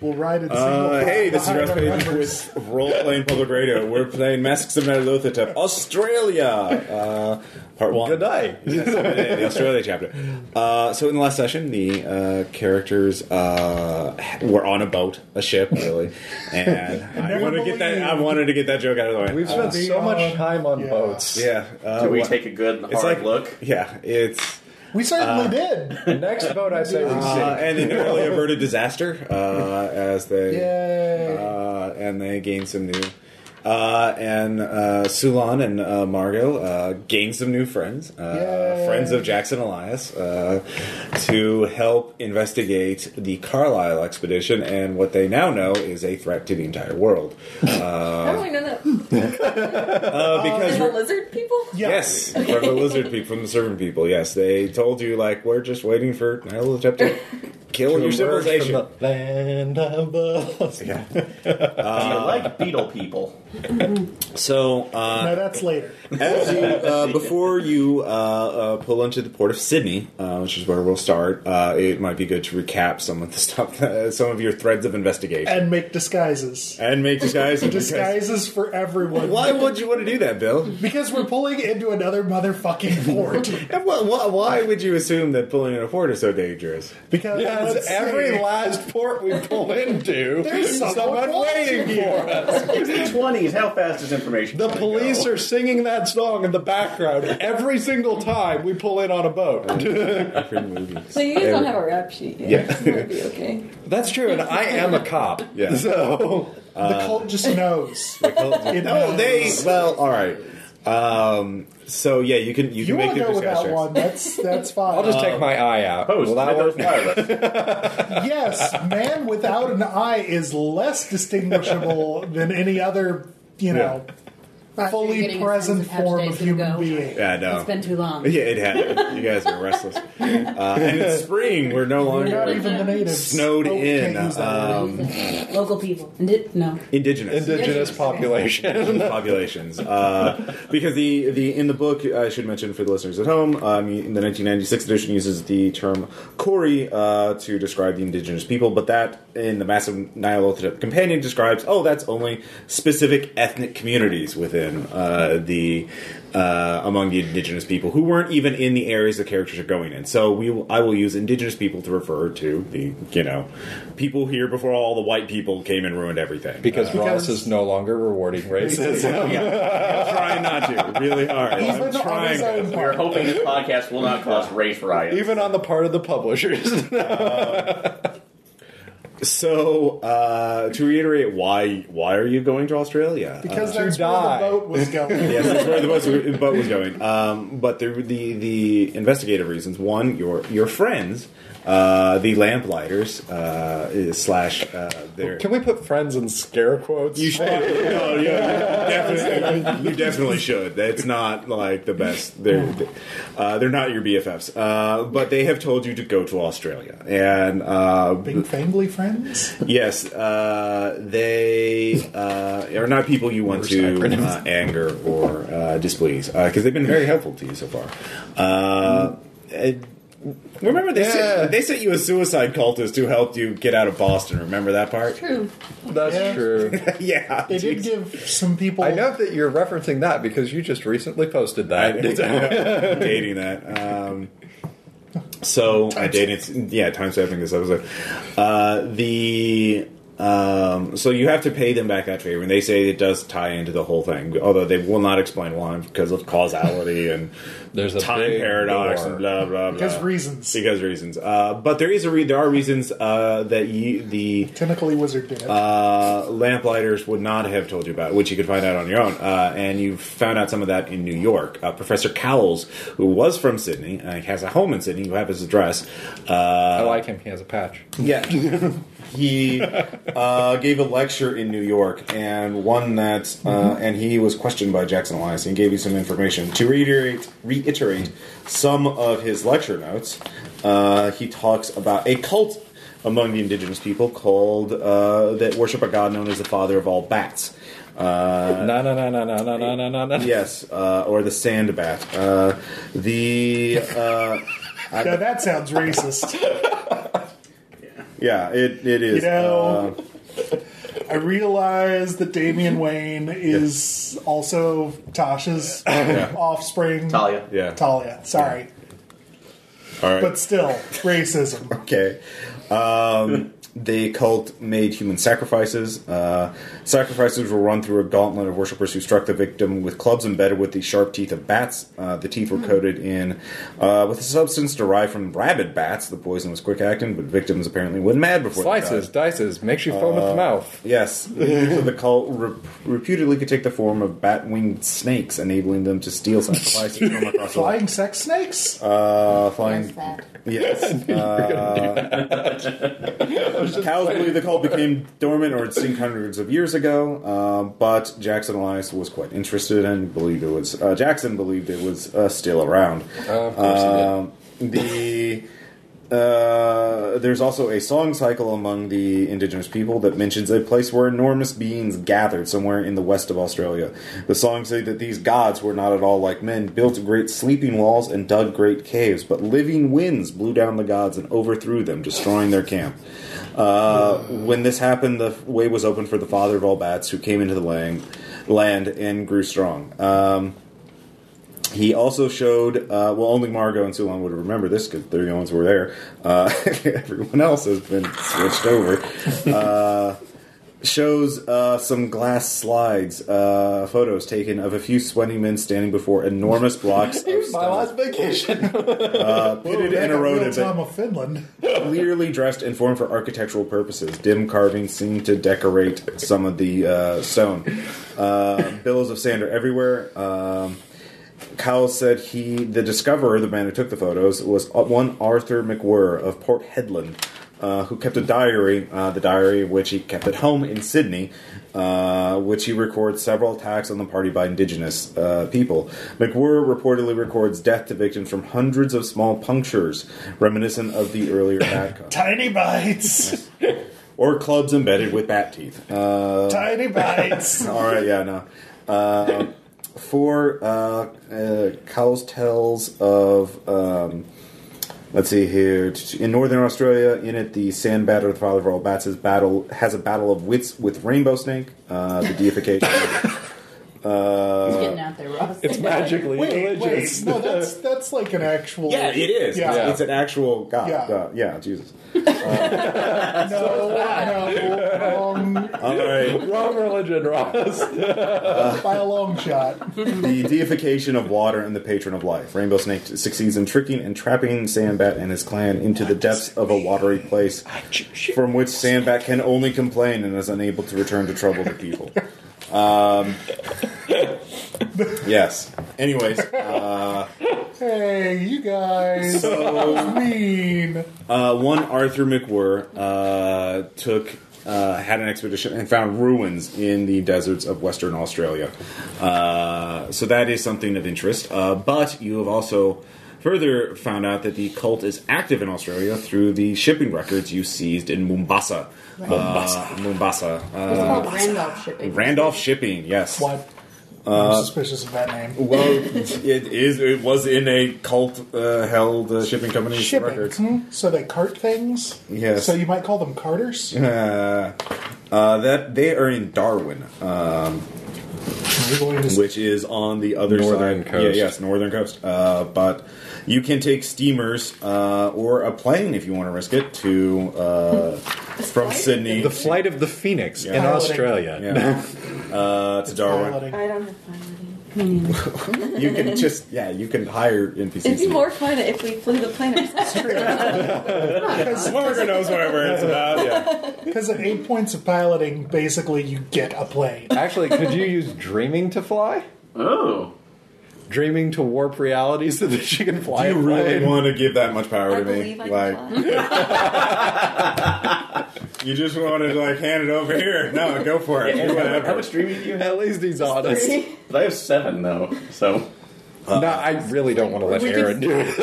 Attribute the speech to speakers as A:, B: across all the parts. A: will ride in single
B: Uh,
A: file
B: hey, this is
A: behind
B: Ross
A: our
B: Page
A: numbers.
B: with Role Playing Public Radio. We're playing Masks of Megalothetep, Australia, uh, part one.
C: Good night.
B: Yes, good day, the Australia chapter. Uh, so in the last session, the uh, characters uh, were on a boat, a ship, really, and I
A: never
B: wanted to get that.
A: believed.
B: I wanted to get that joke out of the way.
C: We've
B: Uh,
C: spent
A: the,
C: so much
A: uh,
C: time on
A: yeah.
C: boats.
B: yeah. Uh,
D: Do we
B: what-
D: take a good hard
B: It's like
D: look?
B: Yeah, it's.
A: We certainly did.
C: The next boat I say we
A: Ah.
B: Uh,
C: sink.
B: and an early averted disaster uh, as they
A: Yay.
B: uh, and they gain some new uh, and uh, Sulan and uh, Margot uh, gain some new friends, uh,
A: Yay.
B: friends of Jackson Elias, uh, to help investigate the Carlisle expedition and what they now know is a threat to the entire world.
E: How do we know that? From
B: Uh, because
E: the lizard people?
A: Hmm. Yeah.
B: Yes, from the lizard people, from the servant people. Yes, they told you like we're just waiting for Nyarlathotep to kill your
C: Emerge from
B: civilization.
C: the land above.
B: Yeah.
D: I like beetle people.
B: So uh,
A: No, that's later.
B: as you, uh, before you uh, uh, pull into the port of Sydney, uh, which is where we'll start, uh, it might be good to recap some of the stuff, uh, some of your threads of investigation,
A: And make disguises.
B: and make disguises.
A: Disguises for everyone.
B: because- Why would you want to do that, Bill?
A: Because we're pulling into another motherfucking port.
B: And wh- wh- why would you assume that pulling in a port is so dangerous?
A: Because
C: Because
A: let's
C: every
A: see.
C: last port we pull into,
A: There's someone watching
C: waiting for us.
D: It's the twenties. How fast is information?
C: The
D: gonna
C: police
D: go?
C: are singing that song in the background every single time we pull in on a boat.
B: Every movie.
E: So you guys don't have a rap sheet yet.
B: Yeah.
E: So it'll be okay.
C: That's true, and I am a cop.
B: Yeah.
C: So
A: the cult just knows. It
B: No,
A: knows.
B: Oh, they. Well, all right. Um, so yeah, you can you
A: You
B: can
A: want to
B: make the
A: go without
B: disguise.
A: one? That's that's fine.
C: I'll just
B: um,
C: take my eye out.
D: Post
C: Will that
D: with
C: work?
D: those five of us.
A: Uh, yes, man without an eye is less distinguishable than any other, you know,
F: Ross, you're
A: fully
F: getting
A: present
F: expensive. How
A: form
F: today's
A: of
F: gonna
A: human
F: go?
A: being.
B: Yeah, no.
F: It's been too long.
B: Yeah, it happened. You guys are restless. Uh, and it's spring. We're no
A: Not
B: longer
A: even the natives.
B: Snowed
A: Oh, can't
B: in, uh,
A: use that word.
F: Local people. And it, no.
B: indigenous
C: Indigenous population.
B: populations. Uh, because the, the in the book, I should mention for the listeners at home, um, in the 1996 edition uses the term Kori uh, to describe the indigenous people, but that in the Massive Nyarlathotep Companion describes, oh, that's only specific ethnic communities within uh, the uh, among the indigenous people who weren't even in the areas the characters are going in. So we, will, I will use indigenous people to refer to the you know people here before all the white people came and ruined everything
C: Because Ross
A: Because-
C: is no longer rewarding racism.
B: trying not to really hard.
A: Even
B: I'm
A: on his
B: trying.
A: own
D: We're
A: part.
D: hoping this podcast will not cause race riots.
C: Even on the part of the publishers.
B: So uh, to reiterate, why why are you going to Australia? Uh,
A: Because
C: To
A: that's
C: die.
A: where the boat was going.
B: yes, that's where the boat, the boat was going. Um, but the, the the investigative reasons. One, your your friends, uh, the lamplighters uh, is- slash uh, their.
C: Can we put friends in scare quotes?
B: You should. No, yeah, definitely, uh, you definitely should. That's not like the best. They're
A: Hmm.
B: uh, they're not your BFFs, uh, but they have told you to go to Australia, and uh,
A: Big family friends.
B: Yes, uh, they uh, are not people you want to uh, anger or uh, displease because they've been very helpful to you so far. Uh, it- remember, they
C: Yeah.
B: sent, they sent you a suicide cultist who helped you get out of Boston. Remember that part?
E: True.
C: That's
A: Yeah.
C: true.
B: yeah,
A: They did give some people.
C: I know that you're referencing that because you just recently posted that.
B: I'm dating that. Um, so I dated, yeah, time stepping this episode. Uh, the um, so you have to pay them back that favor, and they say it does tie into the whole thing, although they will not explain why because of causality and
C: There's a
B: time
C: big
B: paradox uh,
C: door.
B: and blah blah blah
A: Because reasons.
B: Because reasons. Uh, but there is a re- there are reasons uh, that you the
A: Tentacly wizard did it.
B: uh, lamplighters would not have told you about, which you could find out on your own. Uh, and you found out some of that in New York. Uh, Professor Cowles, who was from Sydney, uh, has a home in Sydney. You have his address.
C: Oh, I
B: Uh,
C: like him. He has a patch.
B: yeah, he uh, gave a lecture in New York, and one that, uh,
A: Mm-hmm.
B: and he was questioned by Jackson Elias, and gave you some information to reiterate. Reiterate some of his lecture notes. Uh, he talks about a cult among the indigenous people called uh, that worship a god known as the father of all bats. Uh,
C: No, no, no, no, no, no, no, no, no, no.
B: yes, uh, or the sand bat. Uh, the uh,
A: now that sounds racist.
B: Yeah, it, it is.
A: You know-
B: uh,
A: I realize that Damian Wayne is also Tasha's offspring.
D: Talia.
B: yeah.
A: Talia, sorry.
B: All right.
A: But still, racism.
B: Okay. Um, the cult made human sacrifices. Uh, sacrifices were run through a gauntlet of worshippers who struck the victim with clubs embedded with the sharp teeth of bats. Uh, the teeth were coated in uh, with a substance derived from rabid bats. The poison was quick acting, but victims apparently went mad before they died.
C: Slices, dices, makes you foam at
B: Uh,
C: the mouth.
B: Yes, the leaders of the cult rep- reputedly could take the form of bat-winged snakes, enabling them to steal sacrifices from across the
A: Flying sex snakes?
B: uh,
F: That's
B: flying.
F: that.
B: Yes, Cows believe the cult became dormant or extinct hundreds of years ago, uh, but Jackson Elias was quite interested and believed it was. Uh, Jackson believed it was uh, still around.
C: of course he did.
B: Um, the uh, there's also a song cycle among the indigenous people that mentions a place where enormous beings gathered somewhere in the west of Australia. The songs say that these gods were not at all like men, built great sleeping walls and dug great caves, but living winds blew down the gods and overthrew them, destroying their camp. Uh, when this happened, the way was open for the father of all bats, who came into the lang- land and grew strong. Um, he also showed, uh, well, only Margot and Sulan would remember this because they're the only ones who were there. Uh, everyone else has been switched over. Uh, shows uh, some glass slides, uh, photos taken of a few sweaty men standing before enormous blocks of stone,
A: Uh,
C: vacation.
B: pitted
A: Back
B: and
A: in
B: eroded,
A: real time
B: but
A: of Finland.
B: clearly dressed and formed for architectural purposes. Dim carvings seem to decorate some of the uh, stone. Uh, billows of sand are everywhere. Um, Kyle said he, the discoverer, the man who took the photos, was one Arthur McWhirr of Port Hedland, uh, who kept a diary, uh, the diary which he kept at home in Sydney, uh, which he records several attacks on the party by indigenous uh, people. McWhirr reportedly records death to victims from hundreds of small punctures, reminiscent of the earlier bat
A: Tiny bites.
B: or clubs embedded with bat teeth. Uh,
A: Tiny bites.
B: all right, yeah, no. Uh, for uh, uh, Cow's Tales of. Um, Let's see here. In Northern Australia, in it, the sand bat or the father of all bats is battle has a battle of wits with rainbow snake, uh, the deification.
A: uh,
F: It's getting out there, Ross.
C: It's magically
A: Wait, wait.
C: religious.
A: No, that's, that's like an actual.
B: Yeah.
A: Yeah.
B: It's, it's an actual god.
A: Yeah.
B: Uh, yeah Jesus.
A: No, no.
B: All right.
C: Wrong religion, Ross.
A: Um, by a long shot.
B: the deification of water and the patron of life. Rainbow Snake succeeds in tricking and trapping Sandbat and his clan into the depths of a watery place from which Sandbat can only complain and is unable to return to trouble the people. Um, yes. Anyways,
A: Hey, you guys.
B: so
A: mean.
B: uh, one Arthur McWhirr uh, took. Uh, had an expedition and found ruins in the deserts of Western Australia. Uh, so that is something of interest. Uh, but you have also further found out that the cult is active in Australia through the shipping records you seized in Mombasa. Uh, Mombasa.
F: It's
B: Uh,
F: called Randolph shipping.
B: Randolph Shipping, yes.
A: What?
B: uh,
A: I'm suspicious of that name.
B: Well, it is. It was in a cult uh, held uh, shipping company's
A: Shipping.
B: records.
A: hmm? So they cart things?
B: Yes.
A: So you might call them carters?
B: uh, uh, that they are in Darwin, uh,
A: You're going to-
B: which is on the other
C: Northern
B: side.
C: coast.
B: Yeah, yes, northern coast. Uh, but you can take steamers uh, or a plane if you want to risk it to uh, from
E: flight?
B: Sydney.
C: The flight of the Phoenix
B: Yeah.
C: in
A: Piloting.
C: Australia.
B: yeah. uh, to Darwin.
A: piloting.
E: I don't have fun.
B: You can just yeah, you can hire NPCs.
E: It'd be more fun if we flew the plane ourselves.
B: Margaret knows whatever it's about. Yeah.
A: Because at eight points of piloting, basically you get a plane.
C: Actually, could you use dreaming to fly?
D: Oh.
C: Dreaming to warp reality so that she can fly
B: Do you
C: a
B: really
C: plane?
B: want to give that much power
E: I
B: to me?
E: believe I
B: like,
E: can
A: Hmm?
E: fly.
B: you just want to like hand it over here? No, go for it. Do
D: How,
B: whatever.
D: how much dreaming do you have?
C: At least he's honest.
D: But I have seven, though, so.
C: No, I really don't want to let
F: We could-
C: Aaron do it.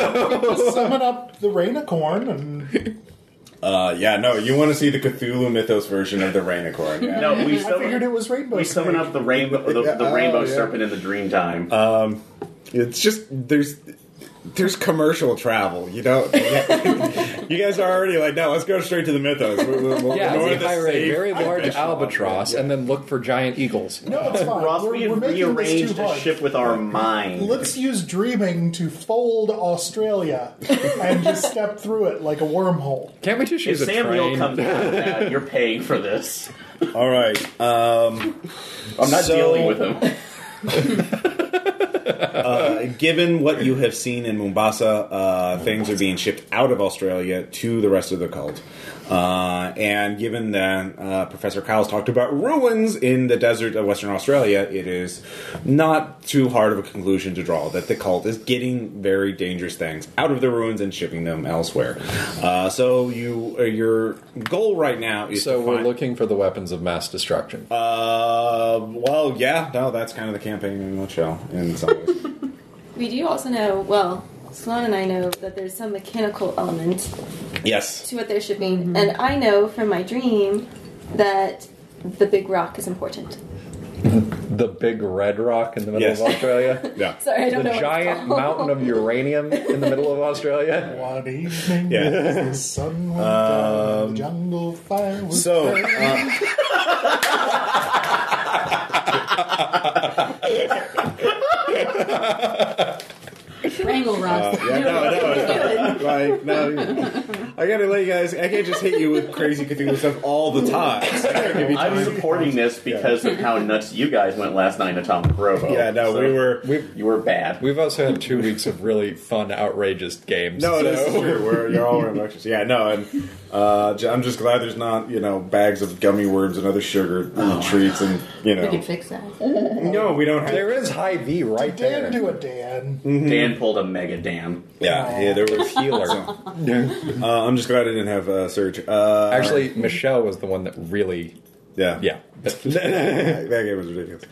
A: Summon up the Rainicorn and
B: Uh, yeah, no, you want to see the Cthulhu Mythos version of the Rainicorn. Yeah.
D: No, we
A: I figured it
D: summon,
A: was Rainbow
D: we summon
A: Snake.
D: up the rainbow, the, the
B: Yeah, oh,
D: rainbow
B: yeah.
D: serpent in the dream time.
B: It's just, there's. there's commercial travel. You don't. you guys are already like, no, let's go straight to the mythos. We- we- we'll
G: Yeah,
B: ignore
G: we
B: the
G: hire a
B: safe
G: very large
B: conventional
G: albatross and then look for giant eagles.
A: No, it's fine.
D: Ross,
A: we're,
D: we
A: we're
D: have
A: making this
D: rearranged
A: too
D: a
A: hard.
D: ship with our mind.
A: Let's use dreaming to fold Australia and just step through it like a wormhole.
G: Can't we just
D: if
G: use a
D: Samuel
G: train?
D: comes out, now, you're paying for this.
B: All right. Um,
D: I'm not
B: So-
D: dealing with him.
B: uh, given what you have seen in Mombasa, uh, things are being shipped out of Australia to the rest of the cult. Uh, and given that uh, Professor Kyle's talked about ruins in the desert of Western Australia, it is not too hard of a conclusion to draw that the cult is getting very dangerous things out of the ruins and shipping them elsewhere. Uh, so you, uh, your goal right now is
G: so
B: to
G: we're
B: find-
G: looking for the weapons of mass destruction.
B: Uh, well, yeah, no, that's kind of the campaign in a nutshell. In some ways.
E: We do also know, well, Sloan and I know that there's some mechanical element
B: yes.
E: to what they're shipping,
F: Mm-hmm.
E: and I know from my dream that the big rock is important.
G: The big red rock in the middle
B: Yes.
G: of Australia.
B: Yeah.
E: Sorry, I
G: the
E: don't know.
G: giant
E: what it's
G: mountain of uranium in the middle of Australia.
A: One evening,
B: Yeah.
A: as the sun went down, the
G: Um,
A: jungle fire was
B: So,
A: burning.
B: uh,
G: Uh,
F: Wrangle rods.
B: yeah, no, no, no, like, no, I gotta let you guys. I can't just hit you with crazy Cthulhu stuff all the time. I gotta give you
D: I'm
B: time.
D: supporting this because of how nuts you guys went last night to Tom Grobo.
B: Yeah, no,
D: So
B: we were.
G: We've
D: You were bad.
G: we've also had two weeks of really fun, outrageous games.
B: No,
G: so.
B: that's true. We're, you're all wearing lectures. Yeah, no, and uh, j- I'm just glad there's not you know bags of gummy worms and other sugar treats and you
F: We
B: know.
F: could fix that.
B: No, we don't have.
G: There is high V right
A: Dan,
G: there.
A: do it, Dan.
B: Mm-hmm.
D: Dan pulled a mega Dan.
B: Yeah, yeah, there was.
G: Healer.
B: Uh, I'm just glad I didn't have uh, surge. Uh,
G: Actually, Michelle was the one that really.
B: yeah,
G: Yeah.
B: that game was ridiculous.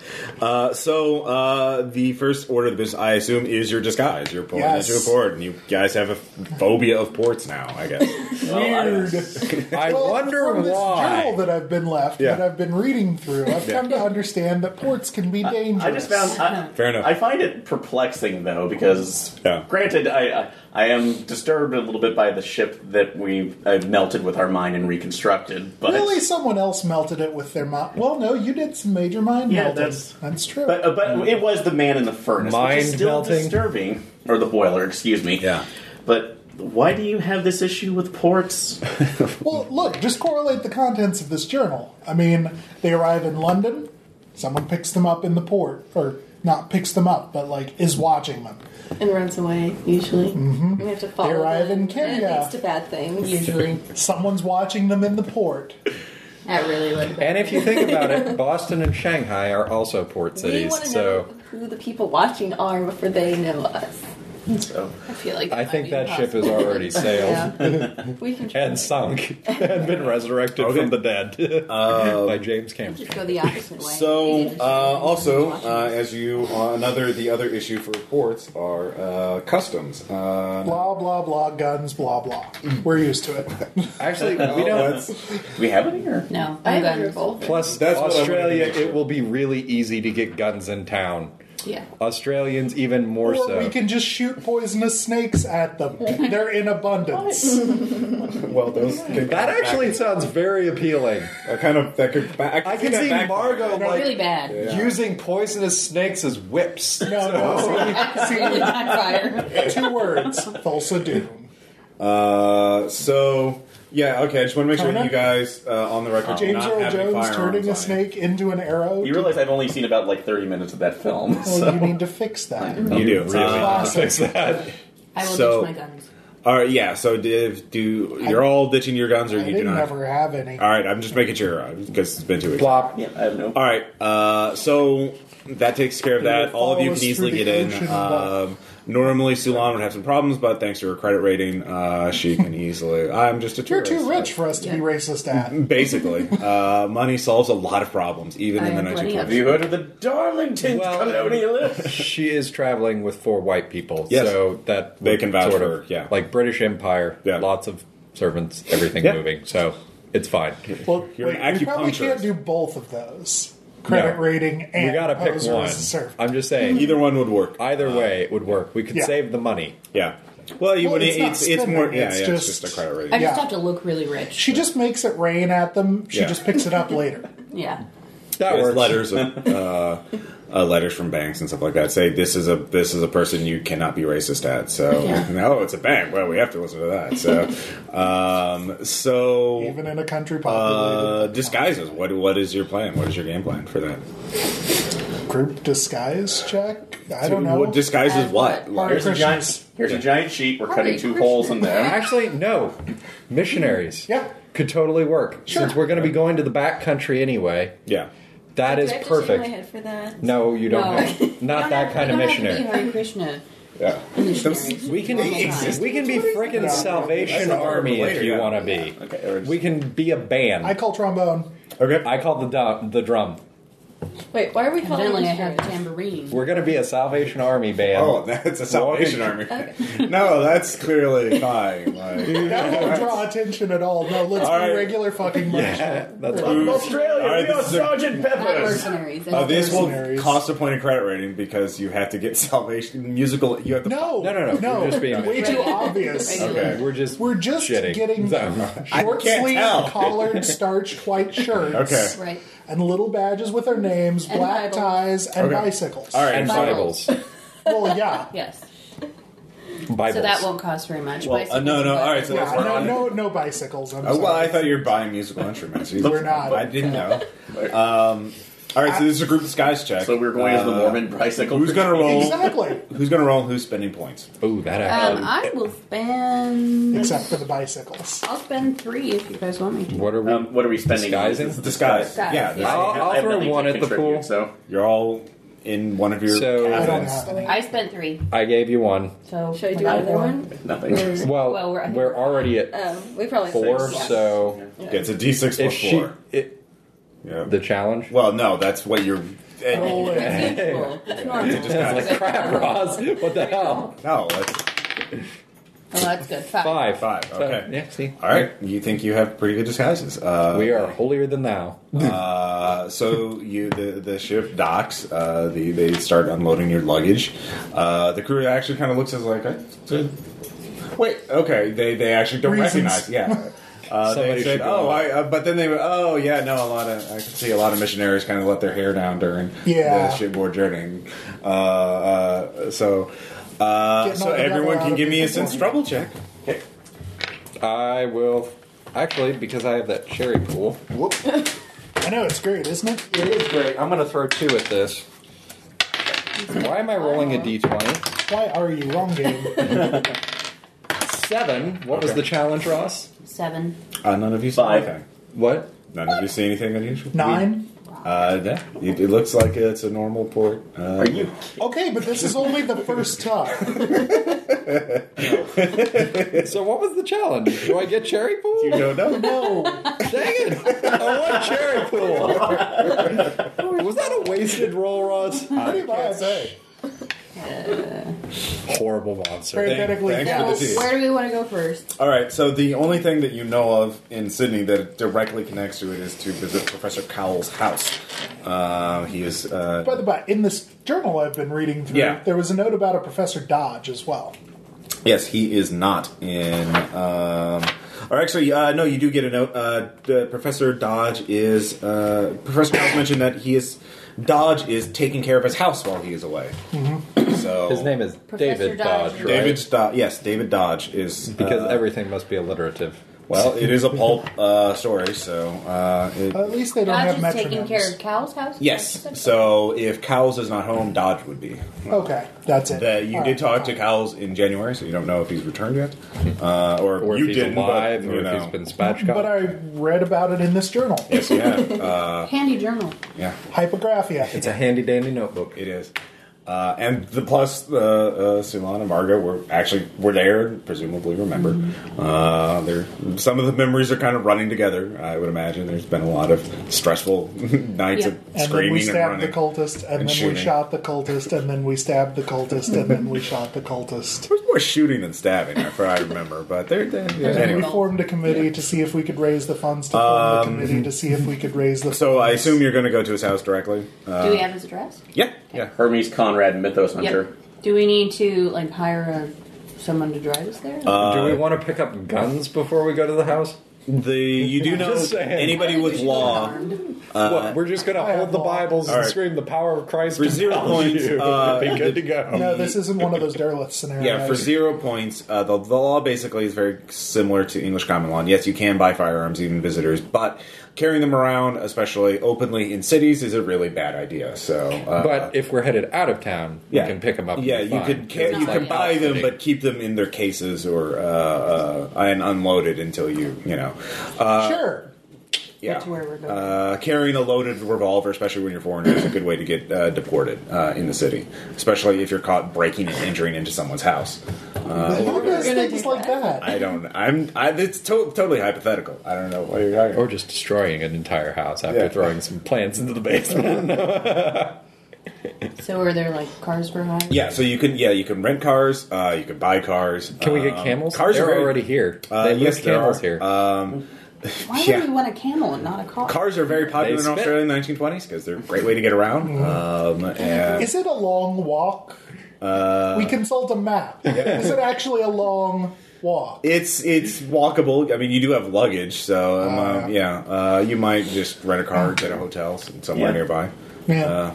B: Uh, so uh, the first order of business, I assume, is your disguise. You're pulling
A: Yes.
B: into a port, and you guys have a phobia of ports now. I guess.
D: Well, I-
G: I
A: Well,
G: wonder
A: from this journal
G: why.
A: that I've been left,
B: Yeah.
A: that I've been reading through, I've
B: Yeah.
A: come to understand that ports can be dangerous.
D: I just found. I,
B: Fair enough.
D: I find it perplexing though because,
B: Yeah.
D: granted, I, I I am disturbed a little bit by the ship that we I've melted with our mind and reconstructed. But
A: Really, someone else melted it with their mind. Well, no, you did some major mind
D: Yeah,
A: melting.
D: that's-
A: true.
D: but uh, but it was the man in the furnace, which
G: Mind
D: is still
G: melting?
D: disturbing, or the boiler, excuse me.
B: Yeah.
D: But why do you have this issue with ports?
A: well, look, just correlate the contents of this journal. I mean, they arrive in London. Someone picks them up in the port, or not picks them up, but like is watching them.
E: called. And runs away, usually.
G: Mm-hmm.
E: We have to follow
A: They arrive
E: them,
A: in
E: And
A: Kenya.
E: it leads to bad things.
F: Usually,
A: Someone's watching them in the port.
F: that really would.
G: And if you think about it, Boston and Shanghai are also port
E: We
G: cities.
E: want to
G: So
E: know who the people watching are before they know us.
D: So
F: I feel like
G: I
F: might
G: think
F: be
G: that ship
F: possible.
G: is already sailed
E: We can
G: and sunk and been resurrected
B: Okay.
G: from the dead by James Cameron.
F: Just go the opposite way.
B: so uh, also, uh, as you uh, another the other issue for ports are uh, customs. Uh,
A: Blah blah blah. Guns. Blah blah.
D: Mm.
A: We're used to it.
G: Actually, we don't.
D: do we have it here.
F: no,
E: I
F: I'm
E: have a
F: going.
E: revolver.
G: Plus,
B: That's what I wanted to
G: Australia,
B: make sure.
G: it will be really easy to get guns in town.
F: Yeah.
B: Uh,
G: Australians even more
A: Or
G: so.
D: uh,
A: we can just shoot poisonous snakes at them. They're in abundance.
B: Well, those could-
G: that actually sounds very appealing.
B: I kind of that could. I, could
G: I can
B: that
G: see
B: backfire.
G: Margot
F: They're
G: like
F: really bad.
G: using poisonous snakes as whips.
A: No, no. See,
F: It would backfire.
A: see, two words. Thulsa Doom.
B: Uh, so yeah, okay. I just want to make sure that
A: Turner?
B: you guys uh, on the record. do
A: James
B: not
A: Earl
B: have any
A: Jones
B: firearms
A: turning
B: on you.
A: a snake into an arrow.
D: You realize I've only seen about like 30 minutes of that film.
A: Well,
D: So.
A: you need to fix that.
B: You do really.
A: Classic.
F: I will
B: So-
F: ditch my guns.
B: all right, yeah. So div, do you're all ditching your guns, or
A: I
B: you do
A: didn't
B: not?
A: ever have any.
B: All right, I'm just making sure uh, because it's been two weeks.
G: Plop.
D: Yeah, I have no.
B: All right, uh, so that takes care of that.
A: will
B: All of you
A: follow
B: can
A: us
B: easily
A: through the
B: get in.
A: ocean above.
B: Um, normally, Sulan would have some problems, but thanks to her credit rating, uh, she can easily. I'm just a
A: You're
B: tourist.
A: too rich for us to be racist at.
B: Basically, uh, money solves a lot of problems, even
F: I
B: in the
F: have plenty
B: 1920s.
F: of-
D: Have you heard of the Darlington
G: Well-
D: colonialist?
G: She is traveling with four white people,
B: Yes.
G: so that
B: They
G: would
B: can vouch
G: sort
B: for her,
G: of
B: yeah.
G: like British Empire,
B: Yeah.
G: lots of servants, everything
B: Yeah.
G: moving, so it's fine.
A: Well,
B: You're an
A: wait, we probably
B: acupuncturist.
A: can't do both of those. credit
G: No.
A: rating and
G: we gotta pick
A: poser
G: one.
A: as a servant.
G: I'm just saying,
B: Either one would work.
G: either way, it would work. We could
A: Yeah.
G: save the money.
B: Yeah. Well, you
A: Well,
B: would.
A: it's not
B: It's, it's, more.
A: spending,
B: Yeah,
A: it's
B: yeah. it's
A: just-
B: just a credit rating.
F: I just
A: Yeah.
F: have to look really rich.
A: She just makes it rain at them. She
B: Yeah.
A: just picks it up later.
F: Yeah.
G: That
B: There's
G: works.
B: letters of uh, uh, letters from banks and stuff like that say this is a this is a person you cannot be racist at. So
F: Yeah.
B: no, it's a bank. Well, we have to listen to that. So um, so
A: Even in a country
B: uh,
A: populated with
B: disguises. What what is your plan? What is your game plan for that?
A: group disguise check. I don't know.
B: Uh, What disguises
F: As
B: what?
F: what?
B: Like-
D: Here's a giant. Here's a giant sheet. We're cutting two holes in them.
G: Actually, no. Missionaries.
A: Yeah.
G: Could totally work.
A: Sure.
G: Since we're going to be going to the back country anyway,
B: yeah.
G: that is
E: Do I have to shake my
G: perfect.
E: head for that.
G: No, you don't.
F: No.
G: have- Not that kind of missionary.
F: Hare Krishna.
B: Yeah.
F: Missionaries.
G: We can
F: Normal time.
G: we can be freaking Salvation
B: That's a
G: Army
B: later,
G: if you
B: yeah.
G: want to be.
B: Okay, or just-
G: We can be a band.
A: I
G: I,
A: call trombone.
B: Okay.
G: call the du- the drum.
E: Wait, why are we calling
F: Evidently, I
E: these
F: have a
E: fairies?
F: tambourine.
G: We're gonna be a Salvation Army band.
B: Oh, that's a Salvation Army. No, that's clearly fine. Like,
A: That won't draw attention at all. No, let's
B: All
A: be
B: right.
A: regular fucking
G: Yeah, that's
B: Ooh.
D: Australia,
B: All right,
D: we are
B: this is a-
D: Sergeant
F: Not
D: Peppers.
F: mercenaries.
B: Uh, this will
A: Mercenaries.
B: cost a point of credit rating because you have to get salvation musical. You have to.
A: No,
G: No, no, no,
A: no.
G: we're just being-
A: way too obvious.
F: Regular.
B: Okay.
G: We're just
A: We're just
G: shitting.
A: getting
B: I
A: short
B: can't
A: sleeve,
B: tell.
A: collared, starched white shirts,
B: Okay.
F: Right.
A: and little badges with their names,
F: And
A: black
F: Bibles.
A: ties, and
B: Okay.
A: bicycles.
B: All right.
G: and
F: Bibles.
G: Bibles.
A: Well, yeah.
F: Yes.
G: Bibles.
F: So that won't cost very much.
B: Well, uh,
F: Bicycles
B: no, no.
F: and
B: All right, so
A: Yeah,
B: that's we're
A: no,
B: on.
A: no, no bicycles. I'm
B: Oh, well,
A: sorry.
B: I thought you were buying musical instruments. You-
A: We're not.
B: I didn't know. Um, all right, so this is a group disguise check.
D: So we're going as the
B: Uh,
D: Mormon bicycle.
B: Who's gonna roll?
A: exactly,
B: Who's gonna roll? and Who's spending points?
G: Ooh, that
F: Um,
G: actually.
F: I will spend.
A: except for the bicycles.
F: I'll spend three if you guys want me to.
G: what are we
D: Um, what are we spending?
G: disguising?
B: Disguise.
F: Disguise.
B: Yeah. this-
G: I'll, I'll
D: I have
G: throw
D: nothing to
G: one at the
D: contribute,
G: pool.
D: So
B: You're all in one of your.
G: So-
A: I don't
B: cabins.
A: have any.
F: I spent three.
G: I gave you one.
F: So
E: Should I do another one?
D: nothing.
G: Well,
F: Well,
G: we're,
F: we're- Oh, Uh,
G: already at
E: Um, we probably
G: four,
E: Yeah.
G: so
B: Gets a D6
G: if
B: plus
G: she
B: four.
G: it,
B: Yeah.
G: the challenge.
B: well, no, that's what you're. eh,
A: Oh, yeah.
F: Well, it's normal.
G: It's like crap, Roz. What the hell?
B: No, that's
F: Oh, that's good. Five.
G: Five.
B: Five,
G: So,
B: okay.
G: yeah. See,
B: all right. You think you have pretty good disguises? Uh,
G: we are holier than thou.
B: Uh, so you the the ship docks. Uh, the, they start unloading your luggage. Uh, the crew actually kind of looks as like, "Uh, wait, okay. They they actually don't
A: Reasons.
B: recognize. Yeah. Uh,
G: Somebody
B: they
G: should
B: said,
G: go
B: "Oh,
G: on.
B: I." Uh, but then they, were, "Oh, yeah, no." A lot of I could see a lot of missionaries kind of let their hair down during
A: Yeah.
B: the shipboard journey. Uh, uh, so, uh,
A: Getting all
B: so
A: the
B: everyone
A: leather out
B: can
A: of
B: give me a
A: people's
B: sense
A: body.
B: trouble check.
G: I will actually because I have that cherry pool.
A: I know it's great, isn't it?
G: It is great. I'm going to throw two at this. Why am I rolling a d20?
A: Why are you wrong, game?
G: Seven. What was
B: Okay.
G: the challenge, Ross?
F: Seven.
B: Uh, none of you saw
D: Five.
B: anything.
G: What?
B: None of you see anything unusual.
A: Nine.
B: Uh, yeah, it, it looks like it's a normal port. Uh,
D: Are you?
A: Okay, but this is only the first time.
G: So what was the challenge? Do I get cherry pool?
B: You don't know.
A: No,
G: Dang it! I want cherry pool. was that a wasted roll, Ross?
A: pretty much.
G: Horrible monster.
A: Parenthetically,
B: Thank-
A: yeah.
B: thank
F: Well,
B: Good to see you.
F: where do we want to go first?
B: All right. So the only thing that you know of in Sydney that directly connects to it is to visit Professor Cowell's house. Uh, he is. Uh,
A: By the by, in this journal I've been reading through,
B: Yeah.
A: there was a note about a Professor Dodge as well.
B: yes, he is not in. Um, or actually, uh, no. You do get a note. Uh, the Professor Dodge is. Uh, Professor Cowell mentioned that he is. Dodge is taking care of his house while he is away. So
G: Mm-hmm. His name is
F: Professor
G: David
F: Dodge.
G: Dodge. right?
B: David. Dodge. yes, David Dodge is
G: because
B: uh,
G: everything must be alliterative.
B: Well, it is a pulp uh, story, so uh, it,
A: At least they don't
F: Dodge
A: have
F: is taking
A: metronomes.
F: care of Cal's house.
B: yes. So if Cowles is not home, Dodge would be.
A: Okay, that's it.
B: That you
A: All
B: did
A: right.
B: talk to Cowles in January, so you don't know if he's returned yet, uh, or,
G: Or if
B: you
G: he's
B: didn't.
G: alive,
B: but,
G: or
B: you
G: if
B: know.
G: he's been spatchcocked.
A: But I read about it in this journal.
B: Yes, you have. Uh,
F: Handy journal.
B: yeah,
A: Hypographia.
G: it's a handy dandy notebook.
B: it is. Uh, and the plus, uh, uh, Sulan and Margo were actually were there, and presumably remember. Uh, there, some of the memories are kind of running together. I would imagine there's been a lot of stressful nights
F: Yeah.
B: of
A: And then we
B: screaming and
A: stabbed
B: running.
A: the cultist, and, then
B: shooting.
A: we shot the cultist, and then we stabbed the cultist, and then we shot the cultist.
B: more shooting than stabbing, if I remember. But they're, they're yeah.
A: And we
B: anyway. Um,
A: formed a committee to see if we could raise the funds to form the committee to see if we could raise the.
B: So I assume you're going to go to his house directly. Uh,
F: Do we have his address?
B: yeah, yeah.
D: Hermes, Conrad, Mythos Hunter.
F: Do we need to like hire a, someone to drive us there?
B: Uh,
G: Do we want to pick up guns before we go to the house?
B: The you do know
G: Just saying.
B: anybody with law
G: what, we're just gonna hold the Bibles
B: Uh, All
G: and
B: right.
G: scream the power of Christ
B: for zero
G: compels
B: points.
G: you.
B: Uh,
G: Be good to go.
A: No, this isn't one of those derelict scenarios.
B: Yeah, for zero points, uh, the, the law basically is very similar to English common law. And yes, you can buy firearms, even visitors, but carrying them around, especially openly in cities, is a really bad idea. So, uh,
G: But if we're headed out of town, you can pick them up. and
B: Yeah,
G: be
B: you
G: fine.
B: could ca-
F: It's
B: you
F: not
B: can
F: like
B: buy them,
G: outfitting.
B: but keep them in their cases or uh, uh, and unloaded until you you know. Uh,
A: sure.
B: yeah,
F: That's where we're going.
B: Uh, carrying a loaded revolver, especially when you're foreigner, is a good way to get uh, deported uh, in the city, especially if you're caught breaking and entering into someone's house.
A: Who does
F: gonna
A: things
F: do
A: like that?
B: I don't. I'm. I, it's to- totally hypothetical. I don't know what you're talking.
G: or just destroying an entire house after
B: Yeah.
G: throwing some plants into the basement.
F: so are there like cars for hire?
B: Yeah, so you can. Yeah, you can rent cars. Uh, you can buy cars.
G: Can we get
B: Um,
G: camels?
B: Cars
G: They're
B: are very-
G: already here.
B: Uh,
G: they
B: yes,
G: list
B: there
G: camels
B: are. Uh,
G: here.
F: Why would
B: yeah.
F: we want a camel and not a car?
B: Cars are very popular in
G: spit. Mm-hmm.
B: Australia in the 1920s because they're a great way to get around. Um, and
A: Is it a long walk? Uh, we consult a map. Is it actually a long walk?
B: it's it's walkable. I mean, you do have luggage, so um,
G: Oh,
B: um, yeah, uh, you might just rent a car, get a hotel s- somewhere
D: Yeah.
B: nearby.
A: Yeah.
B: Uh,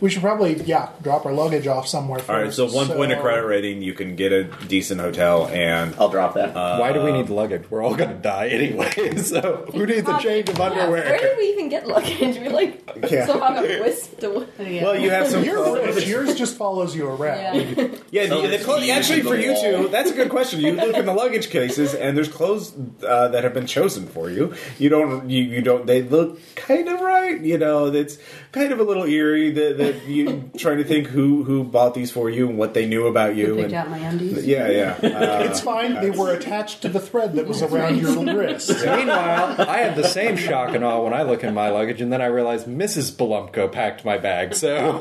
A: we should probably yeah drop our luggage off somewhere. First,
B: all right, so one point of credit rating, you can get a decent hotel, and
D: I'll drop that. Uh,
G: Why do we need luggage? We're all gonna die anyway. So who needs a change of
E: Where
G: underwear?
E: did we even get luggage? We like
B: Yeah.
E: somehow got whisked away.
B: well, you have some.
A: You're rich. Yours just follows you around.
F: Yeah.
B: Yeah, the, the
D: it's
B: clo-
D: easy
B: actually
D: to
B: for you two,
D: wall.
B: that's a good question. You look in the luggage cases, and there's clothes uh, that have been chosen for you. You don't, you, you don't. They look kind of right. You know, that's kind of a little eerie that, that you trying to think who who bought these for you and what they knew about you.
F: Picked
B: and-
F: out my undies.
B: yeah, yeah. Uh,
A: It's fine. They were attached to the thread that was around your wrist.
G: Meanwhile, I had the same shock and awe when I look in my luggage, and then I realized Mrs. Belumko packed my bag. So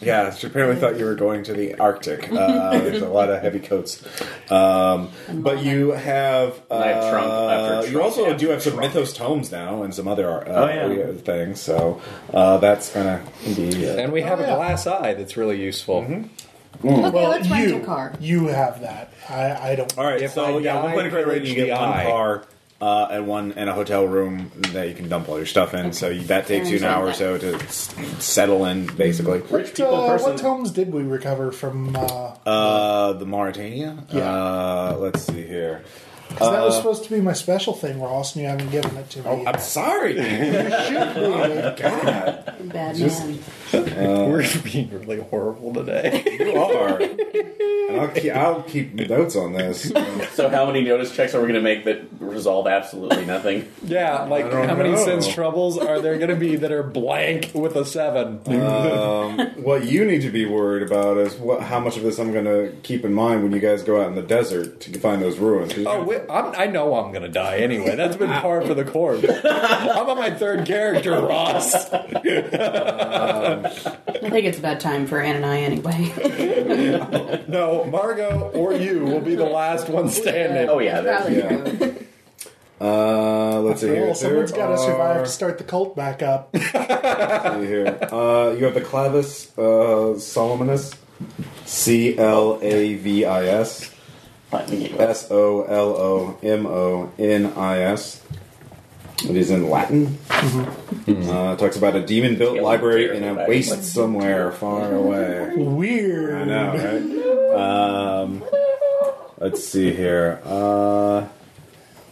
B: Yeah, she apparently thought you were going to the Arctic. Uh, there's a lot of heavy coats, um, but you have. Uh,
D: I have Trump after Trump
B: you also
D: after
B: do have some Mythos tomes now and some other uh,
D: Oh, yeah.
B: things, so uh, that's gonna be. Uh,
G: and we have
A: Oh,
G: a
A: yeah.
G: glass eye that's really useful.
F: Okay,
A: Well,
F: let's rent
A: you,
F: a car.
A: you have that. I, I don't.
B: all right,
G: If
B: so
G: I
B: yeah, one
G: die,
B: point of credit rating, you
G: pillage
B: get
G: the
B: one
G: eye.
B: car uh, and one and a hotel room that you can dump all your stuff in. So you, that takes you an hour or so to s- settle in, basically.
D: Rich people
A: Uh,
D: person.
A: what tomes did we recover from? Uh,
B: Uh, the Mauritania.
A: Yeah.
B: Uh, let's see here.
A: 'cause that was supposed to be my special thing, Ross, and you haven't given it to me.
B: Uh, Oh, I'm
A: yet.
B: sorry.
A: Should be.
F: Bad man.
G: Uh, We're being really horrible today.
B: You are. and I'll keep, I'll keep notes on this.
D: so, how many notice checks are we going to make that resolve absolutely nothing?
G: Yeah, like
B: don't
G: how many
B: know.
G: sins troubles are there going to be that are blank with a seven?
B: what you need to be worried about is what, how much of this I'm going to keep in mind when you guys go out in the desert to find those ruins. 'Cause
G: oh,
B: you-
G: wait, I'm, I know I'm going to die anyway. That's been par for the course. I'm on my third character, Ross.
F: I think it's about time for Ann and I anyway.
G: No, Margot or you will be the last one standing.
D: Oh, yeah. That,
F: Probably
B: yeah.
F: true.
B: uh, let's see here.
A: Well, Oh, someone's
B: There
A: got to survive
B: are-
A: to start the cult back up.
B: let's see here. Uh, you have the Clavis uh, Solomonis. C L A V I S.
D: let me get-
B: S O L O M O N I S. It is in Latin. Uh, it talks about a demon built
D: Yeah,
B: library
D: terrible
B: in a
D: back.
B: waste somewhere far away. I
A: Weird.
B: know, right? Um, let's see here. Uh,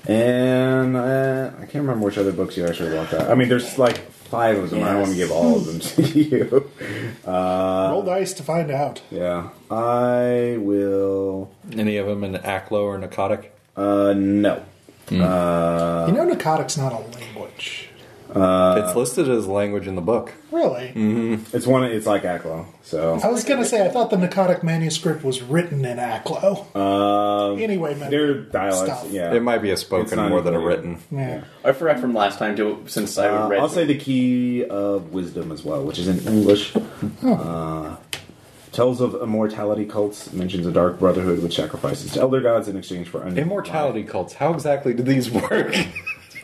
B: and uh, I can't remember which other books you actually walked out. I mean, there's like five of them. I don't want to give all of them to you.
A: Roll dice to find out.
B: Yeah. I will.
G: Any of them an aclo or narcotic?
B: Uh, no. Uh,
A: you know, narcotic's not a language.
G: it's listed as language in the book.
A: Really?
B: Mm. It's one. It's like Aklo. So.
A: I was going to say, I thought the narcotic manuscript was written in Aklo.
B: Um,
A: Anyway, man.
B: Their dialects,
A: Stuff.
B: yeah.
G: It might be a
B: It's
G: spoken
B: not
G: more than a
B: included.
G: written.
A: Yeah.
D: I forgot from last time to since I
B: Uh,
D: read.
B: I'll say the key of wisdom as well, which is in English. Uh, tells of immortality cults, mentions a dark brotherhood which sacrifices to elder gods in exchange for un-
G: Immortality cults. How exactly do these work?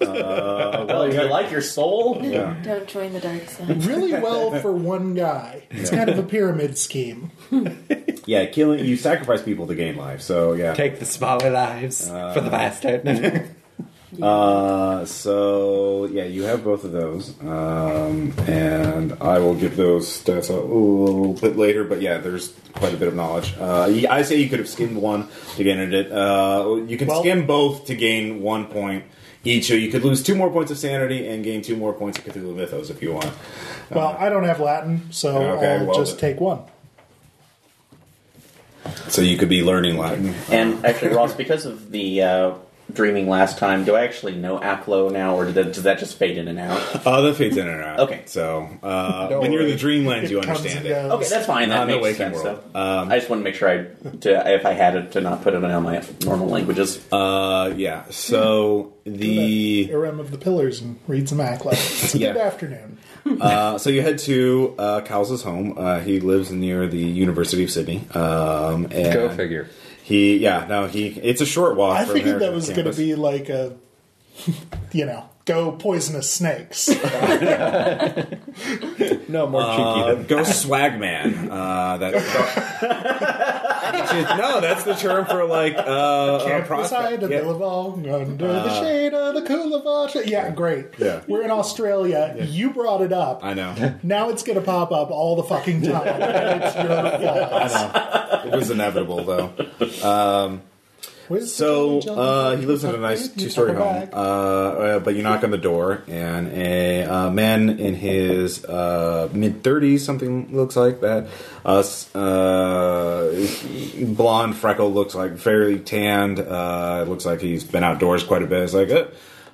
B: Oh,
D: well, you like your soul?
B: Yeah.
E: Don't join the dark side.
A: Really well for one guy. It's kind of a pyramid scheme.
B: Yeah, killing you sacrifice people to gain life. So yeah.
G: Take the smaller lives for the bastard.
B: Uh, so yeah, you have both of those, um, and I will give those stats a little bit later. But yeah, there's quite a bit of knowledge. Uh, y- I say you could have skimmed one to gain it. Uh, you can
A: Well-
B: skim both to gain one point each. So you could lose two more points of sanity and gain two more points of Cthulhu Mythos if you want.
A: Well, I don't have Latin, so
B: Uh-huh. Okay,
A: I'll
B: well
A: just
B: then.
A: take one.
B: So you could be learning Latin.
D: And actually, Ross, because of the uh, dreaming last time, do I actually know Aklo now, or did that, does that just fade in and out?
B: Uh, that fades in and out.
D: Okay.
B: So uh, when
G: Don't
B: you're in
G: worry.
B: the dreamlands, you
A: It comes
B: understand
A: and
B: it.
A: goes.
D: Okay, that's fine.
B: Not
D: That
B: in the
D: makes
B: waking
D: sense.
B: world.
D: though. I just want to make sure I, to, if I had it, to not put it on my normal languages.
B: Uh, yeah. So the
A: Aram of the Pillars and read some Acklet. It's a good
B: Yeah.
A: afternoon.
B: Uh, so you head to uh, Cowles' home. Uh, he lives near the University of Sydney. Um, and
G: Go figure.
B: He, yeah, no, he. It's a short walk.
A: I
B: from
A: figured
B: here
A: that
B: to
A: was going to
B: campus.
A: be like a, you know, go poisonous snakes.
G: No, more
B: Uh,
A: um,
G: cheeky.
B: go swagman. Uh, that, Which is- no, that's the term for like uh, a
A: Beside
B: prospect.
A: the
B: Yeah. Uh,
A: Billabong, under the shade of the Coolabah. tree. Yeah, great.
B: Yeah.
A: We're in Australia. You brought it up.
B: I know.
A: now it's going to pop up all the fucking time. and it's your fault.
B: It was inevitable though.
A: Where's the
B: So
A: John
B: uh,
A: John?
B: he lives in a nice
A: Okay, you
B: two-story
A: pop a
B: home,
A: bag.
B: uh, uh, but you knock on the door, and a uh, man in his uh, mid thirties, something looks like that, uh, s- uh, blonde freckle, looks like fairly tanned. Uh, looks like he's been outdoors quite a bit. It's like, uh,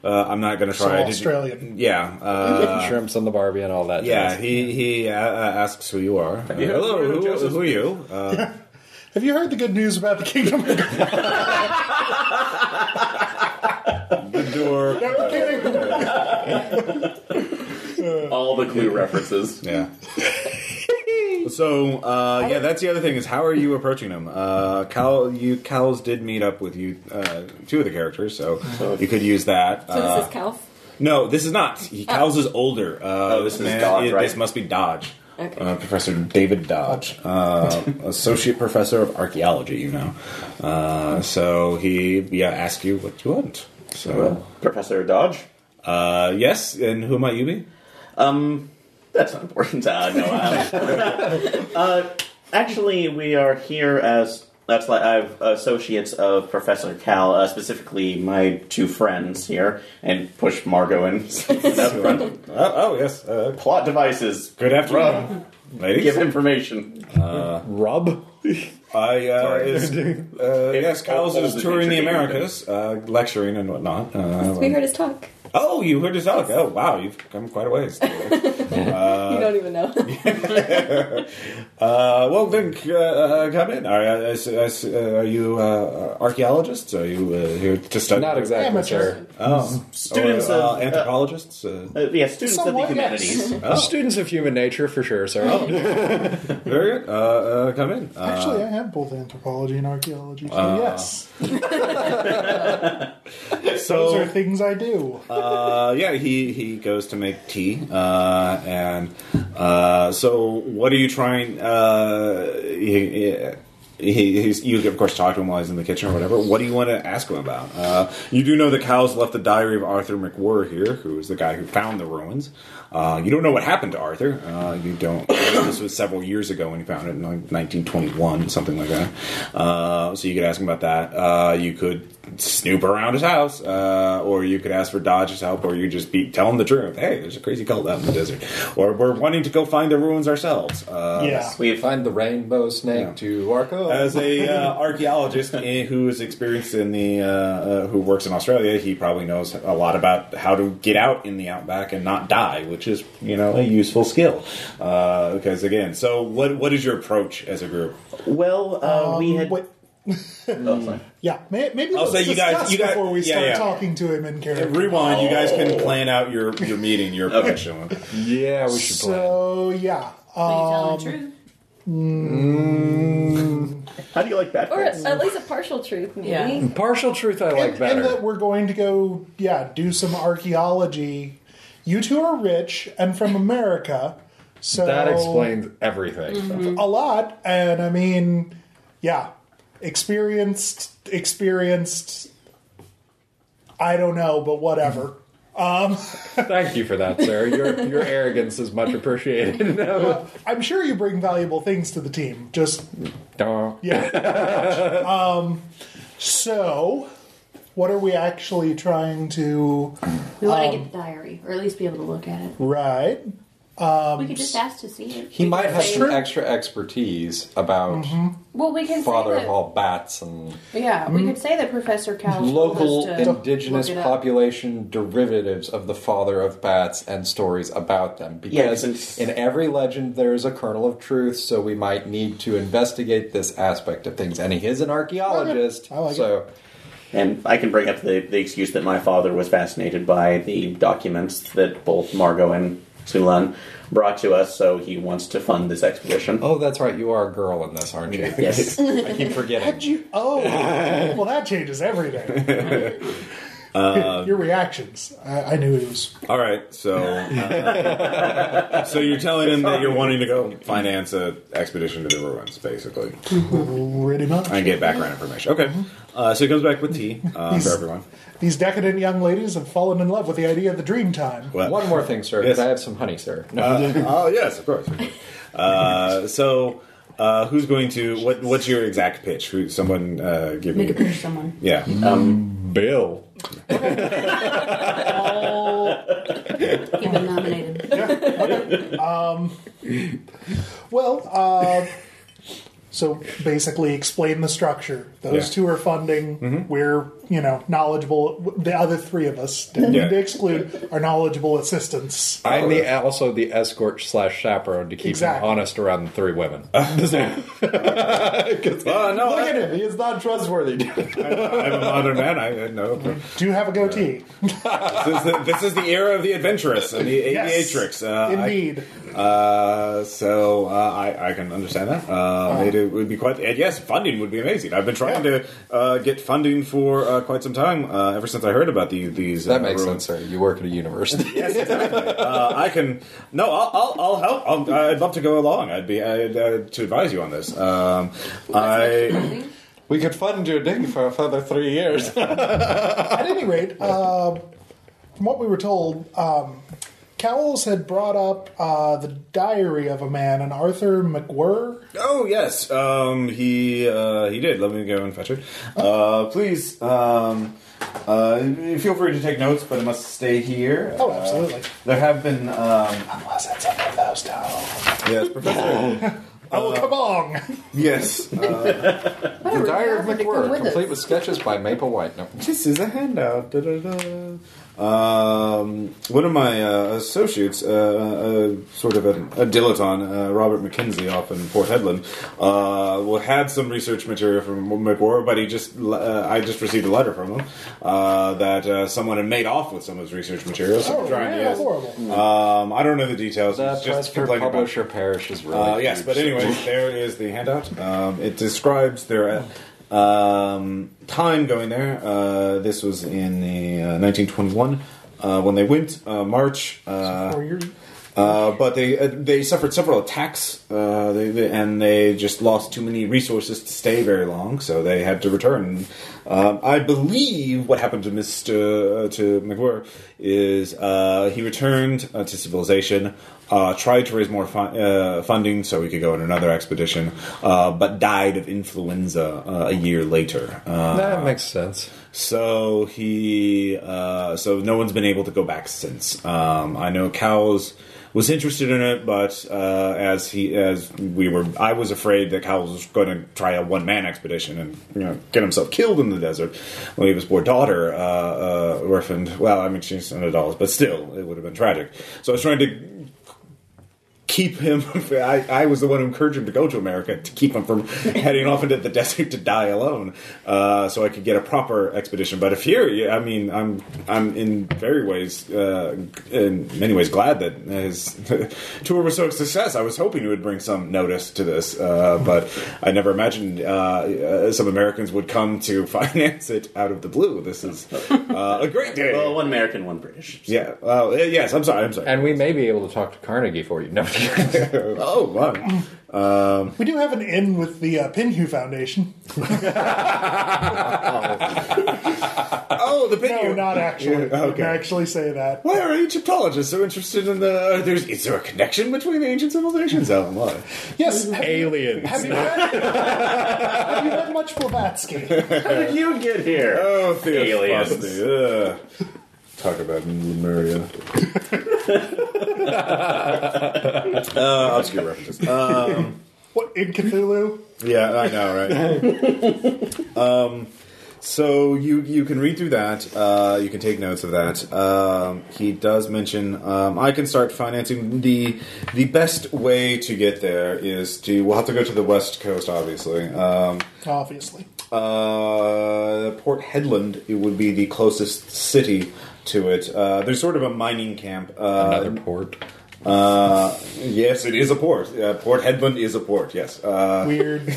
B: uh, I'm not going to try. Did you-
A: Australian.
B: yeah, uh,
G: Shrimps on the Barbie and all that.
B: yeah.
G: jazz.
B: He he uh, uh, asks who you are. Uh, hello, who, who are you? Uh,
A: Have you heard the good news about the kingdom? of God?
B: the door.
A: I'm
B: Uh,
A: kidding.
D: All the clue references.
B: Yeah. so uh, yeah, that's the other thing is how are you approaching him? Uh, Cal, you Cal's did meet up with you, uh, two of the characters, so you could use that.
E: So
B: Uh,
E: this is Calf.
B: no, this is not. He, Cal's is older. Uh, this
D: this is
B: man-
D: Dodge,
B: it-
D: right?
B: This must be Dodge.
E: Okay.
B: Uh, professor David Dodge, uh, associate professor of archaeology, you know. Uh, so he, yeah, asked you what you want. So,
D: Professor Dodge?
B: uh, yes, and who might you be?
D: Um, that's not important. Uh, no. Uh, uh, actually, we are here as that's like I've associates of Professor Cal, uh, specifically my two friends here, and push Margot in. That's front.
B: Oh, oh yes. Uh,
D: Plot devices.
B: good afternoon, ladies.
D: Give information.
G: Rub.
B: I uh,
D: Sorry.
B: is, uh, yes, Kyle's
D: Old-
B: is
D: old
B: touring the
D: adventure
B: Americas, uh, lecturing and whatnot. Uh,
E: We heard his talk.
B: oh, you heard his talk. Oh, wow, you've come quite a ways. uh,
E: you don't even know.
B: well, then uh, uh, come in. Are, uh, is- is- uh, are you uh, archaeologists? Are you uh, here to study?
G: Not exactly,
A: Amateur.
G: sir.
B: Oh.
D: Students
B: Or, uh,
D: of-
B: anthropologists. Uh,
D: Uh, yeah, students
A: Somewhat,
D: of the humanities.
B: Oh.
G: Students of human nature, for sure, sir.
B: very good. Uh, uh, come in. Uh,
A: Actually, I have both anthropology and archaeology. So yes, those
B: so
A: are things I do.
B: uh, yeah, he, he goes to make tea, uh, and uh, so what are you trying? Uh, he, he, he's, you of course talk to him while he's in the kitchen or whatever. What do you want to ask him about? Uh, you do know the cows left the diary of Arthur McWhirr here, who is the guy who found the ruins. Uh, you don't know what happened to Arthur. Uh, you don't. this was several years ago when he found it in like 1921, something like that. Uh, so you could ask him about that. Uh, you could snoop around his house, uh, or you could ask for Dodge's help, or you just be tell him the truth. Hey, there's a crazy cult out in the desert, or we're wanting to go find the ruins ourselves. Uh,
A: yeah,
D: We've
G: Find the rainbow snake to Arco.
B: as a uh, archaeologist eh, who is experienced in the uh, uh, who works in Australia, he probably knows a lot about how to get out in the outback and not die, which is you know a useful skill. Uh, because again, so what what is your approach as a group?
D: well, uh, we had.
A: Wait,
D: Oh, sorry.
A: yeah. May, maybe
B: I'll
A: let's
B: say you guys-
A: discuss
B: you guys-
A: before we
B: yeah,
A: start
B: yeah.
A: talking to him in character.
B: Rewind. You guys can plan out your your meeting, your approach.
G: yeah, we should play.
A: so yeah, uh,
F: Are you telling the truth?
D: How do you like that?
E: Or
D: Chris?
E: at least a partial truth, maybe.
F: Yeah.
G: Partial truth I like
A: and,
G: better.
A: and that we're going to go, yeah, do some archaeology. You two are rich and from America, so
G: that explains everything.
A: a lot. And I mean, yeah, experienced, experienced. I don't know, but whatever.
G: Thank you for that, sir. Your your arrogance is much appreciated. No.
A: I'm sure you bring valuable things to the team. Just
G: Don't.
A: yeah. um, so, what are we actually trying to
F: We want to get the diary, or at least be able to look at it.
A: write?
F: we could just ask to see it.
H: He
F: We
H: might
F: could
H: have
F: say-
H: some extra expertise about
A: Mm-hmm.
F: Well, we can
H: father
F: say
H: of
F: that.
H: all bats and
F: Yeah, we could say that Professor Cal told
H: local
F: us to
H: indigenous
F: look it up.
H: population derivatives of the father of bats and stories about them. Because
D: it's-
H: in every legend there is a kernel of truth, so we might need to investigate this aspect of things. And he is an archaeologist,
A: I like it.
H: so
D: And I can bring up the, the excuse that my father was fascinated by the documents that both Margot and Sulan brought to us, so he wants to fund this expedition.
H: oh, that's right, you are a girl in this, aren't you?
D: Yes.
H: I keep forgetting.
A: How'd you? Oh, well, that changes everything.
B: Um,
A: Your reactions. I, I knew he was.
B: All right, so uh, so you're telling him that you're wanting to go finance a expedition to the ruins, basically,
A: Pretty much.
B: and get background information. Okay, uh, so he comes back with tea uh, for everyone.
A: These decadent young ladies have fallen in love with the idea of the dream time.
B: Well,
H: One more thing, sir,
B: Yes.
H: because I have some honey, sir. No.
B: Uh, oh yes, of course. Uh, so, uh, who's going to? What? What's your exact pitch? Who? Someone uh, give
F: Make
B: me.
F: a picture of someone.
B: Yeah.
G: Bill.
F: Get them nominated.
A: Well, uh, so basically, explain the structure. Those
B: Yeah. Mm-hmm.
A: two are funding. We're you know knowledgeable. The other three of us, didn't
B: Yeah.
A: need to exclude, are knowledgeable assistants.
G: I'm the also the escort slash chaperone to keep
A: Exactly.
G: him honest around the three women.
B: Well, Oh, no,
A: Look at
B: I,
A: him; he is not trustworthy.
B: I'm a modern man. I I know. This
A: Do you have a goatee?
B: is, the, this is the era of the adventurous and the
A: Yes.
B: aviatrix. Uh, I-
A: Indeed.
B: Uh, so uh, I, I can understand that. Uh, it, it would be quite, and yes, funding would be amazing. I've been
A: Oh.
B: trying
A: Yeah.
B: to uh, get funding for uh, quite some time uh, ever since I heard about the, these.
H: That
B: uh,
H: makes
B: ruins.
H: sense, sir. You work at a university.
B: Uh, I can. No, I'll, I'll, I'll help. I'll, I'd love to go along. I'd be I'd, uh, to advise you on this. Um, I
H: We could fund your ding for a further three years.
A: At any rate, uh, from what we were told, um, Cowles had brought up uh, the diary of a man, an Arthur McWhirr.
B: oh yes, um, he uh, he did. Let me go and fetch it. Uh, please. Um, uh, feel free to take notes, but it must stay here.
A: Oh,
B: Uh,
A: absolutely.
B: there have been um,
A: Unless it's under those towels.
B: Yes, Professor.
A: I
B: Uh,
A: will Oh, come on.
B: yes. Uh,
H: the Diary
F: Whatever, you have
H: of McWhirr,
F: to come with
H: complete
F: us.
H: with sketches by Maple White. No.
B: this is a handout. Da, da, da. Um, one of my uh, associates, uh, uh, sort of a, a dilettante, uh, Robert McKenzie, off in Port Hedland, uh, well, had some research material from McWhorr, but he just uh, I just received a letter from him uh, that uh, someone had made off with some of his research materials. So I'm
A: Oh,
B: trying to-
A: yeah,
B: yes.
A: horrible.
B: Um, I don't know the details.
H: The
B: He's
H: press
B: just
H: for
B: complaining about
H: publisher parish is really
B: Uh, yes,
H: huge,
B: but
H: so-
B: anyway, there is the handout. Um, it describes their uh, um, time going there. Uh, this was in the uh, 1921 uh, when they went uh, March. Uh,
A: Or you're-
B: uh, but they uh, they suffered several attacks, uh, they, they- and they just lost too many resources to stay very long, so they had to return. Um, I believe what happened to Mister uh, to McWhirr is uh, he returned uh, to civilization, uh, tried to raise more fun- uh, funding so he could go on another expedition, uh, but died of influenza uh, a year later. Uh,
G: that makes sense.
B: so he, uh, so no one's been able to go back since. Um, I know Cowles was interested in it, but uh, as he, as we were, I was afraid that Cowles was going to try a one man expedition and you know get himself killed in the desert. Leave his poor daughter uh, uh, orphaned. Well, I mean she's an adult, but still, it would have been tragic. So I was trying to keep him. I, I was the one who encouraged him to go to America to keep him from heading off into the desert to die alone, uh, so I could get a proper expedition. But if here, yeah, I mean, I'm I'm in very ways, uh, in many ways, glad that his tour was so a success. I was hoping it would bring some notice to this, uh, but I never imagined uh, uh, some Americans would come to finance it out of the blue. This is uh, a great day.
D: Well, one American, one British.
B: Yeah. Well, uh, yes. I'm sorry. I'm sorry.
G: And we may be able to talk to Carnegie for you. No,
B: oh, wow.
A: We do have an in with the uh, Pinhu Foundation.
B: Oh, the
A: No,
B: video.
A: not actually.
B: Yeah,
A: Didn't actually say that.
B: Why are Egyptologists so interested in the? uh, There's is there a connection between ancient civilizations? Oh my!
A: Yes. Have you,
G: aliens.
A: have you read, have you read much Blavatsky?
D: How did you get here?
B: Oh,
D: Aliens.
B: Theophostus. Ugh. Talk about Lemuria. uh, obscure references.
A: What in Cthulhu?
B: Yeah, I know, right? um, so you you can read through that. Uh, you can take notes of that. Um, he does mention um, I can start financing the the best way to get there is to we'll have to go to the west coast, obviously. Um,
A: Obviously.
B: uh, Port Headland it would be the closest city to it. Uh, there's sort of a mining camp. Uh,
G: Another port.
B: uh, yes, it is a port. Uh, port Headland is a port. Yes. Uh,
A: Weird.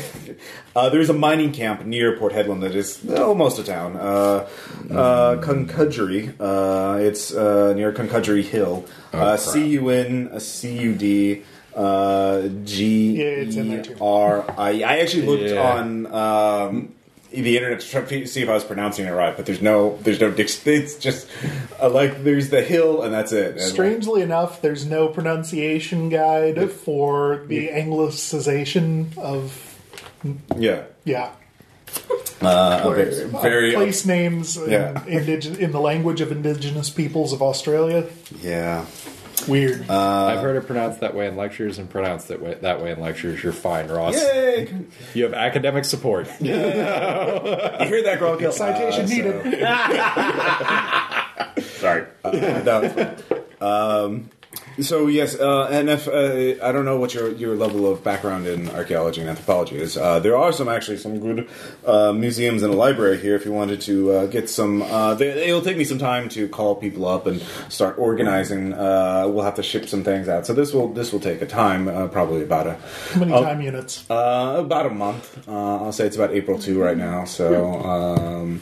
B: uh, there's a mining camp near Port Hedland that is almost a town. Uh, uh,
A: Hmm.
B: Concudgery. Uh, it's uh, near Concudgery Hill.
A: Oh,
B: Uh, C U N C U D uh, G
A: Yeah, it's in there
B: E
A: too.
B: R I. I actually looked
G: Yeah.
B: on. Um, the internet to try to see if I was pronouncing it right, but there's no, there's no. Dic- it's just uh, like there's the hill, and that's it. And, like,
A: Strangely enough, there's no pronunciation guide for the anglicization of
B: yeah,
A: yeah
B: uh, very,
A: uh,
B: very
A: place names in,
B: Yeah.
A: indig- in the language of indigenous peoples of Australia.
B: yeah.
A: Weird.
B: Uh,
H: Uh,
G: I've heard it pronounced that way in lectures and pronounced that way that way in lectures. You're fine, Ross.
B: Yay!
G: You have academic support.
B: You hear that, girl?
A: Citation needed.
D: Sorry.
B: No, it's Uh, fine. um, so yes, uh, and if uh, I don't know what your your level of background in archaeology and anthropology is, uh, there are some actually some good uh, museums and a library here. If you wanted to uh, get some, uh, they, it'll take me some time to call people up and start organizing. Uh, we'll have to ship some things out, so this will this will take a time, uh, probably about a
A: How
B: Oh.
A: many time units?
B: uh, about a month. Uh, I'll say it's about April 2 right now. So um,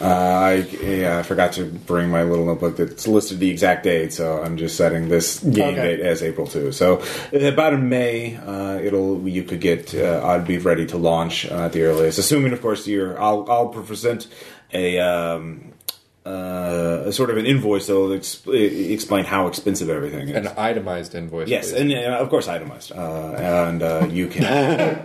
B: uh, I, yeah, I forgot to bring my little notebook that's listed the exact date. So I'm just setting this game
A: Okay.
B: date as April 2. So about in May, uh, it'll you could get. Uh, I'd be ready to launch uh, at the earliest, assuming of course you're. I'll I'll present a. Um, uh, a sort of an invoice that will exp- explain how expensive everything is.
G: An itemized invoice.
B: yes,
G: please.
B: and uh, of course itemized, uh, and uh, you can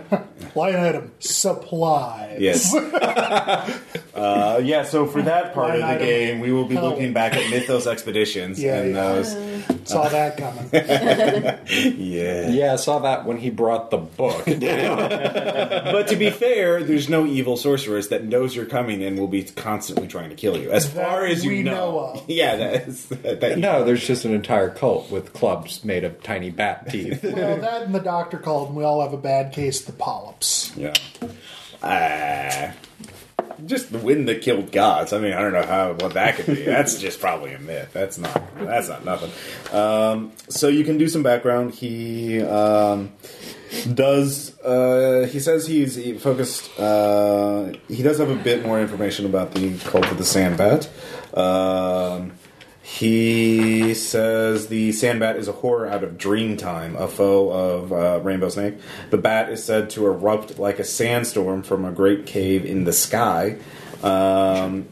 A: Line item supplies.
B: Yes. uh, yeah. So for that part of
A: Line
B: the
A: item.
B: game, we will be
A: Oh.
B: looking back at Mythos expeditions
A: Yeah,
B: and
A: yeah.
B: those.
A: Saw that coming.
B: Yeah.
G: yeah, I saw that when he brought the book.
B: But to be fair, there's no evil sorceress that knows you're coming and will be constantly trying to kill you, as
A: That
B: far as you
A: we know
B: know.
A: of.
B: Yeah. That's that.
G: no, there's just an entire cult with clubs made of tiny bat teeth.
A: well, that and the doctor called, and we all have a bad case of the polyps.
B: Yeah. Uh, just the wind that killed gods. I mean, I don't know how what that could be. That's just probably a myth. That's not. That's not nothing. Um, so you can do some background. He um, does. Uh, he says he's he focused. Uh, he does have a bit more information about the cult of the Sandbat. Um, he says the sandbat is a horror out of Dreamtime, a foe of uh, Rainbow Snake. The bat is said to erupt like a sandstorm from a great cave in the sky. Um,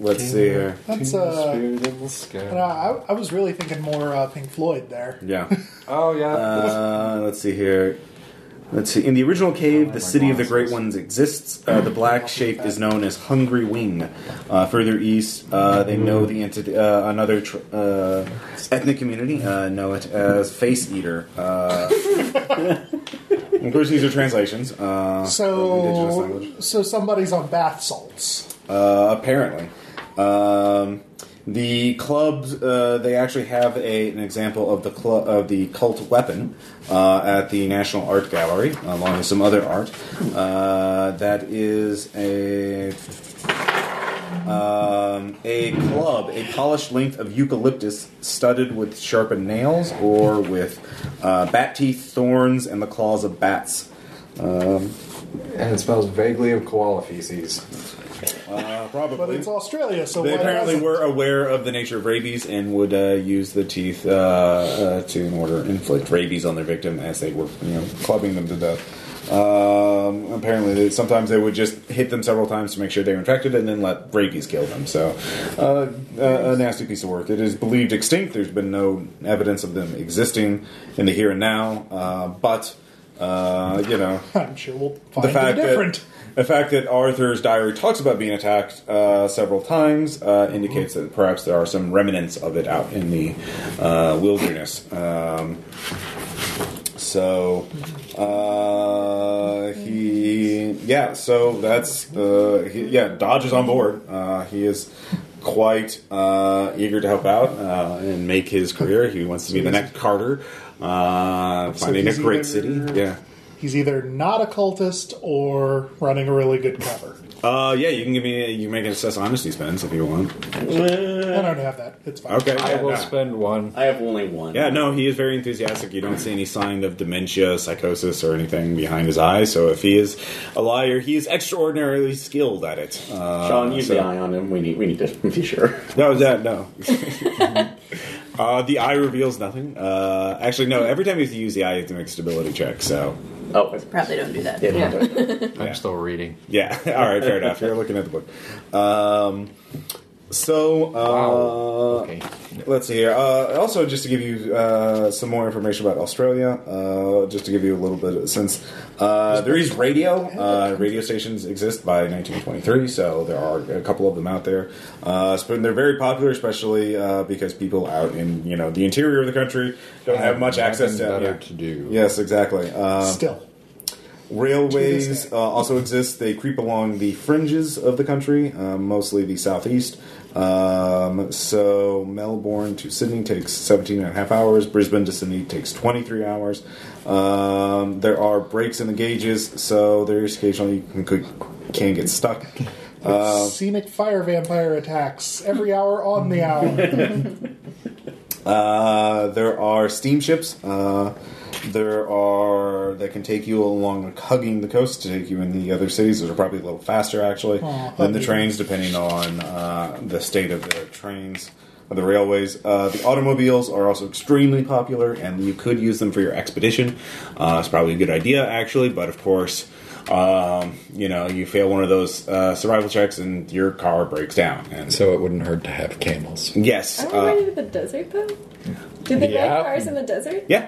B: let's see here.
A: That's
H: To the
A: uh,
H: spirit of the sky.
A: no, I, I was really thinking more uh, Pink Floyd there.
B: Yeah.
H: Oh yeah.
B: Uh, let's see here. Let's see. In the original cave, the city of the Great Ones exists. Uh, the black shape is known as Hungry Wing. Uh, further east, uh, they know the entity, uh, another tr- uh, ethnic community uh, know it as Face Eater. Uh, of course, these are translations. Uh, of indigenous
A: So,
B: language.
A: so somebody's on bath salts.
B: uh, apparently. Um, The clubs uh, they actually have a, an example of the cl- of the cult weapon uh, at the National Art Gallery, along with some other art. Uh, that is a um, a club, a polished length of eucalyptus studded with sharpened nails or with uh, bat teeth, thorns, and the claws of bats. Um,
H: And it smells vaguely of koala feces.
B: uh, probably.
A: But it's Australia, so
B: they
A: why
B: apparently
A: doesn't-
B: were aware of the nature of rabies and would uh, use the teeth uh, uh, to, in order, inflict rabies on their victim as they were, you know, clubbing them to death. Um, apparently, they, sometimes they would just hit them several times to make sure they were infected, and then let rabies kill them. So, uh, a, a nasty piece of work. It is believed extinct. There's been no evidence of them existing in the here and now, uh, but uh, you know
A: I'm sure we'll
B: the
A: find
B: fact
A: it different.
B: that the fact that Arthur's diary talks about being attacked uh, several times uh, indicates that perhaps there are some remnants of it out in the uh, wilderness. Um, so uh, he, yeah, so that's uh, he, yeah. Dodge is on board. Uh, he is quite uh, eager to help out uh, and make his career. He wants to be the next Carter, uh,
A: So
B: finding
A: he's
B: a great
A: either-
B: city. Yeah.
A: He's either not a cultist or running a really good cover.
B: Uh, yeah, you can give me. You can make an assess honesty spends if you want.
A: I don't have that. It's fine.
B: Okay,
G: I
B: yeah,
G: will
B: no.
G: spend one.
D: I have only one.
B: Yeah, no, he is very enthusiastic. You don't see any sign of dementia, psychosis, or anything behind his eyes. So if he is a liar, he is extraordinarily skilled at it. Uh,
D: Sean, use
B: so-
D: the eye on him. We need we need to be sure.
B: No, that no. uh, the eye reveals nothing. Uh, actually, no. Every time you use the eye, you have to make a stability check. So
D: Oh,
F: Probably don't do that.
D: yeah. yeah.
B: Yeah.
H: I'm still reading.
B: yeah, all right, fair enough. You're looking at the book. Um, so. Uh,
G: Oh,
H: Okay.
B: Let's see here. Uh, also, just to give you uh, some more information about Australia, uh, just to give you a little bit of since uh, there is radio. Uh, radio stations exist by 1923, so there are a couple of them out there. Uh, sp- and they're very popular, especially uh, because people out in you know the interior of the country don't have much access to.
H: Nothing better
B: yeah.
H: to do.
B: Yes, exactly. Um,
A: Still. To this
B: Railways
A: day.
B: uh, also exist. They creep along the fringes of the country, um, mostly the southeast. Um, so Melbourne to Sydney takes 17 and a half hours. Brisbane to Sydney takes 23 hours. Um, there are breaks in the gauges, so there's occasionally you can, could, can get stuck. Uh,
A: Scenic fire vampire attacks every hour on the hour.
B: Uh, there are steamships. Uh, there are that can take you along, hugging the coast to take you in the other cities, which are probably a little faster actually
A: Aw,
B: than the
A: huggy.
B: trains, depending on uh, the state of the trains or the railways. Uh, the automobiles are also extremely popular, and you could use them for your expedition. Uh, it's probably a good idea actually, but of course. Um, you know, you fail one of those uh, survival checks and your car breaks down. And
G: So it wouldn't hurt to have camels.
B: yes,
E: Aren't
B: uh,
E: we going to the desert though? Do they
G: Yeah.
E: ride cars in the desert?
B: yeah,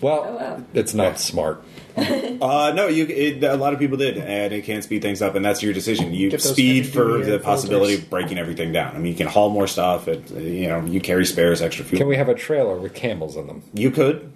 G: Well,
E: Oh, wow.
G: it's not smart.
B: Uh, no, you. It, a lot of people did, and it can speed things up, and that's your decision. You
A: Get those
B: speed
A: heavy-duty
B: for the
A: air
B: possibility
A: filters.
B: of breaking everything down. I mean, you can haul more stuff. It, you know, you carry spares, extra fuel.
G: Can we have a trailer with camels in them?
B: You could.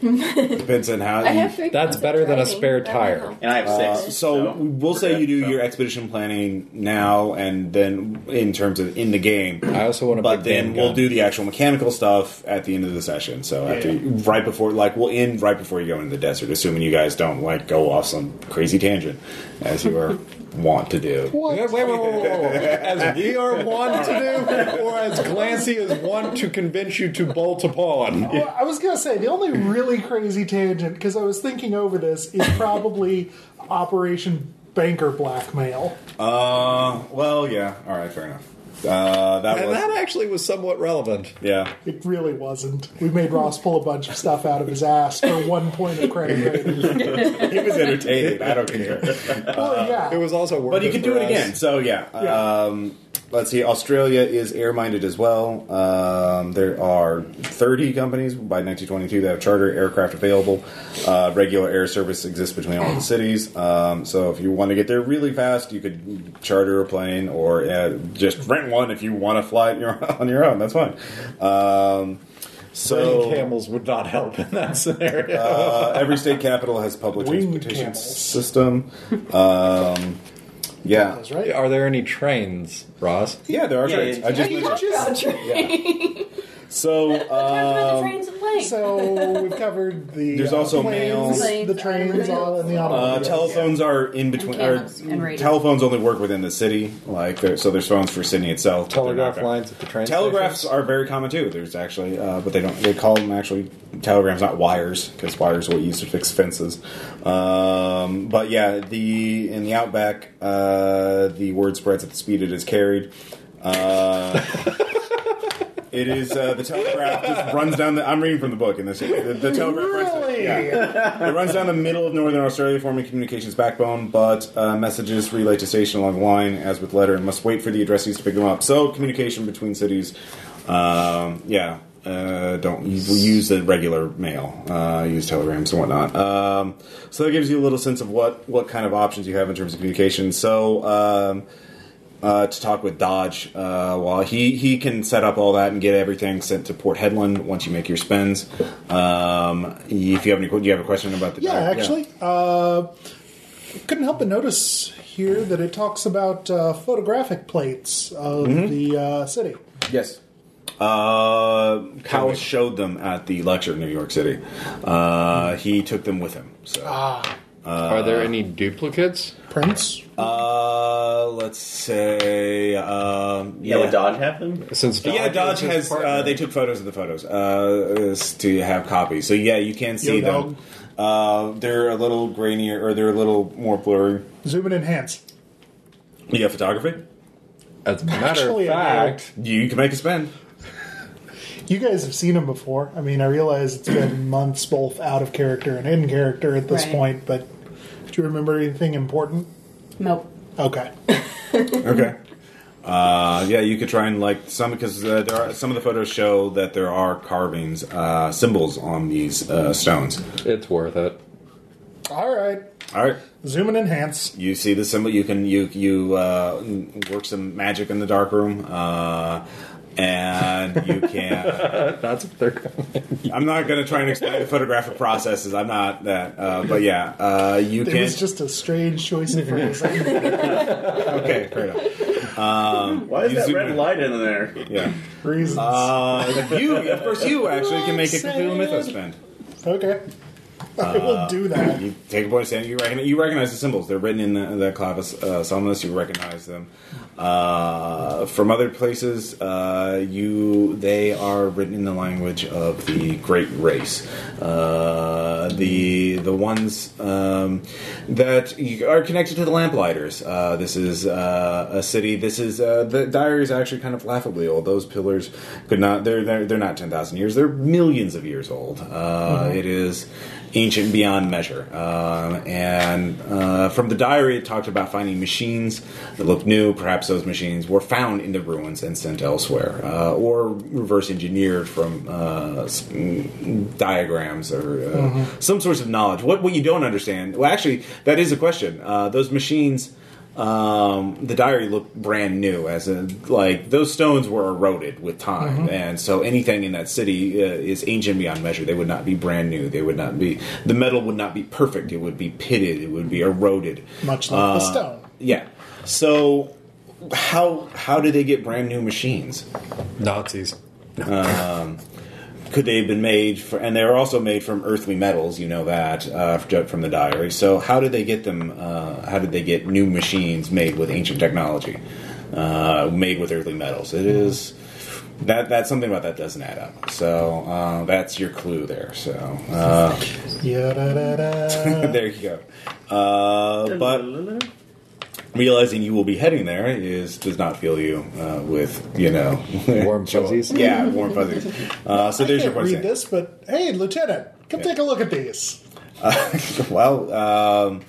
B: Depends on how.
E: I
B: you-
E: have three.
G: That's
E: pounds of
G: better than a
E: driving.
G: spare
E: I don't
G: tire.
E: know.
D: And I have six.
B: Uh, So we'll say you do your expedition planning now, and then in terms of in the game.
G: I also want a
B: But
G: big
B: then
G: damn
B: we'll
G: gun.
B: do the actual mechanical stuff at the end of the session. So after,
A: Yeah.
B: right before, like we'll end right before you go into the desert, assuming you guys don't like go off some crazy tangent as you are want to do.
G: Wait, wait, wait, wait, wait, wait, wait.
C: As we are want to do, or as Glancy is want to convince you to bolt
B: Oh,
C: upon.
A: Well, I was going to say, the only really crazy tangent, because I was thinking over this, is probably Operation Banker Blackmail.
B: Uh, well, yeah, all right, fair enough. Uh, that
G: And
B: was
G: that actually was somewhat relevant.
B: yeah.
A: It really wasn't. We made Ross pull a bunch of stuff out of his ass for one point of credit rating.
B: He was entertaining. I don't care.
A: Well, yeah.
G: It was also worth
B: But you
G: it
B: can
G: for
B: do it
G: us.
B: again. So yeah. Um, let's see. Australia is air-minded as well. Um, there are 30 companies by 1922 that have charter aircraft available. Uh, regular air service exists between all the cities. Um, so if you want to get there really fast, you could charter a plane or uh, just rent one if you want to fly it your, on your own. That's fine. Um, so
G: Bringing camels would not help in that scenario.
B: uh, every state capital has public
A: Winged
B: transportation
A: camels.
B: system. Um, Yeah.
A: is, right?
G: Are there any trains, Ross?
B: Yeah, there are
D: Yeah,
B: trains.
D: yeah.
B: I just
E: You
B: mentioned.
E: talked about trains.
B: So,
E: Talked about the
B: um,
E: trains and planes.
A: So we've covered the uh,
B: There's also
A: planes,
E: mail.
A: the trains, all in the
B: uh,
A: automobile.
B: telephones are in between.
F: And
B: or
F: cabs and radios.
B: telephones only work within the city. Like, there- so there's phones for Sydney itself. but they're not
G: Telegraph
B: gonna-
G: lines at the train
B: Telegraphs are very common too. There's actually, uh, but they don't. They call them actually telegrams, not wires, because wires are what you use to fix fences. Um, but yeah, the in the outback, uh, the word spreads at the speed it is carried. Uh, it is uh, the telegraph just runs down the. I'm reading from the book in this. The, the telegraph runs, yeah. it runs down the middle of northern Australia, forming communications backbone. But uh, messages relay to station along the line, as with letter, and must wait for the addressees to pick them up. So communication between cities, um, yeah. Uh, don't use, use the regular mail. Uh, use telegrams and whatnot. Um, so that gives you a little sense of what what kind of options you have in terms of communication. So. Um, uh, to talk with Dodge. Uh, while he he can set up all that and get everything sent to Port Hedland once you make your spends. Um, if you have any, do you have a question about the?
A: Yeah, actually, Uh, couldn't help but notice here that it talks about uh, photographic plates of
B: Mm-hmm.
A: the uh, city.
H: Yes.
B: Uh, Cowles showed them at the lecture in New York City. Uh, he took them with him.
A: Ah.
B: So,
G: are there any duplicates?
A: Prints.
B: uh, let's say, um,
D: Yeah, would Dodge have them?
G: Since Dodge
B: yeah, Dodge
G: is his
B: has.
G: partner.
B: Uh, they took photos of the photos uh, s- to have copies. So yeah, you can see
A: Yo,
B: them. Uh, they're a little grainier, or they're a little more blurry.
A: Zoom and enhance.
B: Yeah, photography.
G: As a matter
A: Actually,
G: of
A: I
G: fact,
B: You can make a spend.
A: You guys have seen them before. I mean, I realize it's been months both out of character and in character at this
F: Right.
A: point, but do you remember anything important?
F: Nope.
A: Okay.
B: Okay. Uh, yeah, you could try and like some because uh, there are some of the photos show that there are carvings, uh, symbols on these uh, stones.
G: it's worth it.
A: All right.
B: All right,
A: Zoom and enhance.
B: you see the symbol. You can you you uh, work some magic in the dark room, uh, and you can.
G: That's what they're calling it.
B: I'm not going to try and explain the photographic processes. I'm not that, uh, but yeah, uh, you
A: It
B: can.
A: was just a strange choice of phrase.
B: okay, fair enough.
D: Why is
B: You
D: that
B: zoom
D: red
B: in.
D: light in there?
B: Yeah,
A: Reasons.
B: uh, you of course you actually can make a Cthulhu Mythos spend.
A: okay. I will do that.
B: You take a point of standing. You recognize, you recognize the symbols. They're written in the, the clavis uh, somnus. You recognize them uh, from other places. Uh, you they are written in the language of the great race. Uh, the the ones um, that you are connected to the lamplighters. Uh, this is uh, a city. This is uh, the diaries are actually kind of laughably old. Those pillars could not. They're they're, they're not ten thousand years. They're millions of years old. Uh, it is ancient beyond measure. Um, and uh, from the diary, it talked about finding machines that looked new. Perhaps those machines were found in the ruins and sent elsewhere, uh, or reverse engineered from uh, s- mm, diagrams or uh, some source of knowledge. What what you don't understand? Well, actually, that is a question. Uh, those machines. Um, the diary looked brand new, as in, like those stones were eroded with time, and so anything in that city uh, is ancient beyond measure. They would not be brand new. They would not be. The metal would not be perfect. It would be pitted. It would be eroded.
A: Much like
B: Uh,
A: the stone.
B: Yeah. So, how how did they get brand new machines?
G: Nazis.
B: could they have been made for, and they're also made from earthly metals you know that uh, from the diary so how did they get them uh, how did they get new machines made with ancient technology uh, made with earthly metals it is that that's something about that doesn't add up so uh, that's your clue there so uh,
A: Yeah,
B: there you go uh, but realizing you will be heading there is does not fill you uh, with you know
G: Warm fuzzies.
B: yeah warm fuzzies uh, so there's
A: I
B: your
A: can't
B: point
A: read this, but hey, Lieutenant, come take a look at these.
B: well, um,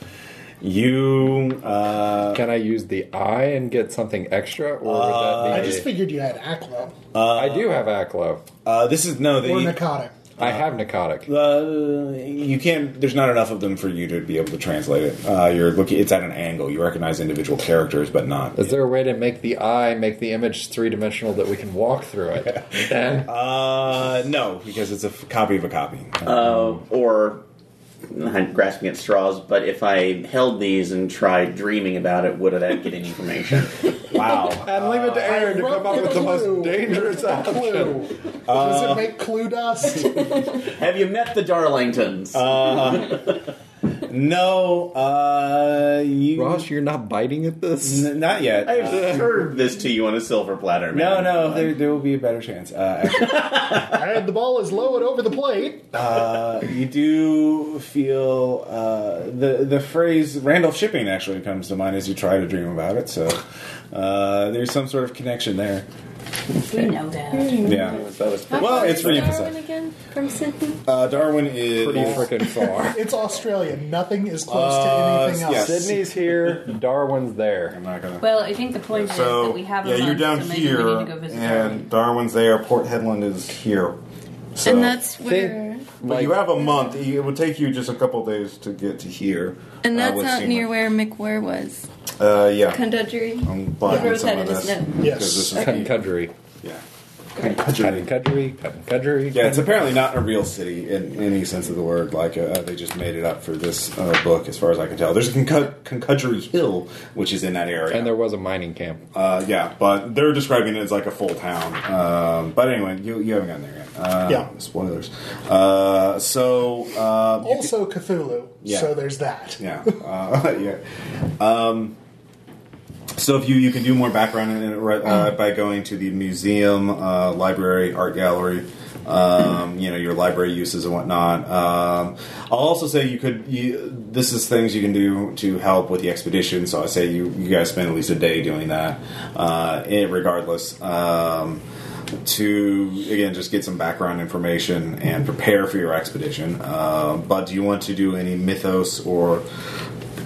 B: you. Uh,
G: Can I use the eye and get something extra, or would that
A: I
G: be?
A: just figured you had aqua
G: I do have aclo.
B: uh, this is no.
A: or
B: The,
A: narcotic.
G: I have narcotic.
B: uh, you can't. There's not enough of them for you to be able to translate it. Uh, you're looking. It's at an angle. You recognize individual characters, but not.
G: Is there a way to make the eye make the image three dimensional that we can walk through it? And
B: Uh, no, because it's a f- copy of a copy.
D: Uh, or grasping at straws, but if I held these and tried dreaming about it, would I get any information?
B: Wow.
C: And leave it to Aaron to
A: wrote
C: come up
A: the
C: with the
A: clue.
C: most dangerous option.
A: Clue. Does
B: Uh,
A: it make clue dust?
D: Have you met the Darlingtons?
B: Uh, No, uh, you.
G: Ross, you're not biting at this.
B: N- not yet.
D: I've served this to you on a silver platter,
B: uh, no,
D: man.
B: no, there, there will be a better chance. Uh, actually,
A: and the ball is low and over the plate.
B: uh, you do feel uh, the the phrase Randolph shipping actually comes to mind as you try to dream about it. So uh, there's some sort of connection there.
F: We know that.
B: Yeah.
D: That was
E: How
B: Well,
E: far
B: it's
E: is Darwin
B: re-emphasized.
E: again from Sydney.
B: Uh, Darwin is
G: Pretty freaking far.
A: It's Australia. Nothing is close
B: Uh,
A: to anything else.
B: yes.
G: Sydney's here, Darwin's there.
B: I'm not gonna.
F: Well, I think the point is
B: so
F: that we have a
B: yeah,
F: month,
B: you're down
F: so maybe
B: here,
F: we need to go visit
B: and Darwin's there. Port Headland is here. So,
I: and that's
G: They-
I: where.
B: but you have a month. It would take you just a couple days to get to here.
I: And
B: uh,
I: that's
B: with
I: out near
B: Seaman.
I: where McWare was.
B: Uh, yeah.
I: Conductory.
B: I'm buying
E: road
B: some
E: that
B: of
E: it is
B: this.
E: known.
A: Yes.
B: because This is
G: Cutting Cudgery.
B: Yeah.
G: Cutting Cudgery. Cutting Cudgery.
B: Yeah, it's apparently not a real city in any sense of the word. Like uh, they just made it up for this uh, book, as far as I can tell. There's a Concu- Concudgery Hill, which is in that area.
G: And there was a mining camp.
B: uh, yeah, but they're describing it as like a full town. Um, but anyway, you, you haven't gotten there yet. Uh,
A: Yeah.
B: Spoilers. Uh, so uh, you
A: Also Cthulhu.
B: Yeah.
A: So there's that.
B: Yeah, uh, yeah. Um, so if you you can do more background in it right, uh, by going to the museum, uh, library, art gallery. Um, you know your library uses and whatnot. Um, I'll also say you could. You, this is things you can do to help with the expedition. So I say you you guys spend at least a day doing that. Uh, it, regardless. Um, to again just get some background information and prepare for your expedition. Uh, but do you want to do any mythos or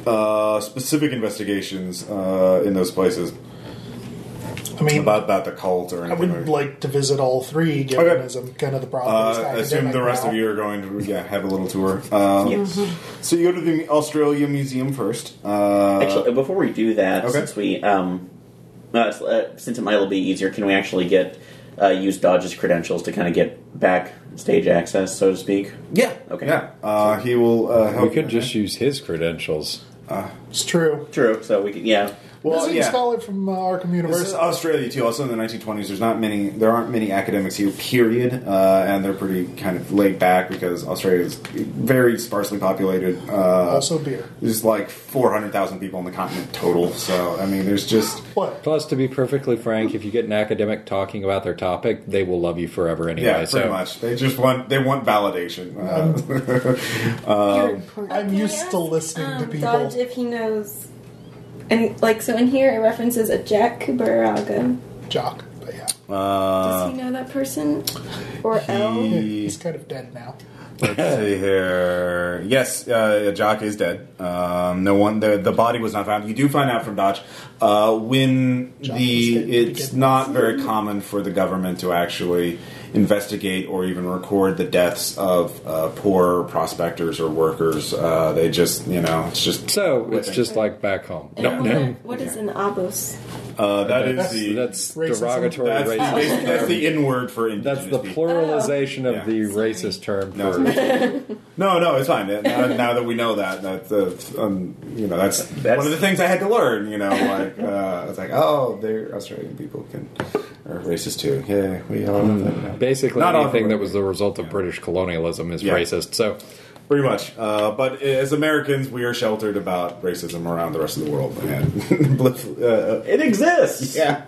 B: uh, specific investigations uh, in those places
A: I mean,
B: about about the cult or
A: I
B: anything?
A: would
B: like-
A: like to visit all three, given
B: Okay.
A: as I'm kind of the problem.
B: uh, assume the rest of you are going to yeah have a little tour. Um,
D: Yes.
B: So you go to the Australia Museum first. Uh,
D: Actually, before we do that,
B: Okay.
D: since we um, uh, s- uh, since it might be easier, can we actually get uh, use Dodge's credentials to kind of get backstage access, so to speak?
B: yeah.
D: Okay.
B: Yeah. Uh, he will uh, help.
G: We could just use his credentials.
A: It's true.
D: True. So we can, yeah.
B: Well,
A: Visiting
B: yeah.
A: scholar from uh, Arkham
B: This is
A: University.
B: Australia too. Also in the 1920s, there's not many, there aren't many academics here. Period, uh, and they're pretty kind of laid back because Australia is very sparsely populated. Uh,
A: also beer.
B: there's like 400,000 people on the continent total. So I mean, there's just
A: What?
G: Plus, to be perfectly frank, if you get an academic talking about their topic, they will love you forever anyway.
B: yeah, pretty
G: so
B: much. They just want they want validation. Uh,
E: You're important.
A: I'm
E: Can I
A: used
E: ask,
A: to listening to
E: um,
A: people.
E: Dodge, if he knows, and like so in here it references a Jack Kubaraga.
A: Jock. But yeah.
B: uh,
E: Does he know that person or L?
A: He's kind of dead now.
B: Let's see here. Yes, uh, Jock is dead. Um, no one. The, the body was not found. You do find out from Dodge uh, when
A: Jock was
B: the
A: dead to
B: it's
A: begin
B: not very common for the government to actually investigate or even record the deaths of uh, poor prospectors or workers. Uh, they just you know it's just
G: So it's just like back home.
E: And
G: No,
E: what,
G: no.
E: what is an abos?
B: uh, that is
G: That's,
B: the that's
A: Racism.
G: that's derogatory
B: that's,
G: racist.
B: the, that's the in word for indigenous
G: That's the
B: people.
G: pluralization of
B: Yeah.
G: the racist term.
B: No.
G: for-
B: No, no, it's fine. Now, now that we know that, that's uh, um, you know that's,
D: That's-
B: one of the things I had to learn. You know, like uh, it's like oh, they're Australian people can are racist too. Yeah, we all know that.
G: Basically,
B: Not all of
G: anything
B: them.
G: that was the result of British colonialism is
B: Yeah.
G: racist. So
B: pretty much. Uh, but as Americans, we are sheltered about racism around the rest of the world. And uh,
D: It exists.
B: yeah,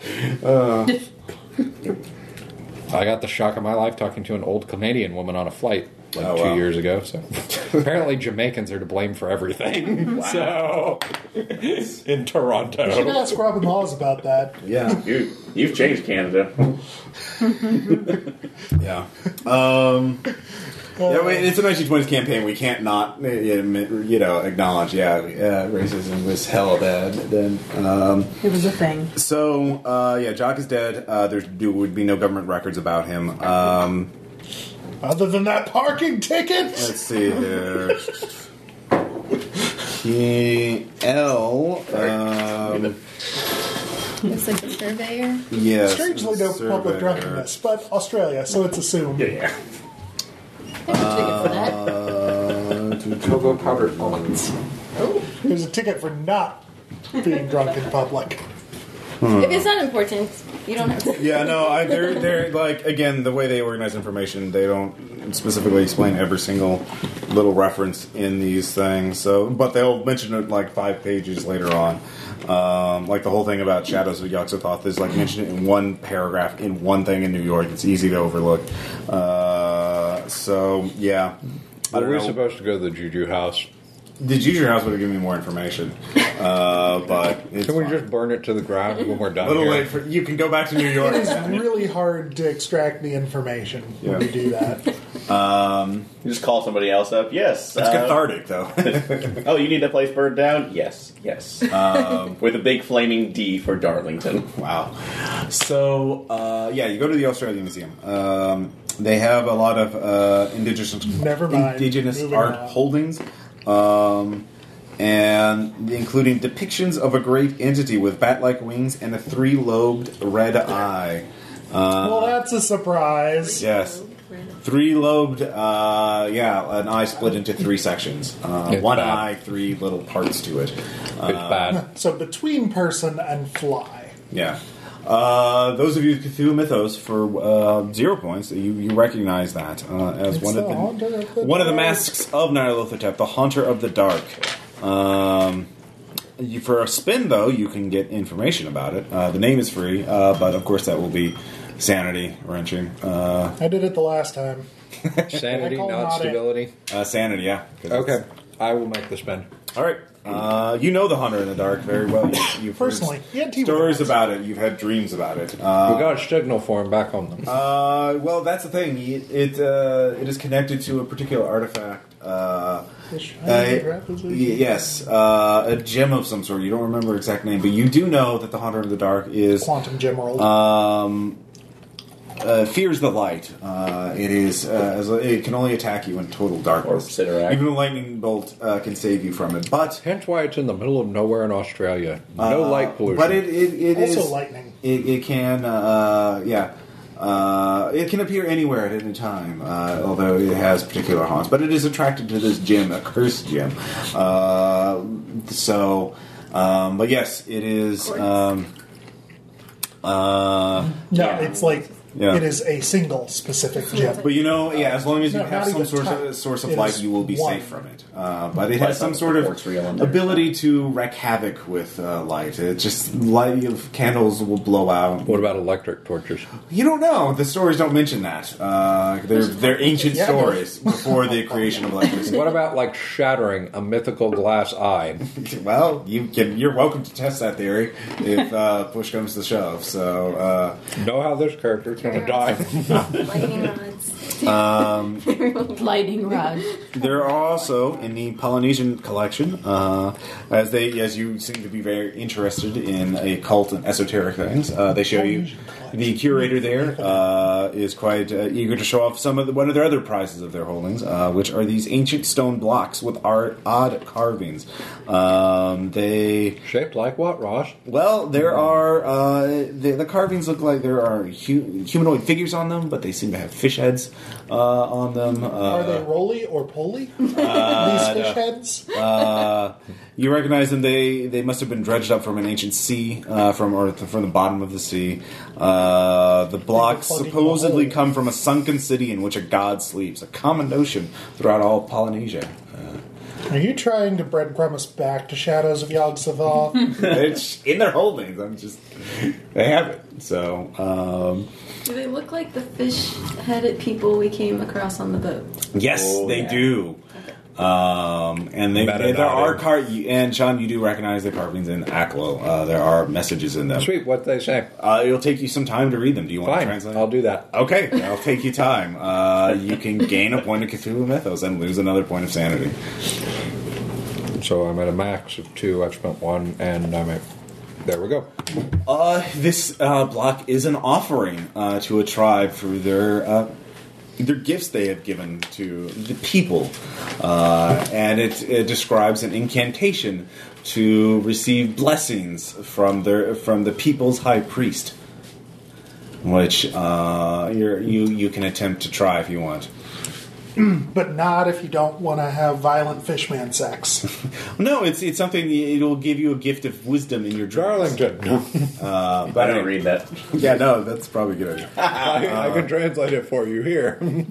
G: I got the shock of my life talking to an old Canadian woman on a flight like
B: Oh,
G: two
B: wow.
G: years ago. So apparently, Jamaicans are to blame for everything. So in
A: You
G: Toronto,
A: can ask Robin Laws about that.
B: yeah.
D: You you've changed Canada.
B: Yeah. Um, yeah,
A: Uh,
B: I mean, it's a 1920s campaign. We can't not, uh, you know, acknowledge. Yeah, yeah racism was hella bad then. Um,
F: It was a thing.
B: so uh, yeah, Jock is dead. Uh, there would be no government records about him. Um,
A: Other than that parking ticket.
B: let's see here. He L. Um,
I: It's like a surveyor.
B: yes.
A: Strangely, no
B: surveyor.
A: public drunkenness, but Australia, so it's assumed.
B: Yeah.
F: I can take it for that.
B: Uh,
H: Togo powder points.
A: There's a ticket for not being drunk in public.
E: If it's not important, you don't have to.
B: Yeah, no, I, they're they're like again the way they organize information. They don't specifically explain every single little reference in these things. So, but they'll mention it like five pages later on. Um, like the whole thing about Shadows of Yaxothoth is like mentioned in one paragraph in one thing in New York. It's easy to overlook. Uh, so yeah, I
G: Were
B: don't
G: we
B: know.
G: supposed to go to the Juju house?
B: The Juju House would have given me more information, uh, but it's
G: Can we
B: fine.
G: just burn it to the ground when we're
B: a
G: done?
B: little
G: here?
B: late for you can go back to New York. Uh,
A: It is really hard to extract the information when
B: Yeah.
A: you do that.
D: You just call somebody else up. Yes.
B: It's
D: uh,
B: cathartic though.
D: Oh, you need that place burned down? Yes. Yes. Um, With a big flaming D for Darlington.
B: Wow. So, uh, yeah, you go to the Australian Museum. Um, they have a lot of uh, indigenous
A: Never mind.
B: indigenous
A: Moving
B: art
A: on.
B: holdings, um, and including depictions of a great entity with bat-like wings and a three-lobed red eye. Uh,
A: well, that's a surprise.
B: Yes. Three-lobed, uh, yeah, an eye split into three sections. Uh,
G: It's
B: one
G: bad.
B: eye, three little parts to it.
G: It's
B: Uh,
G: bad.
A: So between person and fly.
B: Yeah. Uh, those of you with Cthulhu Mythos for uh, zero points, you, you recognize that uh, as
A: It's
B: one
A: the
B: of the,
A: Haunter of the
B: one of the
A: Dark.
B: masks of Nyarlathotep, the Haunter of the Dark. Um, you, for a spin, though, you can get information about it. Uh, the name is free, uh, but of course that will be sanity wrenching. Uh,
A: I did it the last time.
G: Sanity,
A: I call
G: not
A: not it.
G: stability.
B: uh, sanity, yeah. 'cause it's-
G: Okay, I will make the spin.
B: All right. Uh, you know the Hunter in the Dark very well. You, you've heard
A: Personally, yeah, T-
B: stories about it. You've had dreams about it. Uh,
G: we got a signal for him back on them.
B: Uh, well, that's the thing. It it, uh, it is connected to a particular artifact. Uh,
A: The Shrine
B: uh,
A: of Rappazoos?
B: y- yes, uh, a gem of some sort. You don't remember exact name, but you do know that the Haunter of the Dark is
A: Quantum Gem World.
B: uh, fears the light. Uh, it is uh, as, it can only attack you in total darkness.
D: Or Sidorak.
B: Even a lightning bolt uh, can save you from it, but
G: Hence why it's in the middle of nowhere in Australia. No light pollution.
B: Uh, But it, it, it
A: Also
B: is-
A: lightning.
B: It, it can, uh, yeah. Uh, it can appear anywhere at any time, uh, although it has particular haunts. But it is attracted to this gem, a cursed gem. Uh, so, um, but yes, it is. Um, uh,
A: no,
D: yeah.
A: it's like
B: Yeah.
A: it is a single specific gem.
B: But you know, yeah, as long as you
A: No, not
B: have some
A: even
B: source
A: time.
B: of, source of
A: It
B: light,
A: is
B: you will be
A: one.
B: safe from it. Uh, but it
D: Why
B: has
D: is
B: some
D: that
B: sort
D: works
B: of
D: real in there?
B: ability to wreak havoc with uh, light. It just light of candles will blow out.
G: what about electric torches?
B: You don't know. The stories don't mention that. Uh, they're they're ancient
A: Yeah.
B: stories before the creation of electricity.
G: What about like shattering a mythical glass eye?
B: well, you can. You're welcome to test that theory if uh, push comes to shove. So. Uh,
G: Know how this character's gonna die?
E: Lightning rods.
F: Lighting rods.
B: There are also in the Polynesian collection, uh, as they as you seem to be very interested in occult and esoteric things, uh, they show you the curator there uh, is quite uh, eager to show off some of the, one of their other prizes of their holdings, uh, which are these ancient stone blocks with art, odd carvings. Um, they
G: Shaped like what, Ross?
B: well, there are uh, the, the carvings look like there are hu- humanoid figures on them, but they seem to have fish heads uh, on them. Uh,
A: Are they roly or poly? These fish heads?
B: Uh, you recognize them. They they must have been dredged up from an ancient sea, uh, from or th- from the bottom of the sea. Uh, the blocks
A: They're plugging
B: supposedly
A: the hole.
B: come from a sunken city in which a god sleeps, a common notion throughout all Polynesia.
A: Are you trying to breadcrumb us back to Shadows of yog Hmm.
B: it's in their holdings. I'm just they have it. So um,
E: Do they look like the fish headed people we came across on the boat?
B: yes,
D: Oh,
B: they
D: yeah.
B: do. Um, and they,
G: Better
B: they- there
G: not
B: are
G: in.
B: car and Sean, you do recognize the carvings in Aklo. Uh, there are messages in them.
G: Sweet, what they say?
B: Uh, it'll take you some time to read them. Do you want to
G: Fine,
B: translate?
G: I'll do that.
B: Okay, I'll take you time. Uh, you can gain a point of Cthulhu Mythos and lose another point of sanity.
G: So I'm at a max of two. I've spent one, and I'm at. There we go.
B: Uh, this uh, block is an offering uh, to a tribe for their uh, their gifts they have given to the people, uh, and it, it describes an incantation to receive blessings from their from the people's high priest, which uh, you're, you you can attempt to try if you want.
A: but not if you don't want to have violent fishman sex.
B: No, it's it's something it'll give you a gift of wisdom in your dreams.
G: Darlington.
B: Uh,
D: I
B: but
D: don't read that.
B: Yeah, no, that's probably a good. idea.
A: Ah.
G: I, I can translate it for you here.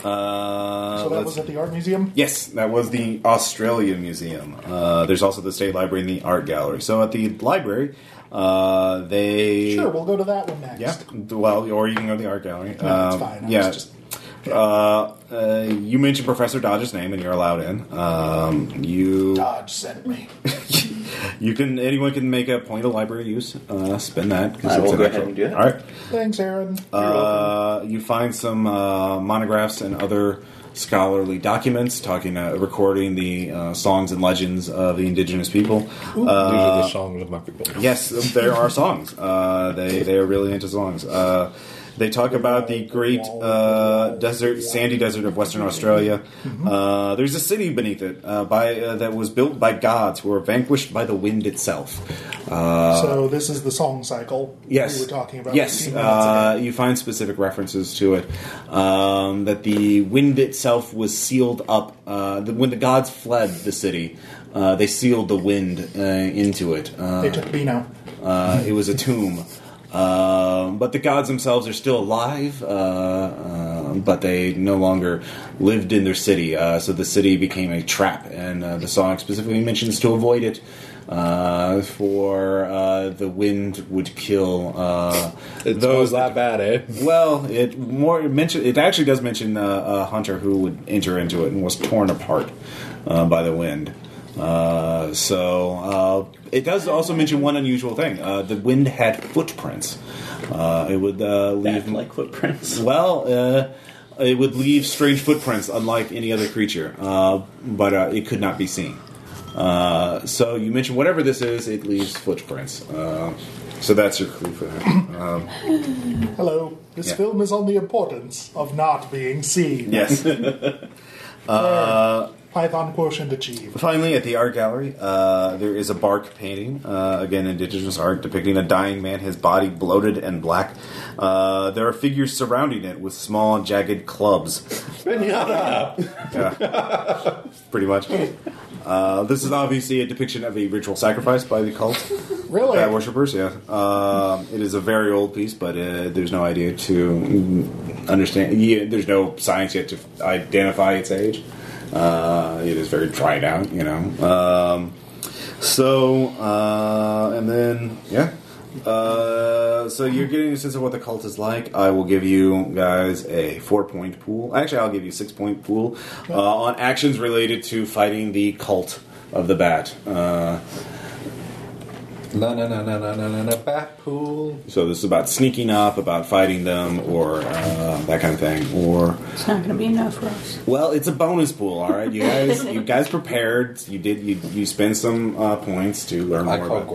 B: Uh,
A: So that
B: let's-
A: was at the art museum.
B: Yes, that was the Australia Museum. Uh, there's also the State Library and the Art Gallery. So at the library, uh, they
A: Sure, we'll go to that one next.
B: yeah, well, or you can go to the art gallery.
A: that's
B: Um,
A: fine. I
B: yeah.
A: was just-
B: Uh, uh, you mentioned Professor Dodge's name, and you're allowed in. Um, you
A: Dodge sent me.
B: you can anyone can make a point of library use. Uh, spend that. 'cause
D: I will
B: it's an
D: go ahead
B: actual-
D: and do that.
B: All right.
A: Thanks, Aaron.
B: Uh, you find some uh, monographs and other scholarly documents talking, uh, recording the uh, songs and legends of the indigenous people.
G: These
B: Uh,
G: are the songs of my people.
B: yes, there are songs. Uh, they they are really into songs. Uh, they talk about the great uh, desert, sandy desert of Western Australia. Uh, there's a city beneath it uh, by uh, that was built by gods who were vanquished by the wind itself. Uh,
A: so this is the song cycle
B: Yes,
A: we were talking about. a
B: Yes,
A: few minutes
B: uh,
A: ago.
B: you find specific references to it. Um, that the wind itself was sealed up. Uh, the, when the gods fled the city, uh, they sealed the wind uh, into it. Uh,
A: They took Bino.
B: uh, it was a tomb. Um, but the gods themselves are still alive, uh, uh, but they no longer lived in their city. Uh, so the city became a trap, and uh, the song specifically mentions to avoid it, uh, for uh, the wind would kill uh,
G: It
B: those
G: was that bad, eh?
B: well, it more it mention it actually does mention uh, a hunter who would enter into it and was torn apart uh, by the wind. Uh, so uh, it does also mention one unusual thing: uh, the wind had footprints. Uh, it would uh, leave
D: Back like footprints.
B: well. Uh, it would leave strange footprints, unlike any other creature, uh, but uh, it could not be seen. Uh, so you mentioned whatever this is, it leaves footprints. Uh, so that's your clue for that. Um,
A: Hello. This
B: Yeah.
A: film is on the importance of not being seen.
B: yes.
A: Python quotient achieved.
B: Finally, at the art gallery, uh, there is a bark painting, uh, again indigenous art, depicting a dying man, his body bloated and black. Uh, there are figures surrounding it with small, jagged clubs, pretty much. Uh, this is obviously a depiction of a ritual sacrifice by the cult.
A: Really?
B: Bat worshippers, yeah. Um, it is a very old piece, but uh, there's no idea to understand. Yeah, there's no science yet to identify its age. Uh, it is very dried out, you know. Um, so, uh, and then, yeah. Uh, so you're getting a sense of what the cult is like. I will give you guys a four point pool. Actually, I'll give you a six point pool uh, on actions related to fighting the cult of the bat. Uh,
H: Na na na na na na na na. Bat pool.
B: So this is about sneaking up, about fighting them, or uh, that kind of thing. Or
F: It's not going to be enough for us.
B: well, it's a bonus pool, all right. You guys, you guys prepared. You did. You you spend some uh, points to learn
H: I
B: more.
H: call
B: About.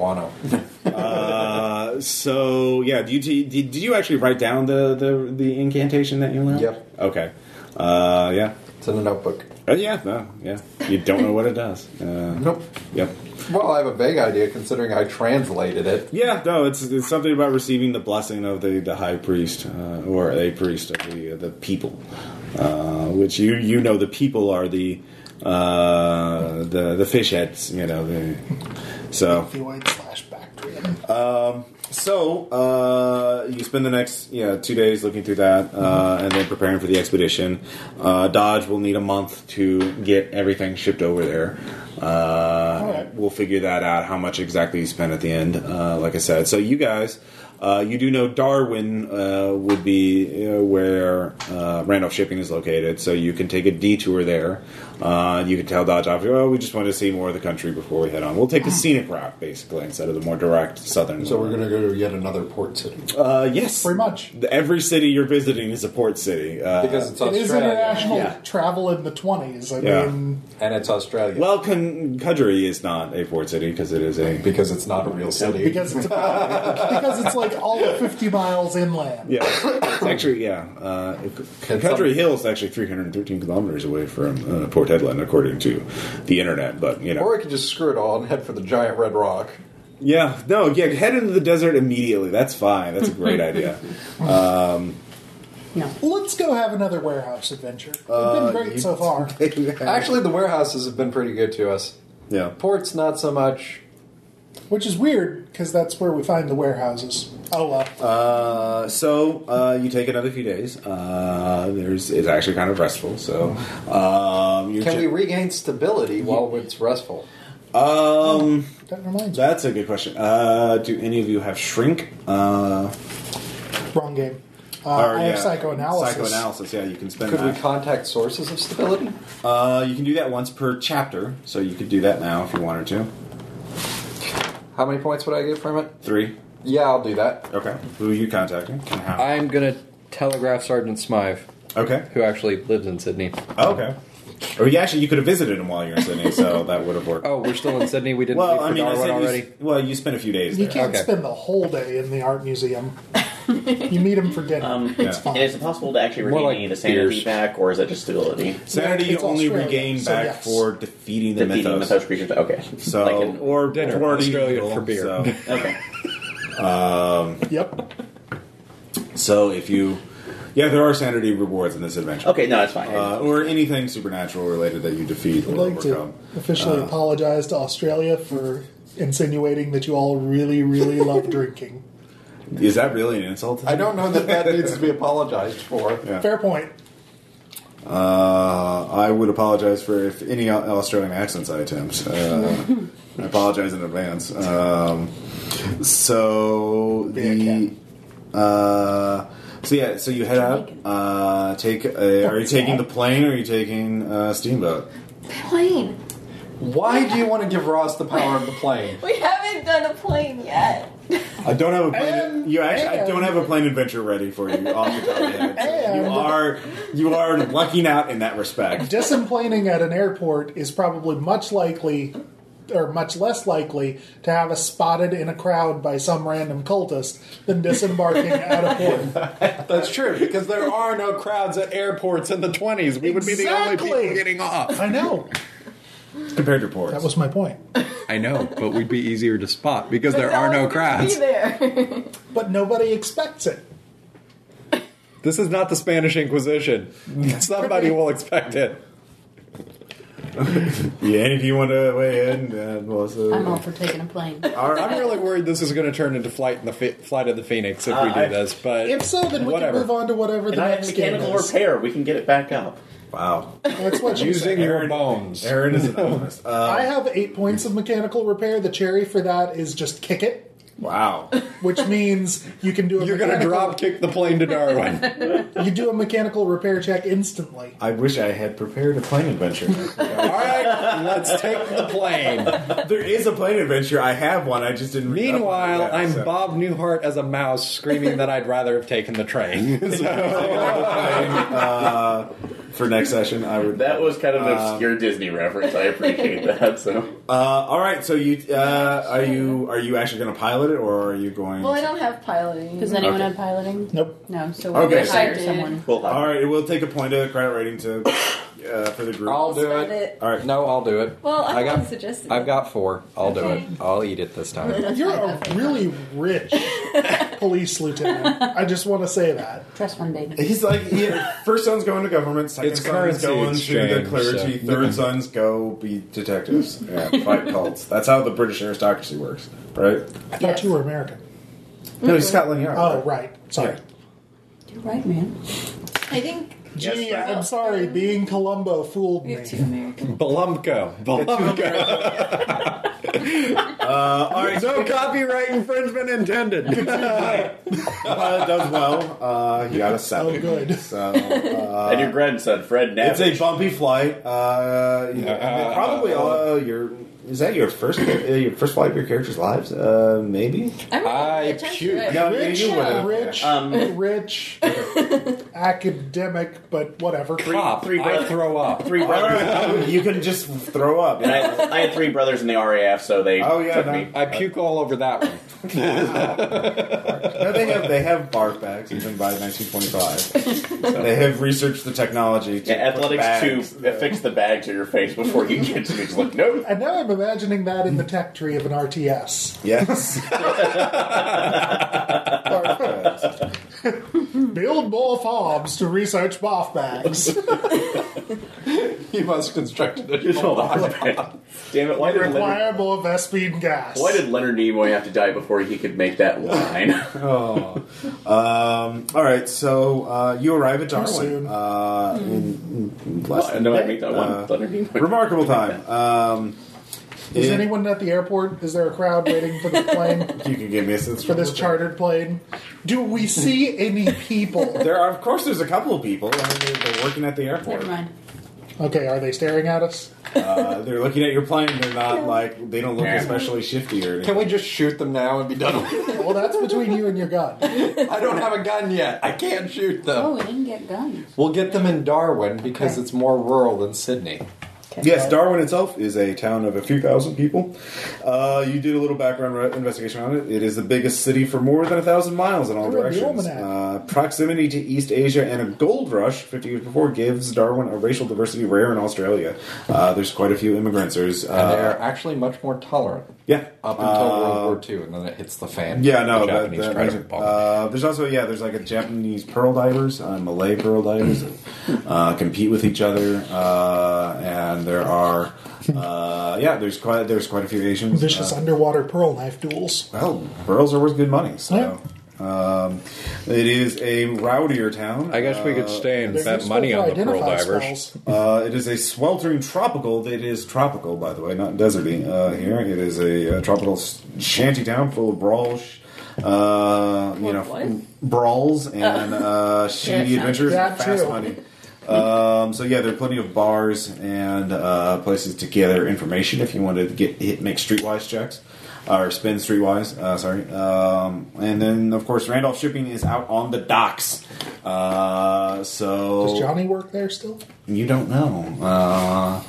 H: guano.
B: Uh, so yeah, do you, did, did you actually write down the the, the incantation that you learned?
H: Yep.
B: Okay. Uh, yeah.
H: It's in a notebook.
B: Uh, yeah. No. Yeah. You don't know what it does. Uh,
H: Nope.
B: Yep.
H: Well, I have a vague idea considering I translated it.
B: Yeah, no, it's, it's something about receiving the blessing of the, the high priest uh, or a priest of the uh, the people, uh, which you you know the people are the uh, the the fish heads, you know. The, so
A: Opioid slash Bactrian.
B: so uh, you spend the next yeah two days looking through that
H: Mm-hmm.
B: uh, and then preparing for the expedition. Uh, Dodge will need a month to get everything shipped over there. Uh,
A: Alright.
B: We'll figure that out how much exactly you spent at the end. Uh, like I said, so you guys. Uh, you do know Darwin uh, would be uh, where uh, Randolph Shipping is located, so you can take a detour there. Uh, you can tell Dodge off, oh, we just want to see more of the country before we head on. We'll take the scenic route, basically, instead of the more direct southern.
H: Mm-hmm. So we're going to go to yet another port city.
B: Uh, yes,
A: Pretty much.
B: The- Every city you're visiting is a port city. Uh,
H: Because it's
A: It is
H: Australia.
A: international
B: Yeah.
A: travel in the 20s. I
B: Yeah.
A: mean,
H: And it's Australia.
B: well, Kun- Kudri is not a port city because it is a
H: because it's not a real city.
A: because it's about, because it's like all of 50 miles inland.
B: yeah. It's actually yeah. Uh, K-
H: And
B: Kudri
H: some-
B: Hill is actually 313 kilometers away from uh, Port Hedland, according to the internet. But you know,
H: Or I could just screw it all and head for the giant red rock.
B: Yeah, no, yeah, head into the desert immediately. That's fine. That's a great idea. Um,
F: No.
A: Let's go have another warehouse adventure. It's
B: Uh,
A: been great
B: you-
A: so far.
H: Actually, the warehouses have been pretty good to us.
B: yeah.
H: Ports, not so much.
A: Which is weird because that's where we find the warehouses. Oh well.
B: Uh, so uh, you take another few days. Uh, there's it's actually kind of restful. So um, you're
H: Can
B: ju-
H: we regain stability while it's restful?
B: um,
A: that reminds me.
B: that's a good question. Uh, do any of you have shrink? Uh,
A: Wrong game. Uh,
B: or,
A: I have
B: yeah,
A: psychoanalysis.
B: Psychoanalysis. Yeah, you can spend.
H: Could we
G: Uh,
B: that.
H: contact sources of stability?
B: uh, you can do that once per chapter. So you could do that now if you wanted to.
H: How many points would I get from it?
B: Three.
H: Yeah, I'll do that.
B: Okay. Who are you contacting? And how?
G: I'm gonna telegraph Sergeant Smive,
B: okay.
G: who actually lives in Sydney.
B: Oh, okay. Or you actually you could have visited him while you're in Sydney, so that would have worked.
G: Oh, we're still in Sydney. We didn't
B: well,
G: leave for
B: I mean, I
G: Darwin
B: said you,
G: already.
B: s- well, you spent a few days
A: You
B: there.
A: can't
G: Okay.
A: spend the whole day in the art museum. you meet him for dinner. it's
B: yeah.
A: fine.
D: And is it possible to actually
G: More
D: regain
G: like
D: any of the sanity
G: beers.
D: back, or is that just stability?
B: Sanity
A: Yeah,
B: you
A: it's
B: only
A: Australia,
B: regain
A: so
B: back
A: yes.
B: for defeating the
D: Defeating the
B: mythos.
D: mythos creatures. Okay.
B: So
D: Like an-
B: or
G: Dinner,
B: or an
G: Australian
B: eagle,
G: for beer.
B: So,
D: okay.
A: Yep.
B: so if you, yeah, there are sanity rewards in this adventure.
D: Okay. No, that's fine.
B: Uh, or anything supernatural related that you defeat
A: I'd
B: or
A: like to
B: overcome.
A: officially apologize to Australia for insinuating that you all really, really love drinking.
B: Is that really an insult?
H: I don't know that that needs to be apologized for.
B: Yeah.
A: Fair point.
B: Uh, I would apologize for if any Au- Australian accents I attempt. Uh, I apologize in advance. Um, so the uh, so yeah, so you head out. Uh, take uh, are you taking the plane or are you taking uh, steamboat?
E: Plane.
H: Why do you want to give Ross the power of the plane?
E: We haven't done a plane yet.
B: I don't have a plane.
A: And-
B: you actually, I
A: and-
B: don't have a plane adventure ready for you off the top of my head. So
A: And-
B: you are you are lucking out in that respect.
A: disemplaning at an airport is probably much likely or much less likely to have us spotted in a crowd by some random cultist than disembarking at a port.
C: That's true, because there are no crowds at airports in the 20s. We would be the only
A: Exactly.
C: people getting off.
A: I know.
B: Compared to ports,
A: That was my point.
G: I know, but we'd be easier to spot because there are no crowds.
E: Be there.
A: But nobody expects it.
G: This is not the Spanish Inquisition. Somebody will expect it.
B: yeah. Any of you want to weigh in? Uh, Melissa?
F: I'm all for taking a plane.
B: All right.
G: I'm really worried this is going to turn into flight in the Phe- flight of the Phoenix if we do
D: I-
G: this. But
A: Uh, If so, then we
G: Whatever.
A: can move on to whatever
D: and
A: the
D: I have
A: next game
D: mechanical
A: is.
D: repair. We can get it back up.
B: Wow.
A: That's what you
G: using
A: said.
G: your bones,
B: Aaron is an optimist. Uh,
A: I have eight points of mechanical repair. The cherry for that is just kick it,
B: wow.
A: which means you can do a
G: you're going to
A: mechanical-
G: drop kick the plane to Darwin.
A: You do a mechanical repair check instantly.
B: I wish I had prepared a plane adventure.
G: all right, let's take the plane.
B: there is a plane adventure. I have one. I just didn't. read up on it
G: Meanwhile,
B: yet,
G: I'm
B: so-
G: Bob Newhart as a mouse screaming that I'd rather have taken the train.
B: for next session. I would.
D: That was kind
B: Um,
D: of an obscure Disney reference. I appreciate that. So
B: Uh, all right. So you uh, are you are you actually going to pilot it, or are you going?
I: Well, I don't have piloting.
F: Does anyone have piloting?
A: Nope.
F: No, so we
B: Okay.
F: will hire
I: Hired.
F: someone.
D: we'll
B: all right. It will take a point of credit rating to uh, for the group.
H: I'll do
I: Spend
H: it.
B: all right.
H: No, I'll do it.
I: Well, I,
H: I got-
I: suggested.
H: I've got four. I'll do it. I'll eat it this time.
A: You're a really rich police lieutenant. I just want to say that.
F: Trust fund baby.
B: He's like, yeah, first son's going to government, second
G: It's
B: son's
G: currency
B: going to the
G: exchange,
B: clergy,
G: so-
B: third son's go be detectives and fight cults. That's how the British aristocracy works, right?
A: I thought you were American.
B: No, he's Scotland Yard.
A: Oh, right. Sorry.
F: You're right, man.
I: I think
A: Gee, I'm sorry. Being Columbo fooled
I: we
A: me.
I: have two Americans.
G: Balumko. Balumko.
B: Uh, all right,
G: No copyright infringement intended.
B: Pilot does well. Uh, he got a seven.
A: Oh, good.
B: So uh,
D: and your grandson Fred
B: it's
D: Navitt.
B: a bumpy flight. Uh, you know,
G: Uh,
B: probably all your is that your first uh, your first flight of your character's lives? Uh, maybe.
I: I'm
G: I
I: rich, aren't
G: puke.
I: you?
B: No,
A: Rich,
B: you would have.
A: rich,
D: Um,
A: rich, academic, but whatever.
G: Pop.
D: Three
G: I
D: brothers.
G: throw up.
D: three
B: All
D: brothers.
B: right, you can just throw up.
D: and I, I had three brothers in the RAF, so they
B: Oh, yeah,
D: took
B: no.
D: me.
G: I puke all over that one.
B: No, they have they have barf bags even by 1925. So they have researched the technology. To
D: Yeah,
B: put
D: athletics
B: bags
D: to fix the bag to your face before you get to me. Just like no.
A: And now I'm imagining that in the tech tree of an RTS.
B: Yes. barf bags.
A: Build more farms to research bath bags.
H: You must construct an
D: Just
H: additional
D: hold
H: box.
D: on. Damn it! Why did, Leonard,
A: Require more Vespine gas.
D: why did Leonard Nimoy have to die before he could make that line?
B: Um, all right, so uh, you arrive at
A: soon.
B: Darwin. Uh, in, in less
D: I
B: than
D: know
B: a
D: I
B: day.
D: make that one.
B: Uh,
D: Leonard Nimoy.
B: remarkable time. Um,
A: Is
B: it-
A: anyone at the airport? Is there a crowd waiting for the plane?
B: You can give me a sense
A: For this chartered plane? Do we see any people?
B: There are, of course, there's a couple of people. I mean, they're, they're working at the airport.
F: Never mind.
A: Okay, are they staring at us?
B: Uh, they're looking at your plane. They're not like they don't look especially shifty or anything.
H: Can we just shoot them now and be done with it?
A: Well, that's between you and your gun.
H: I don't have a gun yet. I can't shoot them.
F: Oh, we didn't get guns.
H: We'll get them in Darwin because
F: Okay.
H: it's more rural than Sydney.
B: Yes, Darwin itself is a town of a few thousand people. Uh, you did a little background re- investigation on it. It is the biggest city for more than a thousand miles in all
A: I read the
B: directions.
A: almanac.
B: Uh, proximity to East Asia and a gold rush 50 years before gives Darwin a racial diversity rare in Australia. Uh, there's quite a few immigrants. There's,
H: And they
B: uh,
H: are actually much more tolerant
B: yeah, uh,
H: up until
G: uh,
H: World War II, and then it hits the fan.
B: Yeah, no,
G: The
B: that-
G: Japanese
B: that
G: trident
B: makes it-
G: bomb.
B: uh, there's also yeah, there's like a Japanese pearl divers, uh, Malay pearl divers, uh, compete with each other, uh, and there are uh, yeah, there's quite there's quite a few Asians.
A: Vicious
B: Uh,
A: underwater pearl knife duels.
B: well, pearls are worth good money, so. Um, it is a rowdier town.
G: I guess we could stay and
A: They're
G: bet
A: useful
G: money
A: for
G: on the pearl
A: identify
G: divers.
A: spells.
B: Uh, it is a sweltering tropical. It is tropical, by the way, not deserty. Uh, here, it is a, uh tropical s- shanty town full of brawls, uh, you know,
I: What?
B: f- brawls and uh, shady
F: Yeah,
B: adventures
A: that
B: and fast
A: too.
B: money. Um, so yeah, there are plenty of bars and uh, places to gather information if you want to get hit, make streetwise checks or spend streetwise. Uh, sorry, um, and then of course Randolph Shipping is out on the docks. Uh, so
A: Does Johnny work there still?
B: you don't know. Uh,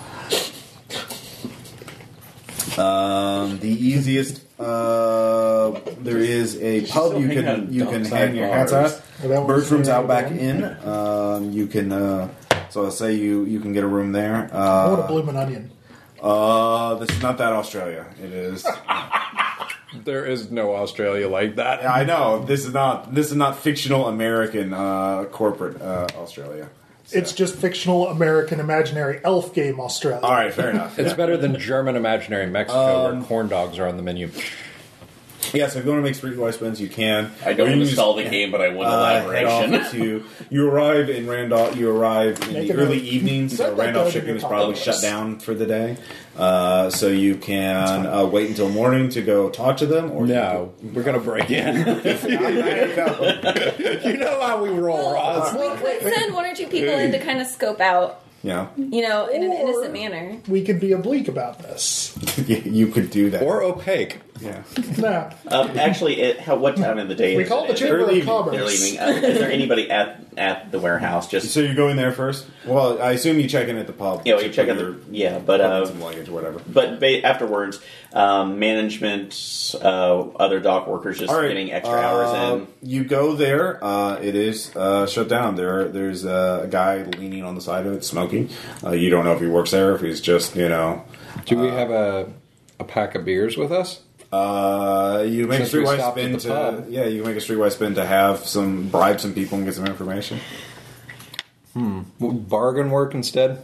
B: um, the easiest uh, there is a pub
D: still
B: you
D: hang out
B: can
D: in
B: you can
D: dump
B: hang
D: side
B: your hats
D: bars.
B: at.
A: Well, that one's
B: Bertram's out back
A: very
B: in. Um, you can uh, so I'll say you you can get a room there.
A: I want a
B: Uh,
A: bloomin' onion.
B: uh, this is not that Australia. It is.
G: There is no Australia like that.
B: I know this is not this is not fictional American uh, corporate uh, Australia. So-
A: It's just fictional American imaginary elf game Australia.
B: all right. Fair enough.
G: It's better than German imaginary Mexico, where corn dogs are on the menu.
B: Yeah, so if you want to make streetwise spins, you can.
D: I don't
B: Or you can
D: install the
B: just-
D: game, but I want
B: Uh, head
D: elaboration.
B: off to you arrive in Randolph. You arrive in
A: Make
B: the
A: a
B: early
A: note.
B: evening, so
A: Don't let
B: Randolph
A: go to
B: shipping
A: your
B: is probably
D: pop-ups.
B: shut down for the day. Uh, so you can uh, wait until morning to go talk to them, or
G: No, we're gonna break in. you know how we roll, Roz.
E: We could send one or two people in to kind of scope out,
B: yeah,
E: you know, in an innocent manner.
A: We could be oblique about this.
B: you could do that.
G: Or opaque.
B: yeah,
A: Nah,
D: um, actually, it, how, what time of the day
A: we
D: is
A: call
D: it?
A: the
D: Is
A: Chamber
B: They're
A: of
B: leaving.
A: Commerce.
D: there- They're leaving. Uh, is there anybody at at the warehouse? Just
B: so you go in there first. Well, I assume you check in at the pub.
D: Yeah, well, you
B: to
D: check
B: put
D: in the-
B: your
D: yeah, but, uh,
B: some luggage or whatever.
D: But ba- afterwards, um, management, uh, other dock workers just
B: All right,
D: getting extra
B: uh,
D: hours in.
B: You go there. Uh, it is uh, shut down. There, there's uh, a guy leaning on the side of it, smoking. Uh, you don't know if he works there, if he's just you know.
G: Do we have a a pack of beers with us?
B: Uh, you make
G: Since
B: a
G: we
B: streetwise
G: stopped at
B: spin to
G: the pub.
B: yeah, you make a streetwise spin to have some bribe some people and get some information.
G: Bargain work instead.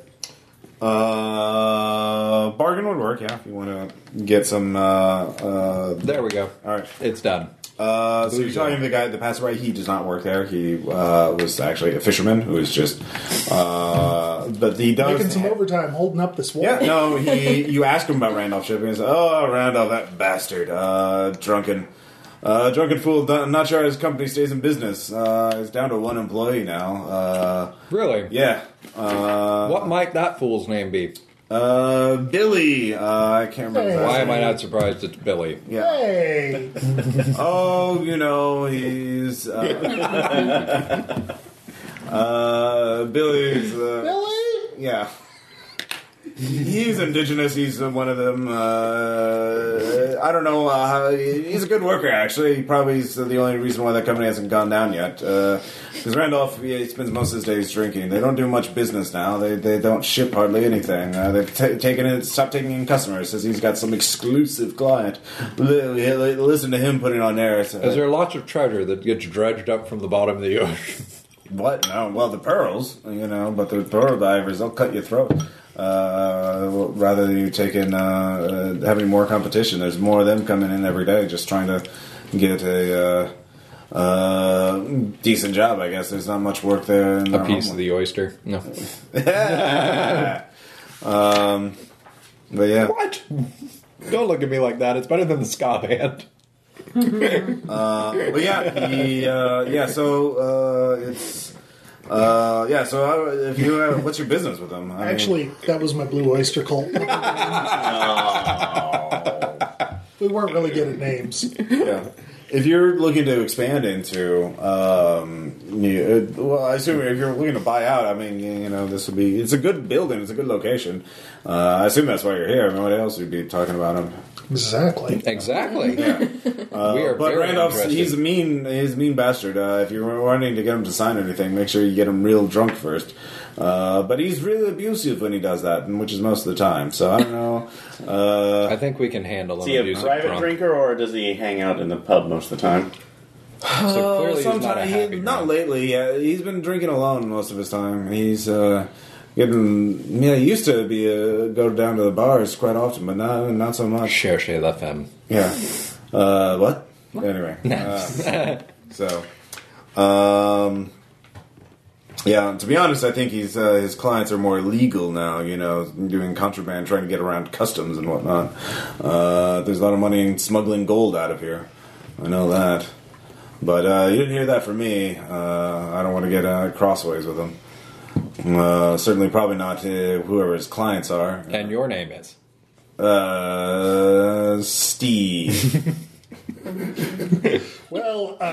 B: Uh, bargain would work. Yeah, if you want to get some. Uh, uh,
G: There we go.
B: all right.
G: It's done.
B: Uh, so you're talking to the guy, the passerby. He does not work there. He uh, was actually a fisherman who was just. Uh, but he does
A: Making some overtime, holding up this wall.
B: Yeah, no, he. You ask him about Randolph shipping. He's like, "Oh, Randolph, that bastard, uh, drunken, uh, drunken fool. Not not sure his company stays in business. Uh, it's down to one employee now. Uh,
G: Really?
B: yeah, uh,
G: What might that fool's name be?
B: uh, Billy. Uh, I can't remember. his
A: Hey.
B: last
G: Why am
B: name.
G: I not surprised it's Billy?
B: Yeah.
A: Hey,
B: Oh, you know, he's uh, uh, Billy's. Uh,
A: Billy.
B: Yeah. He's indigenous. He's uh, one of them. Uh, I don't know. Uh, how- he's a good worker, actually. He probably is the only reason why that company hasn't gone down yet. Because Randolph, yeah, he spends most of his days drinking. They don't do much business now. They they don't ship hardly anything. Uh, they've ta taken in, stopped taking in customers since he's got some exclusive client. Li- li- li- listen to him putting on air. It's, uh,
G: Is there lots of treasure that gets dredged up from the bottom of the ocean?
B: What? No. Well, the pearls, you know, but the pearl divers, they'll cut your throat. Uh, rather than you taking uh, uh, having more competition, there's more of them coming in every day, just trying to get a uh, uh, decent job. I guess there's not much work there. In
G: A
B: their
G: piece of
B: homework.
G: the oyster. No.
B: Um, but yeah,
G: What? Don't look at me like that. It's better than the ska band.
B: but yeah, he, uh, yeah. So uh, it's uh, yeah. So I, if you have, what's your business with them? I mean-
A: Actually, that was my Blue Oyster Cult. we weren't really good at names.
B: yeah. If you're looking to expand into, um, you, uh, well, I assume if you're looking to buy out, I mean, you, you know, this would be, it's a good building, it's a good location. Uh, I assume that's why you're here. I mean, what else would you be talking about him?
A: Exactly.
G: Exactly. we are
B: But
G: very
B: Randolph's,
G: interested.
B: he's a mean, he's a mean bastard. Uh, if you're wanting to get him to sign anything, make sure you get him real drunk first. Uh, but he's really abusive when he does that, and which is most of the time. So I don't know. Uh,
G: I think we can handle
D: Is
G: him.
D: he a
G: abusing
D: private
G: drunk.
D: drinker or does he hang out in the pub most of the time?
A: Oh,
G: So
B: Uh,
G: clearly he's not a
B: sometime-
G: happy
B: he- not
G: drunk.
B: lately. Yeah, he's been drinking alone most of his time. He's uh, getting. Yeah, he used to be uh, go down to the bars quite often, but not not so much.
G: Cherchez la femme.
B: Yeah. Uh, what? Anyway. uh, so, um, yeah. To be honest, I think he's uh, his clients are more illegal now. You know, doing contraband, trying to get around customs and whatnot. Uh, there's a lot of money in smuggling gold out of here. I know that. But uh, you didn't hear that from me. Uh, I don't want to get uh, crossways with him. Uh, certainly, probably not uh, whoever his clients are.
G: And your name is?
B: Uh, Steve.
A: Well, uh,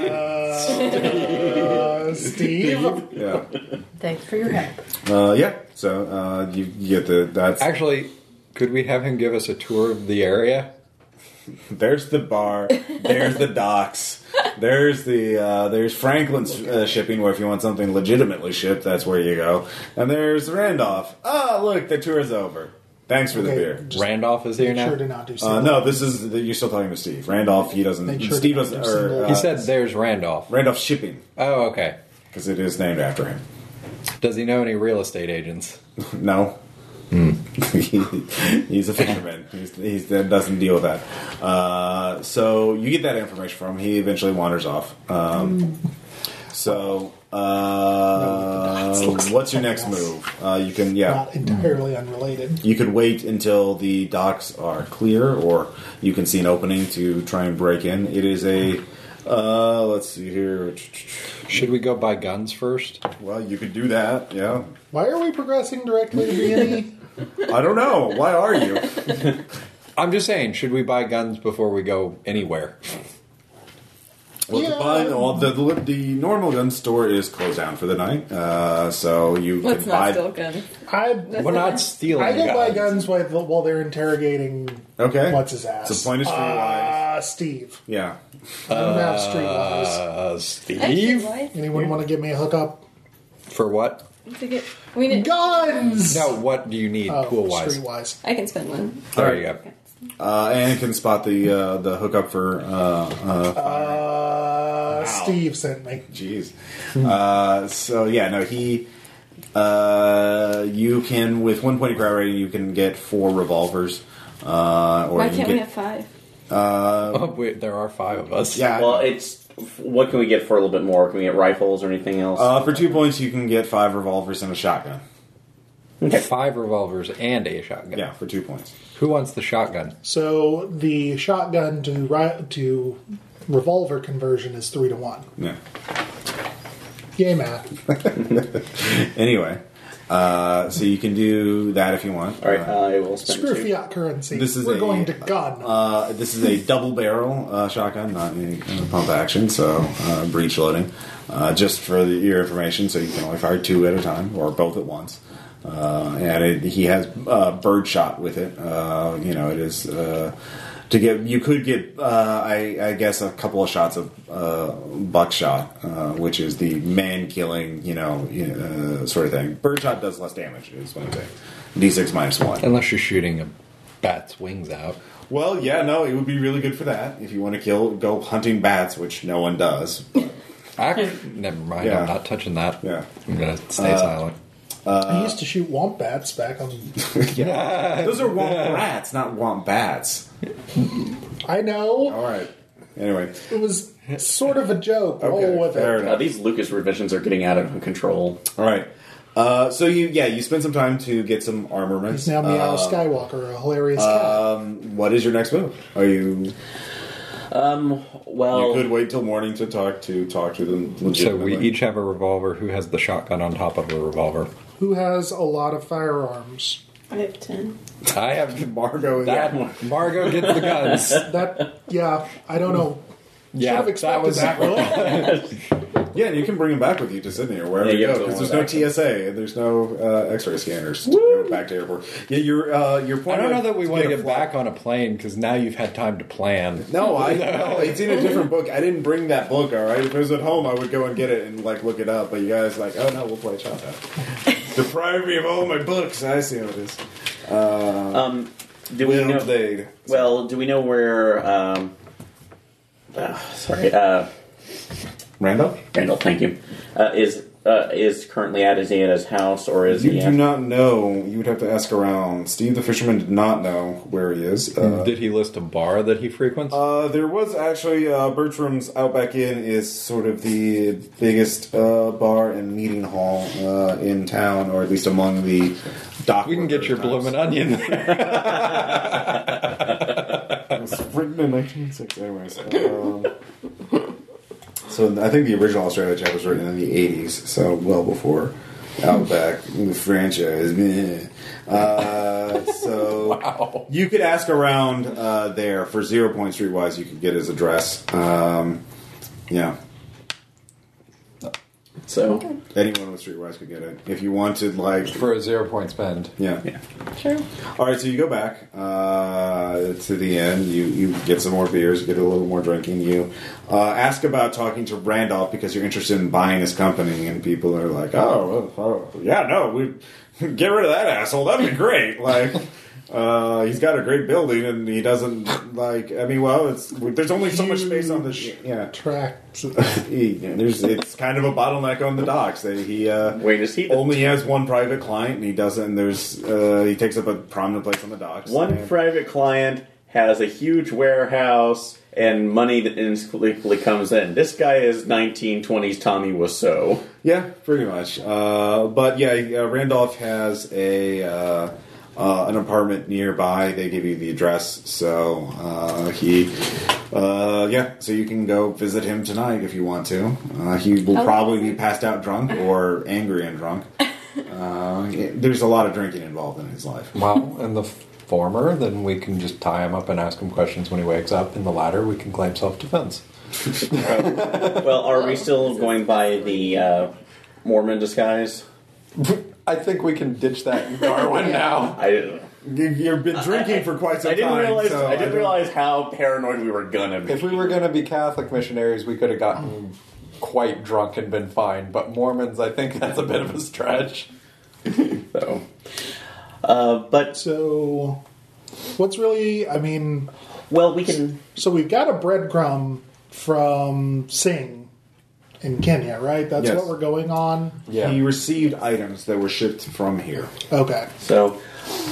A: uh, Steve.
B: yeah.
F: Thanks for your help.
B: Uh, yeah. So uh, you, you get the that's
G: Actually, could we have him give us a tour of the area?
B: there's the bar, there's the docks, there's the uh, there's Franklin's uh, shipping where if you want something legitimately shipped, that's where you go. And there's Randolph. Oh, look, the tour's over. Thanks for the
A: Okay.
B: beer.
G: Randolph is here
A: Make
G: now.
A: sure to not do
B: Uh,
A: something.
B: no, this is the, you're still talking to Steve. Randolph, he doesn't.
A: Make sure
B: Steve
A: to
B: doesn't.
A: do
B: Or,
A: single-
B: uh,
G: he said, "There's Randolph."
B: Randolph shipping
G: Oh, okay.
B: because it is named after him.
G: Does he know any real estate agents?
B: No. he's a fisherman. He's, he's, that doesn't deal with that. Uh, so you get that information from him. He eventually wanders off. Um, so uh, what's your next move? Uh, you can yeah.
A: Not entirely unrelated.
B: You could wait until the docks are clear, or you can see an opening to try and break in. It is a uh, let's see here.
G: Should we go buy guns first?
B: Well, you could do that. Yeah.
A: Why are we progressing directly to E? B&E?
B: I don't know. Why are you?
G: I'm just saying, should we buy guns before we go anywhere?
B: Well, the,
A: Yeah.
B: buy, well the, the the normal gun store is closed down for the night, uh, so you
I: Let's
B: can
I: not
B: buy.
I: steal guns.
A: I,
G: We're not stealing
A: I go
G: guns.
A: buy guns while, while they're interrogating
B: Okay,
A: what's his ass.
B: So point is streetwise.
A: Uh, Steve.
B: yeah,
A: I don't have streetwise.
G: Uh,
I: Actually,
G: Steve,
I: why?
A: Anyone want to give me a hookup?
G: for what?
I: To get, we need,
A: Guns!
G: No, what do you need
A: Oh,
G: pool wise?
A: Streetwise.
E: I can spend one.
G: There you go.
B: uh, and can spot the uh, the hookup for. Uh, uh,
A: Uh, Steve sent me.
B: Jeez. Uh, so yeah, no, he. Uh, you can with one point of crowd rating, you can get four revolvers. Uh, or
E: Why
B: you can
E: can't
B: get,
E: we have five?
B: Uh,
G: Oh, wait, there are five of us.
B: yeah.
D: Well, it's what can we get for a little bit more? Can we get rifles or anything else?
B: uh, for two points, you can get five revolvers and a shotgun.
G: Five revolvers and a shotgun.
B: Yeah, for two points.
G: Who wants the shotgun?
A: So the shotgun to ri- to revolver conversion is three to one.
B: Yeah.
A: Yay, math.
B: Anyway, uh, so you can do that if you want.
D: All right, I will spend
A: Screw
D: two.
A: fiat currency.
B: This is
A: We're
B: a-
A: going to gun.
B: Uh, this is a double barrel uh, shotgun, not a uh, pump action, so uh, breech loading. Uh, just for the, your information, so you can only fire two at a time or both at once. uh, and it, he has uh, birdshot with it. Uh, you know, it is uh, to get you could get uh, I, I guess a couple of shots of uh, buckshot, uh, which is the man killing you know uh, sort of thing. Birdshot does less damage. Is what I'm saying. D6 minus one.
G: Unless you're shooting a bat's wings out.
B: Well, yeah, no, it would be really good for that if you want to kill, go hunting bats, which no one does.
G: I, never mind.
B: Yeah.
G: I'm not touching that.
B: Yeah.
G: I'm gonna stay
H: Uh,
G: silent.
A: I used to shoot womp bats back on.
B: Those are womp rats, not womp bats.
A: I know
B: All right. Anyway,
A: it was sort of a joke.
B: okay,
A: Roll with
B: fair
A: it.
B: enough.
D: Uh, these Lucas revisions are getting out of control.
B: All right. Uh, so you, yeah, you spend some time to get some armaments.
A: It's now Meow
B: Uh,
A: Skywalker, a hilarious
B: um, what is your next move? Are you?
D: Um,
B: You
D: well,
B: could wait till morning to talk to talk to them.
G: So we
B: legitimately.
G: each have a revolver. Who has the shotgun on top of a revolver?
A: cat who has a lot of firearms.
E: I have ten.
G: I have
B: Margo.
G: that
B: yeah.
G: one. Margo gets the guns.
A: That yeah, I don't know. Should
G: yeah,
A: have
G: that
A: expected
G: was
A: that. really.
B: Yeah, and you can bring them back with you to Sydney or wherever
D: Yeah,
B: you
D: you
B: go
D: have to
B: because there's
D: go
B: no
D: back.
B: TSA and there's no uh, X-ray scanners to go back to airport. Yeah, you're uh, you're.
G: I don't know that we want to
B: a
G: get
B: flight.
G: back on a plane because now you've had time to plan.
B: No, I no, it's in a different book. I didn't bring that book. All right, if it was at home, I would go and get it and like look it up. But you guys like, oh no, we'll play Chop Deprive me of all my books. I see how it is.
D: um, do we know?
B: Well played.
D: Well, do we know where? Um, uh, sorry, uh,
B: Randall,
D: Randall. Thank you. Uh, is uh, is currently at is he at his house or is
B: you
D: he?
B: do
D: at,
B: not know. You would have to ask around. Steve the fisherman did not know where he is. Uh,
G: Did he list a bar that he frequents?
B: Uh, there was actually uh, Bertram's Outback Inn is sort of the biggest uh, bar and meeting hall uh, in town, or at least among the dock.
G: we can get your
B: worker
G: bloomin'
B: types.
G: onion there.
B: It's written in 1960. Anyways, um, so I think the original Australia chapter was written in the 80s, so well before Outback the franchise. meh. Uh, so you could ask around uh, there for zero point street wise. You could get his address. Um, yeah.
D: so
B: Anyone with Streetwise could get it if you wanted, like,
H: for a zero point spend.
B: yeah.
E: Sure.
B: All right, so you go back uh, to the end. You you get some more beers, get a little more drinking. You uh, ask about talking to Randolph because you're interested in buying his company, and people are like, "Oh, well, oh yeah, no, we get rid of that asshole. That'd be great." Like. Uh, he's got a great building, and he doesn't like. I mean, well, it's there's only so much space on this. Yeah,
A: Tracks.
B: he, there's it's kind of a bottleneck on the docks. They, he uh,
D: wait, is he the
B: only has one private client, and he doesn't. And there's uh, he takes up a prominent place on the docks.
D: One
B: And-
D: private client has a huge warehouse and money that inexplicably comes in. This guy is 1920s Tommy Wiseau.
B: yeah, pretty much. Uh, but yeah, uh, Randolph has a uh, uh, an apartment nearby. They give you the address, so uh, he. Uh, yeah, so you can go visit him tonight if you want to. Uh, he will
E: How-
B: probably be passed out drunk or angry and drunk. Uh, it- there's a lot of drinking involved in his life.
H: Well, and the former, then we can just tie him up and ask him questions when he wakes up. In the latter, we can claim self defense.
D: Well, are we still going by the uh, Mormon disguise?
H: I think we can ditch that in Darwin now.
D: I didn't.
B: You- You've been drinking for quite some
D: I didn't
B: time.
D: realize.
B: so
D: I didn't
B: don't-
D: realize how paranoid we were gonna be.
H: If we were going to be Catholic missionaries, we could have gotten quite drunk and been fine. But Mormons, I think that's a bit of a stretch.
D: So, uh, but
A: So, what's really? I mean,
D: well, we can.
A: so we've got a breadcrumb from Singh in Kenya, right? That's
B: Yes.
A: what we're going on.
B: He received items that were shipped from here.
A: Okay.
D: So,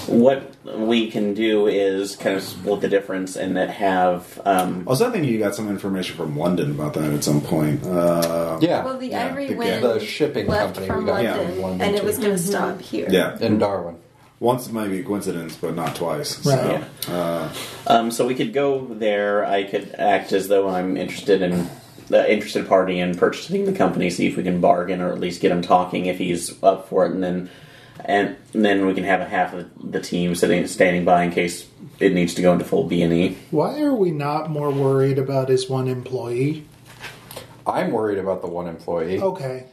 D: what we can do is kind of split the difference and then have. Um,
B: Also, I think you got some information from London about that at some point. Uh,
H: Yeah.
E: Well, the
B: Yeah,
E: ivory
B: the-
E: went
H: the shipping
E: left
H: company
E: from
H: we got
E: London,
H: from London
E: and it
H: to-
E: was going to stop here.
B: yeah.
H: In Darwin.
B: Once might be a coincidence, but not twice.
A: Right.
B: So.
D: yeah. um, so we could go there. I could act as though I'm interested in the interested party in purchasing the company. See if we can bargain or at least get him talking if he's up for it, and then. And then we can have a half of the team sitting standing by in case it needs to go into full B and E.
A: Why are we not more worried about his one employee?
H: I'm worried about the one employee.
A: Okay.
H: Oh.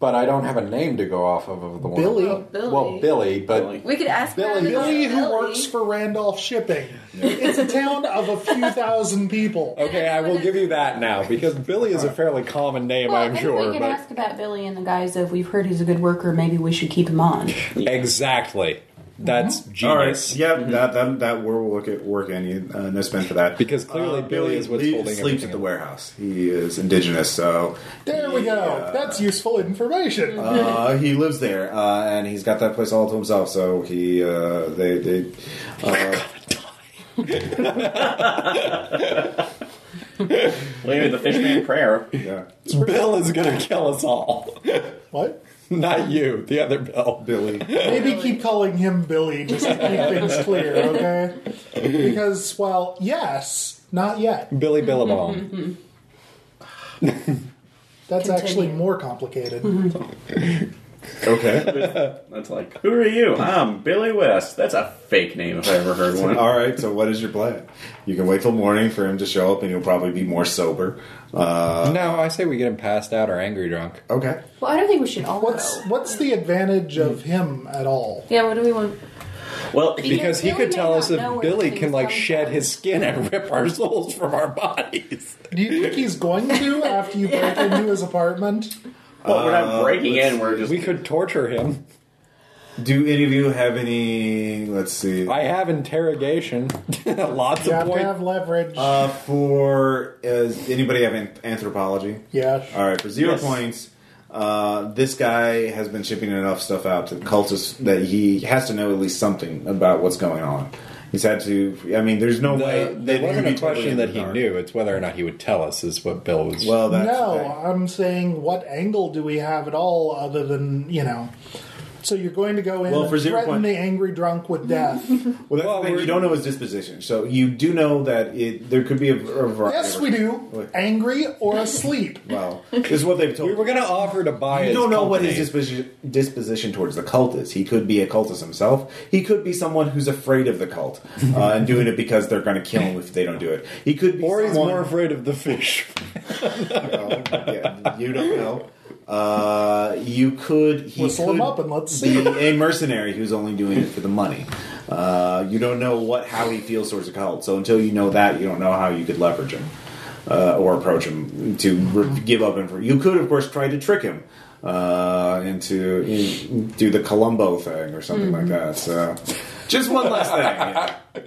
H: But I don't have a name to go off of of the one.
A: Billy.
I: Oh, Billy.
H: Well, Billy, but
I: We could ask
A: Billy,
I: around and
A: Billy
I: ask
A: who works for Randolph Shipping. It's a town of a few thousand people.
B: Oh,
G: Okay, I will give you that now because Billy is a fairly common name,
F: Well,
G: I'm
F: and
G: sure.
F: we can
G: but
F: ask about Billy in the guise of we've heard he's a good worker. Maybe we should keep him Mm-hmm. on.
G: exactly, that's
B: All right.
G: genius.
B: Yeah, that that that will work at work any uh, no spend for that
G: Because clearly
B: Uh,
G: Billy is what's
B: le-
G: holding
B: sleeps
G: everything
B: at the
G: up.
B: warehouse. He is indigenous, so
A: There we go.
B: Yeah.
A: That's useful information.
B: uh, he lives there, uh, and he's got that place all to himself. So he uh, they they uh,
D: Later, the fishman prayer.
B: yeah.
G: Bill is going to kill us all.
A: what?
G: Not you, the other Bill.
B: Billy.
A: Maybe keep calling him Billy just to keep things clear, okay? Because, well, yes, not yet.
G: Billy Billabong.
A: That's
F: Continue.
A: actually more complicated.
B: Okay.
D: That's like, who are you? I'm Billy West. That's a fake name if I ever heard one.
B: All right. So what is your plan? You can wait till morning for him to show up, and you'll probably be more sober. Uh,
G: no, I say we get him passed out or angry drunk.
B: okay.
I: Well, I don't think we should all
A: What's
I: go.
A: what's the advantage of
B: Hmm.
A: him at all?
I: Yeah, what do we want?
D: Well,
G: Because he
F: Billy
G: could
F: may
G: tell
F: not
G: us if
F: know where
G: Billy
F: things
G: can like
F: come
G: shed
F: from.
G: his skin and rip our souls from our bodies.
A: Do you think he's going to after you break into his apartment?
D: well, we're not
B: Uh,
D: breaking
B: let's
D: in. We're just
G: We could torture him.
B: Do any of you have any? Let's see.
G: I have interrogation. Lots
A: You
G: of
A: have to
G: points.
A: have leverage.
B: Uh, for is anybody have an- anthropology?
A: yeah.
B: All right, for zero
D: Yes.
B: points. Uh, this guy has been shipping enough stuff out to cultists that he has to know at least something about what's going on. He's had to. I mean, there's no
G: The-
B: way
G: there
B: he
G: wasn't
B: would be
G: a
B: totally
G: question
B: in
G: that
B: the
G: he
B: dark.
G: knew. It's whether or not he would tell us is what Bill was.
B: Well, that's
A: No,
B: the thing.
A: I'm saying what angle do we have at all other than, you know. So you're going to go in
B: Well, for
A: and
B: zero
A: threaten
B: point-
A: the angry drunk with death.
B: Well, that's
G: Well,
B: the thing.
G: we're-
B: You don't know his disposition, so you do know that it there could be a, a variety.
A: yes,
B: of-
A: we do. Angry or asleep.
B: Well, this is what they've told.
G: we were going to offer to buy.
B: You
G: his
B: don't know what his
G: company.
B: disposition, disposition towards the cult is. He could be a cultist himself. He could be someone who's afraid of the cult uh, and doing it because they're going to kill him if they don't do it. He could be
G: Or he's
B: someone,
G: more afraid of the fish.
B: yeah, you don't know. Uh, you could he
A: Whistle
B: could
A: him up and let's see.
B: be a mercenary who's only doing it for the money. Uh, you don't know what how he feels towards the cult. So until you know that, you don't know how you could leverage him uh, or approach him to re- give up. Inf- you could, of course, try to trick him uh, into in, do the Columbo thing or something like that. So just one last thing.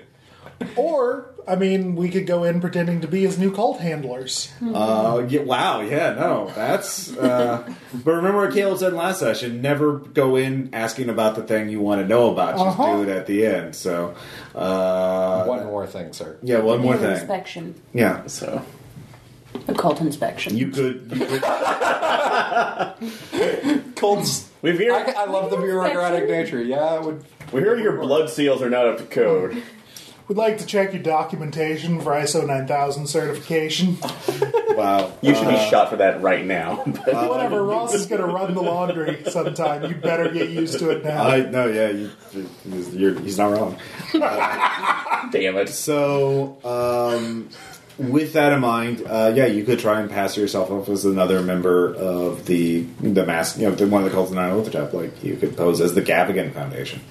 A: Or, I mean, we could go in pretending to be his new cult handlers.
B: Uh, yeah, wow, yeah, no, that's. Uh, but remember what Caleb said last session: never go in asking about the thing you want to know about. Just
A: Uh-huh.
B: do it at the end. So, uh,
H: one more thing, sir.
B: yeah, one more
F: An
B: thing.
F: Inspection.
B: Yeah,
D: so.
F: A cult inspection.
B: you could. You could
H: Colts.
D: We've
H: I,
D: heard,
H: I love the bureaucratic nature. Yeah, I would.
D: we hear your blood seals are not up to code.
A: We'd like to check your documentation for ISO 9000 certification.
B: wow,
D: You should be shot for that right now.
A: Whatever, Ross is going to run the laundry sometime. You better get used to it now.
B: I no, yeah, you, he's- you're, he's not wrong.
D: Damn it.
B: So, um, with that in mind, uh, yeah, you could try and pass yourself off as another member of the the mass, you know, the, one of the cults of Nine Orthotep. Like you could pose as the Gavigan Foundation.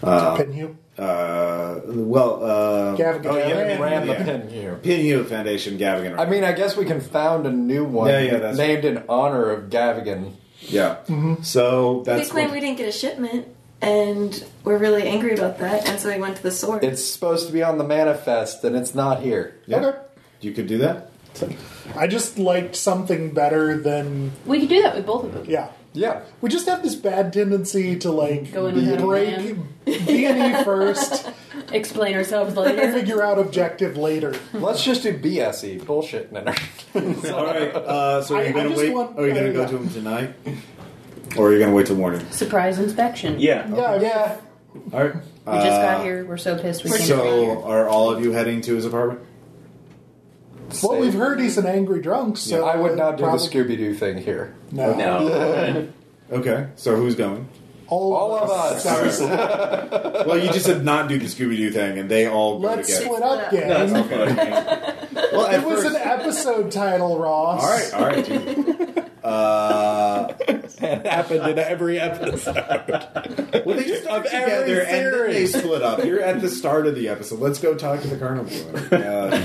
A: Can you?
B: Uh, well, uh,
A: Gavigan.
B: oh, yeah,
A: Gavigan
H: ran the
B: yeah.
H: pin here.
B: Pin U Foundation, Gavigan.
H: I mean, I guess we can found a new one
B: Yeah, yeah, that's-
H: named in honor of Gavigan.
B: yeah. So
I: They
B: that's
I: claim
B: what-
I: we didn't get a shipment, and we're really angry about that, and so we went to the source.
B: uh,
H: It's supposed to be on the manifest, and it's not here.
B: yeah.
A: Okay.
B: You could do that.
A: I just liked something better than.
F: we could do that with both of them.
A: Yeah.
H: Yeah,
A: We just have this bad tendency to, like,
F: Go in without a
A: break B&E first
F: Explain ourselves
A: and
F: later.
A: figure out objective later.
H: let's just do BSE bullshit. No, no.
B: All right. Uh, so
A: I-
B: are you
A: I
B: going to
A: just
B: wait?
A: want-
B: are you going to
A: uh,
B: go
A: yeah.
B: to him tonight, or are you going to wait till morning?
F: Surprise inspection.
D: Yeah.
A: Yeah, I mean,
H: yeah,
B: All right.
F: We just got here. We're so pissed we can't be here.
B: Uh, So are all of you heading to his apartment?
A: Well,
H: Same.
A: we've heard he's an angry drunk, so.
H: I would not do
A: probably-
H: the Scooby Doo thing here.
A: No.
D: No.
B: Okay. So who's going?
A: All,
H: All of
B: All
H: us.
B: right. well, you just said not do the Scooby Doo thing, and they all go
A: Let's
B: together.
A: split up, gang.
D: That's not funny.
B: Well, at
A: It was
B: first-
A: an episode title, Ross.
B: All right, all right. dude. uh,
H: and happened in every episode.
B: Well, they start
G: Of every
B: together and then they
G: series.
B: split up. You're at the start of the episode. Let's go talk to the carnival. Uh,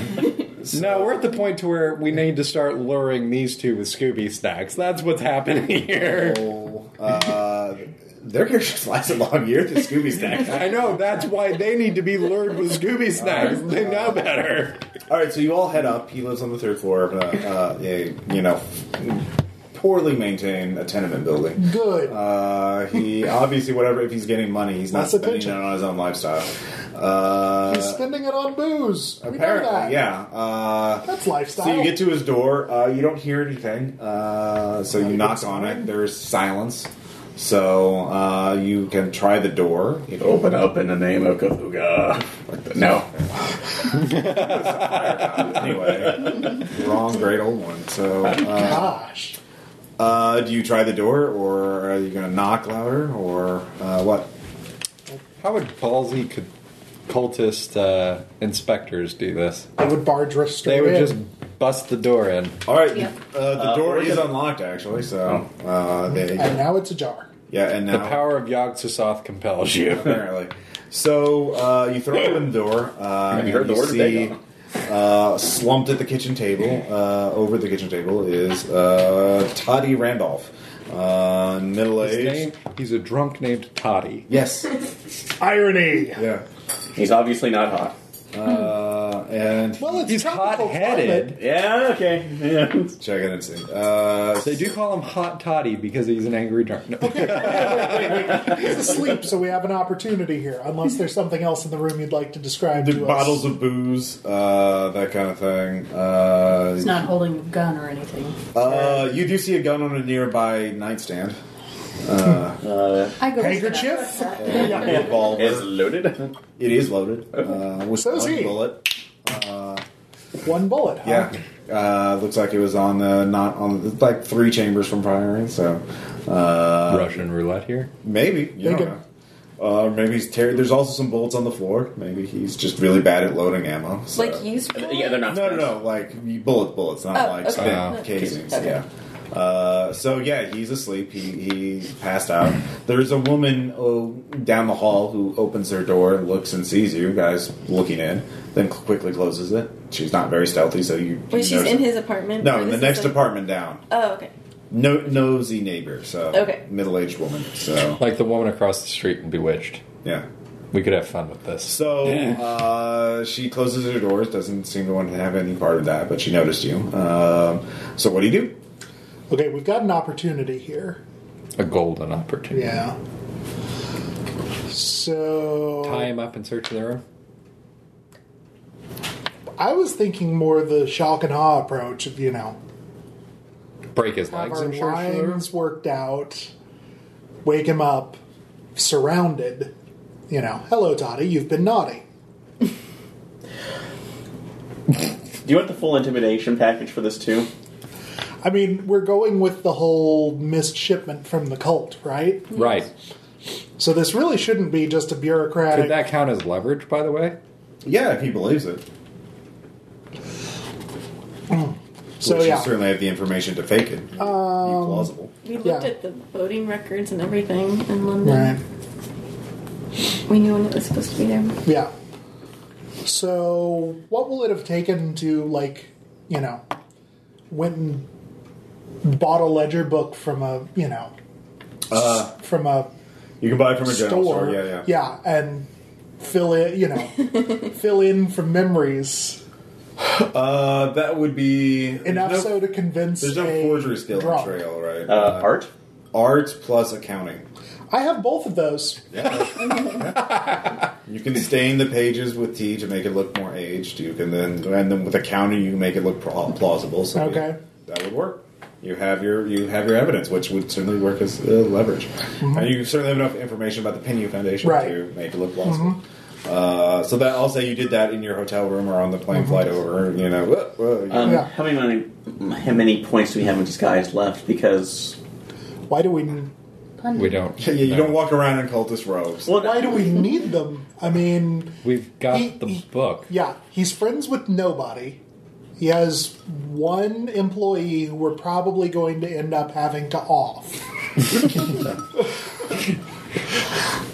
H: no, we're at the point to where we need to start luring these two with Scooby snacks. That's what's happening here.
B: oh, uh, their characters last a long year. The Scooby Snack.
H: I know that's why they need to be lured with Scooby snacks. They know better.
B: All right, so you all head up. He lives on the third floor of a, uh, a you know poorly maintained a tenement building.
A: Good.
B: Uh, he obviously whatever if he's getting money, he's not
A: That's the
B: spending it
A: picture.
B: on his own lifestyle. Uh,
A: He's spending it on booze. We know
B: apparently,
A: that.
B: yeah. Uh,
A: That's lifestyle.
B: So you get to his door. Uh, you don't hear anything. Uh, so you knock on it. There's silence. So uh, you can try the door. You know,
D: Open up in the name of Kaluga. What the- No.
B: anyway, wrong, great old one. So uh,
A: Gosh.
B: uh, do you try the door, or are you going to knock louder, or uh, what?
H: How would ballsy co- cultist uh, inspectors do this?
A: They would barge us straight
H: They would
A: in.
H: just bust the door in.
B: All right,
I: Yeah.
B: uh, the
D: Uh,
B: door
D: we're
B: is
D: gonna-
B: unlocked actually. So uh, they,
A: And now it's ajar.
B: yeah, and now
H: The power of Yog Sothoth compels you.
B: apparently. So uh, you throw open the door. Uh,
D: Have you heard the word today,
B: see, uh, slumped at the kitchen table, uh, over the kitchen table, is uh, Toddy Randolph, uh, middle
H: His
B: aged.
H: name, he's a drunk named Toddy.
B: Yes.
A: Irony.
B: Yeah.
D: He's obviously not hot.
B: Uh, and
A: Well, it's
H: He's
A: tropical
H: hot-headed.
A: climate.
D: Yeah, okay. Yeah.
B: check it and see. Uh,
H: They do call him Hot Toddy because he's an angry drunk. No.
A: He's asleep, so we have an opportunity here. Unless there's something else in the room you'd like to describe
B: the
A: to
B: bottles
A: us.
B: of booze, uh, that kind of thing. Uh,
F: He's not holding a gun or anything.
B: uh, you do see a gun on a nearby nightstand.
F: I go
A: handkerchief.
D: It's
B: Revolver.
D: loaded.
B: It is loaded uh, with
A: So is
B: one
A: he.
B: bullet.
A: One bullet. huh?
B: Yeah, uh, looks like it was on the not on like three chambers from firing. So uh,
H: Russian roulette here.
B: maybe you
A: They
B: don't
A: could-
B: know. Uh, maybe he's ter- there's also some bullets on the floor. Maybe he's just really bad at loading ammo. so-
J: Like used.
D: Yeah, they're not.
B: No, no, no. Like bullet bullets, not
J: Oh,
B: like
J: okay.
B: spent
H: Oh.
B: casings.
J: Okay.
B: Yeah. Uh, so yeah, he's asleep. He he's passed out. There's a woman oh, down the hall who opens her door, looks and sees you guys looking in, then quickly closes it. She's not very stealthy, so you.
I: Wait,
B: you
I: she's
B: notice
I: in
B: it.
I: his apartment.
B: No,
I: Or
B: in the
I: this
B: next
I: is a-
B: apartment down.
I: Oh, okay.
B: No, nosy neighbor. So
I: Okay.
B: middle-aged woman. So
H: Like the woman across the street in Bewitched.
B: yeah.
H: We could have fun with this.
B: So uh, she closes her doors. Doesn't seem to want to have any part of that, but she noticed you. Um, so what do you do?
A: Okay, we've got an opportunity here.
H: A golden opportunity.
A: Yeah. So
H: Tie him up and search the room.
A: I was thinking more the shock and awe approach of you know
H: Break his
A: have
H: legs
A: our
H: and search the room.
A: lines worked out, wake him up, surrounded. You know, hello, Toddy, you've been naughty.
D: Do you want the full intimidation package for this too?
A: I mean, we're going with the whole missed shipment from the cult, right?
H: Right.
A: So this really shouldn't be just a bureaucratic.
H: Could that count as leverage, by the way?
B: Yeah, if he believes it.
A: so
B: Which
A: yeah, Um,
B: you certainly have the information to fake it. Be plausible.
I: We looked
A: Yeah.
I: at the voting records and everything in London.
A: right,
I: We knew when it was supposed to be there.
A: yeah. So what will it have taken to like, you know, went and bought a ledger book from a you know,
B: Uh,
A: from a
B: you can buy it from a general
A: store,
B: store. Yeah, yeah.
A: and fill it, you know, fill in from memories
B: Uh, that would be
A: enough
B: there's no-
A: so to convince.
B: There's no
A: a
B: forgery skill
A: drunk.
B: trail, right?
D: Uh, art?
B: art plus accounting.
A: I have both of those.
B: You can stain the pages with tea to make it look more aged. You can then and then with a counter you can make it look pla- plausible. So
A: Okay.
B: that would work. You have your you have your evidence, which would certainly work as uh, leverage, and you certainly have enough information about the Pinu Foundation
A: Mm-hmm. Right. Mm-hmm.
B: to make it look plausible. Uh, so that I'll say you did that in your hotel room or on the
A: Mm-hmm.
B: plane flight over. You know, whoa, whoa, you-
D: Um,
A: Yeah.
D: How many how many points do we have in disguise left? Because
A: Why do we?
H: We don't.
B: yeah, you
H: no.
B: don't walk around in cultist robes.
D: well,
A: Why do we need them? I mean,
H: We've got
A: He-
H: the
A: he-
H: book.
A: yeah, he's friends with nobody. He has one employee who we're probably going to end up having to off.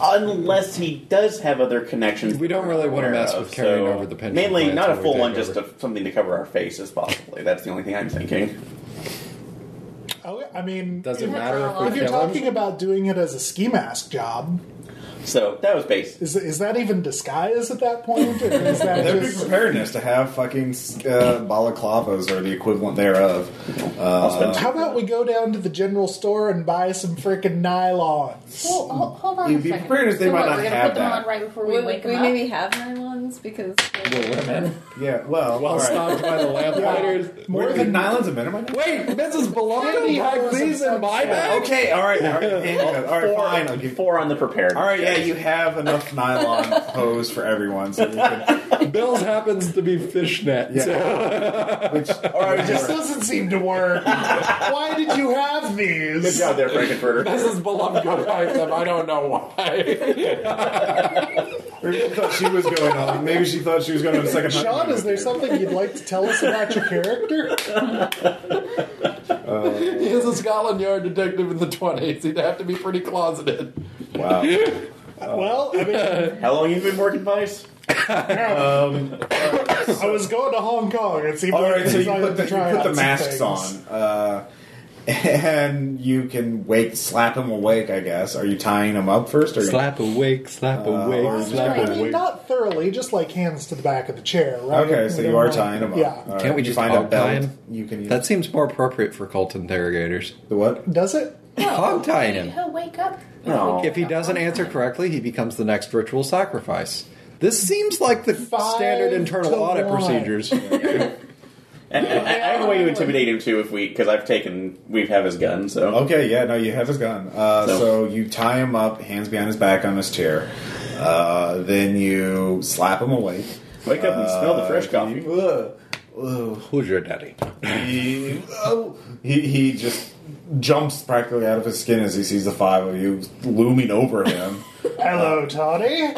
D: Unless he does have other connections.
G: We don't really want to mess with carrying over the pension.
D: Mainly,
G: plans
D: not a
G: when we
D: full
G: take
D: one,
G: over.
D: just a, something to cover our faces, possibly. That's the only thing I'm thinking.
A: Oh, I mean,
G: Does it
A: if-
G: matter if we
A: if you're
G: kill him?
A: talking about doing it as a ski mask job,
D: So that was basic.
A: is is that even disguise at that point, or is that
B: That would be
A: just
B: preparedness to have fucking uh, balaclavas or the equivalent thereof. Uh,
A: How about we go down to the general store and buy some frickin' nylons?
K: Hold, hold, hold on
B: You'd
K: a
B: be
K: second.
B: prepared if they
K: so
B: might
K: what,
B: not
K: we're gonna
B: have
K: put them
B: that.
K: on right before we,
I: We,
K: wake
I: we
K: them
I: maybe
K: up.
I: have nylons because
G: We're women.
B: yeah, well,
G: Well
B: all right.
G: stopped by the lamplighters.
B: More than nylons a minimum.
G: Wait, Mrs. Baloney
A: Nylons
G: had these in my bag?
B: Okay, all right, all right, all right,
D: four,
B: fine. I'll give.
D: four on the prepared.
B: All right, yeah, you have enough nylon hose for everyone, so you can.
G: Bill's happens to be fishnet.
B: Yeah.
G: so-
B: Which, all
A: Alright, this doesn't seem to work. Why did you have
D: Good
A: these?
D: job there, Frankenfurter.
G: Mrs. Baloney had them. I don't know why.
B: Maybe she thought she was going on. Maybe she thought she was going on a second.
A: Sean,
B: honeymoon
A: is there
B: with you.
A: something you'd like to tell us about your character?
G: He is a Scotland Yard detective in the 20s. He'd have to be pretty closeted.
B: Wow.
A: Well, I mean,
D: How long have you been working, Vice?
A: I was going to Hong Kong. It seemed
B: Um, All
A: like
B: right, so you
A: decided
B: put the,
A: to
B: you
A: try
B: put the
A: out some
B: masks
A: things.
B: on, uh, and you can wake, slap him awake. I guess. Are you tying him up first, or
G: Slap awake, slap awake,
B: Uh, or just
G: slap
A: I
G: awake.
B: kinda-
A: mean, not thoroughly, just like hands to the back of the chair, right?
B: Okay, so you are tying him up.
A: Yeah.
B: All right,
G: Can't we
B: you
G: just
B: find a
G: hog tie
B: belt
G: him?
B: You can. Use.
G: That seems more appropriate for cult interrogators.
B: the what?
A: Does it?
G: Hog tying him.
K: He'll wake up.
D: No.
G: If he doesn't answer correctly, he becomes the next ritual sacrifice. This seems like the
A: Five
G: standard internal
A: to
G: audit
A: one.
G: procedures.
D: And, and I have a way to intimidate him too, if we because I've taken we have his gun. So
B: Okay, yeah, no, you have his gun. Uh,
D: So-
B: so. you tie him up, hands behind his back on his chair. Uh, then you slap him awake.
D: wake up and smell the fresh
B: Uh,
D: coffee.
B: you- ugh, ugh.
G: Who's your daddy?
B: he, oh, he he just jumps practically out of his skin as he sees the five of you looming over him.
A: Hello, Toddy.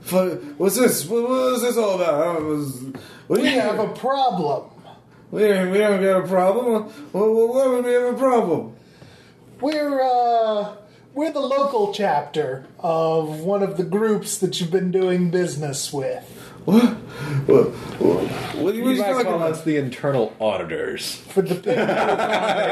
B: Fu- What's this? What was this all about? I was- what do
A: We
B: you-
A: have a problem.
B: we, don't- we don't got a problem. Well, well, why would we have a problem?
A: We're uh we're the local chapter of one of the groups that you've been doing business with.
B: What? What, what, what are you,
G: You
B: talking
G: might call
B: about?
G: us the internal auditors.
A: For the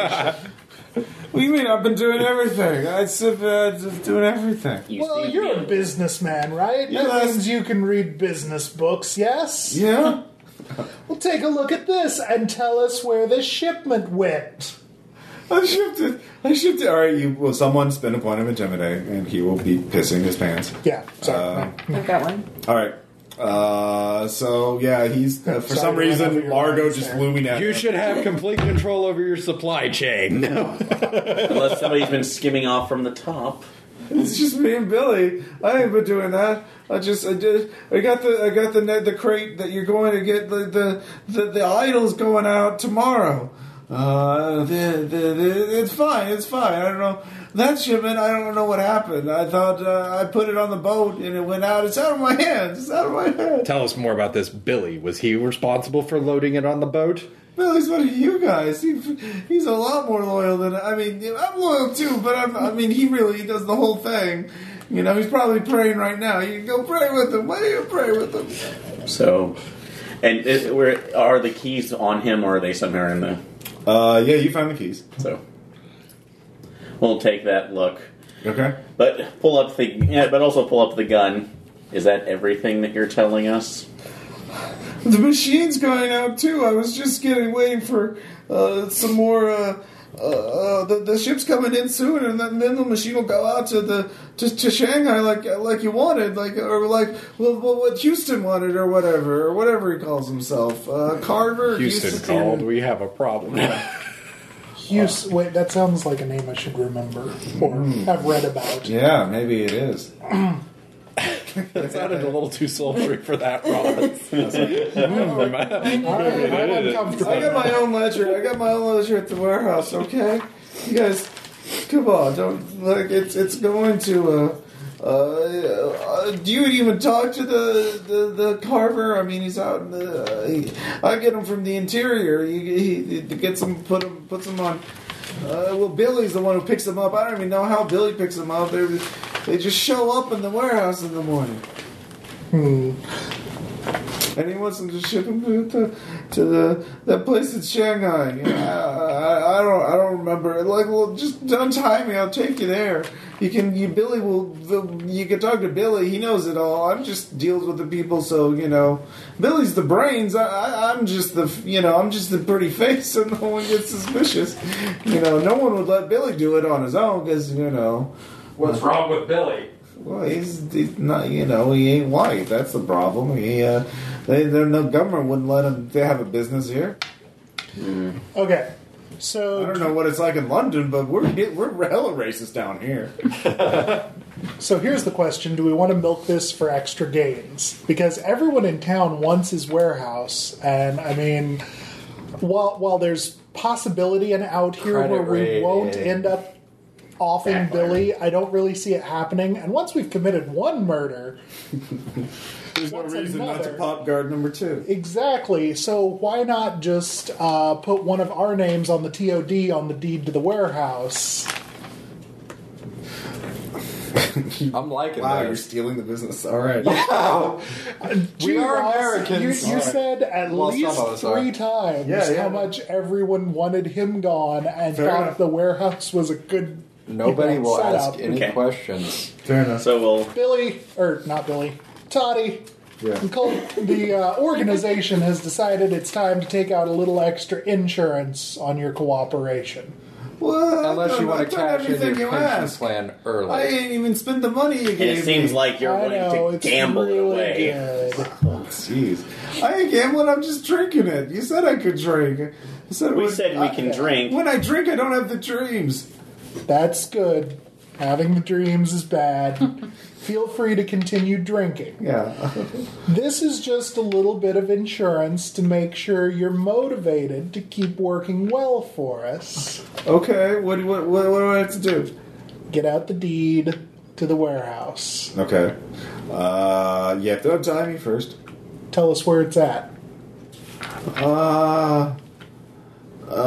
B: What do you mean? I've been doing everything. I said uh, just doing everything.
D: You
A: well,
D: see
A: you're a
D: me.
A: businessman, right?
B: Yeah,
A: that
B: that's-
A: means you can read business books. Yes.
B: Yeah.
A: Well, take a look at this and tell us where this shipment went.
B: I shifted. I shifted. All right. You. Well, someone spin a point of intimidate, and he will be pissing his pants.
A: Yeah. Sorry.
B: Uh,
F: I've got one.
B: All right. Uh, so yeah, he's uh,
A: Sorry,
B: for
A: I
B: some
A: don't know
B: reason
A: your
B: Largo
A: lines
B: just
A: there.
B: looming at
G: You
B: him.
G: should have complete control over your supply chain.
D: Unless somebody's been skimming off from the top.
B: It's just me and Billy. I ain't been doing that. I just I did. I got the I got the net the crate that you're going to get the the the, the idols going out tomorrow. Uh, the, the, the, it's fine. It's fine. I don't know that shipment. I don't know what happened. I thought uh, I put it on the boat and it went out. It's out of my hands. It's out of my hands.
G: Tell us more about this Billy. Was he responsible for loading it on the boat?
B: Billy's one of you guys. He, he's a lot more loyal than I mean. I'm loyal too, but I'm, I mean, he really does the whole thing. You know, he's probably praying right now. You go pray with him. Why do you pray with him?
D: So, and is, where are the keys on him, or are they somewhere in the?
B: Uh, yeah, you found the keys.
D: So, we'll take that look,
B: Okay.
D: but pull up the. Yeah, but also pull up the gun. Is that everything that you're telling us?
B: The machine's going out too. I was just getting waiting for uh, some more. Uh, uh, uh, the, the ship's coming in soon, and then, then the machine will go out to the to, to Shanghai like like you wanted, like or like well, well, what Houston wanted, or whatever, or whatever he calls himself, uh, Carver.
G: Houston called. We have a problem.
B: uh.
A: Hughes. Wait, that sounds like a name I should remember or have read about.
B: Hmm. Yeah, maybe it is.
G: that sounded a little too sultry for that, Rollins.
A: All right, I'm
B: I
A: uncomfortable.
B: got my own ledger. I got my own ledger at the warehouse. Okay, you guys, come on, don't like it's it's going to. Uh, Uh, uh, do you even talk to the, the, the carver? I mean, he's out in the. Uh, he, I get him from the interior. He, he, he gets him, put him, puts him on. Uh, well, Billy's the one who picks him up. I don't even know how Billy picks him up. They they just show up in the warehouse in the morning.
A: Hmm.
B: And he wants them to ship him to, to, to the that place in Shanghai. You know, I, I, I don't I don't remember. Like, well, just untie me. I'll take you there. You can. You Billy will. The, you can talk to Billy. He knows it all. I'm just deals with the people. So you know, Billy's the brains. I, I I'm just the you know I'm just the pretty face, so no one gets suspicious. You know, no one would let Billy do it on his own because you know.
G: What's wrong with Billy?
B: Well, he's, he's not, you know, he ain't white. That's the problem. He, uh, they, they're, the government wouldn't let him they have a business here.
A: Okay. So
B: I don't know what it's like in London, but we're we're hella racist down here.
A: So here's the question: Do we want to milk this for extra gains? Because everyone in town wants his warehouse, and I mean, while while there's possibility and out here
L: Credit
A: where we
L: rating.
A: won't end up offing Billy, I don't really see it happening. And once we've committed one murder,
B: There's no
A: What's
B: reason not to
A: another?
B: pop guard number two.
A: exactly. So why not just uh, put one of our names on the TOD on the deed to the warehouse?
L: I'm liking
B: Wow, you're
L: this.
B: stealing the business. All right.
L: We
A: Gee,
L: are
A: Ross,
L: Americans.
A: You,
L: All
A: you
L: right.
A: said at
L: Well, some
A: least
L: of us
A: three
L: are.
A: times
B: Yeah, yeah.
A: how much everyone wanted him gone and
B: Fair
A: thought
B: enough.
A: the warehouse was a good
L: Nobody
A: you know,
L: will
A: setup.
L: ask any
D: Okay.
L: questions.
B: Fair enough.
D: So we'll
A: Billy, or not Billy, Toddy.
B: Yeah.
A: the cult- The uh, organization has decided it's time to take out a little extra insurance on on your cooperation.
B: Well,
L: Unless you want to cash in your
B: everything you
L: pension
B: ask.
L: plan
B: I
L: early.
B: ain't even spent the money you
D: And
B: gave
D: it seems
B: me.
D: like you're
A: I
D: willing
A: know,
D: to
A: it's
D: gamble it
A: really
D: away.
A: good.
B: Jeez, I ain't gambling. I'm just drinking it. You said I could drink. You said
D: We
B: when-
D: said we
B: I-
D: can drink.
B: When I drink, I don't have the dreams.
A: That's good. Having the dreams is bad. Feel free to continue drinking.
B: Yeah.
A: This is just a little bit of insurance to make sure you're motivated to keep working well for us.
B: Okay. What what what, what do I have to do?
A: Get out the deed to the warehouse.
B: Okay. Uh, you have to untie me first.
A: Tell us where it's at.
B: Uh.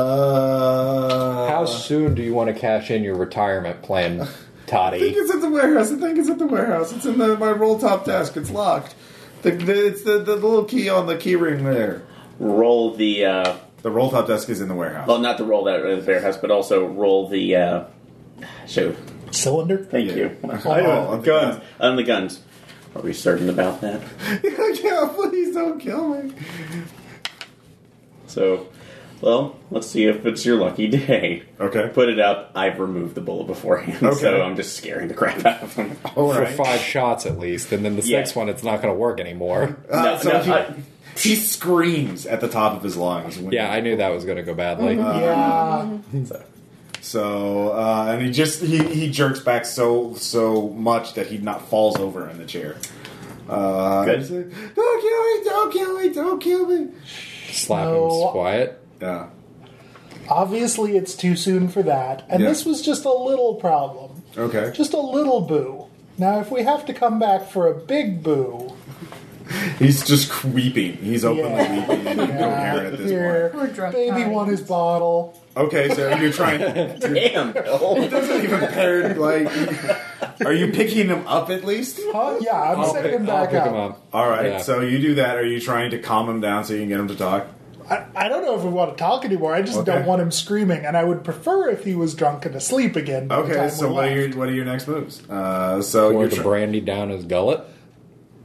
B: Uh.
H: How soon do you want to cash in your retirement plan,
B: I think
H: Toddy?
B: it's at the warehouse. I think it's at the warehouse. It's in the, my roll top desk. It's locked. The, the, it's the, the little key on the key ring there.
D: Roll the uh,
B: The roll top desk is in the warehouse.
D: well, not the roll that in the warehouse, but also roll the uh, shoot.
A: Cylinder?
D: Thank
B: Yeah.
D: you.
B: Oh, on the guns.
D: On the guns. Are we certain about that?
B: yeah, please don't kill me.
D: So, well, let's see if it's your lucky day.
B: Okay.
D: Put it up. I've removed the bullet beforehand,
B: Okay.
D: so I'm just scaring the crap out of him.
B: All
H: For
B: right.
H: five shots at least, and then the
D: Yeah.
H: sixth one, it's not going to work anymore.
B: Uh,
D: No,
B: so
D: no,
B: he,
D: I-
B: he screams at the top of his lungs. When
H: Yeah, I knew that was going to go badly.
G: Mm-hmm.
A: yeah.
B: So uh, and he just he, he jerks back so so much that he not falls over in the chair. Uh,
D: Good.
B: he's like, Don't kill me! Don't kill me! Don't kill me!
H: Slap
A: No.
H: him quiet.
B: Yeah.
A: Obviously, it's too soon for that. And
B: Yeah.
A: this was just a little problem.
B: Okay.
A: Just a little boo. Now, if we have to come back for a big boo,
B: He's just weeping. He's openly
A: Yeah.
B: weeping and incoherent at this
A: here,
M: We're drunk
A: baby
M: times.
A: won his bottle.
B: point. Okay, so you're trying. It
D: Damn, Bill.
B: doesn't even pair. Like, are you picking him up at least?
A: Huh? Uh, Yeah, I'm
H: I'll
A: setting
H: pick,
A: him
H: I'll
A: back
H: pick
A: up.
H: him up.
B: All right.
H: Yeah.
B: So you do that. Are you trying to calm him down so you can get him to talk?
A: I, I don't know if we want to talk anymore. I just
B: Okay.
A: don't want him screaming, and I would prefer if he was drunk and asleep again. by the
B: Okay.
A: time
B: So
A: we
B: what are
A: left.
B: your what are your next moves? Uh, so
H: Pour
B: you're
H: the
B: try-
H: brandy down his gullet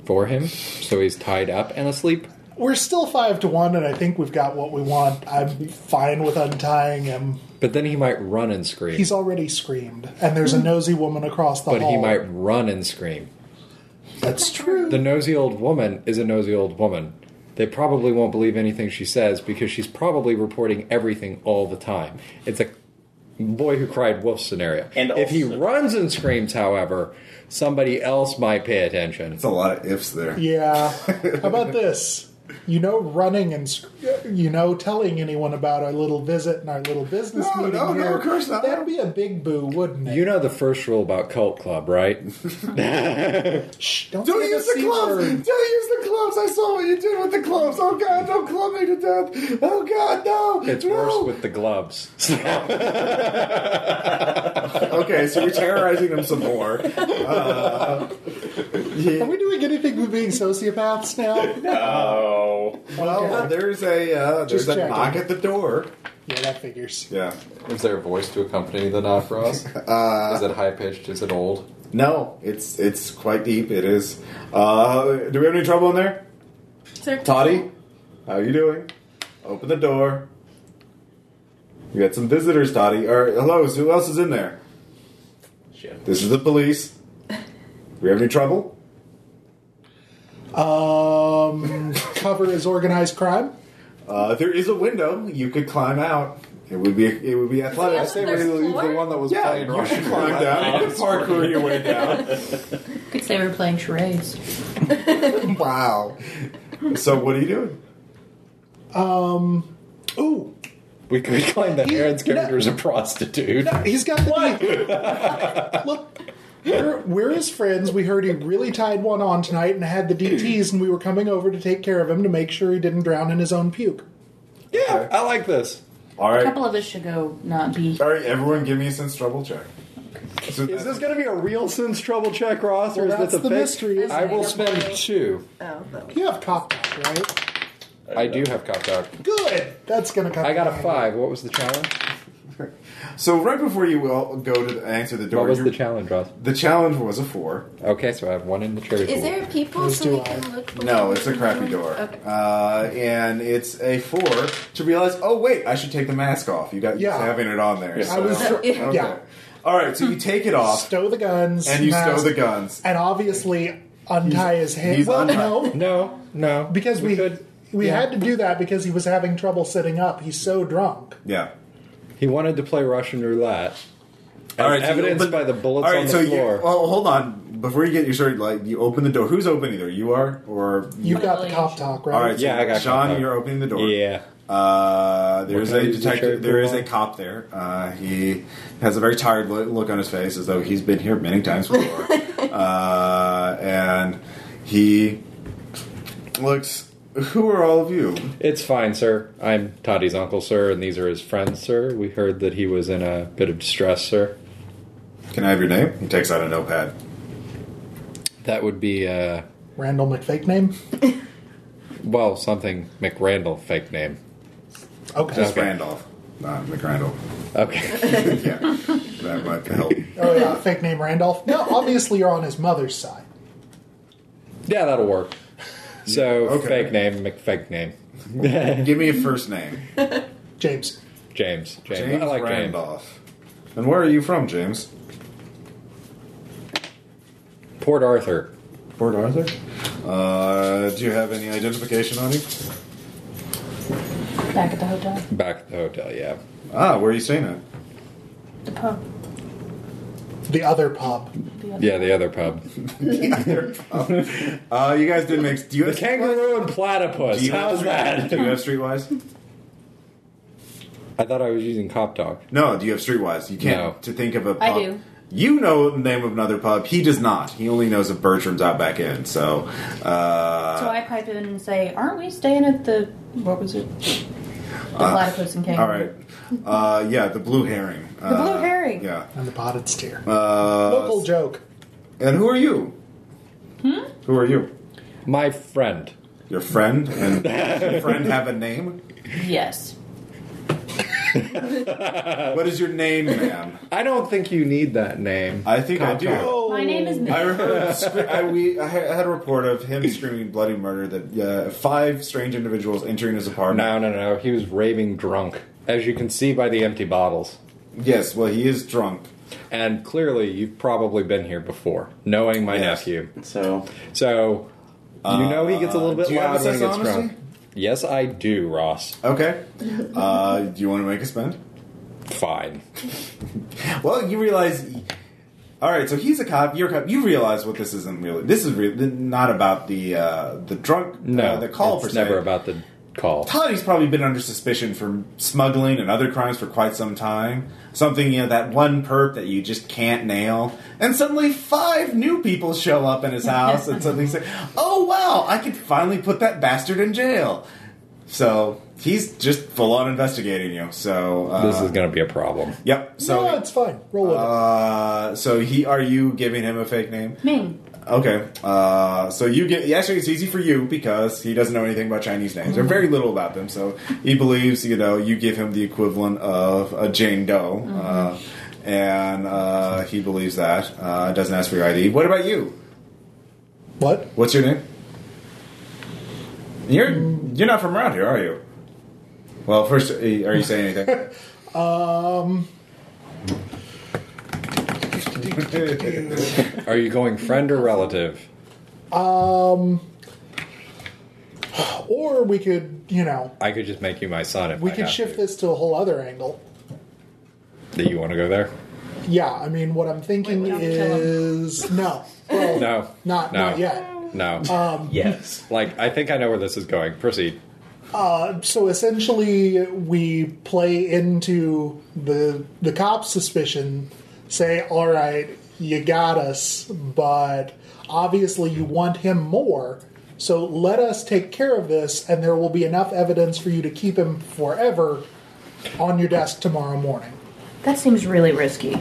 H: for him, so he's tied up and asleep.
A: We're still five to one, and I think we've got what we want. I'm fine with untying him.
H: But then he might run and scream.
A: He's already screamed, and there's a
B: Hmm.
A: nosy woman across the
H: but
A: hall.
H: he might run and scream.
A: That's true.
H: The nosy old woman is a nosy old woman. They probably won't believe anything she says because she's probably reporting everything all the time. It's a boy who cried wolf scenario.
D: And
H: if he
D: also-
H: runs and screams, however, somebody else might pay attention.
B: It's a lot of ifs there.
A: Yeah. How about this? you know, running and sc- you know, telling anyone about our little visit and our little business
B: No,
A: meeting
B: no, no,
A: here.
B: of course not.
A: That'd be a big boo, wouldn't it?
H: You know the first rule about cult club, right?
A: Shh, don't,
B: Don't
A: say
B: use the
A: C
B: clubs!
A: word.
B: Don't use the clubs! I saw what you did with the clubs! Oh god, don't club me to death! Oh god, no!
H: It's
B: no.
H: worse with the gloves.
B: Okay, so you're terrorizing them some more. Uh,
A: Are we doing anything with being sociopaths now?
D: No.
B: well, there's a uh, there's
A: Just
B: a
A: checking.
B: knock at the door.
A: Yeah, that figures.
B: Yeah.
N: Is there a voice to accompany the knock, Ross?
B: Uh,
N: Is it high pitched? Is it old?
B: no, it's it's quite deep. It is. Uh, do we have any trouble in there, Toddy? How you doing? Open the door. We got some visitors, Toddy. Or hello, who else is in there?
D: Shit.
B: This is the police. We have any trouble?
A: Um, cover is organized crime.
B: Uh, there is a window. You could climb out. It would be it would be athletic.
N: I think we leave the one that was
B: Yeah,
N: playing
B: you should
N: Russian
B: climb down. You can parkour your way down.
E: could say we're playing charades.
B: wow. So what are you doing?
A: Um, ooh,
H: we could claim that Aaron's
A: you know-
H: character is a prostitute.
A: he's got the Look, we're, we're his friends. We heard he really tied one on tonight and had the DTs, and we were coming over to take care of him to make sure he didn't drown in his own puke.
H: Yeah, I like this.
B: All
E: A
B: right,
E: couple of us should go not be.
B: all right. Everyone, give me a sense trouble check. So
G: Is this going to be a real sense trouble check, Ross, or
A: Well,
G: is
A: that's
G: this a
A: the
G: fake?
A: mystery.
H: I will spend two.
I: Oh, no.
A: You have cop out, right?
H: I do have cop out.
A: Good. That's gonna come.
H: I got a
A: in handy.
H: five. What was the challenge?
B: so right before you all go to the- answer the door,
H: What was
B: you're-
H: the challenge, Ross?
B: the challenge was a four.
H: Okay, so I have one in the charity.
I: Is
H: pool.
I: there people
A: Those
I: so
A: two
I: we
A: eyes.
I: can look?
B: No, it's a crappy door,
I: Okay.
B: uh, and it's a four to realize. Oh wait, I should take the mask off. You got you
A: Yeah.
B: having it on there.
A: I was.
I: Yeah.
A: yeah.
B: Okay. All right, so you take it off
A: Stow the guns.
B: and you stow
A: mask,
B: the guns.
A: And obviously untie his hand.
B: he's
A: well, no,
B: untied.
H: No, no.
A: because we we,
H: could. yeah.
A: had to do that because he was having trouble sitting up. He's so drunk.
B: Yeah.
H: He wanted to play Russian roulette. All right,
B: so you
H: evidenced
B: open-
H: by the bullets
B: All right,
H: on the
B: so
H: floor.
B: You, well, hold on. Before you get your started, like you open the door. Who's opening the door? You are, or
A: You got the
E: Really?
A: cop talk right.
B: All right, so
H: Yeah, I got
B: Sean,
H: contact.
B: you're opening the door.
H: yeah.
B: Uh,
H: What
B: there's
H: can I
B: a
H: use the cherry
B: detective. There is
H: for?
B: a cop there. Uh, he has a very tired lo- look on his face, as though he's been here many times before. uh, and he looks. Who are all of you?
H: It's fine, sir. I'm Toddy's uncle, sir, and these are his friends, sir. We heard that he was in a bit of distress, sir.
B: Can I have your name? He takes out a notepad.
H: That would be, uh,
A: Randall McFake name.
H: well, something McRandall fake name.
A: Okay.
B: Just Randolph, not McRandall.
H: Okay.
B: yeah, that might help.
A: Oh yeah, fake name Randolph. No, obviously you're on his mother's side.
H: yeah, that'll work. So,
B: Okay.
H: fake name, McFake name.
B: Give me a first name.
A: James.
H: James. James.
B: James
H: I like James.
B: Randolph. And where are you from, James?
H: Port Arthur.
B: Port Arthur. Uh, do you have any identification on you?
E: Back at the hotel.
H: Back at the hotel, yeah.
B: Ah, where are you staying at?
E: The pub.
A: The other pub.
H: Yeah, the other pub.
B: Uh, you guys didn't make. Do you
H: The
B: have
H: kangaroo and platypus.
B: Do you have
H: How's
B: street-
H: that?
B: Do you have Streetwise?
H: I thought I was using cop dog.
B: No. Do you have Streetwise? You can't
H: No.
B: to think of a. Pub.
E: I do.
B: You know the name of another pub. He does not. He only knows of Bertram's out back in. So, uh,
E: So I pipe in and say, "Aren't we staying at the what was it? The platypus and kangaroo."
B: Uh, all right. Uh, yeah, the blue herring. The
E: blue herring.
B: Yeah.
A: And the potted steer.
B: Uh,
A: Local joke.
B: And who are you? Hmm? Who are you?
H: My friend.
B: Your friend? And does your friend have a name?
E: Yes.
B: What is your name, ma'am?
H: I don't think you need that name.
B: I think I do.
E: My name is.
B: I heard scre- I, we, I had a report of him screaming bloody murder that uh, five strange individuals entering his apartment.
H: No, no, no. He was raving drunk, as you can see by the empty bottles.
B: Yes, well, he is drunk.
H: And clearly, you've probably been here before, knowing my
B: Yes.
H: nephew.
D: So
H: So, you know he gets a little
B: Uh,
H: bit
B: do you have
H: loud
B: a
H: when he
B: sense
H: gets
B: of
H: drunk.
B: honesty?
H: Yes, I do, Ross.
B: Okay. Uh, do you want to make a spend?
H: Fine.
B: Well, you realize All right, so he's a cop. You're a cop. You realize what this isn't really. This is re- not about the uh, the drunk.
H: No,
B: uh, the call
H: it's
B: per se.
H: never about the call.
B: Toddy's probably been under suspicion for smuggling and other crimes for quite some time. Something, you know, that one perp that you just can't nail. And suddenly five new people show up in his house and suddenly say, oh wow, I could finally put that bastard in jail. So he's just full on investigating you. So uh,
H: This is going to be a problem.
B: Yep. So
A: no, it's fine. Roll with
B: uh, so he are you giving him a fake name?
F: Ming.
B: Okay. Uh, so you get actually it's easy for you because he doesn't know anything about Chinese names or very little about them. So he believes you know you give him the equivalent of a Jane Doe, uh, and uh, he believes that uh, doesn't ask for your ID. What about you?
A: What?
B: What's your name? You're you're not from around here, are you? Well, first, are you saying anything?
A: it. Um,
H: Are you going friend or relative?
A: um, or we could, you know,
H: I could just make you my son if
A: we
H: I
A: could
H: have
A: shift this to a whole other angle.
H: to. Do you want to go there?
A: Yeah, I mean, what I'm thinking is no, well,
H: No.
A: not
H: No.
A: not yet.
H: No.
B: Uh,
A: Um,
D: yes.
H: Like, I think I know where this is going. Proceed.
A: Uh, so essentially, we play into the the cop's suspicion. Say, all right, you got us, but obviously you want him more. So let us take care of this, and there will be enough evidence for you to keep him forever on your desk tomorrow morning.
F: That seems really risky.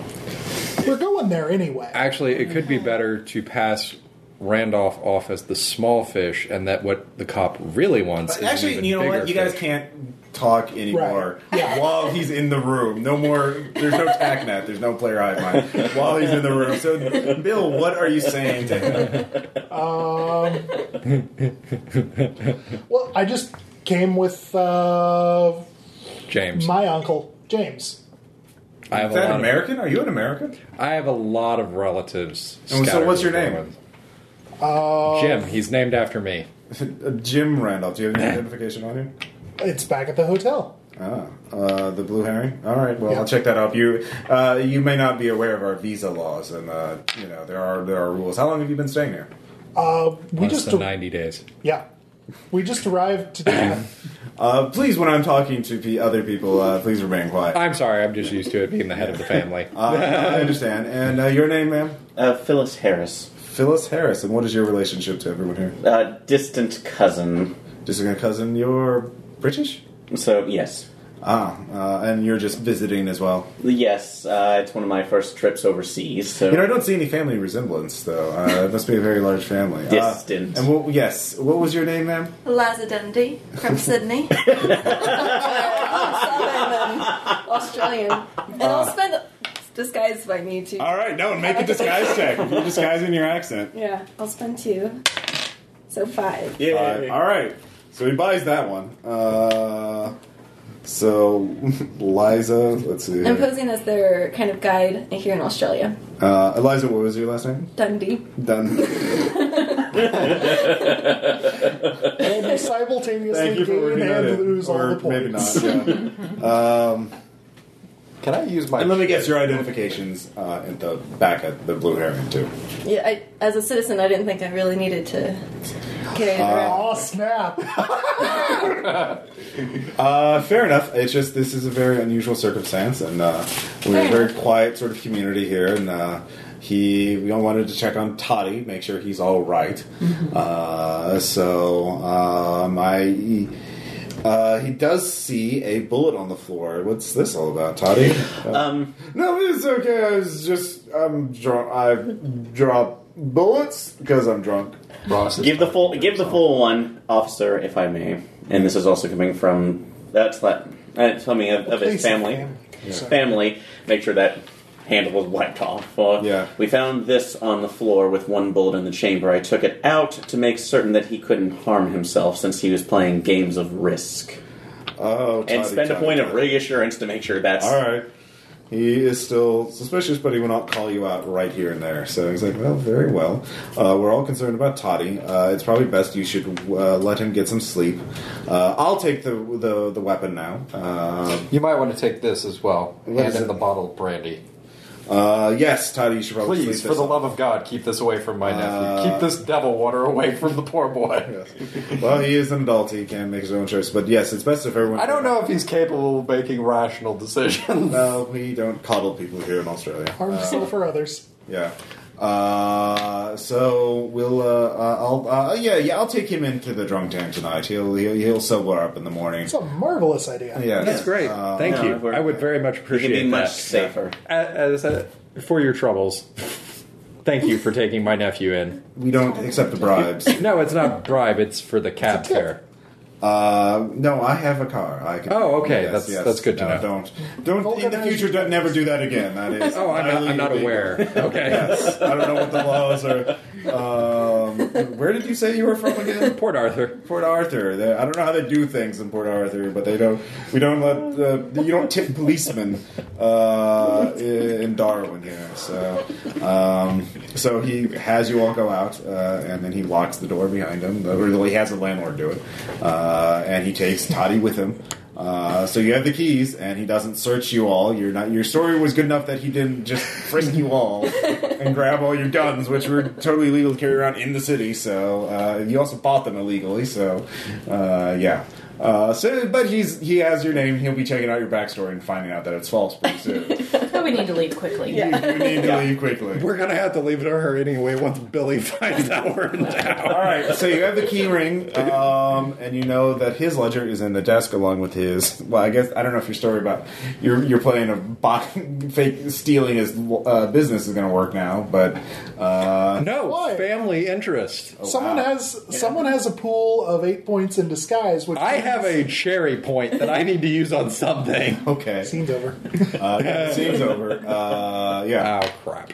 A: We're going there anyway.
H: Actually, it could be better to pass Randolph off as the small fish, and that what the cop really wants is an even
B: Actually, you know
H: bigger
B: what? You guys
H: fish.
B: can't talk anymore
A: Right. Yeah.
B: while he's in the room. No more. There's no tack net. There's no player hive mind while he's in the room. So, Bill, what are you saying to him?
A: Um, well, I just came with uh,
H: James.
A: my uncle James.
H: I have
B: Is
H: a
B: that
H: lot
B: American? Are you an American?
H: Of, I have a lot of relatives.
B: And so, what's your
H: scattered
B: name?
H: around.
A: Uh,
H: Jim. He's named after me.
B: Uh, Jim Randolph. Do you have any identification on you?
A: It's back at the hotel.
B: Ah, uh, the blue herring. All right. Well,
A: Yeah.
B: I'll check that out. You, uh, you may not be aware of our visa laws, and uh, you know there are there are rules. How long have you been staying there?
A: Uh, we
H: Less
A: just
H: than ninety days.
A: yeah, we just arrived today.
B: Uh, please, when I'm talking to pe other people, uh, please remain quiet.
H: I'm sorry. I'm just used to it being the head of the family.
B: Uh, I understand. And uh, your name, ma'am?
D: Uh, Phyllis Harris,
B: Phyllis Harris, and what is your relationship to everyone here?
D: uh, distant cousin.
B: Just like a cousin, you're British?
D: So yes,
B: Ah, uh, and you're just visiting as well.
D: yes, uh, it's one of my first trips overseas. So
B: You know, I don't see any family resemblance, though. Uh, it must be a very large family. Uh,
D: Distant.
B: and what, yes, what was your name, ma'am?
I: Eliza Dundee from Sydney. I'm Southern and Australian. And I'll spend disguised by me too.
B: All right, no, make
I: a disguise
B: check. You're disguising your accent.
E: Yeah, I'll spend two. So five.
D: Yeah.
B: all right, so he buys that one. Uh, so, Liza, let's see.
E: I'm
B: here.
E: posing as their kind of guide here in Australia.
B: Uh, Eliza, what was your last name?
E: Dundee.
B: Done.
A: and we simultaneously
B: Thank you for
A: gain
B: working
A: and
B: that in.
A: lose
B: or
A: all the points.
B: Maybe not. Yeah. um,
G: Can I use my?
B: and let me guess, your identifications uh, at the back at the blue herring too.
E: Yeah, I, as a citizen, I didn't think I really needed to carry it around.
A: Oh snap!
B: Uh, fair enough. It's just this is a very unusual circumstance, and uh, we're a
E: Fair
B: very quiet sort of community here, and. Uh, he, we all wanted to check on Toddy, make sure he's all right. Uh, so, um, I, uh, he does see a bullet on the floor. What's this all about, Toddy? Uh,
D: Um,
B: No, it's okay. I was just I'm drunk. I drop bullets because I'm drunk.
G: Ross is
D: give the full give the full one, officer, if I may. And this is also coming from that's that uh, something of, of his
A: Please,
D: family.
A: family. Sorry.
D: Family, make sure that handle was wiped off. Uh,
B: Yeah.
D: We found this on the floor with one bullet in the chamber. I took it out to make certain that he couldn't harm himself since he was playing games of risk.
B: Oh, toddy,
D: And spend a
B: toddy,
D: point of
B: toddy.
D: reassurance to make sure that's
B: All right. He is still suspicious, but he will not call you out right here and there. So he's like, "Well, very well. Uh, we're all concerned about Toddy. Uh, it's probably best you should uh, let him get some sleep. Uh, I'll take the the, the weapon now. Uh,
G: You might want to take this as well.
B: What
G: Hand
B: is
G: him
B: it?
G: the bottle of brandy.
B: Uh, yes, Toddy, you should probably
H: Please,
B: sleep
H: for
B: this
H: the
B: off.
H: love of God, keep this away from my
B: Uh,
H: nephew. Keep this devil water away from the poor boy.
B: well, he is an adult. He can make his own choice. But yes, it's best if everyone.
H: I don't know if he's capable of making rational decisions.
B: No, we don't coddle people here in Australia.
A: Harm
B: Uh,
A: so for others.
B: yeah. Uh, so we'll. Uh, uh, I'll. Uh, yeah, yeah. I'll take him into the drunk tank tonight. He'll. He'll, he'll sober up in the morning.
A: It's a marvelous idea.
B: Yeah,
G: That's great.
B: Uh,
G: Thank
B: yeah,
G: you. I would very much appreciate
D: be much
G: that.
D: safer.
G: As, as, for your troubles, thank you for taking my nephew in.
B: We don't accept the bribes.
G: no, it's not bribe. It's for the cab fare.
B: Uh, no, I have a car. I can.
G: Oh, okay. That's- that's good to
B: No,
G: know.
B: Don't. Don't in the future. Don't, never do that again. That is.
G: Oh, I'm not,
B: highly
G: I'm not
B: illegal.
G: aware. Okay.
B: Yes, I don't know what the laws are. Um, where did you say you were from again?
G: Port Arthur.
B: Port Arthur. They- I don't know how they do things in Port Arthur, but they don't. We don't let uh, you don't tip policemen uh, in Darwin here. So, um, so he has you all go out, uh, and then he locks the door behind him. Or well, he has the landlord do it, uh, and he takes Toddy with him. Uh, so you have the keys, and he doesn't search you all. You're not. Your story was good enough that he didn't just frisk you all and grab all your guns, which were totally legal to carry around in the city. So uh, you also bought them illegally. So uh, yeah. Uh, so, but he's he has your name. He'll be checking out your backstory and finding out that it's false pretty soon. you,
F: we need to leave quickly.
B: you need to leave quickly.
C: We're gonna have to leave it to her anyway once Billy finds out we're in town.
B: All right, so you have the key ring, um, and you know that his ledger is in the desk along with his. Well, I guess I don't know if your story about you're you're playing a bot, fake stealing his uh, business is going to work now, but uh,
G: No,
A: Why?
G: family interest.
A: someone
B: wow.
A: has someone has a pool of eight points in disguise, which
G: I have a cherry point that I need to use on something.
B: okay,
A: scenes over.
B: uh, yeah, it seems over. Uh, yeah,
G: Oh, crap.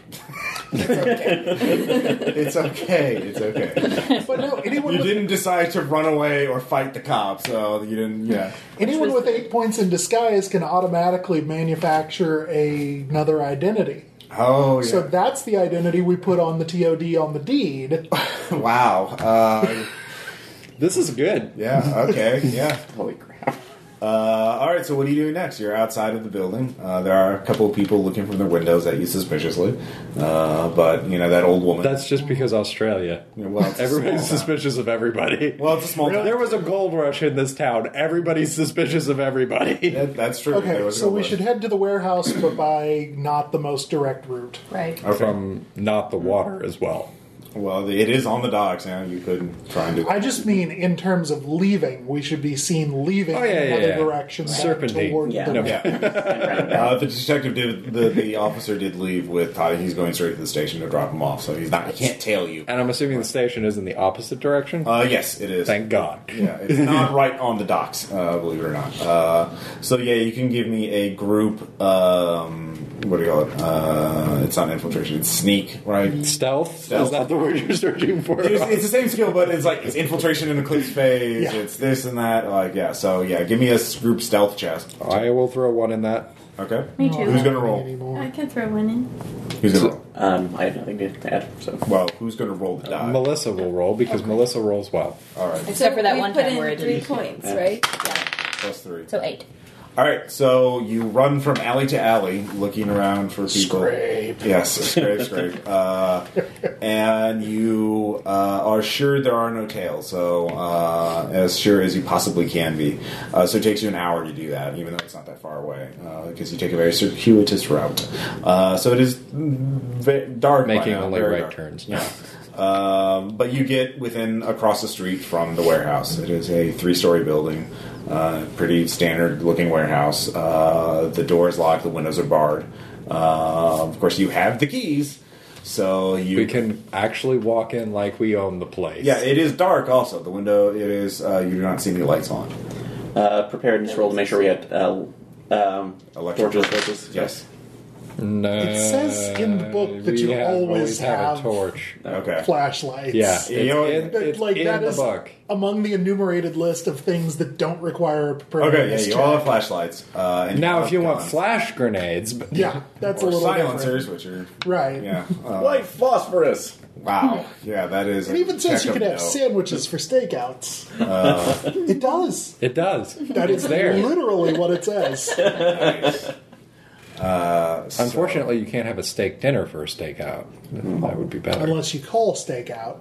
B: it's okay, it's okay.
A: But no, anyone
B: You
A: with,
B: didn't decide to run away or fight the cops, so you didn't. Yeah,
A: anyone with eight points in disguise can automatically manufacture a- another identity.
B: oh yeah.
A: So that's the identity we put on the TOD on the deed.
B: wow. Uh,
G: This is good.
B: yeah. Okay. Yeah.
D: Holy crap.
B: Uh, all right, so what are you doing next? You're outside of the building. Uh, there are a couple of people looking from their windows at you suspiciously, uh, but you know that old woman.
G: That's just because Australia.
B: Yeah, well, it's a
G: Everybody's
B: small town.
G: suspicious of everybody.
B: well, it's a small. town.
G: There was a gold rush in this town. Everybody's suspicious of everybody.
B: That- that's true. There
A: Okay,
B: was
A: so
B: no
A: we
B: one.
A: should head to the warehouse, but by not the most direct route.
F: Right.
B: Okay.
G: From not the water as well.
B: Well, the- it is on the docks now. You could try and do.
A: I just mean in terms of leaving, we should be seen leaving
G: Oh,
A: in
G: yeah, yeah,
A: another
G: yeah.
A: direction back
G: Serpentine.
A: toward
D: Yeah.
A: the
D: No.
B: yeah. Uh, the detective did. The, the officer did leave with Todd. He's going straight to the station to drop him off, so he's not. He can't tail you.
G: And I'm assuming the station is in the opposite direction.
B: Uh, yes, it is.
G: Thank God.
B: Yeah, it's not right on the docks, uh, believe it or not. Uh, so yeah, you can give me a group. Um, what do you call it? Uh, it's not infiltration. It's sneak, right? It's,
G: Stealth,
B: Stealth.
G: is not the word you're searching for.
B: it's the same skill, but it's like it's infiltration in the clips phase.
A: Yeah.
B: It's this and that. Like yeah, so yeah, give me a s- group stealth chest.
G: I will throw one in that.
B: Okay.
E: Me too.
B: Who's gonna roll?
E: I
A: roll?
E: can throw one in.
B: Who's gonna roll?
D: Um, I have nothing to add, so.
B: Well, who's gonna roll the die?
G: Melissa will roll because Melissa rolls well.
B: All right,
F: Except for that
I: we
F: one
I: put
F: time
I: in
F: where I
I: three
F: didn't.
I: points, right?
B: plus three.
F: So eight.
B: All right, so you run from alley to alley, looking around for people.
A: Scrape.
B: Yes, scrape, scrape. Uh, and you uh, are sure there are no tails, so uh, as sure as you possibly can be. Uh, so it takes you an hour to do that, even though it's not that far away, because you take a very circuitous route. Uh, so it is ve- dark, by
G: Making
B: now,
G: only
B: very
G: right
B: dark.
G: turns.
B: Yeah. Um, but you get within across the street from the warehouse. It is a three-story building, uh, pretty standard-looking warehouse. Uh, the door is locked, the windows are barred. Uh, of course, you have the keys, so you
G: We can actually walk in like we own the place.
B: Yeah, it is dark. Also, the window. It is. Uh, you do not see any lights on.
D: Uh, preparedness roll to make sure we had uh, um,
B: Electric
D: torches, torches.
B: Yes.
G: no,
A: It says in the book that
G: Uh, we
A: you
G: have-
A: always
G: have
A: have-
G: a torch.
B: Okay.
A: Flashlights.
G: Yeah, it's,
B: You know,
G: in,
A: But,
G: it's
A: like
G: in
A: that
G: the
A: is
G: book.
A: among the enumerated list of things that don't require a
B: Okay. Yeah,
A: preparedness
B: you all have
A: check.
B: flashlights. Uh, and
G: Now, if you want
B: guns.
G: flash grenades, but
A: Yeah, that's a
B: or
A: little
B: silencers, which are
A: different. right?
B: yeah. Uh,
D: White phosphorus.
B: wow. Yeah, that is.
A: It even says you
B: check
A: can
B: of
A: have
B: no.
A: sandwiches for stakeouts. it does.
G: it does.
A: That
G: Uh. it's
A: is
G: there.
A: literally what it says.
B: Nice. Uh, so-
H: Unfortunately, you can't have a steak dinner for a stakeout. That would be better.
A: Unless you call stakeout.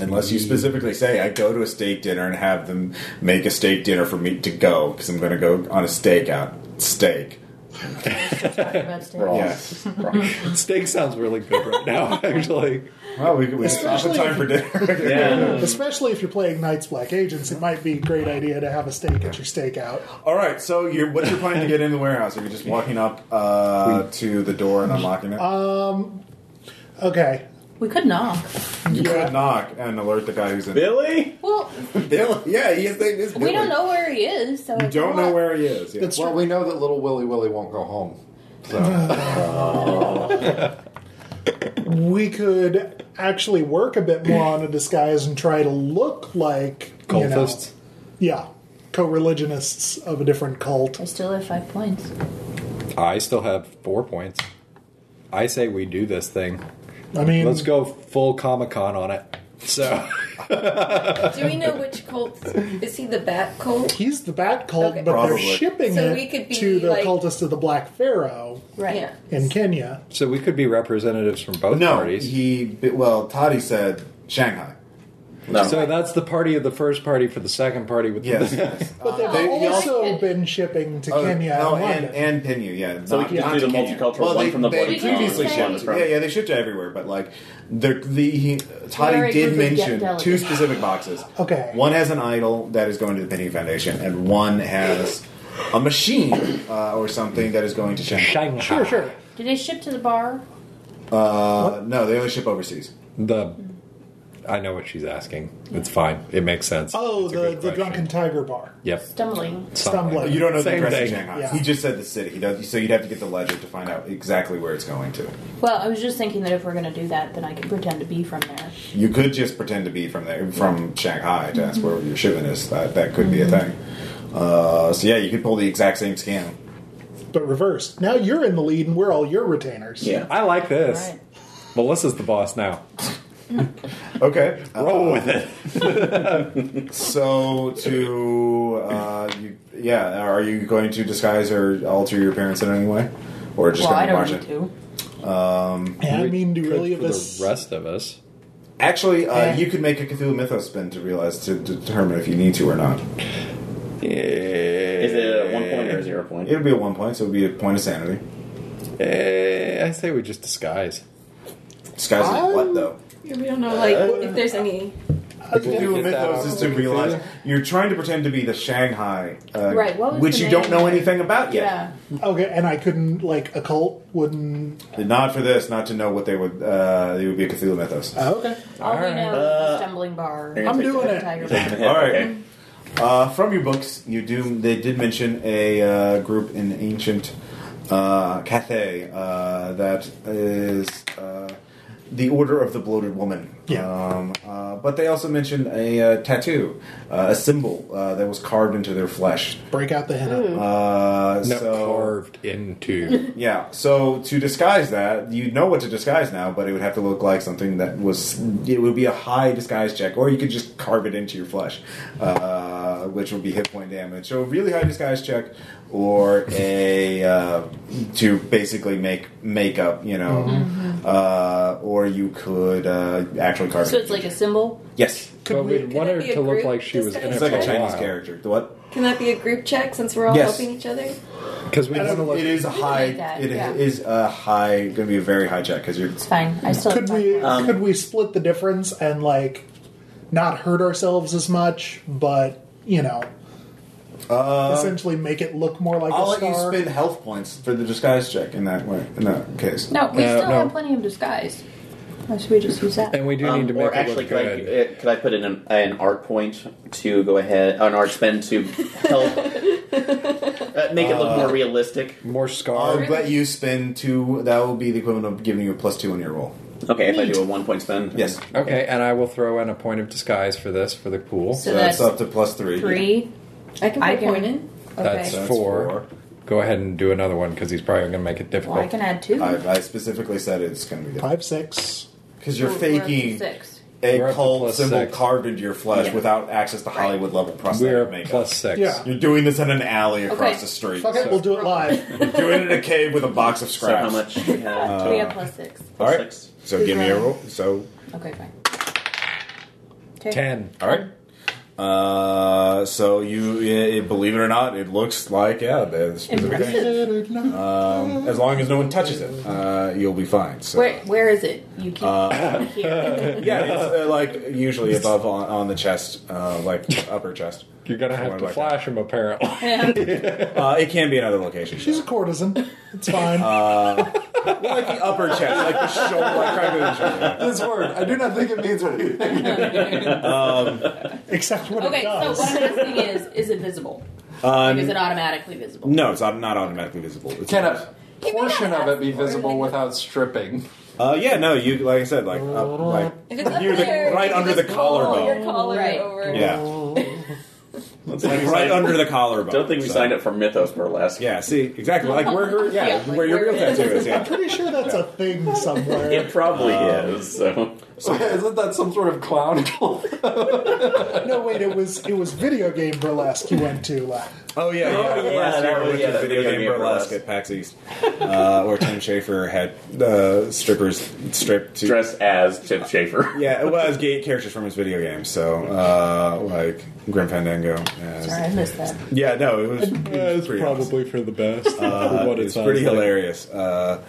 B: Unless you specifically say, I go to a steak dinner and have them make a steak dinner for me to go because I'm going to go on a stakeout. Steak. Yeah.
H: steak sounds really good right now, actually.
B: Well, we, we
A: stop Especially-
B: time for dinner.
A: Especially if you're playing Knights Black Agents, it might be a great idea to have a steak at your stakeout.
B: All right, so you're, what's your plan to get in the warehouse? Are you just walking up uh, to the door and unlocking it?
A: Um, okay.
F: We could knock.
B: you could knock and alert the guy who's in
O: Billy?
F: Well,
B: Billy? Yeah, his name is Billy.
E: We don't know where he is, so
B: You don't know where he is. Yeah.
P: well, we know that little Willy Willy won't go home. So.
A: We could actually work a bit more on a disguise and try to look like you know,
H: Cultists.
A: yeah, co-religionists of a different cult.
F: I still have five points.
H: I still have four points. I say we do this thing.
A: I mean-
H: let's go full Comic Con on it. So
I: Do we know which cult? Is he the Bat cult?
A: He's the Bat Cult,
I: Okay.
A: but
H: Probably.
A: they're shipping
I: So
A: it
I: we could be,
A: to the
I: like-
A: cultist of the Black Pharaoh
I: Right. Yeah.
A: in Kenya.
H: So we could be representatives from both
B: No,
H: parties.
B: he well, Toddy said Shanghai. No.
H: So that's the party of the first party for the second party with
B: Yes, Uh,
H: the
A: But they've
B: They- they
A: also been shipping to
B: Oh,
A: Kenya
B: no,
A: and
B: and,
A: London.
B: and Pinyu, yeah.
D: So we
B: not-
D: can just
B: not
D: do the
B: Kenya.
D: multicultural
B: well,
D: one
B: they,
D: from the
B: they
D: Baltic
B: previously
D: Colony.
B: shipped.
D: Yeah.
B: Yeah, yeah, they shipped to everywhere, but like the the he,
A: We're
B: Toddy
A: a
B: did
A: group of de-
B: mention
A: delegates.
B: two specific boxes.
A: Okay.
B: one has an idol that is going to the Pinyu Foundation, and one has a machine uh, or something that is going to Shanghai.
H: Sure,
A: sure.
F: Do they ship to the bar?
B: Uh, no, they only ship overseas.
H: the. I know what she's asking. It's fine. It makes sense.
A: oh, the, the Drunken Tiger Bar.
H: Yep.
F: Stumbling.
A: Stumbling.
B: You don't know
H: Same
B: the address
H: thing.
B: of Shanghai.
A: Yeah.
B: He just said the city. He does, so you'd have to get the legend to find out exactly where it's going to.
F: Well, I was just thinking that if we're going to do that, then I can pretend to be from there.
B: You could just pretend to be from there, from Shanghai to ask where your shipment is. That that could be a
F: Mm-hmm.
B: thing. Uh, so yeah, you could pull the exact same scam.
A: But reversed. Now you're in the lead, and we're all your retainers.
H: I like this. Melissa's the boss now.
B: Okay,
H: roll with it.
B: so to uh, you, yeah, are you going to disguise or alter your appearance in any way, or just
F: well, I
B: going to
F: don't
B: march
F: need
B: it?
F: to.
B: Um,
A: And I mean, do really of us.
H: The rest of us.
B: actually, uh,
A: Yeah.
B: you could make a Cthulhu Mythos spin to realize to determine if you need to or not.
D: Is it a one point or a zero point?
B: It'd be a one point, so it'd be a point of sanity.
H: Eh, I say we just disguise.
B: Disguise as what though?
I: Yeah, we don't know, like,
B: Uh,
I: if there's any.
B: Cthulhu Mythos is to realize you're trying to pretend to be the Shanghai, uh,
I: Right, what was
B: which
I: the
B: you don't
I: name?
B: know anything about yet.
A: Okay, and I couldn't like a cult wouldn't.
B: Not for this, not to know what they would. Uh, it would be a Cthulhu Mythos.
A: Oh, okay,
F: All, we
H: Alright.
F: know is the
B: Uh,
F: stumbling bar.
B: I'm
F: the
A: doing it.
F: Tiger bar.
B: All right. Uh, from your books, you do. They did mention a uh, group in ancient uh, Cathay uh, that is uh, the Order of the Bloated Woman.
A: Yeah.
B: Um, uh, but they also mentioned a uh, tattoo, uh, a symbol uh, that was carved into their flesh.
A: break out the henna.
B: Uh,
H: No,
B: so
H: carved into.
B: Yeah. So to disguise that, you know what to disguise now, but it would have to look like something that was. It would be a high disguise check, or you could just carve it into your flesh, uh, which would be hit point damage. So a really high disguise check, or a uh, to basically make makeup, you know, uh, or you could uh, actually carve.
F: So
B: it.
F: it's like a symbol.
B: yes.
H: but we'd want
I: it
H: her
I: be a
H: to look
I: group
H: like she was in it
B: It's
H: for
B: like a
H: a
B: Chinese
H: while.
B: character. The What?
I: Can that be a group check since we're all
B: Yes.
I: helping each other?
H: Because we want to look.
B: It is a high.
F: like that,
B: It is
F: yeah.
B: a high. Going to be a very high check because you're
F: It's fine. I still
A: Could
F: have
A: we
D: Um,
A: could we split the difference and like not hurt ourselves as much, but you know, essentially make it look more like
B: Uh, I'll
A: a
B: let you
A: star?
B: spend health points for the disguise check in that way. In that case,
F: No, we
H: Uh,
F: still
H: no.
F: have plenty of disguise. Why should we just use that?
H: And we do
D: Um,
H: need to make
D: or
H: it
D: actually,
H: look
D: could I,
H: good.
D: uh, could I put in an, an art point to go ahead, an art spend to help uh, make it look more realistic?
H: More scar.
B: I'll let you spend two. That will be the equivalent of giving you a plus two on your roll.
D: Okay, if I do a one point spend,
B: Yes,
H: Okay, and I will throw in a point of disguise for this for the pool.
F: So
B: so that's
F: that's
B: up to plus three.
F: Three.
I: I can put
F: I
I: a
F: can-
I: point in.
H: That's
B: That's
H: four. Go ahead and do another one because he's probably going to make it difficult.
F: Well, I can add two.
B: I, I specifically said it's going to be
A: Five six.
B: because you're
F: We're- we're up to
B: faking.
F: Six.
B: a
H: We're up to
B: cult
H: plus
B: symbol
H: six.
B: carved into your flesh
H: Yeah.
B: without access to Hollywood level prosthetic
H: We're
B: makeup.
H: plus six.
A: Yeah.
B: You're doing this in an alley
F: Okay.
B: across the street.
A: Fuck it, we'll do it live.
B: You're doing it in a cave with a box of scraps.
D: So how much?
B: Uh,
F: we have plus six.
B: all right. So give me a
F: Right.
B: roll. So
F: Okay, fine. Okay.
B: All right. Uh, so you, i i- believe it or not, it looks like yeah, the specific thing. Um, as long as no one touches it, uh, you'll be fine. So.
F: Where where is it? You keep
B: Uh,
F: here.
B: yeah, it's uh, like usually above on, on the chest, uh, like upper chest.
H: You're gonna have to
B: Like
H: flash him apparently.
B: that. Uh, it can be another location.
A: She's a courtezan. It's fine.
B: Uh, well, like the upper chest, like the shoulder, like right below the shoulder.
G: This word, I do not think it means what you think.
A: Except what
F: okay,
A: it
F: so
A: does.
F: what I'm asking is, is it visible?
B: Um,
F: Like, is it automatically visible?
B: No, it's not, not automatically visible. It's
G: Can a portion of it be visible without stripping?
B: Uh, yeah, no, you like I said, like up, like
E: If it's up
B: near the,
E: there,
B: right
E: you
B: under the
E: just pull Your
B: collarbone.
E: collar
F: Right.
E: over.
B: Yeah, like right under the collarbone.
D: Don't think we
B: So-
D: signed up for Mythos Burlesque.
B: Yeah, see exactly like where her yeah,
F: Yeah, like
B: where your
F: where
B: real
F: it
B: tattoo
A: I'm
B: is. Yeah.
A: pretty sure that's a thing somewhere.
D: It probably
B: Um,
D: is. So
G: So isn't that some sort of clown?
A: No, wait, it was it was video game burlesque you went to. Like,
B: Oh yeah, yeah.
D: yeah,
B: last
D: that
B: year
D: was-
B: with
D: yeah,
B: the
D: that
B: video
D: video
B: game
D: game
B: burlesque at
D: burlesque.
B: PAX East, uh, where Tim Schafer had uh, strippers stripped to
D: dressed as Tim Schafer.
B: Yeah, it was gay characters from his video game. So uh, like Grim Fandango. as-
F: Sorry, I missed that.
B: Yeah, no, it was, it was
H: That's
B: pretty awesome.
H: probably for the best.
B: Uh,
H: for what
B: it's
H: it's
B: pretty
H: honestly.
B: hilarious. Uh,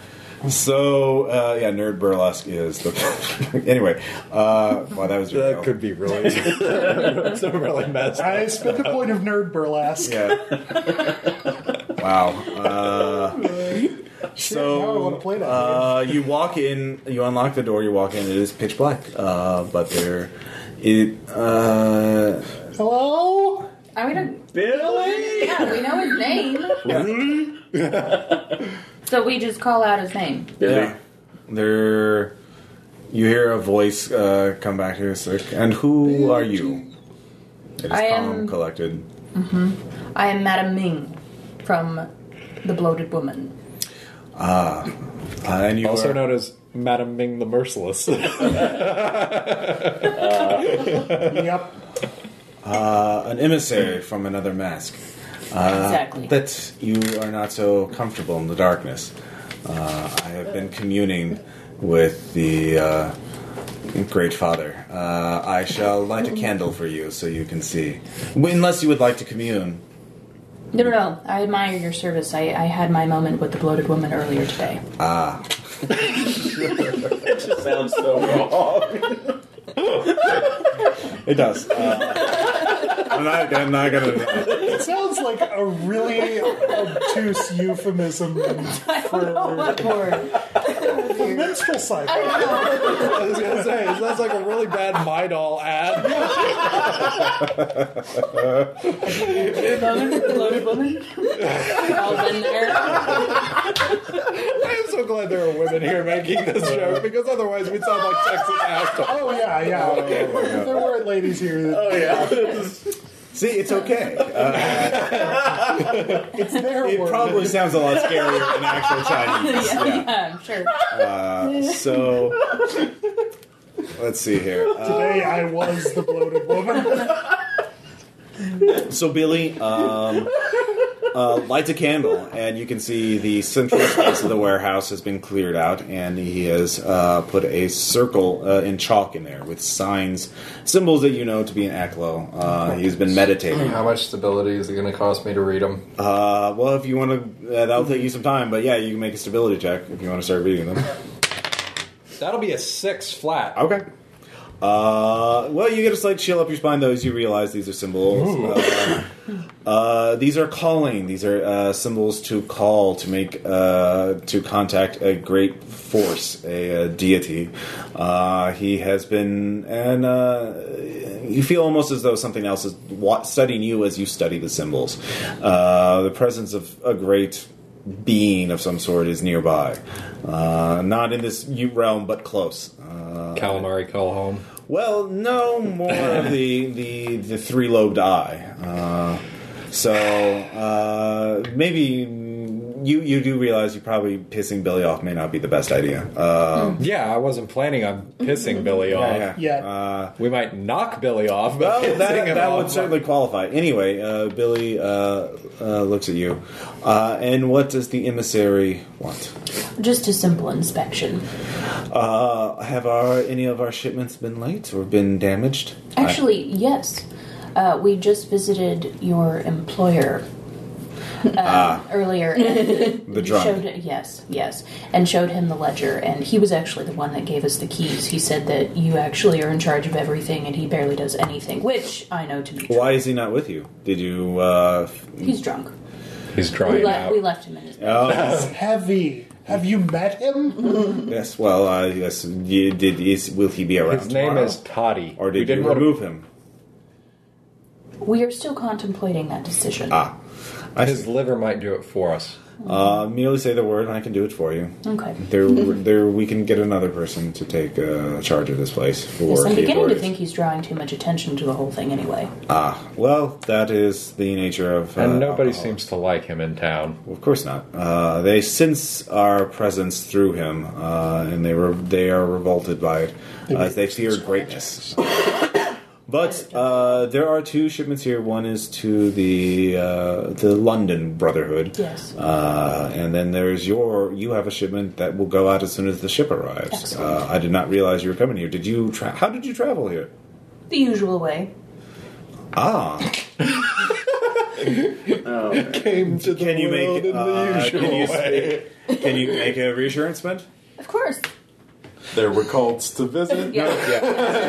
B: so uh, yeah, nerd burlesque is the anyway. Uh, well, that was your
H: That could be really. it's a really messed.
A: I spent the point of nerd burlesque.
B: yeah. wow. Uh, so
A: now I wanna play that
B: uh, you walk in, you unlock the door, you walk in. It is pitch black, uh, but there, it. Uh,
A: Hello?
F: Are we done?
D: Billy.
F: Yeah, we know his name. so we just call out his name.
D: Billy.
B: yeah, there. You hear a voice uh, come back to you, it's like, and who are you? It is
F: I am-
B: calm, collected.
F: I am Madame Ming from The Bloated Woman.
B: Ah, uh, and you
H: Also
B: are,
H: known as Madam Ming the Merciless.
A: Yep.
B: uh, an emissary from another mask. Uh,
F: Exactly.
B: That you are not so comfortable in the darkness. Uh, I have been communing with the uh, Great Father. Uh, I shall light a candle for you so you can see. Unless you would like to commune.
F: No, no, no. I admire your service. I, I had my moment with The Bloated Woman earlier today.
B: Ah,
D: It just sounds so wrong.
B: it does. Uh, I'm not, I'm not gonna. uh,
A: It sounds like a really obtuse euphemism for
F: Or-
A: for menstrual cycle.
H: I was gonna say, it sounds like a really bad Midol ad.
F: Bloated, bloated Woman? We've all been there.
H: I'm so glad there are women here making this joke because otherwise we'd sound like Texas assholes.
A: Oh yeah, yeah. If there weren't ladies here,
D: Oh yeah.
B: See, it's okay. Uh,
A: it's their
B: it
A: word.
B: probably sounds a lot scarier in actual Chinese.
F: Yeah,
B: Yeah.
F: yeah, I'm sure.
B: Uh, so let's see here. Uh,
A: Today I was the bloated woman.
B: so Billy um, uh, lights a candle, and you can see the central space of the warehouse has been cleared out, and he has uh, put a circle uh, in chalk in there with signs, symbols that you know to be an aklo. Uh, he's been meditating.
G: How much stability is it going to cost me to read them?
B: Uh, well, if you want to, uh, that'll take you some time, but yeah, you can make a stability check if you want to start reading them.
H: That'll be a six flat.
B: Okay. Uh, well, you get a slight chill up your spine though as you realize these are symbols. Uh, uh, these are calling. These are uh, symbols to call to make uh, to contact a great force, a, uh deity. Uh, he has been, and uh, you feel almost as though something else is wa- studying you as you study the symbols. Uh, the presence of a great being of some sort is nearby, uh, not in this realm, but close. Uh,
H: Calamari call home.
B: well, no more of the the the three lobed eye. Uh, so uh, maybe mm, you you do realize you probably pissing Billy off may not be the best idea. Um,
G: yeah, I wasn't planning on pissing Billy off.
B: Yeah, yeah.
G: Uh, we might knock Billy off, but
B: Well, that,
G: pissing him
B: that
G: off
B: would certainly qualify. Anyway, uh, Billy uh, uh, looks at you. Uh, and what does the emissary want?
F: Just a simple inspection.
B: Uh, have our any of our shipments been late or been damaged?
F: Actually, yes. Uh, we just visited your employer uh,
B: Ah.
F: earlier. And
B: The drunk.
F: Showed, yes, yes. And showed him the ledger, and he was actually the one that gave us the keys. He said that you actually are in charge of everything, and he barely does anything, which I know to be true.
B: Why is he not with you? Did you? Uh,
F: He's drunk.
G: He's
F: We, le- we left him in his
A: That's
B: Oh.
A: heavy. Have you met him?
B: yes. Well, uh, yes. You did. Is will he be around?
G: His name
B: tomorrow?
G: is Toddy.
B: Or did
G: We didn't
B: you
G: want to-
B: remove him?
F: We are still contemplating that decision.
B: Ah,
G: his liver might do it for us.
B: Uh, merely say the word, and I can do it for you.
F: Okay.
B: There, there, we can get another person to take uh, charge of this place for
F: Yes,
B: the
F: I'm beginning to
B: authorities.
F: think he's drawing too much attention to the whole thing anyway.
B: Ah, well, that is the nature of. uh,
H: Uh,
G: And nobody
B: seems
G: to like him in town.
B: Of course not. Uh, they sense our presence through him, uh, and they re- they are revolted by it. Uh, they fear greatness. But uh, there are two shipments here. One is to the uh, the London Brotherhood.
F: Yes.
B: Uh, and then there's your you have a shipment that will go out as soon as the ship arrives. Uh, I did not realize you were coming here. Did you? Tra- how did you travel here?
F: The usual way.
B: Ah.
C: Came to the
B: Oh. Can you
C: world
B: make
C: in the
B: uh,
C: usual
B: can you,
C: way.
B: can you make a reassurance spend?
F: Of course.
H: There were cults to visit.
F: Yeah.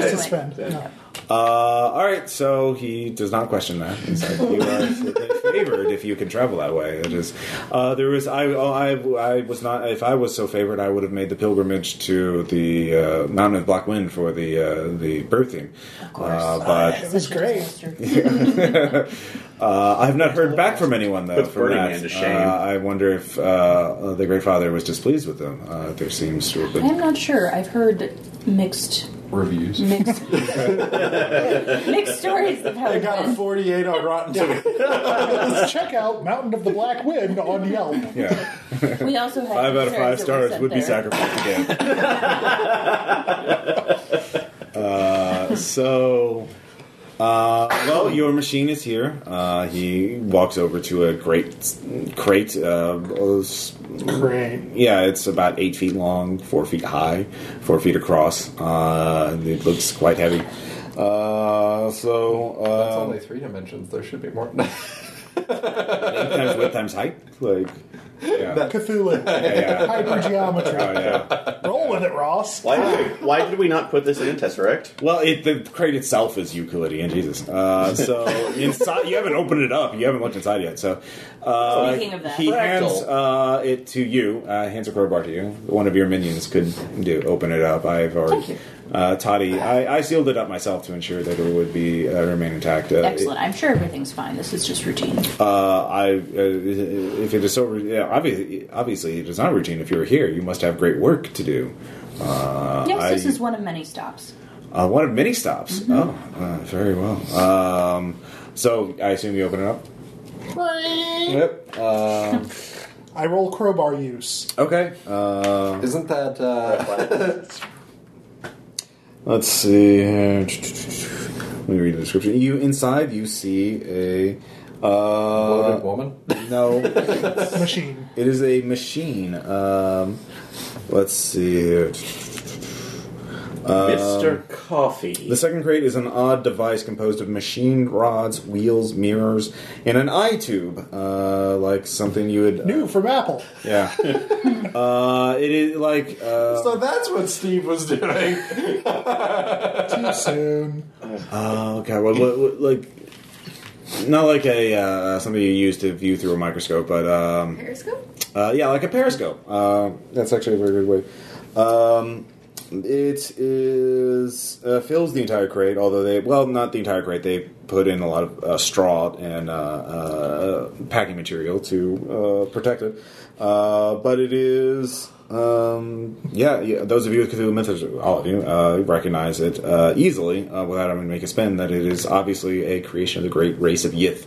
A: Just to spend. No.
B: Uh, all right, so he does not question that. He's like, you are favored if you can travel that way. It is. Uh, there was I, oh, I I was not if I was so favored I would have made the pilgrimage to the uh, Mountain of Black Wind for the uh, the Uh, birth theme. Of course,
H: Uh,
A: It was great.
B: uh, I've not heard back from anyone though.
D: Puts
B: from
D: Burning
B: that.
D: Man to shame.
B: Uh, I wonder if uh, uh, the Great Father was displeased with them. Uh, there seems to have
F: I'm
B: been
F: not sure. I've heard mixed
H: Reviews.
F: mixed mixed stories of how
H: They got a 48 on Rotten Tomatoes.
A: Let's check out Mountain of the Black Wind on Yelp.
B: yeah.
F: we also had
B: Five out of five
F: concerns
B: stars
F: that we sent
B: would be
F: there.
B: sacrificed again. uh, so, uh, well, your machine is here. Uh, he walks over to a great crate. Uh, s-
A: Great.
B: yeah, it's about eight feet long, four feet high, four feet across. Uh, it looks quite heavy. Uh, so uh,
G: Um,
H: That's only three dimensions. There should be more.
B: times width times height, like yeah.
A: Cthulhu.
B: yeah.
A: Hypergeometry.
B: Oh, yeah.
A: Roll with it, Ross.
D: Why did, why did we not put this in Tesseract?
B: Well, it, the crate itself is Euclidean, Jesus. Uh, so inside, you haven't opened it up. You haven't looked inside yet. So, uh,
F: Speaking of that.
B: he
F: Fractal.
B: hands uh, it to you. Uh, hands a crowbar to you. One of your minions could do open it up. I've already.
F: Thank you.
B: Uh, Toddy, I, I sealed it up myself to ensure that it would be uh, remain intact. Uh, it-
F: Excellent. I'm sure everything's fine. This is just routine.
B: uh, I, uh, if it is so, yeah, obviously, obviously, it is not routine. If you're here, you must have great work to do. Uh,
F: yes, this
B: I-
F: is one of many stops.
B: Uh, one of many stops. Oh, uh, very well. Um, so I assume you open it up. Yep. Um,
A: I roll crowbar use.
B: okay. Um
H: Isn't that uh,
B: let's see. here. Let me read the description. You inside, you see a.
H: loaded
B: Uh,
H: woman?
B: no,
A: Machine.
B: it is a machine. Um, let's see. Here. Um,
D: Mr. Coffee.
B: The second crate is an odd device composed of machined rods, wheels, mirrors, and an eye tube, uh, like something you would. uh,
A: New from Apple.
B: Yeah. uh, it is like. Uh,
H: So that's what Steve was doing.
A: Too soon.
B: oh, okay. Well, what, what, like. Not like a uh, something you use to view through a microscope, but um,
I: Periscope?
B: uh, yeah, like a periscope. Uh, that's actually a very good way. Um, it is uh, fills the entire crate, although they well, not the entire crate. They put in a lot of uh, straw and uh, uh, packing material to uh, protect it, uh, but it is. Um, yeah, yeah, those of you with Cthulhu Mythos, all of you, uh, recognize it uh, easily uh, without having to make a spin that it is obviously a creation of the great race of Yith.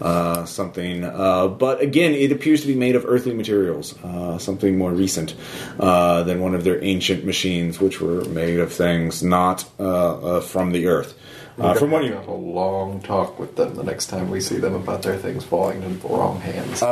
B: uh, something. Uh, but again, it appears to be made of earthly materials, uh, something more recent uh, than one of their ancient machines, which were made of things not uh, uh, from the earth. Uh, from what you
H: have a long talk with them the next time we see them about their things falling into the wrong hands.
G: Uh,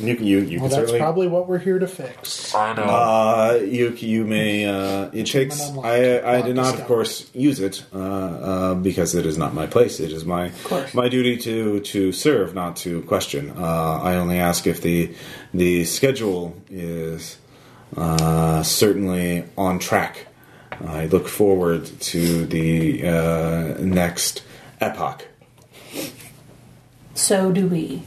B: Um, you can you, you
A: Well,
B: can
A: that's
B: certainly.
A: probably what we're here to fix.
B: I know. Uh, you you may uh, it takes. I I did not, of course, use it uh, uh, because it is not my place. It is my my duty to to serve, not to question. Uh, I only ask if the the schedule is uh, certainly on track. I look forward to the uh, next epoch.
F: So do we.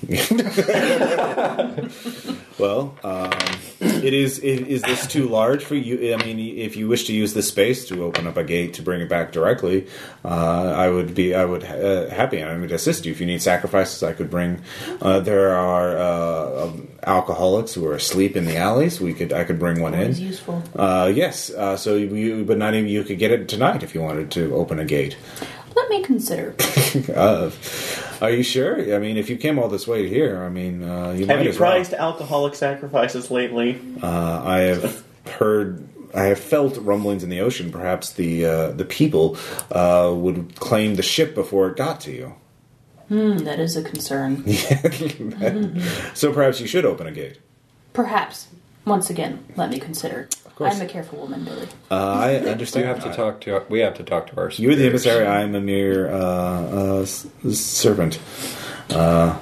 B: Well, um, it is. It, is this too large for you? I mean, if you wish to use this space to open up a gate to bring it back directly, uh, I would be. I would uh, happy. and I would assist you if you need sacrifices. I could bring. Uh, there are uh, um, alcoholics who are asleep in the alleys. We could. I could bring one
F: Always
B: in.
F: useful.
B: Uh, yes. Uh, so you, but not even you could get it tonight if you wanted to open a gate.
F: Let me consider.
B: uh, are you sure? I mean, if you came all this way here, I mean, uh, you
D: Have
B: might
D: you
B: as well.
D: prized alcoholic sacrifices lately?
B: Uh, I have heard, I have felt rumblings in the ocean. Perhaps the uh, the people uh, would claim the ship before it got to you.
F: Hmm, that is a concern.
B: so perhaps you should open a gate.
F: Perhaps. Once again, let me consider.
G: course.
F: I'm a careful woman, Billy.
B: Uh, I understand.
G: You have to talk to. We have to talk to our.
B: You're the emissary. I am a mere uh, uh, s- servant. Uh,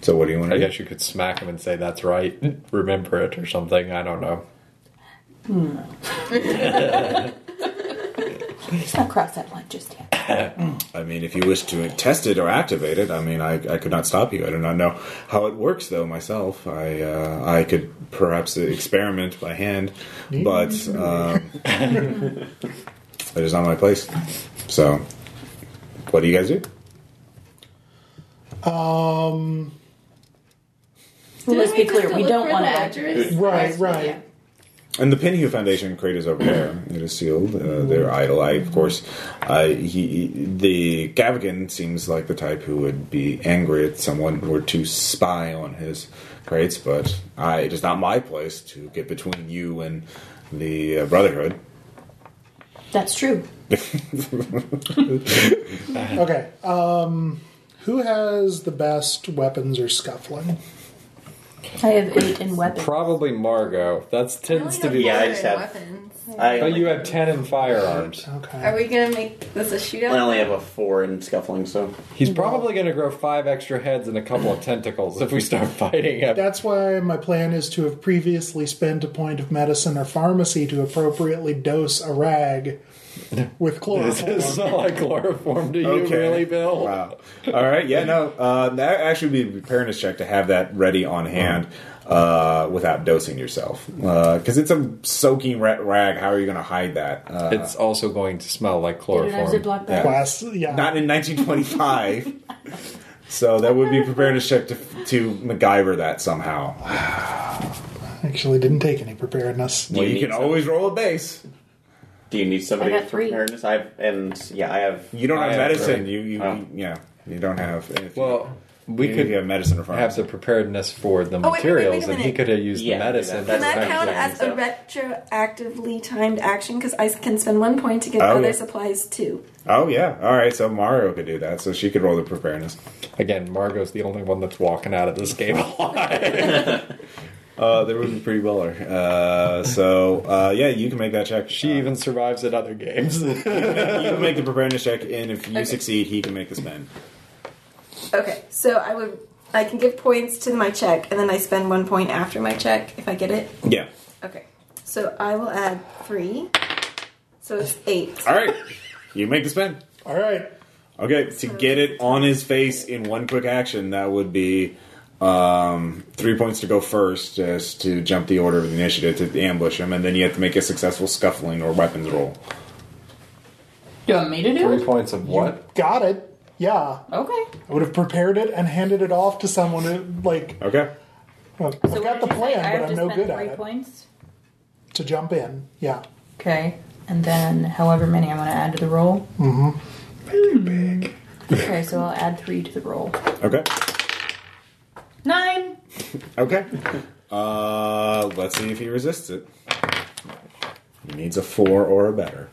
B: so what do you want?
G: I guess you could smack him and say that's right. Remember it or something. I don't know.
F: Hmm. Let's not cross that line just yet.
B: I mean, if you wish to test it or activate it, I mean, I, I could not stop you. I do not know how it works, though. Myself, I uh, I could perhaps experiment by hand, but um, it is not my place. So, what do you guys do?
A: Um,
F: Well, let's be
I: Didn't we
F: clear.
I: just
F: We
I: look
F: don't
I: for
F: want to
I: the
F: act.
I: ledgers?
A: right, right.
B: And the Pinhue Foundation crate is over there. It is sealed. Uh, their idol, I, of course, uh, he, the Gavigan seems like the type who would be angry if someone were to spy on his crates, but I, it is not my place to get between you and the uh, Brotherhood.
F: That's true.
A: Okay. Um, who has the best weapons or scuffling?
F: I have eight in weapons.
G: Probably Margot. That's tends to be.
D: Yeah, I just have. I
A: Oh,
G: But
D: only,
G: you have ten in firearms.
I: Are we gonna make this a shootout?
D: I only have a four in scuffling, so
G: He's probably going to grow five extra heads and a couple of tentacles if we start fighting him.
A: That's why my plan is to have previously spent a point of medicine or pharmacy to appropriately dose a rag with
G: This
A: chloroform.
G: is not like chloroform to you,
B: Okay.
G: really, Bill?
B: Wow. All right. Yeah. No. Uh, that actually would be a preparedness check to have that ready on
G: Uh-huh.
B: hand uh, without dosing yourself because it's a soaking ra- rag. How are you going to hide that? Uh,
G: It's also going to smell like
F: Did it have Ziploc
G: chloroform.
F: bags?
A: Class- yeah.
B: Not in 1925. so that would be preparedness check to to MacGyver that somehow.
A: Actually, didn't take any preparedness.
B: Well, you, can always roll a base.
D: do you need somebody
A: I got
D: for
A: three.
D: preparedness? I have, and yeah, I have.
B: You don't
G: I
B: have
G: have
B: medicine.
G: three.
B: You you
G: Oh.
B: yeah. You don't have. If
G: Well, we
B: Maybe
G: could
B: if you have medicine or
G: have the preparedness for the
I: wait, Oh, wait,
G: materials,
I: wait a
G: and he
I: minute.
G: could have used
D: Yeah,
G: the medicine.
I: Can
D: that's
I: that
D: fine.
I: count as a retroactively timed action? Because I can spend one point to get
B: Oh,
I: other
B: yeah.
I: supplies too.
B: oh yeah. All right. So Mario could do that. So she could roll the preparedness.
G: Again, Margot's the only one that's walking out of this game
B: Uh, they would be pretty well. Uh, so uh, yeah, you can make that check. She
G: even survives at other games.
B: you can make the preparedness check, and if you succeed, he can make the spend.
I: Okay, so I would I can give points to my check, and then I spend one point after my check if I get it.
B: Yeah.
I: Okay, so I will add three, so it's eight.
B: All right. You make the spend.
A: All right.
B: Okay, to get it on his face in one quick action, that would be um, three points to go first, as to jump the order of the initiative to ambush him, and then you have to make a successful scuffling or weapons roll.
F: Do you want me to do
H: Three
F: it?
H: points of what?
A: Got it. Yeah.
F: Okay.
A: I would have prepared it and handed it off to someone who, like,
B: Okay.
A: well,
F: So
A: I've
F: what
A: got the
F: did you say?
A: plan,
F: I have
A: but I'm
F: to
A: no
F: spend
A: good
F: three
A: at it.
F: points.
A: To jump in. Yeah.
F: Okay. And then however many I want to add to the roll.
A: Mm-hmm.
F: Pretty big. Okay, so I'll add three to the roll.
B: Okay.
F: Nine.
B: Okay. Uh, let's see if he resists it. He needs a four or a better.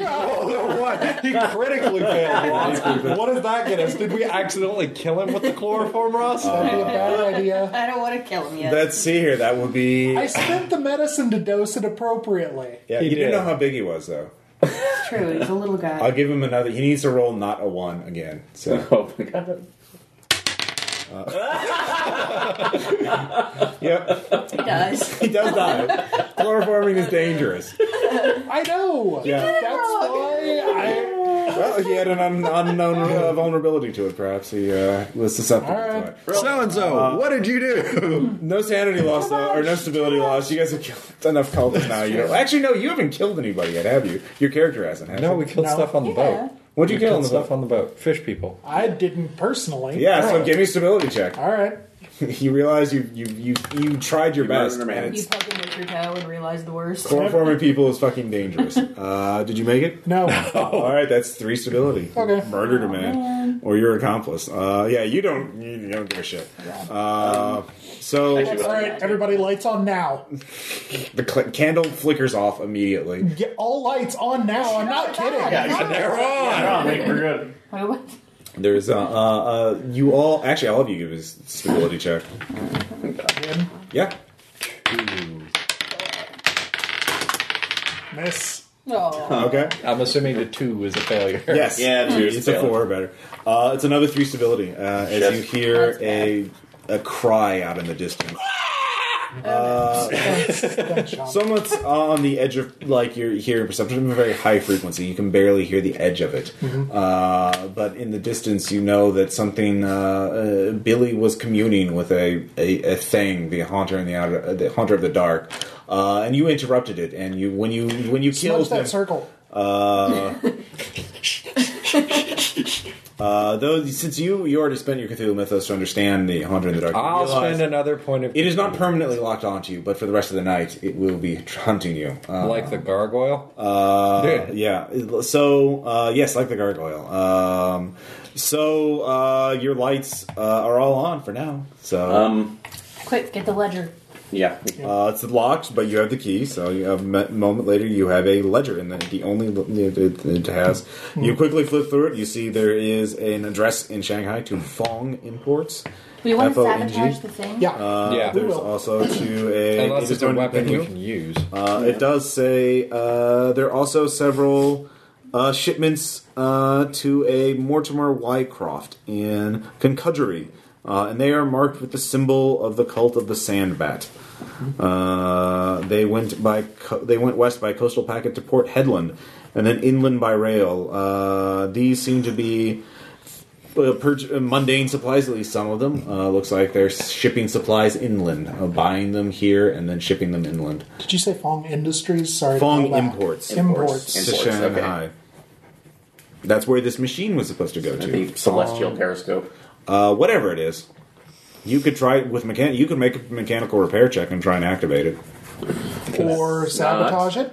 C: Oh, what? He critically failed once. What does that get us? Did we accidentally kill him with the chloroform, Ross?
A: That'd be a bad idea.
E: I don't want to kill him yet.
B: Let's see here. That would be.
A: I spent the medicine to dose it appropriately.
B: Yeah,
A: He
B: you didn't
A: did.
B: know how big he was, though.
E: That's true. He's a little guy.
B: I'll give him another. He needs to roll not a one again. So.
D: Oh my god.
B: Yep.
E: He does.
B: He does die. Chloroforming is dangerous.
A: I know.
B: Yeah.
A: That's why
B: Well, he had an un- unknown uh, vulnerability to it. Perhaps he uh, was susceptible to it. uh,
C: So and so, what did you do?
B: No sanity loss though, or no stability loss. You guys have killed enough cultists now. You don't, actually, no, you haven't killed anybody yet, have you? Your character hasn't. Have
G: No,
B: you?
G: we killed stuff on the
E: Yeah.
G: boat.
B: What'd you
G: We
B: kill on
G: killed
B: the
G: stuff
B: boat?
G: on the boat? Fish people.
A: I, I didn't personally.
B: Yeah, so give me a stability check.
A: All right.
B: you realize you you you you tried your best,
D: murdered a man.
B: and
F: You
B: it's
F: fucking with your toe and realize the worst.
B: chloroforming people is fucking dangerous. Uh, did you make it?
A: No.
B: All right, that's three stability.
A: Okay.
B: murdered a man, or your accomplice. Uh, yeah, you don't you, you don't give a shit. Uh, so
D: Actually,
A: All right, everybody, lights on now.
B: the cl- candle flickers off immediately.
A: Get all lights on now. I'm not kidding.
D: Yeah,
C: They're on.
D: I think we're good.
F: Wait, what?
B: There's uh, uh, uh, you all actually all of you give a s- stability check. Yeah.
A: Miss.
F: Oh.
B: Okay.
G: I'm assuming the two is a failure.
B: Yes.
D: Yeah, dude,
B: It's a
D: failed.
B: four or better. Uh, it's another three stability. Uh, as
D: Yes.
B: you hear a a cry out in the distance.
A: Gunshot.
B: Someone's on the edge of like your hearing perception of a very high frequency. You can barely hear the edge of it, uh, but in the distance, you know that something. Uh, uh, Billy was communing with a, a, a thing, the haunter in the outer, uh, the haunter of the dark, uh, and you interrupted it. And you when you when you
A: Punch
B: killed
A: that
B: him,
A: circle.
B: uh, uh, though since you you already spent your Cthulhu mythos to understand the haunter in the dark, you
G: I'll
B: realize-
G: spend another point of.
B: It is not permanently locked onto you, but for the rest of the night, it will be hunting you. Uh,
G: like the gargoyle.
B: uh,
G: Yeah.
B: yeah. So, uh, yes, like the gargoyle. Um, so, uh, your lights uh, are all on for now. So,
D: Um,
F: Quick, get the ledger.
D: yeah.
B: uh, it's locked, but you have the key. So, you have, a moment later, you have a ledger, and the, the only it, it, it has. You quickly flip through it. You see there is an address in Shanghai to Fong Imports.
F: Do we want to
B: FONG.
F: sabotage the thing?
A: Yeah.
B: Uh,
G: Yeah.
B: There's
A: We will.
B: also to a
G: Unless it's a
B: different
G: weapon
B: venue.
G: we can use.
B: Uh, It does say uh, there are also several uh, shipments uh, to a Mortimer Wycroft in Concudgery, uh, and they are marked with the symbol of the cult of the Sandbat. Uh, they went by co- they went west by coastal packet to Port Headland, and then inland by rail. Uh, these seem to be uh, purge- uh, mundane supplies, at least some of them. Uh, looks like they're shipping supplies inland, uh, buying them here and then shipping them inland.
A: Did you say Fong Industries? Sorry. to
B: Fong
A: go back.
B: Imports.
A: Imports.
B: to
D: Imports,
B: Shanghai. That's where this machine was supposed to go to.
D: The celestial periscope.
B: Uh, whatever it is, you could try it with mechan. You could make a mechanical repair check and try and activate it.
A: Or sabotage it?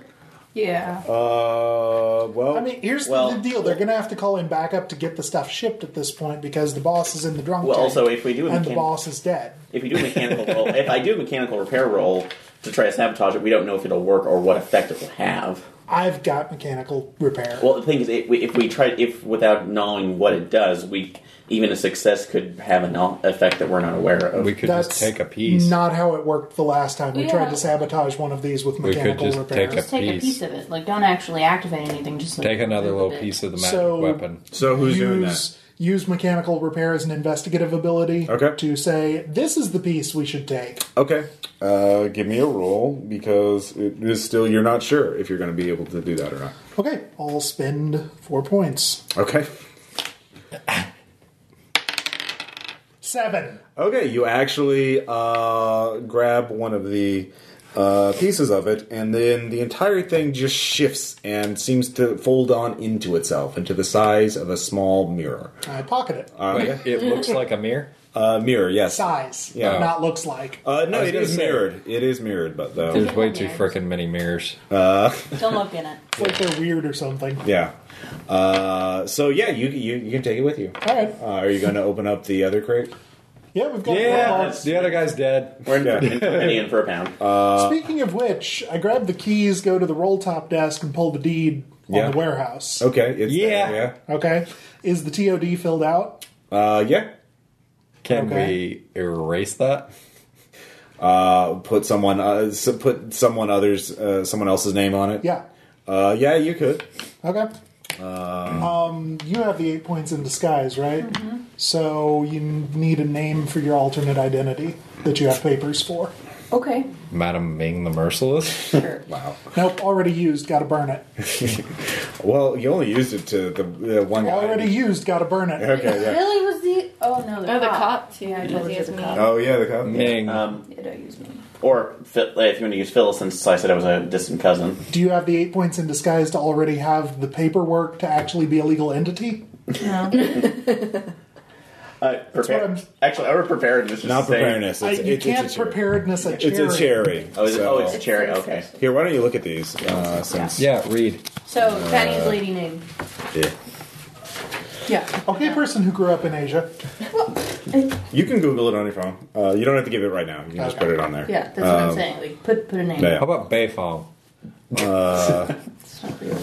F: Yeah.
B: Uh, well,
A: I mean, here's
D: Well-
A: the deal. They're going to have to call in backup to get the stuff shipped at this point because the boss is in the drunk
D: Well,
A: tank
D: also, if we do a
A: and the
D: mechan-
A: boss is dead.
D: If we do a mechanical roll, if I do a mechanical repair roll to try to sabotage it, we don't know if it'll work or what effect it will have.
A: I've got mechanical repair.
D: Well, the thing is, if we, if we try, if without knowing what it does, we even a success could have an o- effect that we're not aware of.
G: We could
A: That's
G: just take a piece.
A: Not how it worked the last time we
F: Yeah.
A: tried to sabotage one of these with
G: could
A: mechanical
G: just
A: repair.
G: take
F: Just take a
G: piece.
F: piece of it. Like, don't actually activate anything. Just like,
G: Take another
F: move a
G: little
F: bit.
G: piece of the magic
A: so,
G: weapon.
B: so who's
A: use,
B: doing that?
A: Use mechanical repair as an investigative ability
B: Okay.
A: to say this is the piece we should take.
B: Okay, uh, give me a roll because it is still you're not sure if you're going to be able to do that or not.
A: Okay, I'll spend four points.
B: Okay.
A: Seven.
B: Okay, you actually uh, grab one of the uh, pieces of it, and then the entire thing just shifts and seems to fold on into itself, into the size of a small mirror.
A: I pocket it.
B: Uh,
G: It looks like a mirror.
B: Uh, mirror, yes.
A: size,
B: Yeah.
A: not looks like.
B: Uh, no,
G: I was
B: it
G: gonna
B: is
G: say-
B: mirrored. It is mirrored, but though
G: There's way too
F: Mirrors.
G: frickin' many mirrors.
B: Uh,
F: Don't look in it.
A: It's like they're weird or something.
B: yeah. Uh, so yeah, you, you you can take it with you.
A: All right.
B: Uh, are you going to open up the other crate?
A: Yeah, we've got
G: Yeah,
A: one
G: the other guy's dead.
D: We're in,
B: Yeah.
D: for, in for a penny and for a pound.
A: more.
B: Uh,
A: Speaking of which, I grab the keys, go to the roll top desk, and pull the deed on
B: Yeah.
A: the warehouse.
B: okay. It's
G: Yeah.
B: there,
A: Okay. Is the TOD filled out?
B: yeah. Uh, yeah.
G: Can
A: Okay.
G: we erase that?
B: Uh, put someone uh, s put someone others uh, someone else's name on it.
A: Yeah.
B: Uh, yeah, you could.
A: Okay.
B: Uh,
A: um, you have the eight points in disguise, right? So you need a name for your alternate identity that you have papers for.
F: Okay.
G: Madam Ming the Merciless?
F: Sure.
G: wow.
A: Nope, already used. Got to burn it.
B: Well, you only used it to the uh, one. guy.
A: Already used. Got to burn it.
B: Okay. Yeah.
F: Billy was the. Oh no, the cop.
E: Oh, the cop too.
F: Yeah, I
E: because
F: totally did
E: he has
F: the
E: me.
F: cop.
B: Oh yeah, the cup.
G: Ming.
D: Um,
F: Yeah, don't use me.
D: or Phil, if you want to use Phil, since I said I was a distant cousin.
A: Do you have the eight points in disguise to already have the paperwork to actually be a legal entity?
D: Uh, prepare,
A: what I'm-
D: actually, our preparedness is
B: Not
D: the same.
B: preparedness.
A: I,
B: It's,
A: you
B: it's,
A: can't
B: it's a cherry.
A: preparedness a
B: It's
A: cherry.
B: a cherry.
D: Oh, is it, oh, it's
B: so-
D: a cherry. Okay.
B: here. Why don't you look at these? Uh, since
G: Yeah, read.
F: So Fanny's lady name.
B: Yeah.
F: Yeah. Oh,
A: Okay, person who grew up in Asia.
B: You can Google it on your phone. Uh, you don't have to give it right now. You can just
A: Okay.
B: put it on there.
F: Yeah, that's what
G: Um,
F: I'm saying. Like, put put a name.
B: Yeah.
G: How about Bayfong?
F: It's not real.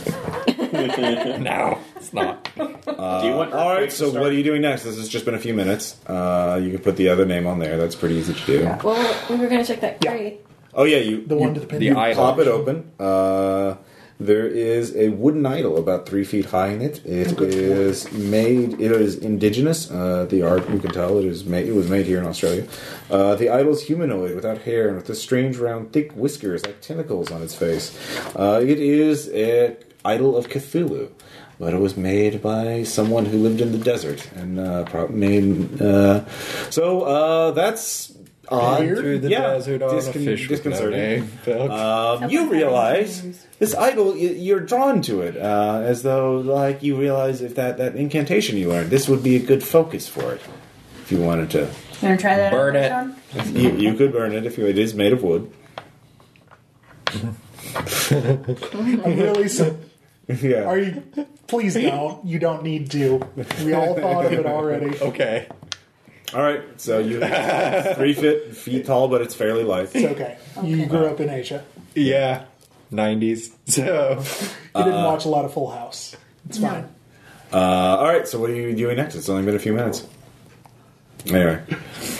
G: No, it's not.
D: do you want?
B: Uh, All right. So what are you doing next? This has just been a few minutes. Uh, you can put the other name on there. That's pretty easy to do.
E: Well, we were gonna check that
A: Yeah.
E: crate.
B: Oh yeah, you
A: The
B: you
A: one to the pin.
G: The idol.
B: pop it open. Uh, there is a wooden idol about three feet high in it. It is made. It is indigenous. Uh, the art you can tell it is made. It was made here in Australia. Uh, the idol is humanoid, without hair, and with a strange round, thick whiskers like tentacles on its face. Uh, it is an idol of Cthulhu. But it was made by someone who lived in the desert, and uh, pro- made. Uh, so uh, that's odd.
G: Through the
B: Yeah.
G: desert on
B: Discon-
G: a fish with no
B: disconcerting.
G: name. Folks.
B: Um, you realize this idol, y- you're drawn to it, uh, as though like you realize if that that incantation you learned, this would be a good focus for it. If you wanted to,
F: You want to try that?
G: Burn
F: on
G: it.
F: Amazon?
B: you, you could burn it if you. It is made of wood.
A: I'm really. So,
B: yeah.
A: are you? Please don't. You don't need to. We all thought of it already.
G: okay.
B: All right. So you three feet feet tall, but it's fairly Uh, light.
A: It's okay. You grew up in Asia.
G: Yeah. 90s. So,
A: You didn't watch a lot of Full House. It's fine.
B: Uh, all right. So what are you doing next? It's only been a few minutes. Anyway,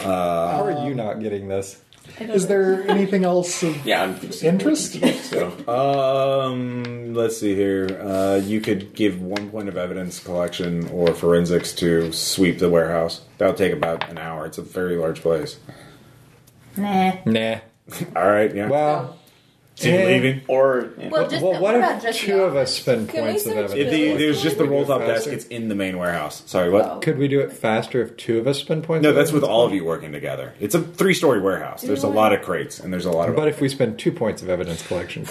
G: how are you not getting this?
A: Is there anything else of
D: Yeah, I'm just,
A: interest?
D: so
B: um, let's see here. Uh, you could give one point of evidence collection or forensics to sweep the warehouse. That'll take about an hour. It's a very large place.
F: Nah.
G: Nah.
B: All right. Yeah.
G: Well,
B: so you're
G: yeah.
B: leaving.
D: or
F: Well, just
G: well
F: the-
G: what
F: about
G: if
F: just the
G: two of us
F: office?
G: spend
E: Can we
G: points of
E: search
G: evidence?
B: If the,
E: Yeah.
B: there's just the roll top desk.
G: Faster.
B: It's in the main warehouse. Sorry, what?
E: Oh.
G: Could we do it faster if two of us spend points?
B: No,
G: of
B: that's with
G: evidence?
B: all of you working together. It's a three-story warehouse. There's a lot of crates and there's a lot of.
G: But if we spend two points of evidence collection,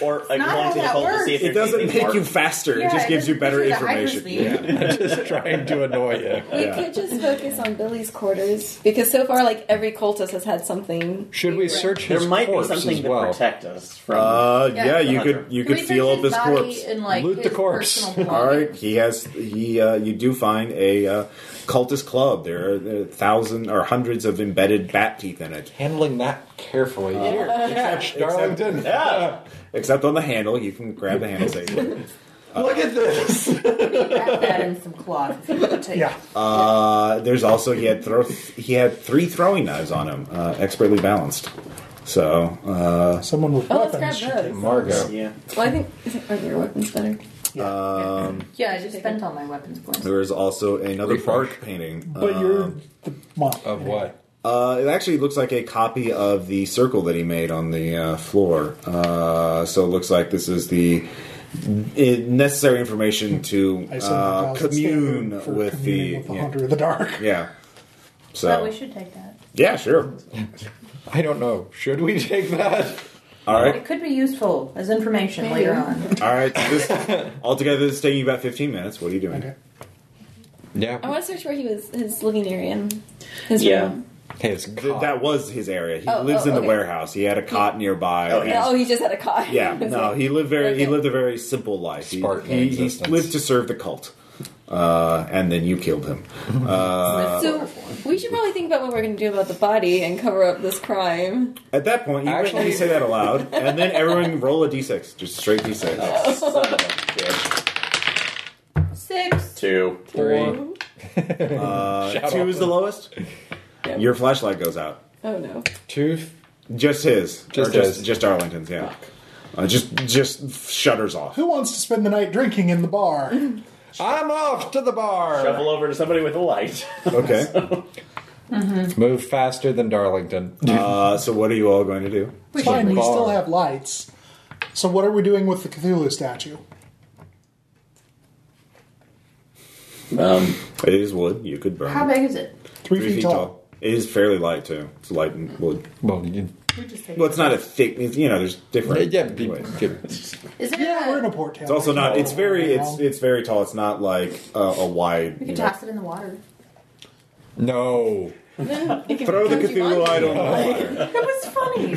D: or I
E: not
D: want
E: how
D: to
E: that
D: help to see if
B: it
D: there's
B: doesn't
D: anything
B: make you
D: marked.
B: faster.
E: Yeah,
B: it just
E: it
B: gives you better
E: doesn't- gives you the hyper
B: information.
E: speed.
G: just trying to annoy you.
E: We
B: Yeah.
E: could just focus on Billy's quarters because so far, like every cultist has had something.
G: Should we search his
D: There might be
G: corpse as
D: something to
G: well?
D: protect us from.
B: Uh, yeah,
F: Yeah.
B: you could you
F: Can
B: could
F: we
B: feel
F: search
B: up his
F: his body
B: corpse.
F: And, like,
G: Loot the
F: his
G: corpse.
F: personal
B: All right,
F: belongings?
B: he has he. Uh, you do find a uh, cultist club. There are, there are thousand or hundreds of embedded bat teeth in it.
G: Handling that carefully. Here, catch, Darlington.
D: yeah.
B: Except on the handle, you can grab the handle. take it.
H: Look at this.
F: Wrap that in some cloth.
A: Yeah.
B: Uh, there's also he had throw, he had three throwing knives on him, uh, expertly balanced. So uh,
A: Someone with
E: Oh, let's
A: weapons.
E: grab those.
G: Margo.
D: yeah.
E: Well, I think I think aren't your weapons better?
F: Yeah, I just spent all my weapons points.
B: there is also another
G: Refresh.
B: bark painting.
A: But you're
B: Um,
A: the well,
G: Of what?
B: Uh, it actually looks like a copy of the circle that he made on the uh, floor. Uh, so it looks like this is the i necessary information to
A: I assume that
B: uh,
A: calls it
B: commune
A: standard for
B: with
A: communing
B: the,
A: with the
B: yeah.
A: hunter of the dark.
B: Yeah.
F: Well,
B: So
F: we should take that.
B: yeah, sure.
G: I don't know. Should we take that?
B: All right,
F: It could be useful as information
E: Maybe.
F: later on.
B: all right. This, altogether, this is taking you about fifteen minutes. What are you doing?
A: Okay.
G: Yeah.
E: I want to search where he was his living area and his room.
G: Hey, it's
B: Th- that was his area. He
E: Oh,
B: lives
E: oh,
B: in the
E: okay.
B: warehouse. He had a cot nearby.
E: Oh, he just had a car.
B: Yeah,
E: It was
B: no,
E: like-
B: he lived very. He
E: Okay.
B: lived a very simple life. He,
G: Spartan
B: he, he
G: existence.
B: lived to serve the cult, uh, and then you killed him. Uh,
E: so we should probably think about what we're going to do about the body and cover up this crime.
B: at that point, you
G: Actually-
B: actually say that aloud, and then everyone roll a d6, just straight d6.
E: Six.
D: Two.
G: Three.
B: Uh,
G: Shout
B: two
G: out.
B: is the lowest.
E: Yeah.
B: Your flashlight goes out.
E: Oh no.
G: Tooth.
B: Just his. Or
G: Just
B: just,
G: his.
B: just Arlington's. Yeah. Uh, just just shutters off.
A: Who wants to spend the night drinking in the bar?
G: I'm off to the bar.
D: Shuffle over to somebody with a light.
B: Okay.
G: Move faster than Darlington.
B: Uh, so what are you all going to do?
A: It's fine, we
G: bar.
A: still have lights. So what are we doing with the Cthulhu statue?
D: um,
B: It is wood. You could burn.
F: How
B: it.
F: big is it?
A: Three, feet, tall.
B: It is fairly light too. It's light and wood.
G: Well, you,
F: We just take
B: Well, it's not a thick. It's, you know, there's different.
G: yeah, be,
B: ways.
F: Is it?
A: Yeah,
F: a-
A: we're in a port town.
B: It's also not. It's very. It's it's very tall. It's not like a, a wide.
F: we
B: you
F: could
B: know,
F: toss it in the water.
G: no.
B: throw the Cthulhu idol in the water.
F: That was funny.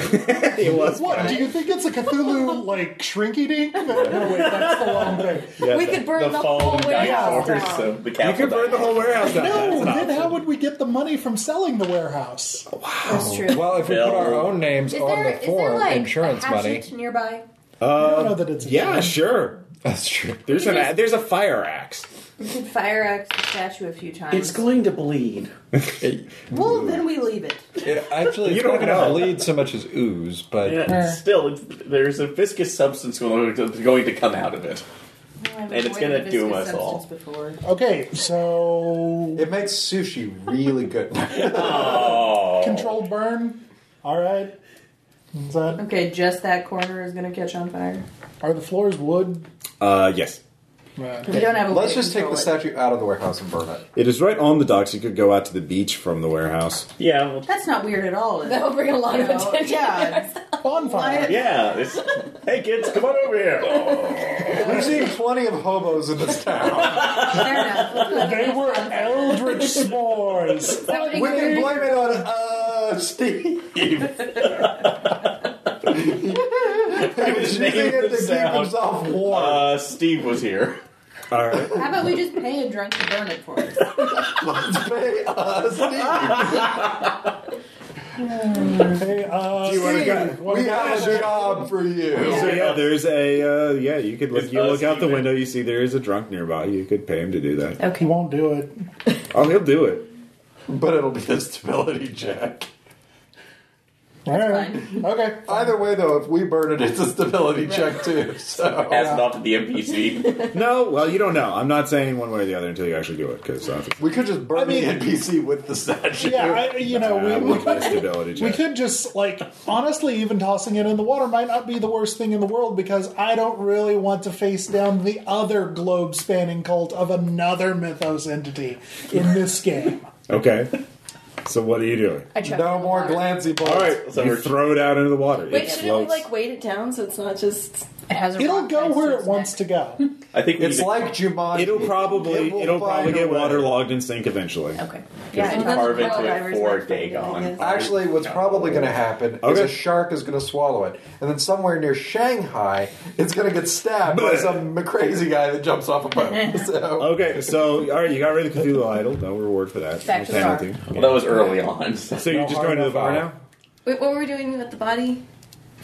B: It was.
A: What do you think it's a Cthulhu like shrinky dink? No, wait, that's the wrong thing.
B: Yeah,
E: we
B: the-
E: could burn the, whole
D: foam
E: warehouse
D: dinosaurs,
E: down.
D: so the
B: You
D: castle
B: could burn the whole warehouse down.
A: No,
B: That's an
A: Oh, then
B: option.
A: how would we get the money from selling the warehouse?
F: That's true.
G: Well, if we put our own names
F: is
G: on
F: there,
G: the
F: is
G: form,
F: there like
G: insurance
F: a
G: money.
F: hatchet nearby?
A: I don't know that it's a
B: Uh, Yeah,
A: thing.
B: sure.
G: That's true.
B: There's an
F: Because-
B: there's a fire axe.
F: We could fire axe the statue a few times.
D: It's going to bleed.
G: It,
F: well, then we leave it.
G: it actually,
B: You
G: it's
B: don't
G: not going
B: know.
G: to bleed so much as ooze, but
D: Yeah, still, it's, there's a viscous substance going to, going to come out of it.
F: And
D: it's gonna doom us all.
F: Before.
A: Okay, so
H: It makes sushi really good.
A: controlled burn. All right. Is that,
F: Okay, just that corner is going to catch on fire.
A: are the floors wood?
B: Uh, yes.
A: Right.
F: We don't have a way
H: Let's
F: to
H: just take the
F: control it.
H: statue out of the warehouse and burn it.
B: It is right on the docks. You could go out to the beach from the warehouse.
D: Yeah, well,
F: That's not weird at all. is it?
E: That will bring a lot
F: You
E: of
F: know,
E: attention.
F: Yeah.
A: Bonfire.
D: yeah. It's, hey, kids, come on over here.
H: We've seen plenty of hobos in this town.
F: Fair enough. Let's go.
A: They were eldritch s'mores.
F: That would be
H: We can
F: good.
H: blame it on uh, Steve. he was using
D: Name
H: it
D: the
H: to keep
D: sound.
H: himself warm.
D: Uh, Steve was here.
B: All right.
F: How about we just pay a drunk to burn it for us?
H: Let's pay uh, Steve.
A: Hey, uh,
B: you wanna go-
A: Steve, wanna
H: We have a job for you.
B: So yeah, there's a uh, yeah. You could look,
D: It's
B: you look
D: us,
B: out the
D: Steven.
B: window. You see there is a drunk nearby. You could pay him to do that.
A: He won't do it.
B: Oh, he'll do it.
H: But it'll be a stability check.
A: All right. Okay.
H: Either way, though, if we burn it, it's a stability check too. So
D: Pass it off to the NPC.
B: No, well, you don't know. I'm not saying one way or the other until you actually do it because uh,
H: we could just burn the NPC with the statue.
A: Yeah, I, you know,
B: I
A: we, we,
B: would like
A: could,
B: stability
A: we
B: check.
A: could just, like, honestly, even tossing it in the water might not be the worst thing in the world because I don't really want to face down the other globe spanning cult of another mythos entity in this game.
B: Okay. So what are you doing?
F: I chuck it
H: no
F: in the
H: more
F: water.
H: glancy bolts.
B: All right.
D: So
B: you
D: we're-
B: throw it out into the water.
E: Wait,
B: it
E: should we
B: floats.
E: like weight it down so it's not just?
F: It has a
A: It'll
F: rock
A: go
F: next to
A: where
F: its
A: it wants
F: neck.
A: to go.
D: I think we
H: It's
D: need to-
H: like Jumanji.
B: It'll probably
H: It will
B: it'll probably
H: find a
B: get
H: way.
B: waterlogged and sink eventually.
F: Okay. Yeah,
D: you
F: it doesn't
D: carve
F: go
D: into
F: where
D: it for Dagon.
H: Actually, what's probably going to happen is
B: Okay.
H: a shark is going to swallow it, and then somewhere near Shanghai, it's going to get stabbed by
B: Bleh.
H: some crazy guy that jumps off a boat. So
B: Okay. So all right, you got rid of the Cthulhu idol. No reward for that.
F: Back to
B: No
F: the
B: penalty.
D: Well, that was early on. So.
B: So you're
A: No
B: just
A: harm,
B: going to
A: no
B: the bar
A: foul.
B: now?
E: Wait, what were we doing with the body?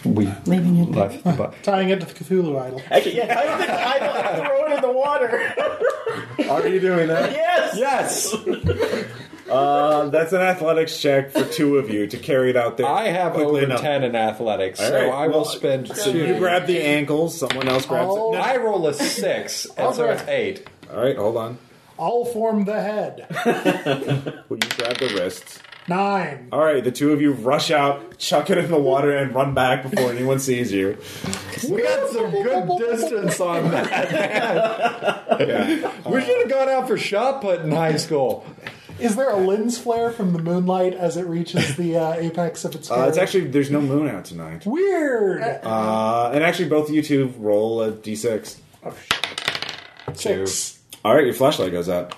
G: we
F: Leaving it.
G: left the bu-
A: Tying it to the Cthulhu idol.
D: Actually, yeah, I think I don't throw it in the water.
B: Are you doing that?
D: yes.
B: Yes. uh, that's an athletics check for two of you to carry it out there.
G: I have
B: quickly
G: over
B: enough.
G: 10 in athletics,
B: All
G: so
B: right,
G: I
B: well,
G: will spend
B: So
G: two.
B: you grab the ankles. Someone else grabs
A: Oh.
B: it.
G: I roll a 6, and so it's 8.
B: No. All right, hold on.
A: I'll form the head.
B: Well, you grab the wrists.
A: Nine.
B: All right, the two of you rush out, chuck it in the water, and run back before anyone sees you.
H: we got some good distance on that.
B: Yeah.
G: We should have gone out for shot put in high school.
A: Is there a lens flare from the moonlight as it reaches the uh, apex of its
B: Uh, it's
A: hair?
B: actually there's no moon out tonight.
A: weird.
B: Uh, and actually, both of you two roll a d6.
A: Six.
B: All right, your flashlight goes out.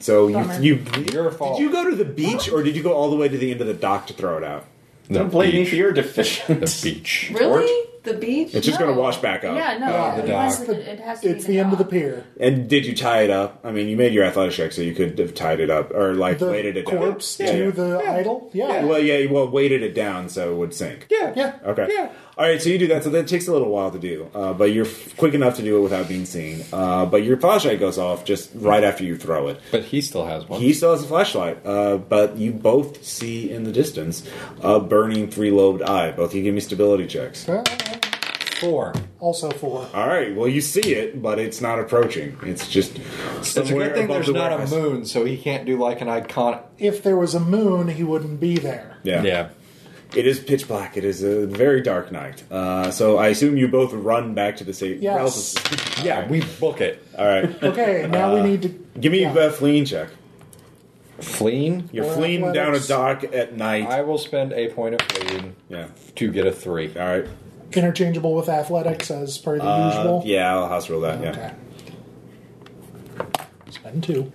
B: So you,
G: Bummer.
B: you
G: Your fault.
B: Did you go to the beach or did you go all the way to the end of the dock to throw it out?
G: The
D: Don't blame me
B: for
D: your deficient.
B: The beach.
F: Really? The beach?
B: It's just
F: No.
B: going to wash back up.
F: Yeah, no. it, has to, it has to
A: It's the end of the pier.
B: And did you tie it up? I mean, you made your athletic check, so you could have tied it up or like
A: The
B: weighted it
A: corpse
B: down.
A: to
B: yeah.
A: the idol. Yeah.
B: Yeah, Well, yeah, well, weighted it down so it would sink.
A: Yeah. Yeah.
B: Okay. Yeah. All right, so you do that. So that takes a little while to do, uh, but you're f- quick enough to do it without being seen. Uh, but your flashlight goes off just right after you throw it.
G: But he still has one.
B: He still has a flashlight. Uh, but you both see in the distance a burning three lobed eye. Both of you give me stability checks.
G: Four.
A: Also four.
B: All right. Well, you see it, but it's not approaching. It's just
H: It's a
B: somewhere
H: good thing
B: above
H: there's
B: the
H: not
B: warehouse.
H: a moon, so he can't do like an iconic.
A: If there was a moon, he wouldn't be there.
B: Yeah. Yeah. It is pitch black. It is a very dark night. Uh, so I assume you both run back to the state.
A: Yes.
B: yeah, we book it. All right.
A: Okay, now
B: Uh,
A: we need to.
B: Give me a fleeing check.
G: Fleeing?
B: You're fleeing down a dock at night.
G: I will spend a point of fleeing
B: yeah.
G: to get a three.
B: All right.
A: Interchangeable with athletics as per the
B: Uh,
A: usual.
B: Yeah, I'll house rule that. Yeah.
A: Spend two.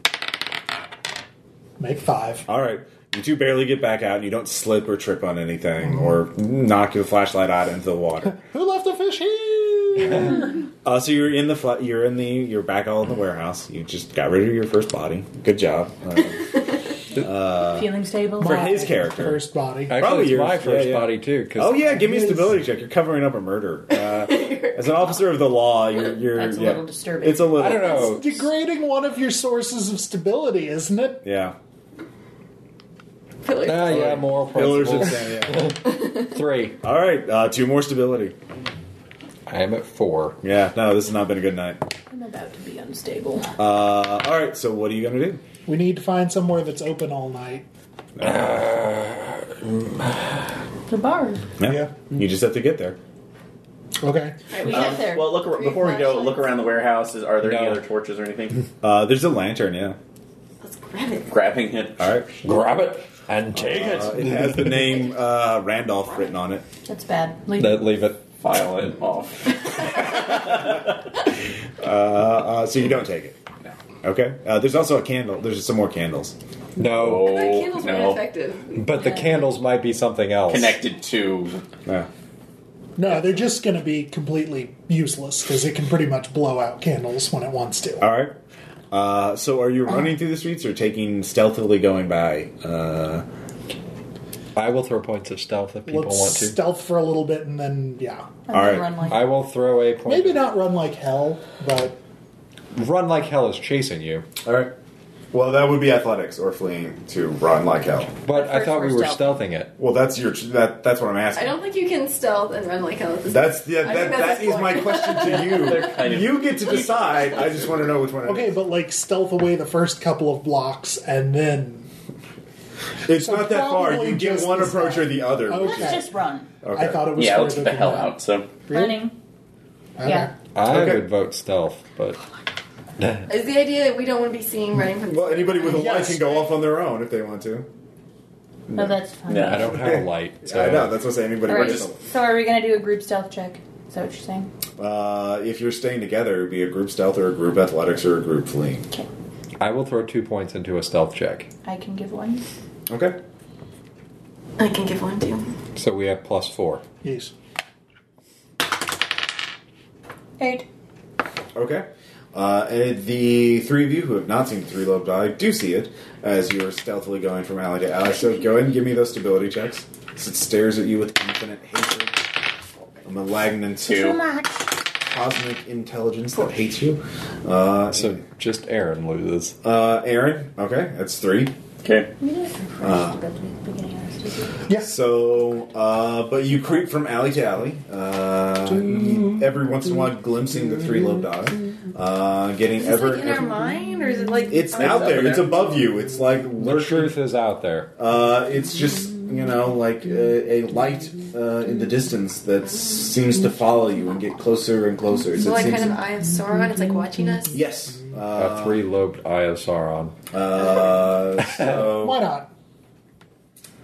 A: Make five.
B: All right. You two barely get back out, and you don't slip or trip on anything, or knock your flashlight out into the water.
A: Who left a fish here?
B: Uh, so you're in the fla- you're in the you're back all in the warehouse. You just got rid of your first body. Good job. Uh, uh,
F: Feeling stable?
B: for his character.
A: First body.
G: Actually,
B: Probably
G: it's
B: yours.
G: my first
B: Yeah, yeah.
G: body too. 'cause
B: Oh yeah, give me a
G: his-
B: stability check. You're covering up a murder. Uh, as an officer of the law, you're. you're
F: That's a
B: yeah.
F: little disturbing.
B: It's a little.
A: It's degrading one of your sources of stability, isn't it?
B: Yeah.
G: Ah, yeah, moral
B: Pillars of
G: principles.
B: Three. All right, uh, two more stability.
G: I am at four.
B: Yeah. No, this has not been a good night.
F: I'm about to be unstable.
B: Uh, all right. So what are you gonna do?
A: We need to find somewhere that's open all night.
F: The bar.
B: Yeah. You just have to get there.
A: Okay.
F: we
D: Um,
F: get there.
D: Well, look ar- before we go. Look around the warehouses. Are there any
B: No.
D: other torches or anything?
B: Uh, there's a lantern. Yeah.
D: Grabbing it.
B: All right.
G: Grab it and take
B: Uh, it has the name uh, Randolph written on it.
F: That's bad. Leave.
G: leave it.
D: File it off.
B: Uh, uh, so you don't take it. Okay. Uh, there's also a candle. There's some more candles.
G: No.
I: candles weren't effective.
G: But the candles might be something else.
D: Connected to.
B: Yeah.
A: No, they're just going to be completely useless because it can pretty much blow out candles when it wants to.
B: All right. Uh, so are you running through the streets or taking stealthily going by? Uh,
G: I will throw points of stealth if people
A: Let's
G: want to.
A: stealth for a little bit and then, yeah.
G: I will throw a point.
A: Maybe not run like hell, but
G: Run like hell is chasing you.
B: All right.
Q: Well, that would be athletics or fleeing to run like hell.
G: But I
I: First
G: thought we
I: we're
G: were
I: stealth.
G: stealthing it.
Q: Well, that's your that that's what I'm
I: I
Q: asking.
I: don't think you can stealth and run like hell. at this
Q: That's
I: point.
Q: yeah,
I: I
Q: that,
I: think
Q: that
I: that's
Q: is
I: his
Q: my
I: point.
Q: question to
D: kind
Q: you.
D: of-
Q: you get to decide. I just want to know which one. it
A: okay, but like stealth away the first couple of blocks and then.
Q: is. It's
A: So
Q: not that far.
A: probably
Q: You get
A: just
Q: one
A: this
Q: approach or the other.
A: Okay.
Q: which
F: Let's
Q: is-
F: just run.
Q: Okay.
A: I thought it was
D: Yeah, let's
A: further
D: get the
A: than
D: hell
A: that.
D: out. So
F: Running. Yeah.
G: I
Q: Okay.
G: would vote stealth, but
I: Is the idea that we don't want to be seen running from?
Q: Well, anybody with a light
A: Yes.
Q: can go off on their own if they want to.
F: No, that's fine.
D: Yeah.
G: I don't have a light. So
Q: I know. That's what I'm saying. Anybody.
F: All
Q: with
F: right.
Q: just-
F: So are we going to do a group stealth check? Is that what you're saying?
Q: Uh, if you're staying together, it'd be a group stealth or a group athletics or a group fleeing.
G: I will throw two points into a stealth check.
F: I can give one.
Q: Okay.
I: I can give one too.
G: So we have plus four.
A: Yes.
F: Eight.
Q: Okay. Uh, and the three of you who have not seen the three lobed eye do see it as you are stealthily going from alley to alley. So go ahead and give me those stability checks. As it stares at you with infinite hatred, a malignant
F: much.
Q: cosmic intelligence that hates you. Uh,
G: So just Aaron loses.
Q: uh, Aaron. Okay, that's three.
D: okay.
F: We did it from first,
Q: Ah.
F: but we- we can ask you.
A: Yes.
Q: So, uh, but you creep from alley to alley, uh, every once in a while glimpsing the three lobed eye, uh, getting
I: Is this
Q: ever.
I: like in our
Q: ever-
I: mind, or is it like
Q: it's out there. It's above you. It's like
G: The
Q: lurking.
G: truth is out there.
Q: Uh, it's just you know like a, a light uh, in the distance that seems to follow you and get closer and closer. It's-
I: So
Q: it
I: like
Q: seems
I: kind of Eye of Sauron. It's like watching us.
Q: yes.
G: a
Q: Uh,
G: three lobed eye of Sauron.
Q: uh, so
A: Why not?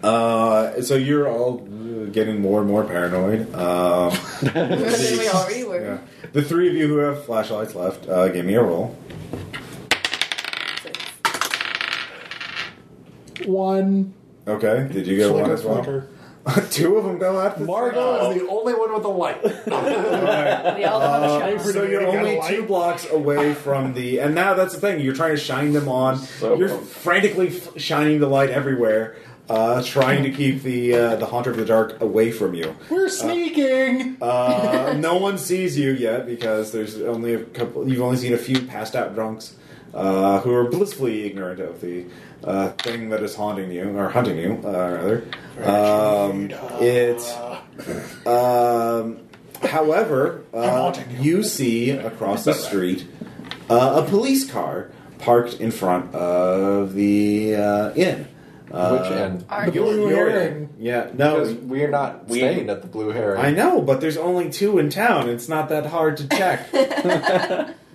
Q: Uh, so you're all uh, getting more and more paranoid. Um,
I: Than we already were.
Q: yeah. The three of you who have flashlights left, uh, give me a roll.
A: One.
B: Okay. Did you get
A: flicker,
B: one as well?
A: flicker.
B: Two of them go out.
A: Margot is the only one with a light.
F: We all have
B: Uh,
F: a shot.
B: so you're only two blocks away from the, and now that's the thing. You're trying to shine them on. you're frantically f- shining the light everywhere, uh, trying to keep the uh, the haunter of the dark away from you.
A: We're sneaking.
B: Uh, no one sees you yet because there's only a couple. You've only seen a few passed out drunks uh, who are blissfully ignorant of the uh, thing that is haunting you or hunting you, uh, rather. Um, it. Um, however, uh, you see across the street uh, a police car parked in front of the uh, inn.
H: Which inn?
B: Uh,
H: The
B: your-
H: Blue
B: your
H: Heron.
B: inn. Yeah, no,
H: Because we're not
B: we-
H: staying at the Blue Heron.
B: I know, but there's only two in town. It's not that hard to check.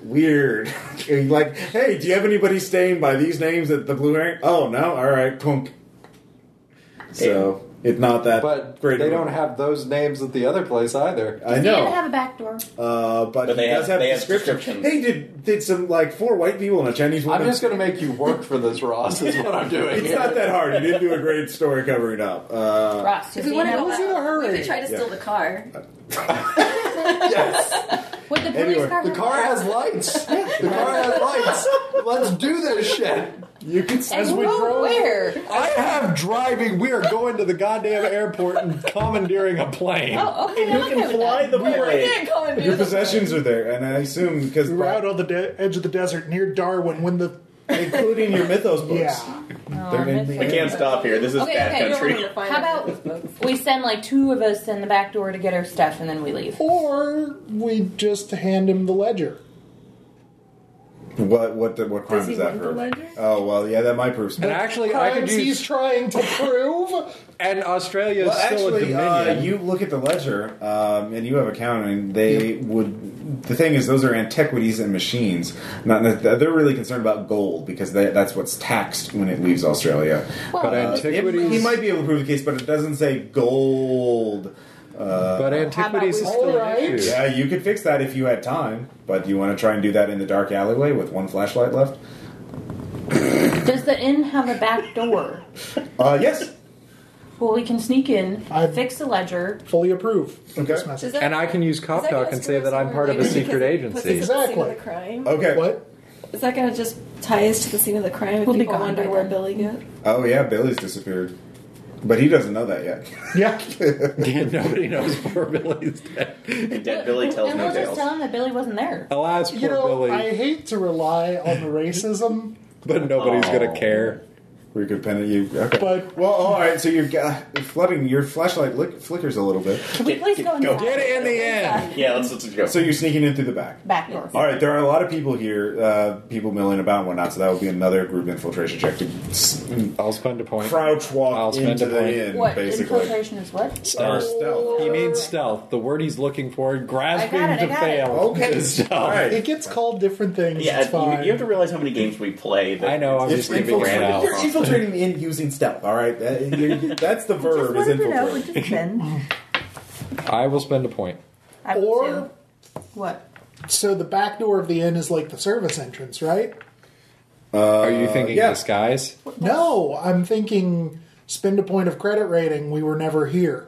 B: Weird. And like, hey, do you have anybody staying by these names at the Blue Heron? Oh no, all right, punk. So it's not that
H: But
B: great.
H: they don't have those names at the other place either.
B: I
E: You didn't
B: know,
E: have a back door.
B: uh, but,
D: But they
B: he does
D: have-
B: have,
D: they have
B: description.
D: descriptions.
B: Hey, did did some like four white people and a Chinese woman?
H: I'm just going to make you work for this, Ross. Is what I'm doing.
B: it's
H: here.
B: not that hard. You didn't do a great story covering up. Uh,
F: Ross,
I: If we want to go
A: was in a
I: back,
A: hurry.
I: we could try to steal
B: Yeah.
I: the car.
F: Would the police
B: Anyway,
F: car
H: The
F: have-
H: car has lights. The car has lights. Let's do this shit.
A: You could see
F: And
A: as we
F: who-
A: drove.
F: where?
C: I have driving. We are going to the goddamn airport and commandeering a plane.
F: Oh, okay. I'm okay with that.
D: the
I: Yeah, Colin, do
B: your
I: the-
B: possessions are there, and I assume because
A: We were out on the de- edge of the desert near Darwin when the
B: including your mythos books.
A: yeah.
B: They're in the-
D: We can't stop here. This is
F: Okay,
D: bad
F: okay, you're
D: country.
F: How about we send like two of us in the back door to get our stuff and then we leave?
A: Or we just hand him the ledger.
B: What what what crime
I: Does he
B: is that
I: want the
B: for?
I: ledger?
B: Oh well, yeah, that might prove. Some
G: And actually, I could
A: Crimes he's
G: use.
A: trying to prove.
G: And Australia is
B: well,
G: still
B: actually,
G: a dominion.
B: uh, you look at the ledger, um, and you have a count, and they would. The thing is, those are antiquities and machines. Not they're really concerned about gold because they, that's what's taxed when it leaves Australia.
F: Well,
G: but
B: Uh, it-
G: antiquities.
B: he might be able to prove the case, but it doesn't say gold. Uh,
G: but antiquities is
F: we-
G: still an
A: Alright.
G: issue.
B: yeah, you could fix that if you had time, but do you want to try and do that in the dark alleyway with one flashlight left?
F: Does the inn have a back door?
B: Uh, yes.
F: Well, we can sneak in,
A: I've-
F: fix the ledger.
A: Fully approve of
B: Okay.
A: this message.
I: Does that-
G: And I can use cop
I: is that
G: talk
I: gonna
G: and
I: screw
G: say
I: us
G: that I'm
I: over
G: part of a
I: later
G: secret
I: because it
G: agency.
I: puts us at the scene
A: Exactly.
I: of the crime?
B: Okay.
A: What?
I: Is that going to just tie us to the scene of the crime if
F: We'll be
I: people
F: gone by
I: wonder where
F: then.
I: Billy goes?
B: Oh yeah, Billy's disappeared, but he doesn't know that yet.
A: Yeah.
G: And nobody knows poor Billy's dead.
D: And Dead Billy tells
F: and
D: no
F: we'll just
D: tales.
F: tell him that Billy wasn't there.
G: Alas, poor
A: You know,
G: Billy.
A: I hate to rely on the racism,
G: But nobody's gonna care.
B: We could pin it. You okay?
A: But-
B: well, all right. So you're uh, flooding. Your flashlight lick, flickers a little bit.
F: Can we please go
B: go.
F: inside?
G: Get in the end.
D: Yeah, let's, let's go.
B: So you're sneaking in through the back.
F: Back door.
B: All right. There are a lot of people here. Uh, people milling about and whatnot. So that would be another group infiltration check to s-
G: I'll spend a point.
B: crouch
G: I'll
B: walk
G: spend
B: into
G: a
B: the
G: point.
B: inn,
F: What
B: Mm, basically.
F: infiltration is what?
B: Or
G: Stealth.
B: stealth.
G: He means stealth. The word he's looking for, grasping
F: I got it, I
G: to
F: got it.
G: fail.
B: Okay.
G: is stealth.
B: All right.
A: it gets called different things.
D: yeah,
A: it's
D: you,
A: fine.
D: you have to realize how many games we play. That
G: I know, I'm
D: it's
G: just giving it out.
B: You're infiltrating the inn using stealth. All right. That- you- that's the verb. Is infiltrate. Oh.
G: I will spend a point.
A: Or-
F: what?
A: so the back door of the inn is like the service entrance, right?
G: Are you thinking
B: Uh, yeah.
G: disguise?
A: No, I'm thinking spend a point of credit rating. We were never here.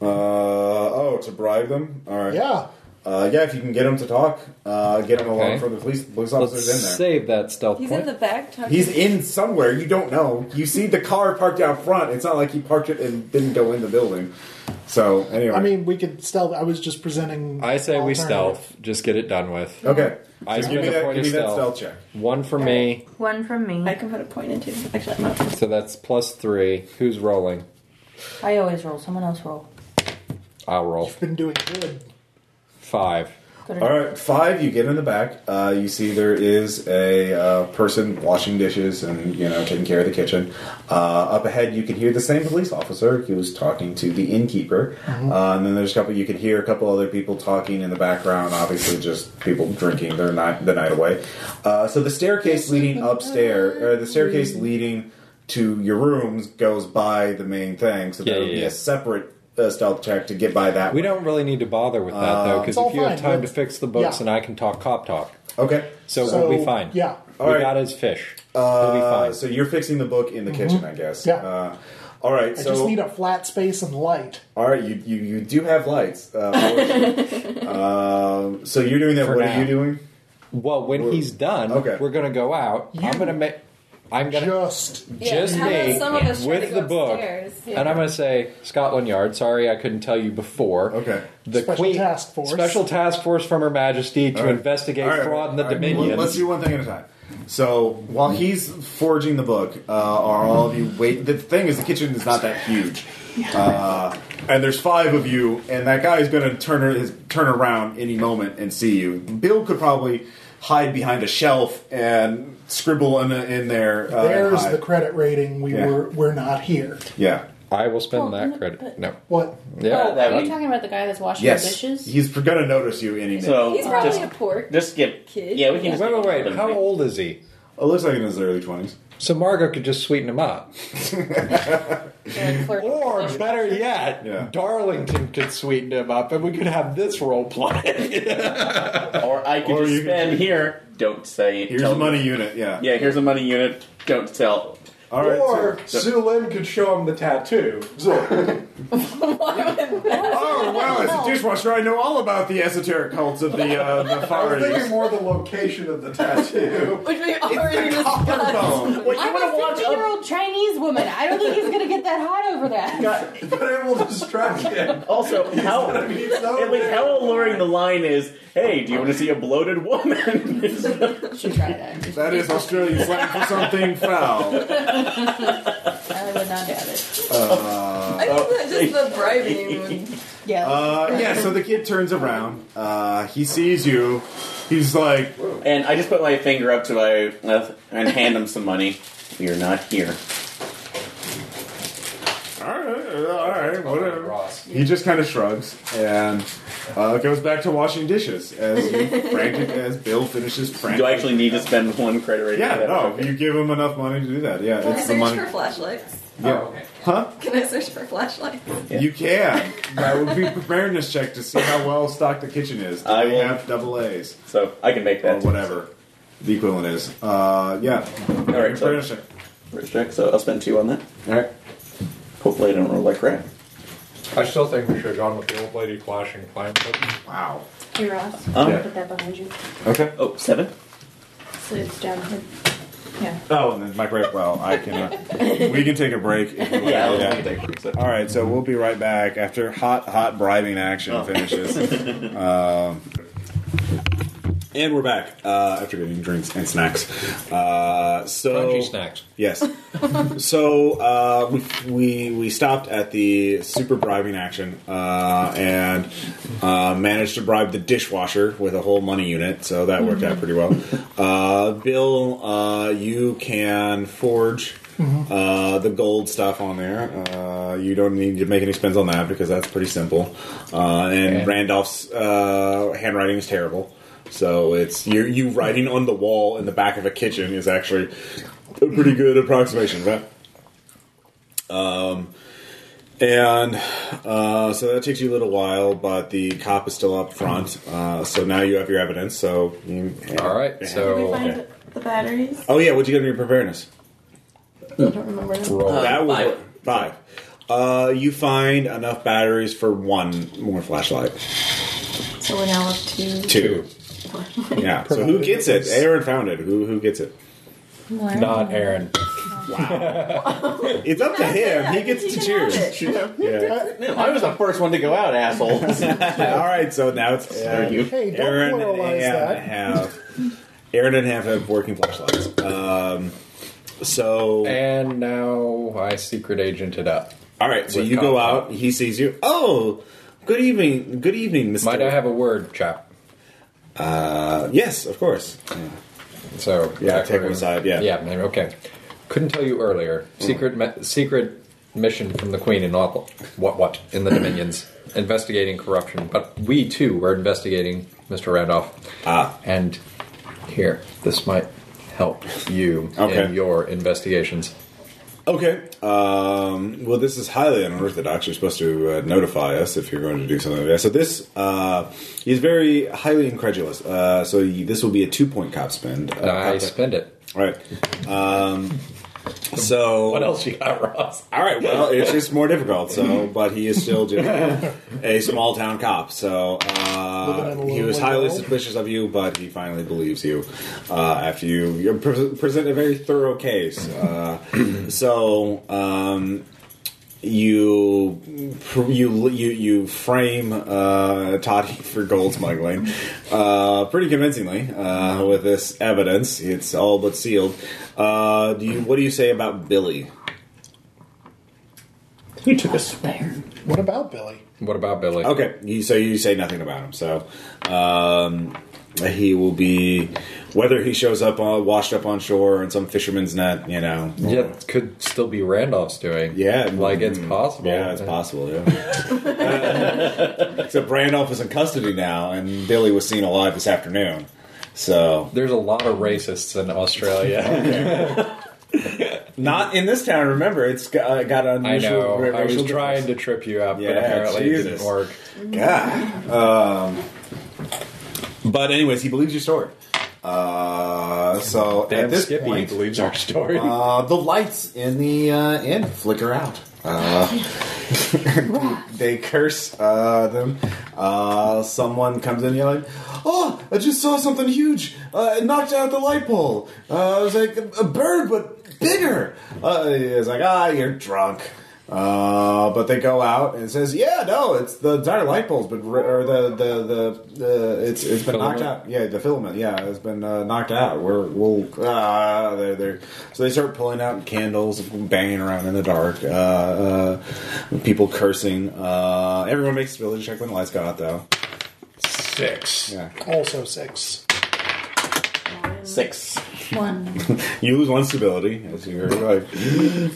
B: Uh, oh, to bribe them. All right.
A: Yeah.
B: Uh, yeah, if you can get him to talk, uh, get him along
G: Okay.
B: from the police. Police
G: Let's
B: officers in there.
G: save that stealth
I: He's
G: point.
I: in the back talking.
B: He's in somewhere. You don't know. You see the car parked out front. It's not like he parked it and didn't go in the building. So anyway,
A: I mean, we could stealth. I was just presenting.
G: I say we
A: alternative.
G: stealth. Just get it done with.
B: okay.
G: I
B: So
G: spend
B: give me
G: a
B: that.
G: point
B: Give
G: of
B: me that
G: stealth.
B: stealth check.
G: One for me,
F: One from
I: I
F: me.
I: can put a point into. Actually, I'm not.
G: so that's plus three. Who's rolling?
F: I always roll. Someone else roll.
G: I'll roll
A: Been doing good.
G: five.
F: Good
B: All
F: enough.
B: right, five. You get in the back. Uh, you see there is a uh, person washing dishes and you know taking care of the kitchen. Uh, up ahead, you can hear the same police officer who was talking to the innkeeper.
G: Mm-hmm.
B: Uh, and then there's a couple. You can hear a couple other people talking in the background. Obviously, just people drinking their night the night away. Uh, so the staircase leading upstairs, or the staircase leading to your rooms, goes by the main thing. So
G: Yeah,
B: there would
G: yeah,
B: be
G: yeah.
B: a separate uh, stealth check to get by that.
G: We
B: way.
G: don't really need to bother with
B: Uh,
G: that though, because
A: It's all
G: if you have
A: fine,
G: time to
A: but-
G: fix the books
A: yeah.
G: and I can talk cop talk,
B: Okay.
G: so,
A: So
G: we'll be fine.
A: Yeah.
B: All
G: we
B: right.
G: got his fish.
B: Uh,
G: He'll be fine.
B: So you're fixing the book in the kitchen, I guess.
A: Mm-hmm. Yeah.
B: Uh, all right.
A: I
B: so
A: just need a flat space and light.
B: all right, you, you you do have lights. Uh, um, so you're doing that.
G: For
B: what
G: now.
B: are you doing?
G: Well, when he's done,
B: Okay.
G: we're gonna go out. I'm gonna make. I'm gonna
A: just
E: Yeah,
G: just
E: how about
G: me
E: some of us try
G: with
E: to
G: the
E: go
G: book,
E: upstairs? Yeah.
G: and I'm gonna say Scotland Yard. Sorry, I couldn't tell you before.
B: Okay.
G: The
A: Special
G: Queen
A: task force.
G: Special Task Force from Her Majesty to
B: All right.
G: investigate
B: All right,
G: fraud in the
B: all right.
G: Dominion.
B: Well, Let's do one thing at a time. So while he's forging the book, uh, are all of you wait? The thing is, the kitchen is not that huge, uh, and there's five of you, and that guy is going to turn his turn around any moment and see you. Bill could probably hide behind a shelf and scribble in, the, in there. Uh, and
A: There's
B: hide.
A: the credit rating. We
B: Yeah.
A: were we're not here.
B: yeah.
G: I will spend
F: Well,
G: that
F: but-
G: credit. no.
A: What?
G: Yeah.
D: uh,
F: oh, are you talking about the guy that's washing
B: Yes,
F: the dishes?
B: he's going to notice you any minute.
D: So
E: He's probably
D: just,
E: a pork.
D: just skip.
E: Kid.
D: Yeah, we can. just
G: wait,
D: skip
G: wait, wait.
D: them.
G: How old is he?
B: it Oh, looks like in his early twenties.
G: So Margot could just sweeten him up.
F: The clerk-
G: Or better yet,
B: Yeah.
G: Darlington could sweeten him up, and we could have this role play.
D: Or I could
B: Or you
D: just
B: could-
D: spend here. Don't say.
B: Here's
D: tell
B: a money
D: me.
B: unit. Yeah.
D: Yeah, here's a money unit. Don't tell.
B: All right.
H: or
B: so-
H: Sue Lin could show him the tattoo. So,
B: Oh wow! As a dishwasher, I know all about the esoteric cults of the uh, the
H: I
B: Far
H: was thinking
B: East.
H: more the location of the tattoo.
E: Which we already discussed.
B: Collarbone.
D: Wait, you
F: I'm
D: want to
F: a
D: watch?
F: 50 year old Chinese woman. I don't think he's going to get that hot over that.
H: but it will distract him.
D: Also, how
H: I mean, he's so
D: at least how alluring the line is. Hey, do you want to see a bloated woman?
F: Should try that.
B: That is Australian slang for something foul.
F: I would not doubt it.
I: I think that just the bribing would-
F: Yeah.
B: Uh, yeah. So the kid turns around. Uh, he sees you. He's like,
D: and I just put my finger up to my left and hand him some money. You're not here.
B: all right, all right, whatever.
H: Ross.
B: He just kind of shrugs and uh, goes back to washing dishes as you frantic, as Bill finishes. Frantic.
D: Do I actually need to spend one credit rating?
B: Yeah.
D: for that?
B: No. You give him enough money to do that. Yeah.
I: Can I
B: It's the
I: search
B: money.
I: for flashlights?
D: Oh,
B: Yeah. Huh?
I: Can I search for flashlights?
B: You can. That would be preparedness check to see how well stocked the kitchen is. Do
D: I
B: they
D: will-
B: have double A's
D: So I can make
B: or
D: that.
B: whatever the equivalent is? Uh, yeah.
D: All right.
B: Preparedness
D: So,
B: check.
D: first check. So I'll spend two on that.
H: All right.
D: Hopefully, I don't roll like crap.
H: I still think we should have gone with the old lady clashing climb.
B: Wow.
E: Hey, Ross.
D: Um,
E: Put that behind you.
B: Okay.
D: Oh, seven.
E: So it's down here. Yeah.
B: Oh, and then my break. Well, I cannot. we can take a break. If you want.
D: Yeah.
B: Yeah.
D: I'll take so.
B: All right. So we'll be right back after hot, hot bribing action
D: Oh.
B: finishes. um, and we're back uh, after getting drinks and snacks. Uh, so
G: Crunchy snacks.
B: Yes. so uh, we, we we stopped at the super bribing action uh, and uh, managed to bribe the dishwasher with a whole money unit. So that worked out pretty well. Uh, Bill, uh, you can forge. Uh, the gold stuff on there. Uh, you don't need to make any spends on that because that's pretty simple. Uh, and
G: Okay.
B: Randolph's uh, handwriting is terrible, so it's you you writing on the wall in the back of a kitchen is actually a pretty good approximation, right? Um, and uh, so that takes you a little while, but the cop is still up front. Uh, so now you have your evidence. So you,
G: All right,
I: Did we
G: so
I: find the batteries?
B: oh yeah, what'd you get in your preparedness?
I: I don't remember. them.
G: roll.
B: that was
D: five.
B: five. Uh, you find enough batteries for one more flashlight.
I: So we're now up to
B: Two. Yeah. So who gets it? Aaron found it. Who who gets it?
G: not Aaron.
B: It's up to him. He gets to choose. Yeah.
D: I was the first one to go out, asshole.
B: All right. So now it's
D: you.
A: Hey, don't
B: Aaron and
A: pluralize that.
B: have Aaron and half have working flashlights. Um, so
G: And now I secret agented up.
B: all right, so
G: with
B: you go
G: Kyle.
B: out. He sees you. Oh, good evening. Good evening, Mister.
G: Might I have a word, chap?
B: Uh, yes, of course.
G: So
B: Yeah,
G: back
B: take
G: room.
B: one aside, yeah. Mm.
G: yeah. maybe- Okay. Couldn't tell you earlier. Secret, me- secret mission from the Queen in Lawful. What? What? In the Dominions, investigating corruption. But we too were investigating Mr. Randolph.
B: Ah.
G: And here, this might help you
B: Okay.
G: in your investigations.
B: Okay. Um, well, this is highly unorthodox. You're supposed to uh, notify us if you're going to do something like that. So this uh, is very highly incredulous. Uh, so you, this will be a two point cop spend. Uh,
G: I
B: cop
G: spend it.
B: All right. Um, so what else
G: you got, Ross?
B: All right. Well, it's just more difficult. So, but he is still just a small town cop. So uh,
A: Living in a
B: he was
A: little
B: highly
A: world.
B: suspicious of you, but he finally believes you uh, after you, you pre- present a very thorough case. Uh, so. Um, you you you you frame uh, Toddy for gold smuggling uh, pretty convincingly uh, with this evidence. It's all but sealed. Uh, do you, what do you say about Billy?
D: He took a swear.
A: What about Billy?
G: What about Billy?
B: Okay, you, so you say nothing about him. So um, he will be whether he shows up uh, washed up on shore in some fisherman's net. You know,
G: Yeah, it could still be Randolph's doing.
B: Yeah, Mm.
G: like it's possible.
B: Yeah, it's possible. Yeah. Except Randolph is in custody now, and Billy was seen alive this afternoon. So
G: there's a lot of racists in Australia.
B: not in this town. Remember, it's got, uh, got an
G: I
B: unusual.
G: know.
B: ra-
G: I was
B: racial-
G: trying to trip you up,
B: Yeah,
G: but apparently it
B: Jesus.
G: didn't work.
B: God. Um, but anyways, he believes your story. Uh, so
G: Damn
B: at this
G: Skippy
B: point,
G: believes our story.
B: Uh, the lights in the uh, inn flicker out. Uh, they curse uh, them. Uh, someone comes in yelling, "Oh, I just saw something huge! Uh, it knocked out the light pole. Uh, it was like a a bird, but bigger." Uh, it's like, "Ah, you're drunk." Uh, but they go out and it says, "Yeah, no, it's the entire light pole's been ri- or the the the uh, it's it's been knocked
G: Filament.
B: out. Yeah, the filament. Yeah, has been uh, knocked out. We're we'll ah, they're, they're so they start pulling out candles, banging around in the dark. Uh, uh, people cursing. Uh, everyone makes a village check when the lights go out, though.
G: Six.
B: Yeah,
A: Also six.
D: Six.
F: One.
B: you lose one stability as you're like,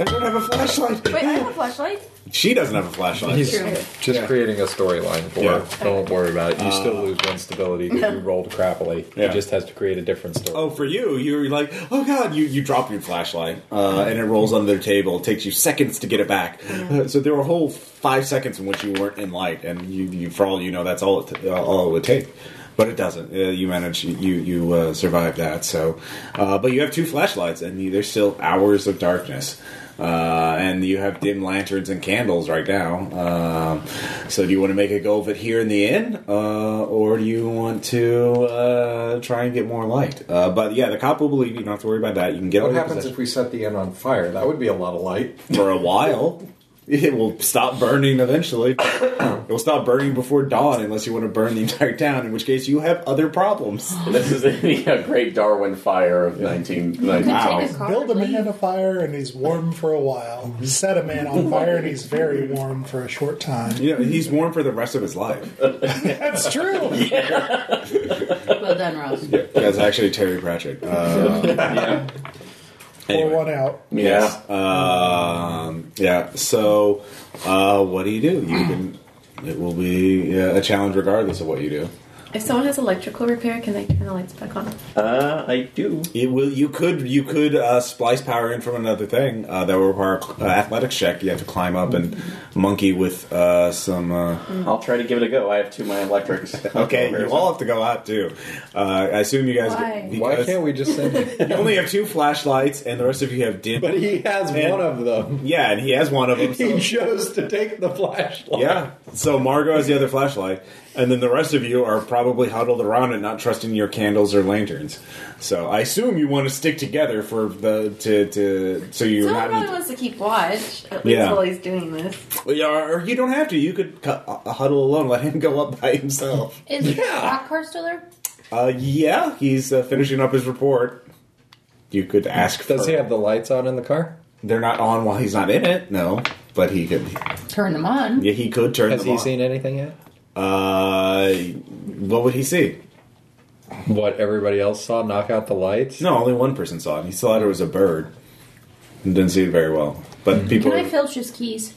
B: I don't have a flashlight.
I: Wait, I have a flashlight.
B: She doesn't have a flashlight.
G: He's
I: True.
G: just creating a storyline for
B: Yeah.
G: it. Don't worry about it. You still lose one stability because you rolled crappily.
B: Yeah.
G: He just has to create a different story.
B: Oh, for you, you're like, oh god, you, you drop your flashlight, uh, and it rolls under their table. It takes you seconds to get it back. Uh, so there were a whole five seconds in which you weren't in light, and you, you for all you know, that's all it, t- uh, all it would take. But it doesn't. Uh, you manage, you you uh, survive that. So, uh, but you have two flashlights, and you, there's still hours of darkness. Uh, and you have dim lanterns and candles right now. Um so, do you want to make a go of it here in the inn, uh, or do you want to uh, try and get more light? Uh, but yeah, the cop will believe you. You don't have to worry about that. You can get all
H: What
B: your
H: happens
B: possessions
H: if we set the inn on fire? That would be a lot of light.
B: for a while. It will stop burning eventually. it will stop burning before dawn, unless you want to burn the entire town. In which case, you have other problems.
D: This is the uh, great Darwin fire of 1990.
B: Wow.
A: Build a man a fire and he's warm for a while. Set a man on fire and he's very warm for a short time.
B: You know, he's warm for the rest of his life.
A: That's true.
F: well done, Ross.
B: That's actually Terry Pratchett. Uh,
A: Pour one out.
B: Yes. Um, yeah. So, uh, what do you do? You can. It will be uh, a challenge regardless of what you do.
I: If someone has electrical repair, can they turn the lights back on?
D: Uh, I do.
B: It will. You could. You could uh, splice power in from another thing uh, that will require an athletics check. You have to climb up and monkey with uh, some. Uh,
D: I'll try to give it a go. I have two of my electrics.
B: okay, you all have to go out too. Uh, I assume you guys.
F: Why?
G: Why
B: because
G: can't we just send him?
B: You only have two flashlights, and the rest of you have dim.
C: But he has
B: Man.
C: one of them.
B: yeah, and he has one of them. so-
C: He chose to take the flashlight.
B: Yeah. So Margot has the other flashlight, and then the rest of you are probably huddled around it, not trusting your candles or lanterns. So I assume you want to stick together for the to to so you're
I: Someone
B: not.
I: probably wants to keep watch at least
B: Yeah.
I: while he's doing this.
B: Yeah, or you don't have to. You could cu- uh, huddle alone, let him go up by himself.
F: Is Lockhart still there?
B: Uh, yeah, he's uh, finishing up his report. You could ask.
G: Does
B: for-
G: he have the lights on in the car?
B: They're not on while he's not in it. No, but he could.
F: Turn them on.
B: Yeah, he could turn.
G: Has
B: them
G: he
B: on.
G: seen anything yet?
B: Uh, what would he see?
G: What everybody else saw knock out the lights?
B: No, only one person saw it. He thought it was a bird. And didn't see it very well. But people.
F: Mm-hmm. Can I filch his keys?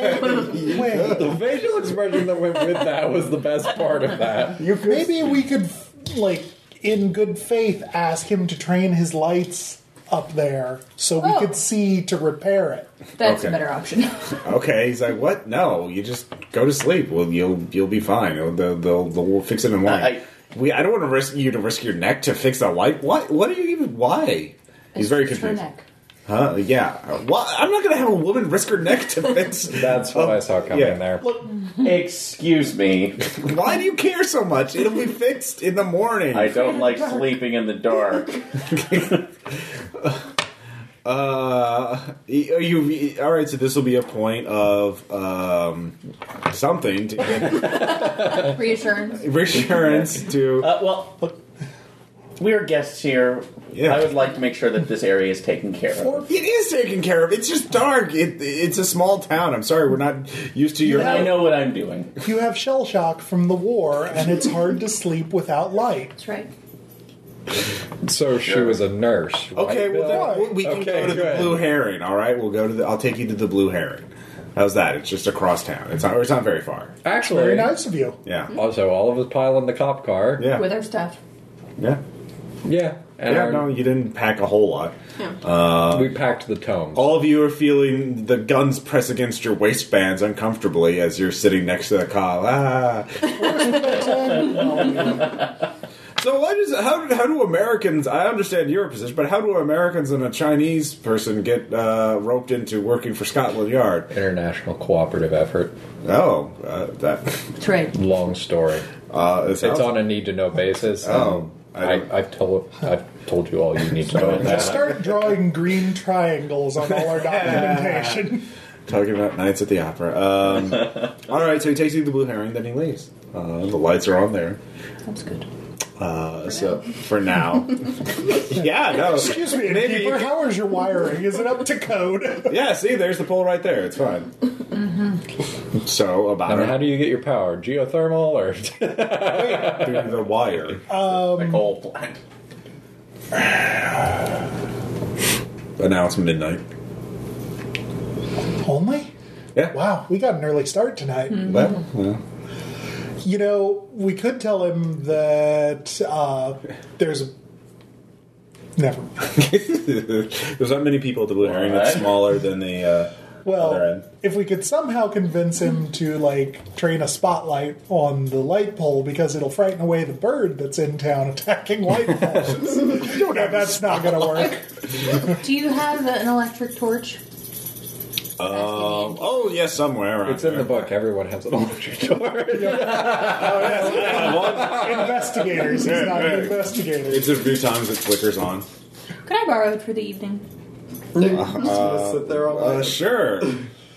G: The facial expression that went with that was the best part of that.
A: Maybe we could, like, in good faith, ask him to train his lights up there so we could see to repair it.
F: That's
B: Okay.
F: a better option.
B: Okay, he's like, "What? No, you just go to sleep. Well, you'll you'll be fine. They'll they'll, they'll, they'll fix it in one."
D: I-
B: we I don't want to risk you to risk your neck to fix a light. What? What are you even? Why? He's very
F: It's her
B: confused.
F: neck.
B: Huh? Yeah. Why I'm not gonna have a woman risk her neck to fix. That's what I saw coming there.
D: Excuse me.
B: Why do you care so much? It'll be fixed in the morning.
D: I don't like sleeping in the dark.
B: Uh, y- are you y- all right? So this will be a point of um something to
F: Reassurance.
B: reassurance to.
D: Uh, well, we are guests here. I would like to make sure that this area is taken care of.
B: It is taken care of. It's just dark. It, it's a small town. I'm sorry, we're not used to your.
A: I know
D: what I'm doing.
A: You have shell shock from the war, and it's hard to sleep without light.
F: That's right.
G: So she was a nurse. Right?
B: Okay, well then we- we can go to the Blue Herring. All right, we'll go to the. I'll take you to the Blue Herring. How's that? It's just across town. It's not. or It's not very far.
G: Actually,
A: Very nice of you.
B: Yeah.
G: Also, all of us pile in the cop car.
B: Yeah.
F: With our stuff.
B: Yeah.
G: Yeah. And
B: yeah.
G: our-
B: No, you didn't pack a whole lot.
F: No.
B: Uh,
G: we packed the tomes.
B: All of you are feeling the guns press against your waistbands uncomfortably as you're sitting next to the cop. Ah. So why does how do, how do Americans? I understand your position, but how do Americans and a Chinese person get uh, roped into working for Scotland Yard?
G: International cooperative effort.
B: Oh, uh, that
F: That's right.
G: Long story.
B: Uh,
G: it's on a need to know basis.
B: Oh,
G: I, have told I've told you all you need to know.
A: Just start drawing green triangles on all our documentation.
B: talking about Nights at the Opera. Um, all right, so he takes you to the Blue Herring, then he leaves. Uh, the lights are on there.
F: That's good.
B: Uh, so for now, yeah, no.
A: Excuse me,
B: Maybe
A: innkeeper,
B: you-
A: how is your wiring? Is it up to code?
B: yeah. See, there's the pole right there. It's fine. So about
G: And Mm-hmm. how do you get your power? Geothermal or
B: through the wire?
A: Um,
D: coal plant.
B: But now it's midnight.
A: Only?
B: Yeah.
A: Wow, we got an early start tonight.
B: Well, well,
A: You know, we could tell him that uh, there's. Never.
B: there's not many people at the Blue Herring. It's
A: Alright.
B: smaller than the. Uh, other
A: Well,
B: end.
A: if we could somehow convince him to, like, train a spotlight on the light pole because it'll frighten away the bird that's in town attacking light poles. Yeah, that's not going to work.
F: Do you have an electric torch?
B: Um, oh yes, somewhere. Around
G: It's in the book. Everyone has an electric torch.
A: Investigators. He's not an investigator.
B: It's a few times it flickers on.
F: Could I borrow it for the evening?
B: Uh, uh, sure.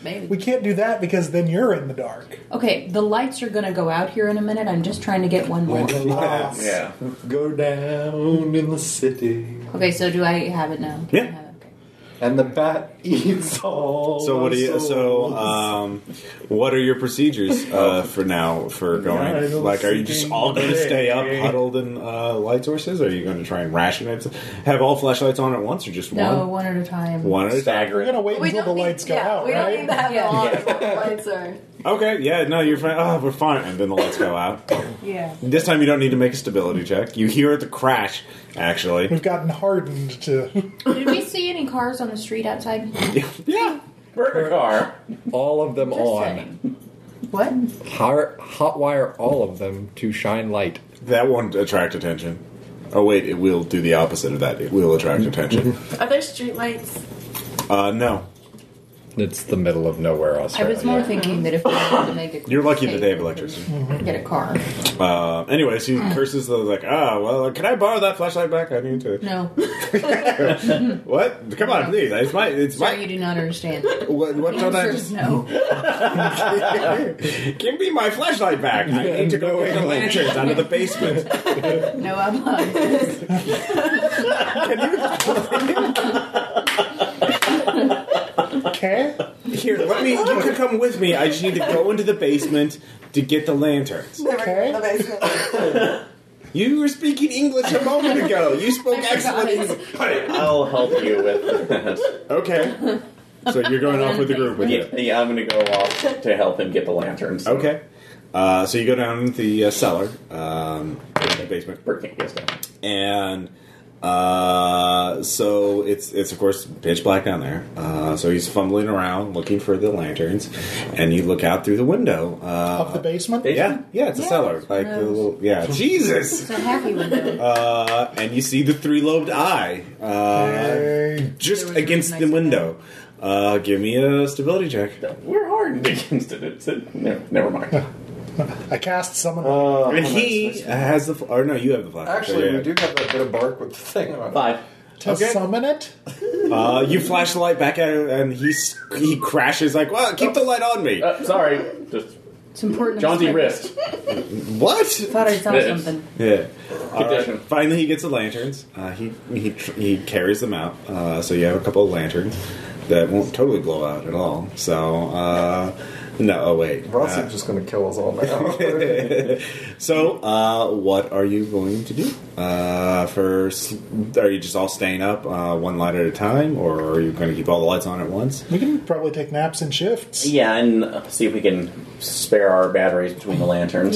F: Maybe.
A: We can't do that because then you're in the dark.
F: Okay, the lights are gonna go out here in a minute. I'm just trying to get one more.
D: Yeah.
H: Go down in the city.
F: Okay, so do I have it now? Uh,
B: Yeah.
H: And the bat eats all.
B: So what do
H: our
G: Oh,
B: you? So
H: souls.
B: um, what are your procedures
G: Oh.
B: uh, for now for going?
H: I'm
B: Like, are you just
H: sleeping
B: all going to stay up
H: today.
B: huddled in uh, light sources? Or are you going to try and ration it? Have all flashlights on at once, or just
F: No,
B: one?
F: one at a time.
B: One at a time.
D: Staggering.
A: Wait
I: We
A: until
I: don't
A: the
I: need-
A: lights go
I: yeah,
A: out,
I: we don't
A: right?
I: need to have
F: Yeah.
I: them on until the lights are.
B: Okay. Yeah. No, you're fine. Oh, we're fine. And then the lights go out.
F: Yeah.
B: This time you don't need to make a stability check. You hear the crash. Actually,
A: We've gotten hardened to.
F: Did we see any cars on the street outside?
B: yeah.
D: Burger car.
G: all of them
F: Just
G: on.
F: saying. What?
G: Har- Hotwire all of them to shine light.
B: That won't attract attention. Oh wait, it will do the opposite of that. It will attract attention.
I: Are there streetlights?
B: Uh, no,
G: It's the middle of nowhere,
F: I
G: Australia.
F: was more thinking that if we were to make a quick
B: you're lucky that
F: escape,
B: they have electricity.
F: Get a car.
B: Uh, anyways, he curses the like. Ah, well, can I borrow that flashlight back? I need to.
F: No,
B: What? Come on, please. It's my. It's
F: sorry,
B: my.
F: you do not understand.
B: What? What
F: The
B: don't I
F: answer
B: just?
F: is no.
B: Give me my flashlight back. I need to go get the lanterns out of the basement.
F: No, I'm not.
A: Okay?
B: Here, let me. You can come with me. I just need to go into the basement to get the lanterns.
A: Okay.
B: You were speaking English a moment ago. You spoke excellent English.
D: I'll help you with that.
B: Okay. So you're going off with the group with
D: Yeah,
B: you.
D: yeah, I'm going to go off to help him get the lanterns.
B: Okay. Uh, so you go down the uh, cellar, um, in the uh, basement,
D: Burger King, yes, no.
B: and Uh, so it's it's of course pitch black down there. Uh, so he's fumbling around looking for the lanterns, and you look out through the window uh,
A: Of the basement?
B: Yeah, yeah, it's a cellar. Like the little, yeah, Jesus.
F: It's a happy window.
B: Uh, and you see the three lobed eye uh, just against the window. Uh, give me a stability check.
D: We're hardened against it. It's a, never, never mind.
A: I cast summon.
H: Oh,
B: and he has the. fl- Or no, you have the flash.
H: Actually, we do have that bit of bark with the thing on it.
D: Five.
A: to summon it?
B: Uh, you flash the light back at him, and he s- he crashes like, "Well, keep the light on me."
D: Uh, sorry, just
F: It's important.
D: jaunty wrist.
B: What?
F: Thought I saw
D: Yes.
F: something.
B: Yeah. All
D: Condition.
B: right. Finally, he gets the lanterns. Uh, he he tr- he carries them out. Uh, so you have a couple of lanterns that won't totally blow out at all. So uh, no, oh wait.
H: Ross
B: Uh,
H: is just going to kill us all now.
B: so uh, what are you going to do? Uh, for s- are you just all staying up uh, one light at a time, or are you going to keep all the lights on at once?
A: We can probably take naps and shifts.
D: Yeah, and uh, see if we can spare our batteries between the lanterns.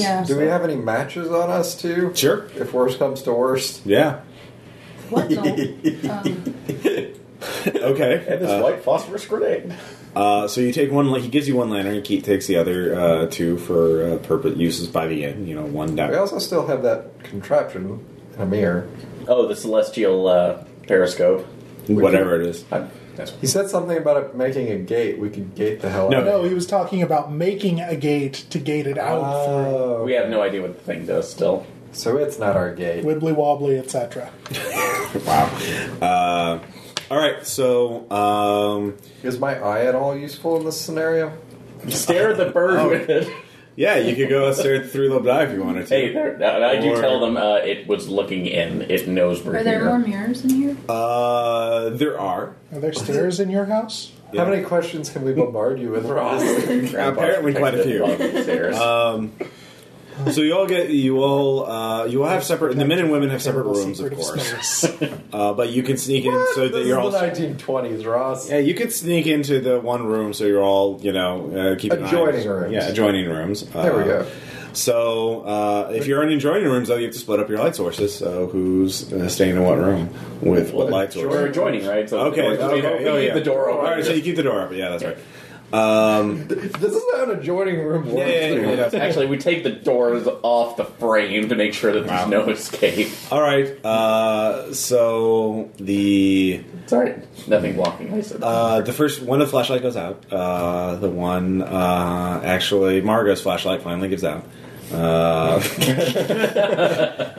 F: Yeah.
H: do we have any matches on us too?
B: Sure.
H: If worst comes to worst,
B: Yeah.
F: What? No. Um,
B: Okay.
D: And this white phosphorus grenade.
B: Uh, so you take one. He gives you one lantern. He takes the other uh, two for uh, purpose uses by the end. You know, one down.
H: we also still have that contraption in a mirror.
D: Oh, the celestial uh, periscope.
B: whatever it is.
D: I, Uh, that's
H: He said something about it making a gate. We could gate the hell
B: No.
H: out. of
A: No, he was talking about making a gate to gate it out
H: Oh,
D: We have no idea what the thing does still.
H: so it's not our gate.
B: Ah.
A: through wibbly wobbly, etc.
B: Wow. Uh, all right. So um,
H: Is my eye at all useful in this scenario?
D: Stare at the bird
B: Oh.
D: with it.
B: yeah, you could go upstairs through Lobe Dive if you wanted to.
D: Hey, there, now, I do
B: Or-
D: tell them uh, it was looking in. It knows we're
F: are
D: here.
F: there more mirrors in here?
B: Uh, there are.
A: Are there stairs in your house?
H: How many questions can we bombard you with, Ross?
D: Grandpa
B: Apparently quite a
D: protected
B: few. Uh,
D: while we upstairs.
B: So you all get you all uh, you all have separate. The men and women have separate
A: Terrible
B: rooms, of
A: secret
B: course.
A: space.
B: Uh, but you can sneak in so that
H: this
B: you're
H: is the
B: all.
H: 1920s, Ross.
B: Yeah, you could sneak into the one room so you're all, you know, uh, keep an eye on-
H: Adjoining rooms.
B: Yeah, adjoining rooms. Uh,
H: There we go.
B: So uh, if you're in adjoining rooms, though, you have to split up your light sources. So who's uh, staying in what room with what light source?
D: We're adjoining, right? So
B: Okay.
D: we- we-
B: okay.
D: we
B: oh,
D: leave
B: yeah.
D: the door
B: All
D: open.
B: right. So you keep the door open. Yeah, that's right.
H: This is how an adjoining room works.
B: Yeah, yeah, yeah, yeah.
D: Actually, we take the doors off the frame to make sure that there's no escape.
B: All right. Uh, so the
D: Sorry, nothing blocking. I said.
B: uh, the first one of the flashlight goes out. Uh, the one uh, actually Margot's flashlight finally gives out. Uh,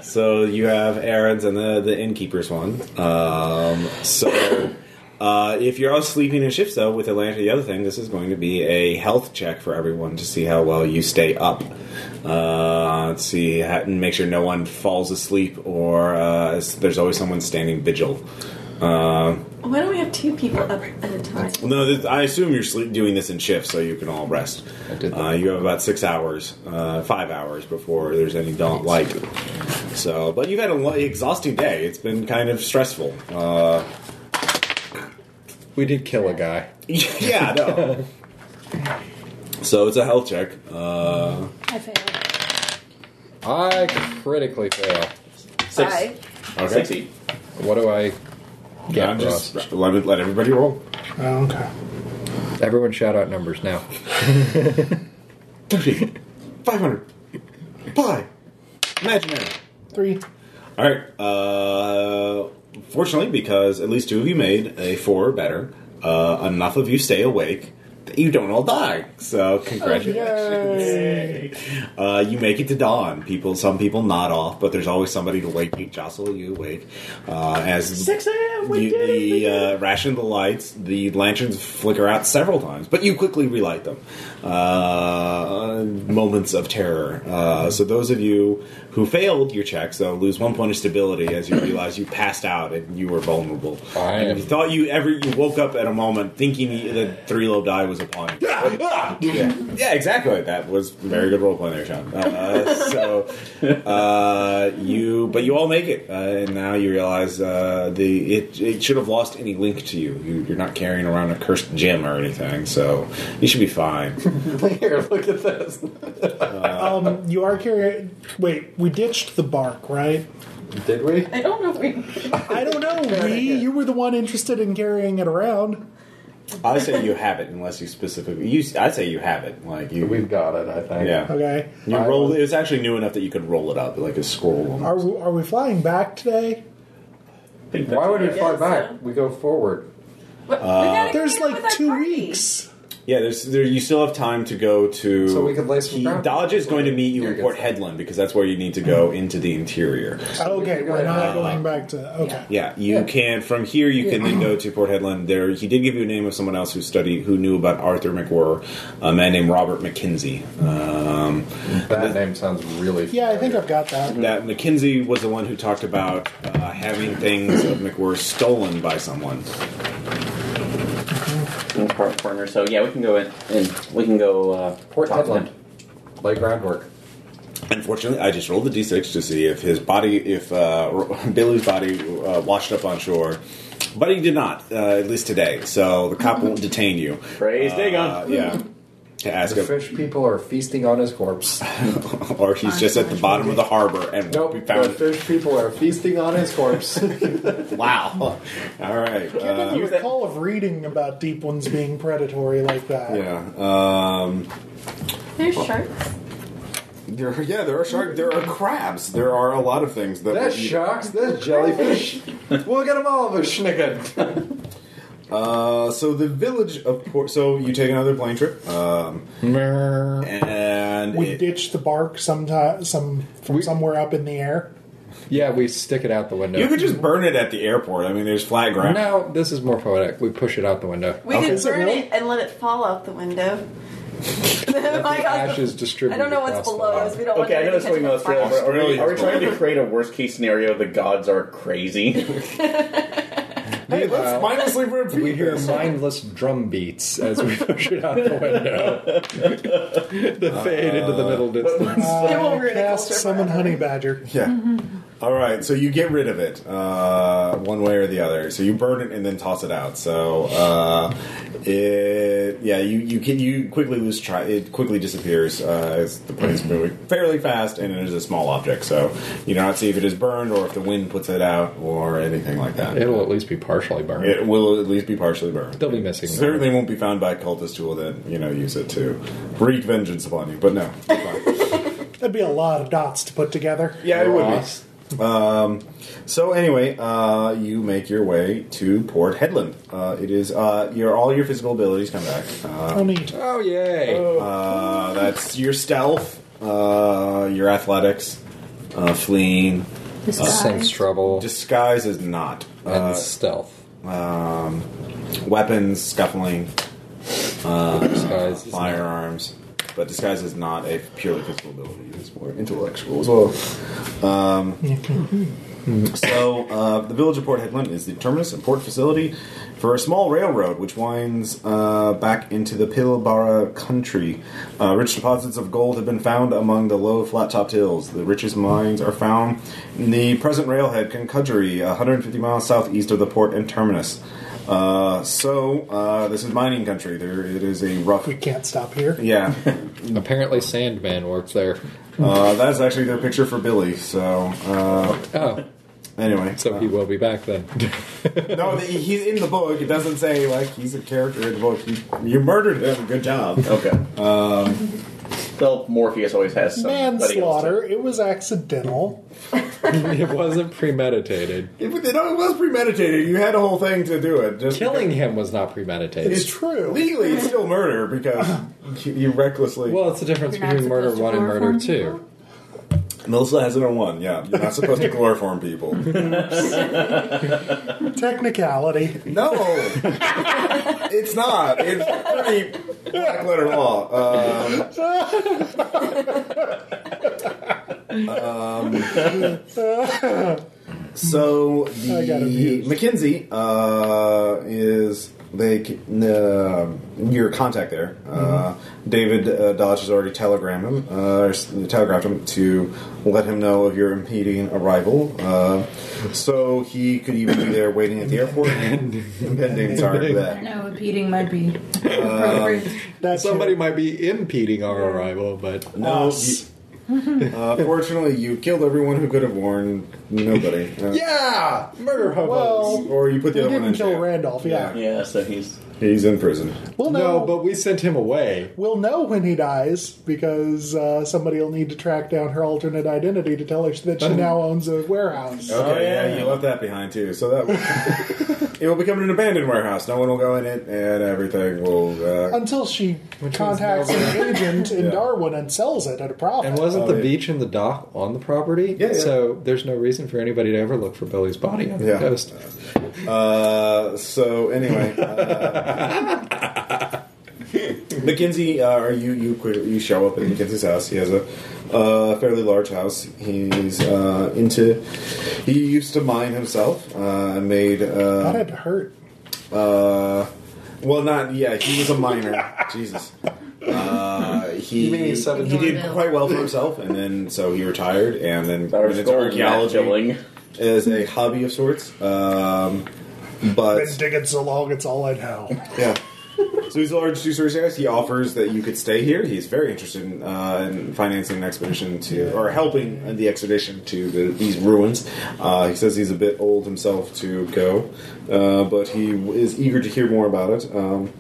B: so you have Aaron's and the the innkeeper's one. Um, so. Uh, if you're all sleeping in shifts, though, with Atlanta, the other thing, this is going to be a health check for everyone to see how well you stay up. Uh, let's see, ha- and make sure no one falls asleep, or uh, s- there's always someone standing vigil. Uh,
I: Why don't we have two people up at a time?
B: no, this, I assume you're sleep, doing this in shifts, so you can all rest. Uh, you have about six hours, uh, five hours before there's any dawn light. So, but you've had an exhausting day. It's been kind of stressful. Uh,
G: We did kill a guy.
B: yeah, no. so it's a health check. Uh,
F: I failed.
G: I critically fail.
D: Six.
I: Five.
B: okay.
D: Sixty.
G: What do I get?
B: I'm
G: Ross?
B: just let, me- let everybody roll.
A: Oh, okay.
G: Everyone shout out numbers now.
B: 30, 500, pi, imaginary.
A: Three.
B: All right. Uh, fortunately, because at least two of you made a four or better, uh, enough of you stay awake that you don't all die. So congratulations! Uh, you make it to dawn. People, some people nod off, but there's always somebody to wake you, jostle you awake. Uh, as six a.m. You, the uh, ration of the lights, the lanterns flicker out several times, but you quickly relight them. Uh, moments of terror. Uh, so those of you who failed your check, so lose one point of stability as you realize you passed out and you were vulnerable.
G: I
B: and
G: am-
B: you thought you ever you woke up at a moment thinking that three low die was upon you. Yeah, yeah, exactly. That was very good role playing there, Sean. Uh, so uh, you, but you all make it, uh, and now you realize uh, the it, it should have lost any link to you. you. You're not carrying around a cursed gem or anything, so you should be fine.
H: Here, look at this.
A: Um, you are carrying. Wait, we ditched the bark, right?
H: Did we?
I: I don't know if we.
A: I don't know, Lee. You were the one interested in carrying it around.
B: I say you have it unless you specifically. You, I say you have it. Like you,
H: we've got it. I think.
B: Yeah.
A: Okay.
B: You roll. It was actually new enough that you could roll it up like a scroll.
A: Are we, are we flying back today?
H: Why would we fly back? We go forward.
B: Uh,
A: There's like two weeks.
B: yeah, there's there. You still have time to go to.
H: So we could lay some
B: He-
H: ground.
B: Dodge is going to meet you in Port Headland because that's where you need to go
H: Mm-hmm.
B: into the interior.
A: Okay, we're not going back to. Okay.
B: Yeah, you
A: Yeah.
B: can. From here, you can then go to Port Headland. There, he did give you a name of someone else who studied, who knew about Arthur McWhirr, a man named Robert McKinsey. Um,
H: that name sounds really.
A: Yeah, I think I've got that.
B: That McKinsey was the one who talked about uh, having things of McWhirr stolen by someone.
D: in the park corner. So yeah, we can go in. in we can go. Uh,
H: Port
D: talk to
H: Headland.
D: him.
H: Lay groundwork.
B: Unfortunately, I just rolled the d6 to see if his body, if uh, Billy's body uh, washed up on shore. But he did not, uh, at least today. So the
H: Mm-hmm.
B: cop won't detain you.
D: Praise
B: uh,
D: Dagon.
B: Yeah. To ask
H: The
B: him,
H: fish people are feasting on his corpse.
B: or he's just at the bottom of the harbor and won't be
H: nope, the
B: found.
H: fish people are feasting on his corpse.
B: Wow. All right.
A: I can't
B: uh,
A: ever recall of reading about deep ones being predatory like that.
B: yeah. Um,
I: There's sharks.
B: there, are- yeah, there are shark. There are crabs. There are a lot of things that
H: That's
B: you-
H: sharks. That's jellyfish. we'll get them all, schnicken.
B: Uh, so the village of Port. So you take another plane trip, um, and
A: We
B: it-
A: ditch the bark sometime, some from somewhere up in the air.
G: Yeah, we stick it out the window.
B: you could just burn it at the airport. I mean, there's flat ground.
G: Now this is more poetic. We push it out the window.
I: We
B: Okay.
I: could
B: Is it
I: burn
B: really?
I: it and let it fall out the window.
G: The ashes distributed.
I: I don't know what's
G: across the
I: below
G: lawn.
I: us. We don't want
D: Okay, I know
I: to
D: that's
I: catch
D: going on
I: on fire.
D: Australia. Are, we, are we
B: Australia's
D: trying to create a worst case scenario? The gods are crazy.
B: Hey, let's mindlessly repeat
G: We hear
B: this.
G: mindless drum beats as we push it out the window. Uh, the fade into the middle distance.
I: It won't
A: I
I: ruin the
A: cast
I: culture
A: summon
I: forever.
A: honey badger.
B: Yeah. All right, so you get rid of it uh, one way or the other. So you burn it and then toss it out. So uh, it, yeah, you, you can you quickly lose try. It quickly disappears uh, as the plane's moving fairly fast, and it is a small object. So you do not see if it is burned or if the wind puts it out or anything like that.
G: It'll at least be partially burned.
B: It will at least be partially burned.
G: They'll be missing.
B: Certainly won't be found by a cultist who will then, you know, use it to wreak vengeance upon you. But no, it's fine.
A: That'd be a lot of dots to put together.
B: yeah, it would be.
G: Ross.
B: Um, so anyway, uh, you make your way to Port Headland. Uh, it is uh, your all your physical abilities come back. Uh,
A: Oh, neat.
G: Oh yay!
B: uh, that's your stealth, uh, your athletics, uh, fleeing.
F: This
G: Sense trouble
B: Disguise is not.
G: and
B: Uh,
G: stealth.
B: um, weapons, scuffling,
G: Disguise is
B: firearms, but disguise is not a purely physical ability. It's more intellectual as well. Um, so, uh, the village of Port Headland is the terminus and port facility for a small railroad which winds uh, back into the Pilbara country. Uh, rich deposits of gold have been found among the low, flat-topped hills. The richest mines are found in the present railhead, Concudgery, 150 miles southeast of the port and terminus. Uh, so, uh, this is mining country. There, it is a rough.
A: We can't stop here.
B: Yeah,
G: Apparently, Sandman works there.
B: uh, that is actually their picture for Billy. So, uh,
G: Oh,
B: anyway,
G: so he will be back then.
B: no, the, he's in the book. It doesn't say like he's a character in the book. You, you murdered him. Good job.
D: okay. Um, well, Morpheus always has some
A: Manslaughter. It was accidental.
G: it wasn't premeditated.
B: It, was- no, it was premeditated. You had a whole thing to do it. Just
G: Killing him was not premeditated.
A: It's true.
B: legally, it's still murder because you, you recklessly.
G: Well, it's the difference
E: You're not
G: between murder
E: supposed to
G: one and murder
E: chloroform
G: two.
B: Melissa has it on one. Yeah, you're not supposed to chloroform people.
A: Technicality.
B: No, it's not. It's pretty black letter law. Um, um, so
A: I got
B: the
A: abused.
B: McKinsey uh, is they c- uh, your contact there. Uh,
A: Mm-hmm.
B: David uh, Dodge has already telegrammed him, uh, or s- telegraphed him to let him know of your impeding arrival. Uh, so he could even be there waiting at the airport. Impending, sorry for that.
F: No, impeding might be appropriate.
A: That's
G: Somebody might be impeding our arrival, but
B: No,
A: Us.
B: you- Uh, fortunately, you killed everyone who could have warned nobody. Uh,
A: Yeah, murder hobos. Well,
B: Or you put the
A: we
B: other one
A: didn't
B: in
A: kill
B: jail.
A: Randolph. Yeah.
D: Yeah, so he's
B: he's in prison.
A: Well, no.
C: but we sent him away.
A: We'll know when he dies because uh, somebody will need to track down her alternate identity to tell her that she now owns a warehouse.
B: Okay, yeah. you left that behind too. So that will- it will become an abandoned warehouse. No one will go in it, and everything will. Uh,
A: Until she contacts an agent in Darwin and sells it at a profit.
G: And wasn't the beach and the dock on the property?
A: Yeah, yeah.
G: So there's no reason for anybody to ever look for Billy's body on the
B: Yeah.
G: coast.
B: uh, so anyway, uh, Mackenzie, uh, are you you que- you show up at Mackenzie's house? He has a uh, fairly large house. He's uh, into. He used to mine himself uh, and made. Uh,
A: That had to hurt.
B: Uh, well, not yeah. He was a minor. Jesus. Uh, he
H: You mean he's seven-
B: he did quite well for himself, and then so he retired, and then
D: our
B: went into
D: skull
B: archaeology
D: killing.
B: as a hobby of sorts. Um, but
A: Been digging so long, it's all I know.
B: yeah. So he's a large two story guy. He offers that you could stay here. He's very interested in, uh, in financing an expedition to, or helping the expedition to the, these ruins. Uh, he says he's a bit old himself to go, uh, but he is eager to hear more about it. Um,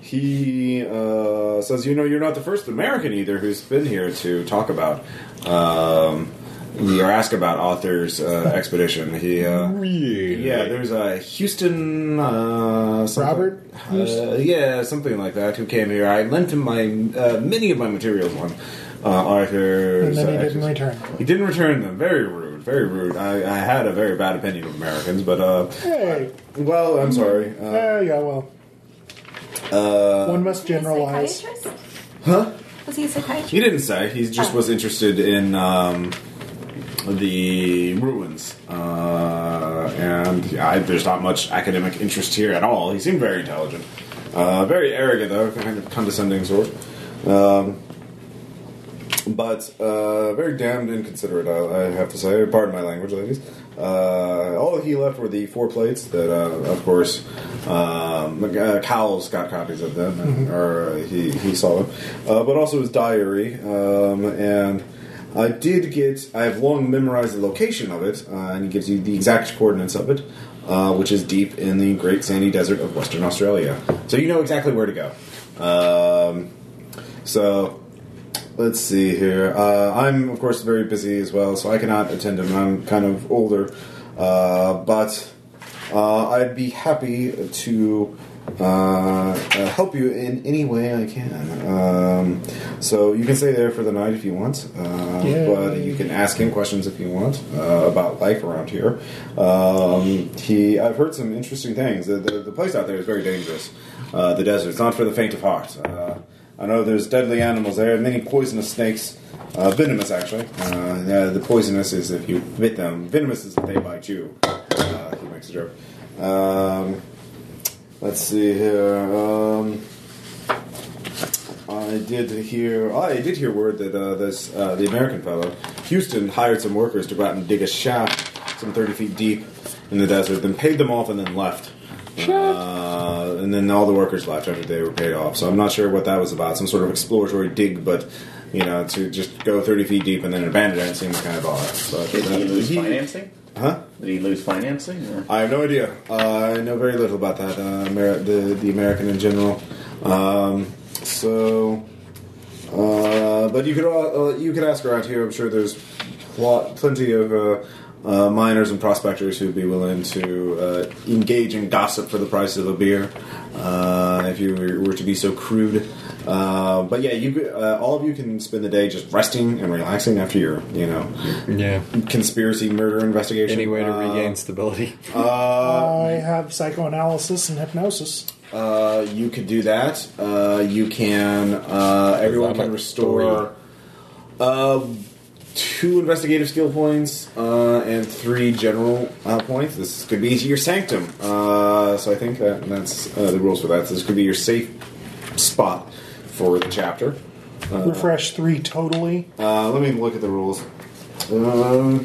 B: he uh, says, "You know, you're not the first American either who's been here to talk about um, the- or ask about Arthur's uh, expedition." He, uh, yeah, there's a Houston uh, something-
A: Robert Houston?
B: uh, yeah, something like that. Who came here? I lent him my uh, many of my materials on uh, Arthur's.
A: And then he
B: uh,
A: didn't
B: expedition.
A: return.
B: He didn't return them. Very rude. Very rude. I, I had a very bad opinion of Americans, but uh,
A: Hey.
B: well, I'm sorry.
A: Uh,
B: Uh,
A: yeah, well,
B: uh,
A: one must generalize.
I: Psychiatrist?
B: Huh?
I: Was he a psychiatrist?
B: He didn't say. He just was interested in um, the ruins, uh, and I, there's not much academic interest here at all. He seemed very intelligent, uh, very arrogant though, kind of condescending sort, um, but uh, very damned inconsiderate. I, I have to say. Pardon my language, ladies. Uh, all he left were the four plates that, uh, of course, um, uh, Cowles got copies of them, and, or uh, he, he saw them, uh, but also his diary. Um, and I did get, I have long memorized the location of it, uh, and he gives you the exact coordinates of it, uh, which is deep in the great sandy desert of Western Australia. So you know exactly where to go. Um, so let's see here. Uh, I'm, of course, very busy as well, so I cannot attend him. I'm kind of older. Uh, but uh, I'd be happy to uh, uh, help you in any way I can. Um, so you can stay there for the night if you want, uh,
A: Yeah.
B: but you can ask him questions if you want uh, about life around here. Um, he, I've heard some interesting things. The, the, the place out there is very dangerous. Uh, the desert. It's not for the faint of heart. Uh, I know there's deadly animals there, many poisonous snakes, uh, venomous actually. Uh, yeah, the poisonous is if you bit them. Venomous is if they bite you. Uh, he makes a joke. Um, let's see here. Um, I did hear. ah, I did hear word that uh, this uh, the American fellow, Houston, hired some workers to go out and dig a shaft some thirty feet deep in the desert, then paid them off and then left. Uh, and then all the workers left after they were paid off. So I'm not sure what that was about. Some sort of exploratory dig, but you know, to just go 30 feet deep and then abandon it seems kind of odd. But
D: Did he
B: uh,
D: lose
B: he-
D: financing?
B: Huh?
D: Did he lose financing? Or?
B: I have no idea. Uh, I know very little about that. Uh, Amer- the the American in general. Um, so, uh, but you could all, uh, you could ask around here. I'm sure there's pl- plenty of. Uh, uh, miners and prospectors who'd be willing to uh, engage in gossip for the price of a beer, uh, if you were were to be so crude. Uh, but yeah, you could- uh, all of you can spend the day just resting and relaxing after your you know
G: Yeah.
B: conspiracy murder investigation.
G: Any way to
B: Uh,
G: regain stability?
B: Uh,
A: I have psychoanalysis and hypnosis.
B: uh, you could do that. Uh, you can. Uh, everyone
G: I'm
B: can
G: at
B: restore uh, two investigative skill points uh, and three general uh, points. This could be your sanctum. Uh, so I think that that's uh, the rules for that. So this could be your safe spot for the chapter.
A: Uh, Refresh three totally.
B: Uh, let me look at the rules. Um,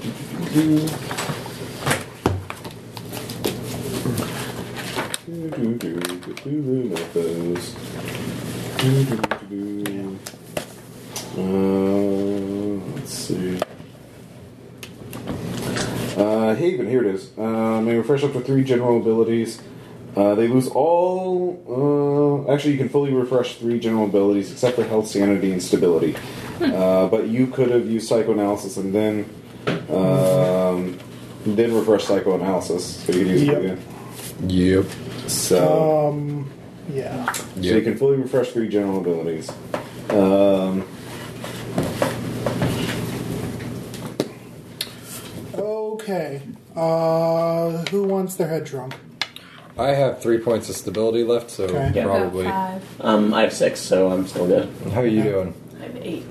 B: Uh, Uh, Haven, here it is. Uh, may refresh up to three general abilities. Uh, they lose all. Uh, actually, you can fully refresh three general abilities except for health, sanity, and stability. Uh, but you could have used psychoanalysis and then um, then refresh psychoanalysis, so you could use it again.
G: Yep.
B: So.
A: Um, yeah.
B: So you can fully refresh three general abilities. Um,
A: Okay. Uh, who wants their head drunk?
G: I have three points of stability left, so
A: Okay. Yeah.
G: probably.
F: Five.
D: Um, I have six, so I'm still good.
G: How are you doing?
F: I have eight.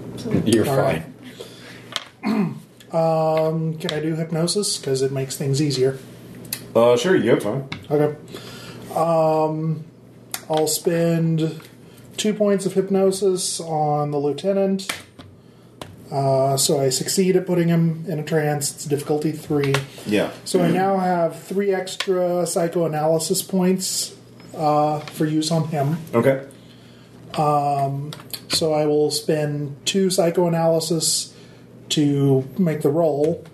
G: You're
A: All right.
G: fine.
A: Um, can I do hypnosis? Because it makes things easier.
B: uh, sure, you have time.
A: Okay. Um, I'll spend two points of hypnosis on the lieutenant. Uh, so I succeed at putting him in a trance. It's difficulty three.
B: Yeah.
A: So I now have three extra psychoanalysis points uh, for use on him.
B: Okay.
A: Um, so I will spend two psychoanalysis to make the roll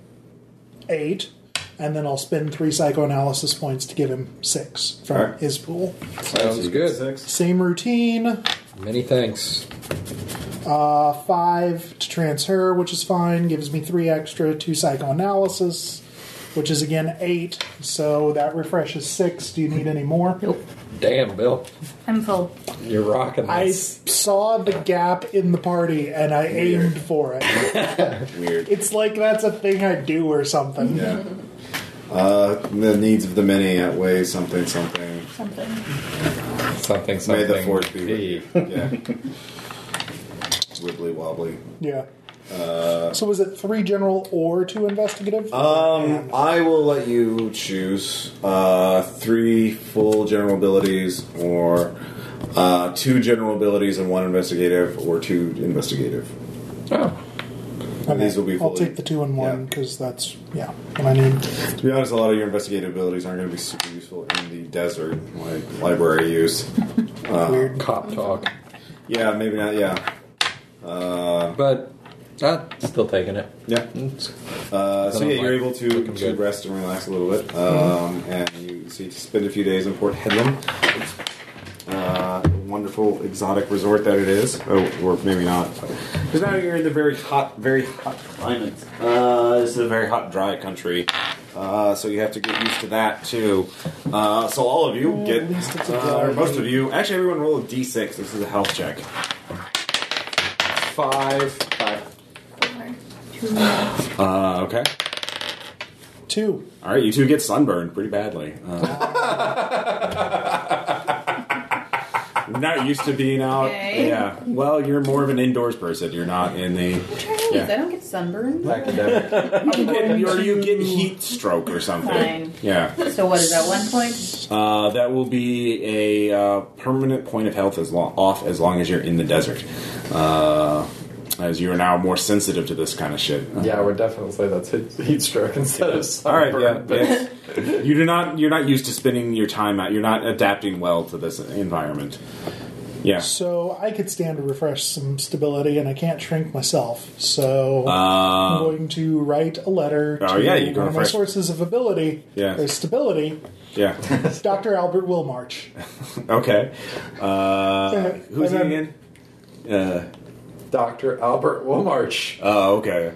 A: eight, and then I'll spend three psychoanalysis points to give him six from
G: All right.
A: his pool.
G: Sounds good.
A: Same routine.
G: Many thanks.
A: Uh, five to transfer, which is fine. Gives me three extra. Two psychoanalysis, which is again eight. So that refreshes six. Do you need any more? Nope.
G: Damn, Bill.
R: I'm full.
G: You're rocking
A: I
G: this.
A: saw the gap in the party and I aimed for it.
B: Weird.
A: It's like that's a thing I do or something.
B: Yeah. Uh, the needs of the many outweigh something, something.
R: Something.
G: Something,
B: May
G: something.
B: the fourth be with you. Yeah. Wibbly wobbly.
A: Yeah.
B: Uh,
A: So was it three general or two investigative?
B: um, I will let you choose uh, three full general abilities, or uh, two general abilities and one investigative, or two investigative.
G: Oh.
B: And these will be
A: I'll
B: fully.
A: take the two and one because that's yeah. What I need.
B: To be honest, a lot of your investigative abilities aren't going to be super useful in the desert, like library use. Uh,
G: Weird cop talk.
B: Yeah, maybe not. Yeah. Uh,
G: but uh, still taking it.
B: Yeah. Uh, so
G: Sound
B: yeah, you're
G: like
B: able to, to rest and relax a little bit, um, and you so you spend a few days in Port Hedlam, uh, wonderful exotic resort that it is, oh, or maybe not. Because now you're in the very hot, very hot climate. Uh, this is a very hot, dry country, uh, so you have to get used to that too. Uh, so all of you get, uh, or most of you, actually everyone roll a d6. This is a health check. Five. Five. Uh, okay.
A: Two.
B: All right, you two get sunburned pretty badly. Uh, I'm not used to being out.
R: Okay.
B: Yeah. Well, you're more of an indoors person. You're not in the.
R: I
B: Yeah.
R: don't get sunburned.
B: You get, or you get heat stroke or something.
R: Fine.
B: Yeah.
R: So what is that? One point.
B: Uh, that will be a uh, permanent point of health as long off as long as you're in the desert, uh, as you are now more sensitive to this kind of shit.
H: Yeah, I would definitely say that's heat, heat stroke instead of
B: All right,
H: sunburn.
B: yeah,
H: but-
B: yes. you do not. You're not used to spending your time out. You're not adapting well to this environment. Yeah.
A: So I could stand to refresh some stability, and I can't shrink myself. So
B: Uh,
A: I'm going to write a letter
B: Oh,
A: to
B: yeah, you can
A: one of my
B: refresh-
A: sources of ability
B: Yeah.
A: or stability,
B: Yeah.
A: Dr. Albert Wilmarch.
B: okay. Uh, who's he
A: And
B: again? Uh,
H: Dr. Albert Wilmarch.
B: Oh, okay.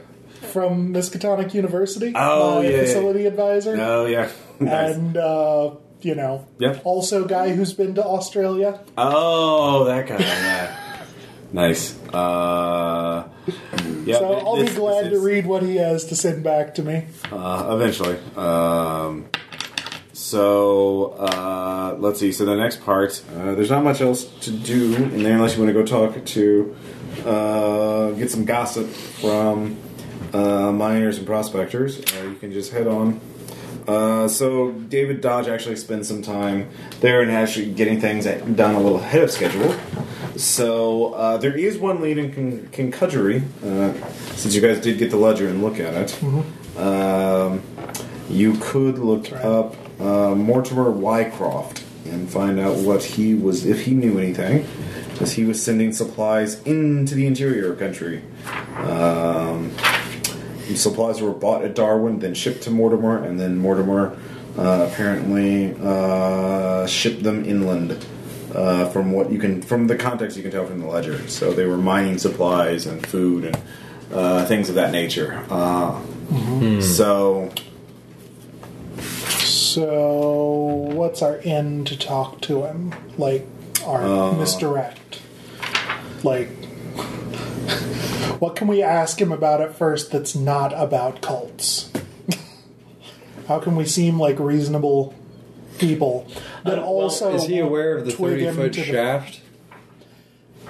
A: from Miskatonic University.
B: Oh,
A: my
B: yeah, yeah.
A: facility advisor.
B: Oh, yeah. Nice.
A: And, uh, you know,
B: Yep.
A: also guy who's been to Australia.
B: Oh, that guy. Yeah. nice. Uh, yeah.
A: so I'll
B: this-
A: be glad
B: this
A: to
B: is-
A: read what he has to send back to me.
B: Uh, eventually. Um, so uh, let's see. So the next part, uh, there's not much else to do in there unless you want to go talk to, uh, get some gossip from uh, miners and prospectors. Uh, you can just head on. Uh, so David Dodge actually spends some time there and actually getting things done a little ahead of schedule. So uh, there is one lead in con- concudgery, uh, since you guys did get the ledger and look at it. Um, you could look up uh, Mortimer Wycroft and find out what he was, if he knew anything, as he was sending supplies into the interior country. Um, supplies were bought at Darwin, then shipped to Mortimer, and then Mortimer uh, apparently uh, shipped them inland. Uh, from what you can, from the context you can tell from the ledger, so they were mining supplies and food and uh, things of that nature. Uh,
A: Mhm. Hmm.
B: So
A: So, what's our end to talk to him? Like, our
B: Uh.
A: misdirect? Like, what can we ask him about at first that's not about cults? How can we seem like reasonable people that also
H: Is he
A: won't
H: aware of the
A: twig
H: thirty
A: him
H: foot
A: to the-
H: shaft?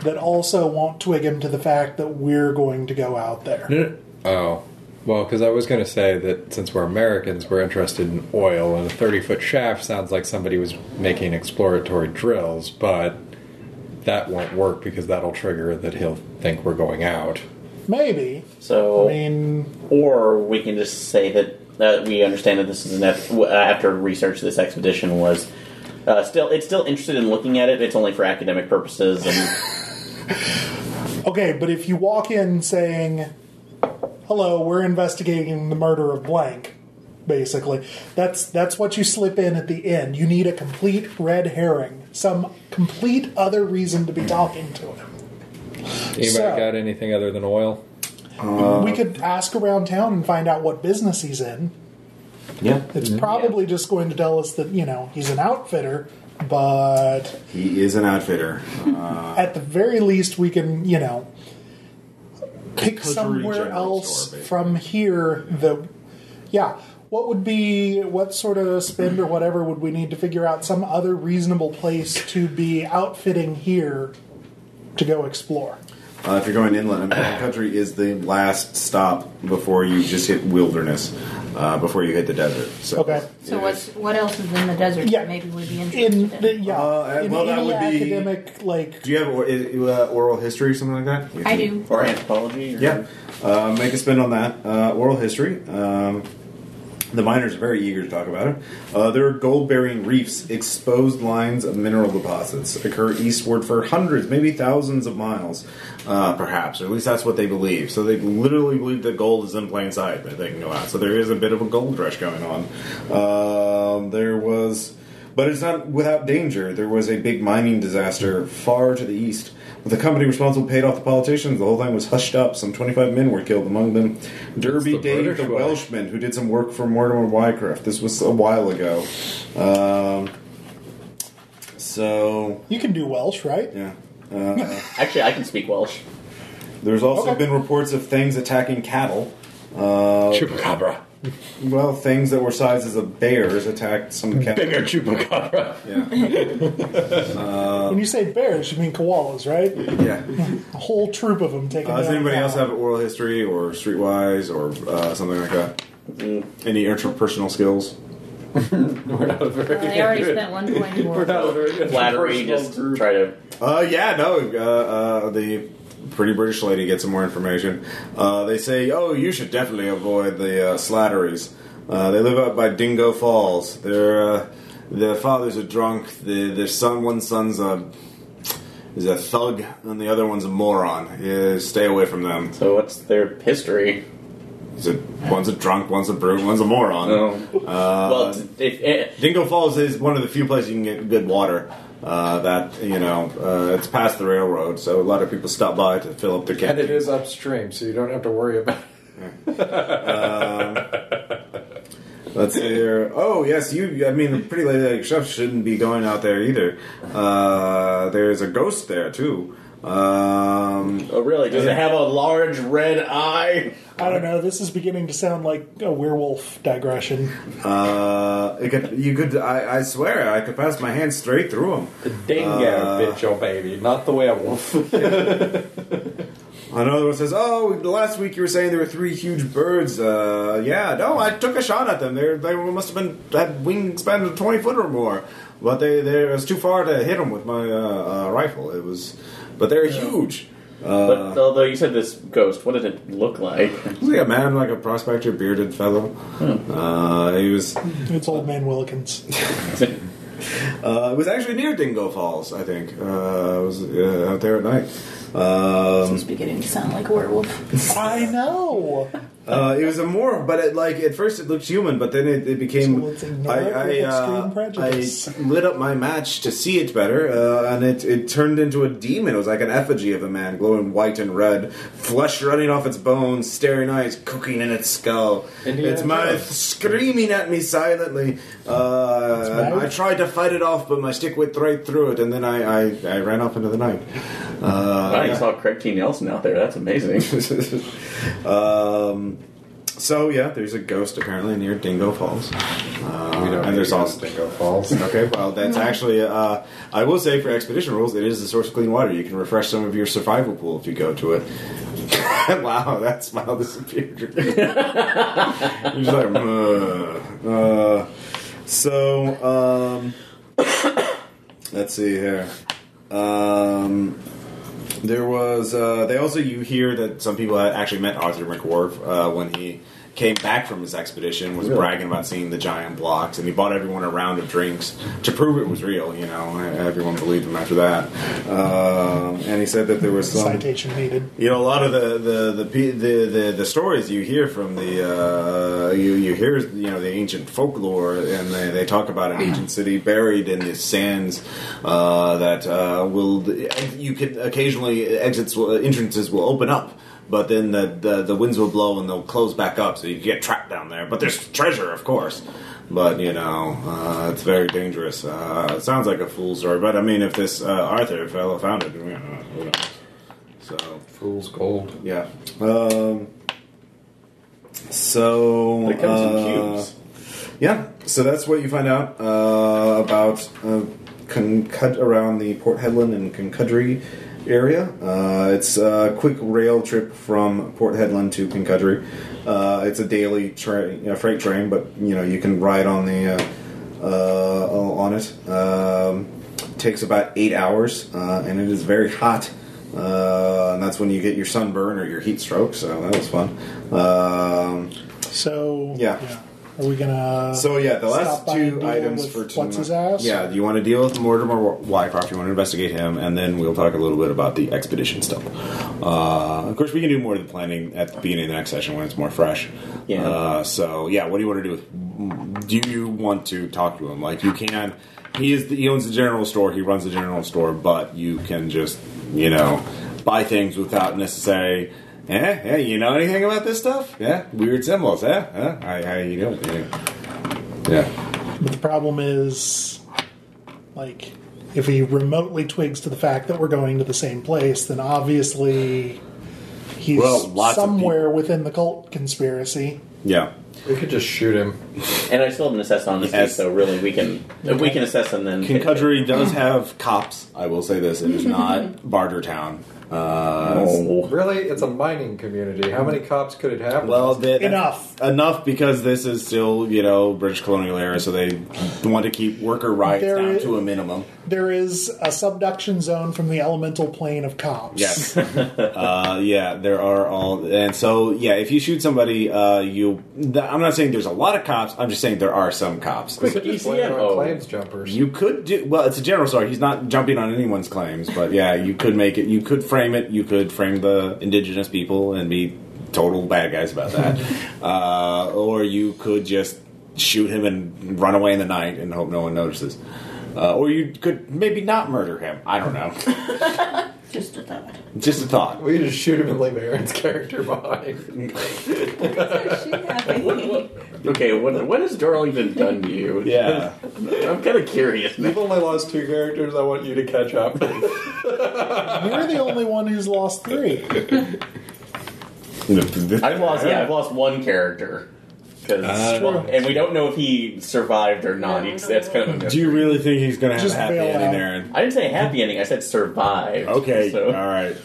A: that also won't twig him to the fact that we're going to go out there?
H: No, no- Oh, well, because I was going to say that since we're Americans, we're interested in oil, and a thirty foot shaft sounds like somebody was making exploratory drills, but that won't work because that'll trigger that he'll think we're going out.
A: Maybe.
D: So,
A: I mean,
D: or we can just say that that we understand that this is an ex- w- uh, after research. This expedition was uh, still it's still interested in looking at it. It's only for academic purposes, and
A: Okay, but if you walk in saying, "Hello, we're investigating the murder of blank," basically, that's that's what you slip in at the end. You need a complete red herring, some complete other reason to be talking to him.
H: Anybody
A: So-
H: got anything other than oil?
A: we could ask around town and find out what business he's in.
H: Yeah.
A: It's probably just going to tell us that you know he's an outfitter, but
B: he is an outfitter. Uh,
A: at the very least, we can, you know, pick
B: Coterie
A: somewhere
B: general
A: else from here. The yeah, what would be what sort of spend or whatever would we need to figure out some other reasonable place to be outfitting here to go explore?
B: Uh, if you're going inland, I mean, country is the last stop before you just hit wilderness, uh, before you hit the desert. So,
A: Okay.
F: So what's what else is in the desert? that Maybe we'd be interested.
A: In the, yeah,
B: uh,
A: in
B: well, that
A: any
B: would be-
A: academic like
B: Do you have or, uh, oral history or something like that?
F: I do.
D: or anthropology. Or,
B: Yeah. Uh, make a spend on that. Uh, oral history. Um, the miners are very eager to talk about it. Uh, there are gold bearing reefs, exposed lines of mineral deposits occur eastward for hundreds, maybe thousands of miles, uh, perhaps, or at least that's what they believe. So they literally believe that gold is in plain sight that they can go out. So there is a bit of a gold rush going on. Um there was. But it's not without danger. There was a big mining disaster far to the east. But the company responsible paid off the politicians. The whole thing was hushed up. Some 25 men were killed, among them Derby
H: That's the
B: Dave,
H: British
B: the
H: way.
B: Welshman, who did some work for Mortimer Wycroft. This was a while ago. Um, so,
A: you can do Welsh, right?
B: yeah. Uh,
D: Actually, I can speak Welsh.
B: there's also
A: Okay.
B: been reports of things attacking cattle. Uh,
H: Chupacabra.
B: Well, things that were sizes of bears attacked some cattle.
H: Bigger chupacabra.
B: Uh,
A: When you say bears, you mean koalas, right?
B: yeah.
A: A whole troop of them taking.
B: Uh, does
A: down
B: anybody
A: town.
B: else have oral history or streetwise or uh, something like that? Any interpersonal skills?
G: We're not a very
F: They already spent one point in
G: We're
F: war.
G: not a very good
D: Flattery,
G: personal
D: just
G: group.
D: try to.
B: Uh, yeah, no. Uh, uh, the pretty British lady gets some more information. Uh, they say, oh, you should definitely avoid the uh, slatteries. Uh, they live out by Dingo Falls. Their uh, their fathers are drunk. The, their son, one son's a is a thug, and the other one's a moron. Yeah, stay away from them.
D: So, what's their history?
B: He's a, one's a drunk, one's a brute, one's a moron.
D: No.
B: Uh,
D: well, t- if, eh,
B: Dingo Falls is one of the few places you can get good water. Uh, that you know, uh, it's past the railroad, so a lot of people stop by to fill up their
G: And it
B: can.
G: is upstream, so you don't have to worry about it.
B: Let's see here. Oh yes, you. I mean, the pretty lady like chef shouldn't be going out there either. Uh, there's a ghost there too. Um,
D: oh, really? Does it have a large red eye?
A: I don't know. This is beginning to sound like a werewolf digression.
B: uh, it could, you could. I, I swear, I could pass my hand straight through him.
G: Dingo bit your baby, not the werewolf.
B: Another one says, "Oh, last week you were saying there were three huge birds. Uh, yeah, no, I took a shot at them. They they must have been had wingspan of twenty foot or more, but they they it was too far to hit them with my uh, uh, rifle. It was, but they're huge. Uh,
D: but although you said this ghost, what did it look like?
B: it was like a man, like a prospector, bearded fellow. Uh, he was.
A: It's old man Wilkins.
B: Uh, it was actually near Dingo Falls, I think. Uh, it was uh, out there at night. Um,
F: It's beginning to sound like a werewolf.
A: I know.
B: Uh, it was a morph, but it, like at first it looked human, but then it, it became.
A: ignore
B: I,
A: it with
B: I, uh,
A: extreme prejudice.
B: I lit up my match to see it better, uh, and it, it turned into a demon. It was like an effigy of a man, glowing white and red, flesh running off its bones, staring eyes cooking in its skull.
Q: Indiana
B: its mouth
Q: Jones.
B: screaming at me silently. Uh,
Q: mad.
B: I tried to fight it off, but my stick went right through it, and then I, I, I ran off into the night. Uh,
D: I saw Craig T. Nelson out there. That's amazing.
B: um, so yeah, there's a ghost apparently near Dingo Falls. Uh,
G: We don't
B: and there's
G: need
B: also Dingo Falls. Okay, well that's
G: No.
B: actually. Uh, I will say for expedition rules, it is the source of clean water. You can refresh some of your survival pool if you go to it. wow, that smile disappeared. You're just like, "Ugh." uh, so um, let's see here. Um, there was. Uh, they also you hear that some people had actually met Arthur McWhorf uh, when he came back from his expedition. Was
Q: Really?
B: bragging about seeing the giant blocks, and he bought everyone a round of drinks to prove it was real. You know, everyone believed him after that. Um, and he said that there was some
A: Citation needed.
B: you know, a lot of the the the pe- the, the, the stories you hear from the uh, you you hear you know the ancient folklore, and they, they talk about an ancient city buried in the sands uh, that uh, will you can occasionally exits will, entrances will open up. But then the, the the winds will blow and they'll close back up, so you get trapped down there. But there's treasure, of course. But you know, uh, it's very dangerous. Uh, it sounds like a fool story, but I mean, if this uh, Arthur fellow found it, you know, who knows? So
G: fool's gold.
B: Yeah. Um, so
Q: But it comes in
B: uh,
Q: cubes.
B: Yeah. So that's what you find out uh, about uh, Concut around the Port Hedland and Concudry area. Uh, it's a quick rail trip from Port Hedland to Concudry. Uh, it's a daily train, uh, freight train, but you know you can ride on the uh, uh, on it. Um, takes about eight hours, uh, and it is very hot. Uh, and that's when you get your sunburn or your heat stroke. So that was fun. Um,
A: so
B: yeah.
A: Are we gonna?
B: So yeah, the
A: stop
B: last
A: by and
B: two
A: deal
B: items
A: with
B: for tonight.
A: what's his ass?
B: Yeah, do Uh, you want to deal with Mortimer Wycroft? You want to investigate him, and then we'll talk a little bit about the expedition stuff. Uh, of course, we can do more of the planning at the beginning of the next session when it's more fresh. Yeah. Uh, so yeah, what do you want to do with? Do you want to talk to him? Like you can. He is. The, he owns the general store. He runs the general store, but you can just you know buy things without necessary. Eh? Hey, you know anything about this stuff? Yeah, weird symbols. Eh? Huh? How, how you doing? Yeah.
A: But the problem is, like, if he remotely twigs to the fact that we're going to the same place, then obviously he's
B: Well, lots of
A: somewhere within the cult conspiracy.
B: Yeah.
G: We could just shoot him.
D: And I still haven't assessed on this,
B: Yes.
D: so really we can if we can assess him then.
B: Kincudry does have cops. I will say this: it is not Barter Town. Uh,
G: Really, it's a mining community. How many cops could it have?
B: Well, that-
A: enough,
B: enough, because this is still you know British colonial era, so they want to keep worker rights
A: There
B: down
A: is-
B: to a minimum.
A: There is a subduction zone from the elemental plane of cops.
B: Yes. uh, yeah, there are all, and so yeah, if you shoot somebody, uh, you. Th- I'm not saying there's a lot of cops. I'm just saying there are some cops.
G: We could
D: E
G: just land
D: Oh,
G: on claims jumpers.
B: You could do well. It's a general story. He's not jumping on anyone's claims, but yeah, you could make it. You could frame it. You could frame the indigenous people and be total bad guys about that, uh, or you could just shoot him and run away in the night and hope no one notices. Uh, or you could maybe not murder him. I don't know.
R: Just a thought.
B: Just a thought.
G: We just shoot him and leave Aaron's character behind.
D: okay, what what has Darl even done to you?
B: Yeah.
D: I'm kinda curious now.
H: You've only lost two characters. I want you to catch up.
A: You're the only one who's lost three.
D: I've lost yeah, I've lost one character. 'Cause-
B: Uh,
D: well, and we don't know if he survived or not. He's- that's kind of a
B: Do you really think he's going to have
D: Just
B: a happy
D: bail
B: ending,
D: out.
B: Aaron?
D: I didn't say happy ending. I said survived.
B: Okay, uh,
D: So-
B: all right.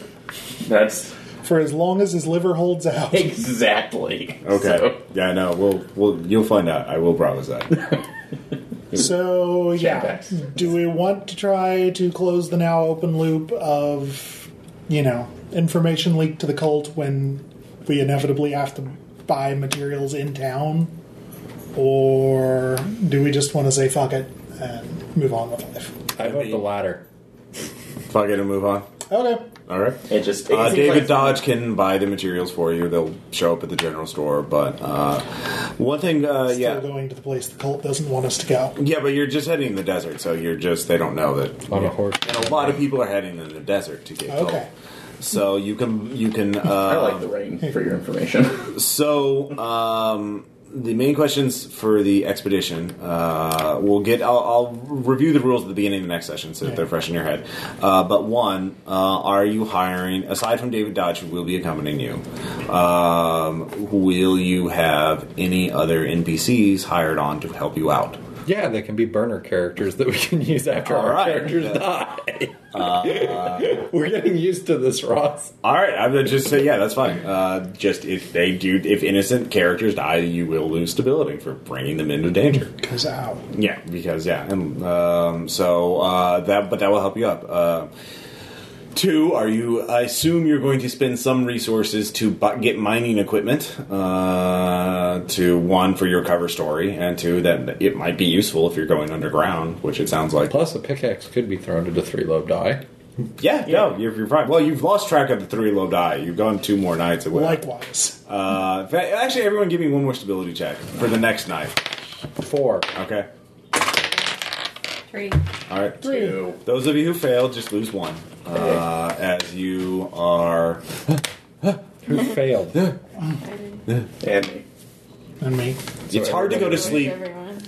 D: That's
A: For as long as his liver holds out.
D: exactly.
B: Okay.
D: So-
B: Yeah, no, we'll, we'll, you'll find out. I will promise that.
A: So yeah, do we want to try to close the now open loop of you know information leaked to the cult when we inevitably have to buy materials in town, or do we just want to say fuck it and move on with life?
G: I vote the latter.
B: Fuck it and move on.
A: Okay,
B: All right.
D: It just
B: Uh,
D: it seems
B: David
D: like-
B: Dodge can buy the materials for you. They'll show up at the general store. But uh, one thing, uh,
A: Still
B: yeah,
A: going to the place the cult doesn't want us to go.
B: yeah, but you're just heading in the desert, so you're just they don't know that on a horse. And a lot of people are heading in the desert to get
A: Okay.
B: gold. So you can you can. Uh,
D: I like the rain for your information.
B: so um, the main questions for the expedition uh, we'll get. I'll, I'll review the rules at the beginning of the next session so that they're fresh in your head. Uh, but one, uh, are you hiring aside from David Dodge, who will be accompanying you? Um, will you have any other NPCs hired on to help you out?
G: Yeah, they can be burner characters that we can use after
B: All
G: our
B: right.
G: characters die. We're getting used to this, Ross.
B: All right, I would just say yeah, that's fine. Uh, just if they do, if innocent characters die, you will lose stability for bringing them into danger.
A: Because ow.
B: Yeah, because yeah, and um, so uh, that but that will help you up. Uh, two, are you? I assume you're going to spend some resources to bu- get mining equipment. Uh, to one for your cover story, and two that it might be useful if you're going underground, which it sounds like.
G: Plus, a pickaxe could be thrown into three lobe die.
B: Yeah, no, you're, you're right. Well, you've lost track of the three low die. You've gone two more nights away.
A: Likewise.
B: Uh, in fact, actually, everyone, give me one more stability check for the next night.
G: Four.
B: Okay.
R: Three.
B: All right.
R: Three.
B: Two. Those of you who failed, just lose one. Uh, as you are.
G: Who failed?
B: and me.
A: And me.
B: It's hard to go to sleep.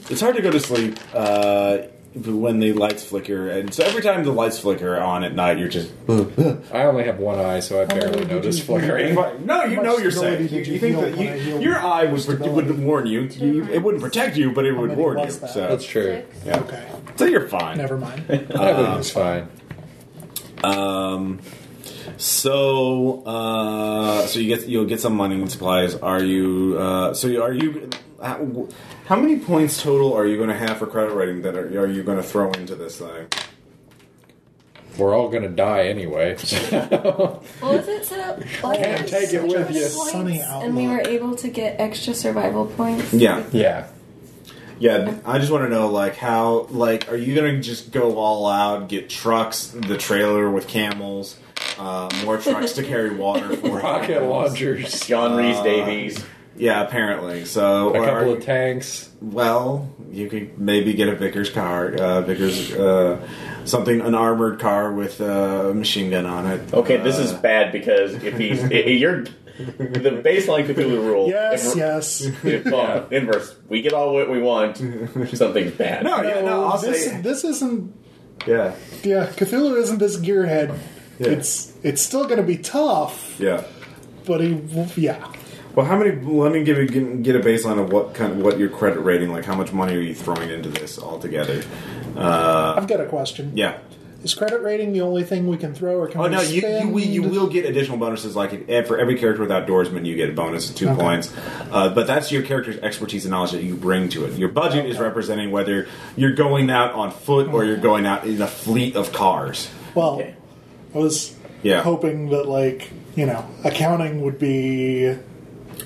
B: It's hard to go to sleep uh, when the lights flicker, and so every time the lights flicker on at night, you're just.
G: I only have one eye, so I barely notice flickering.
B: No, you
G: How
B: know
G: much
B: you're
G: stability
B: safe. You,
G: did you
B: you think
G: feel
B: that
G: when
B: you-
G: I healed
B: your eye would, would warn you. You- It wouldn't protect you, but it would
A: many
B: warn you.
A: was that?
B: So
A: That's
G: true.
B: Yeah.
A: Okay.
B: So you're fine.
A: Never mind.
B: Everything's
G: fine.
B: Um. So, uh, so you get you'll get some money and supplies. Are you? Uh, so you- are you? How, how many points total are you going to have for credit rating that are, are you going to throw into this thing?
G: We're all gonna die anyway.
I: Well, is it set up? like
G: Can't take it with you. Sunny
I: And we were able to get extra survival points.
B: Yeah.
G: Yeah.
B: Yeah, I just want to know, like, how, like, are you gonna just go all out, get trucks, the trailer with camels, uh, more trucks to carry water for
G: Rocket
B: animals?
G: launchers.
D: John
B: Uh,
D: Rhys Davies.
B: Yeah, apparently. So
G: A couple
B: of
G: tanks.
B: Well, you could maybe get a Vickers car, uh, Vickers uh, something, an armored car with uh, a machine gun on it.
D: Okay, this
B: Uh,
D: is bad because if he's i- i- you're the baseline Cthulhu rule.
A: Yes,
D: if-
A: yes.
D: If, uh, Inverse. We get all what we want. Something's bad.
B: No, yeah, no, I'll
A: Oh, this,
B: say-
A: this isn't.
B: yeah,
A: Yeah, Cthulhu isn't this gearhead.
B: Yeah.
A: It's it's still going to be tough,
B: yeah.
A: but he, yeah.
B: Well, how many? Let me give you get, get a baseline of what kind, what your credit rating, like how much money are you throwing into this altogether? Uh,
A: I've got a question.
B: yeah.
A: Is credit rating the only thing we can throw, or can
B: Oh
A: we
B: no, you you,
A: spend?
B: we, you will get additional bonuses. Like if- for every character without Doorsman, you get a bonus of two
A: Okay.
B: points. Uh, but that's your character's expertise and knowledge that you bring to it. Your budget is representing whether you're going out on foot or you're going out in a fleet of cars.
A: Well, I was
B: Yeah.
A: hoping that like you know accounting would be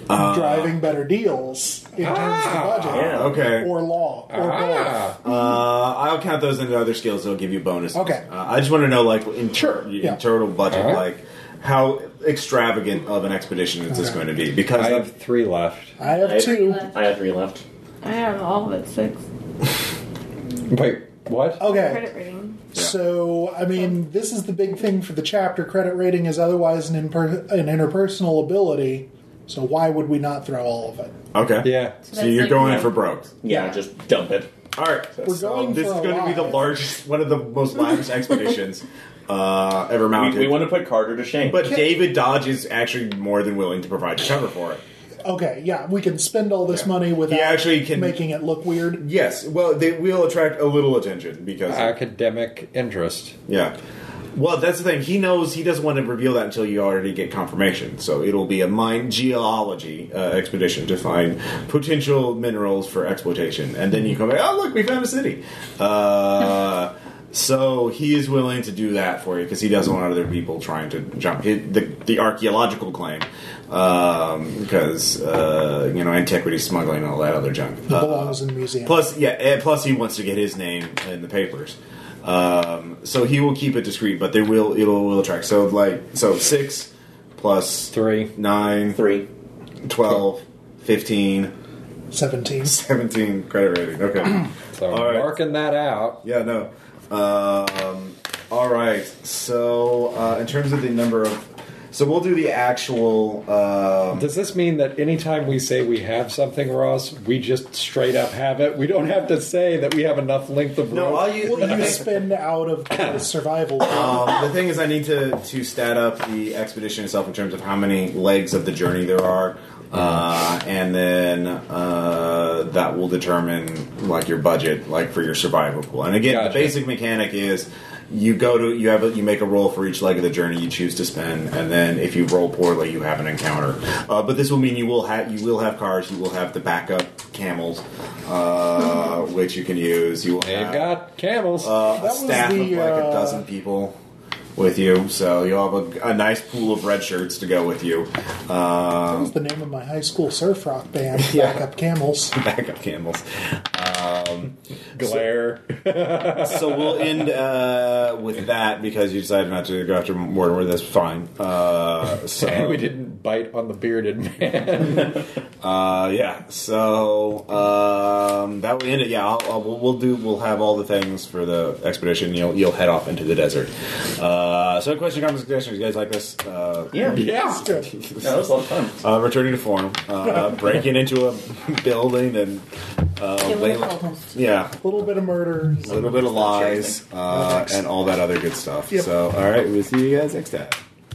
B: Uh, ah.
A: driving better deals in terms of budget,
B: yeah, okay.
A: or law, or
B: Ah.
A: both.
B: Uh, I'll count those into other skills. They'll give you bonuses.
A: Okay.
B: Uh, I just want to know, like, in, tur-
A: yeah. Uh-huh.
B: in total budget,
G: Alright.
B: like, how extravagant of an expedition is this
A: Okay.
B: going to be? Because
G: I have three left.
A: I have two.
D: I have three left.
I: I have all but six.
G: Wait, what?
A: Okay,
I: Credit rating.
A: so I mean, this is the big thing for the chapter. Credit rating is otherwise an, imper- an interpersonal ability, so why would we not throw all of it?
B: okay,
G: yeah.
B: So, you're going for broke.
D: Yeah, just dump it.
B: All right.
A: We're going
B: this
A: for
B: is
A: a
B: going to be the
A: ride.
B: largest, one of the most lavish expeditions uh, ever
D: We,
B: mounted.
D: we want to put Carter to shame.
B: but David Dodge is actually more than willing to provide the cover for it.
A: Okay, yeah, we can spend all this money without
B: actually can-
A: making it look weird.
B: Yes. Well, they will attract a little attention because
G: Academic interest.
B: Yeah. Well, that's the thing. He knows he doesn't want to reveal that until you already get confirmation. So it'll be a mine geology uh, expedition to find potential minerals for exploitation, and then you come back. Oh, look, we found a city. Uh, so he is willing to do that for you because he doesn't want other people trying to jump his, the the archaeological claim because uh, you know antiquity smuggling and all that other junk.
A: It
B: Uh,
A: belongs in museum.
B: eh, Plus, yeah, and plus he wants to get his name in the papers. Um, so he will keep it discreet, but they will it'll will attract. So like so six plus
G: three
B: nine
D: three
B: twelve fifteen
A: 17.
B: 17 credit rating. Okay.
G: So marking that out.
B: Yeah, no. Um, all right. So uh, in terms of the number of. So we'll do the actual. Um,
G: Does this mean that anytime we say we have something, Ross, we just straight up have it? We don't have to say that we have enough length of rope.
A: well, you spin out of the survival.
B: Um, the thing is, I need to, to stat up the expedition itself in terms of how many legs of the journey there are, uh, and then uh, that will determine like your budget, like for your survival pool. And again, the basic mechanic is you go to you have a, you make a roll for each leg of the journey you choose to spend, and then if you roll poorly, you have an encounter. Uh, but this will mean you will have you will have cars, you will have the backup camels, uh, which you can use. You will
G: They've
B: have,
G: got camels.
B: Uh,
G: That
B: a
G: was
B: staff of
G: the,
B: like a
G: uh,
B: dozen people with you, so you'll have a, a nice pool of red shirts to go with you.
A: That
B: Um,
A: was the name of my high school surf rock band, Backup Camels.
B: backup camels. Um,
G: Glare.
B: So, so we'll end uh, with that because you decided not to go after Mortimer. That's fine. Uh, so
G: we didn't bite on the bearded man.
B: Uh, yeah. So um, that will end it. Yeah, I'll, I'll, we'll we'll do. We'll have all the things for the expedition. You'll you'll head off into the desert. Uh, so question, comments, suggestions. You guys like this? Uh,
D: Yeah.
G: Yeah.
D: that was a lot of fun.
B: Uh, returning to form, uh, breaking into a building and uh,
A: Killing
B: layla-
A: a couple.
B: yeah,
A: A little bit of murder.
B: a little bit of lies uh, and all that other good stuff.
A: Yep.
B: So, all right, we'll see you guys next time.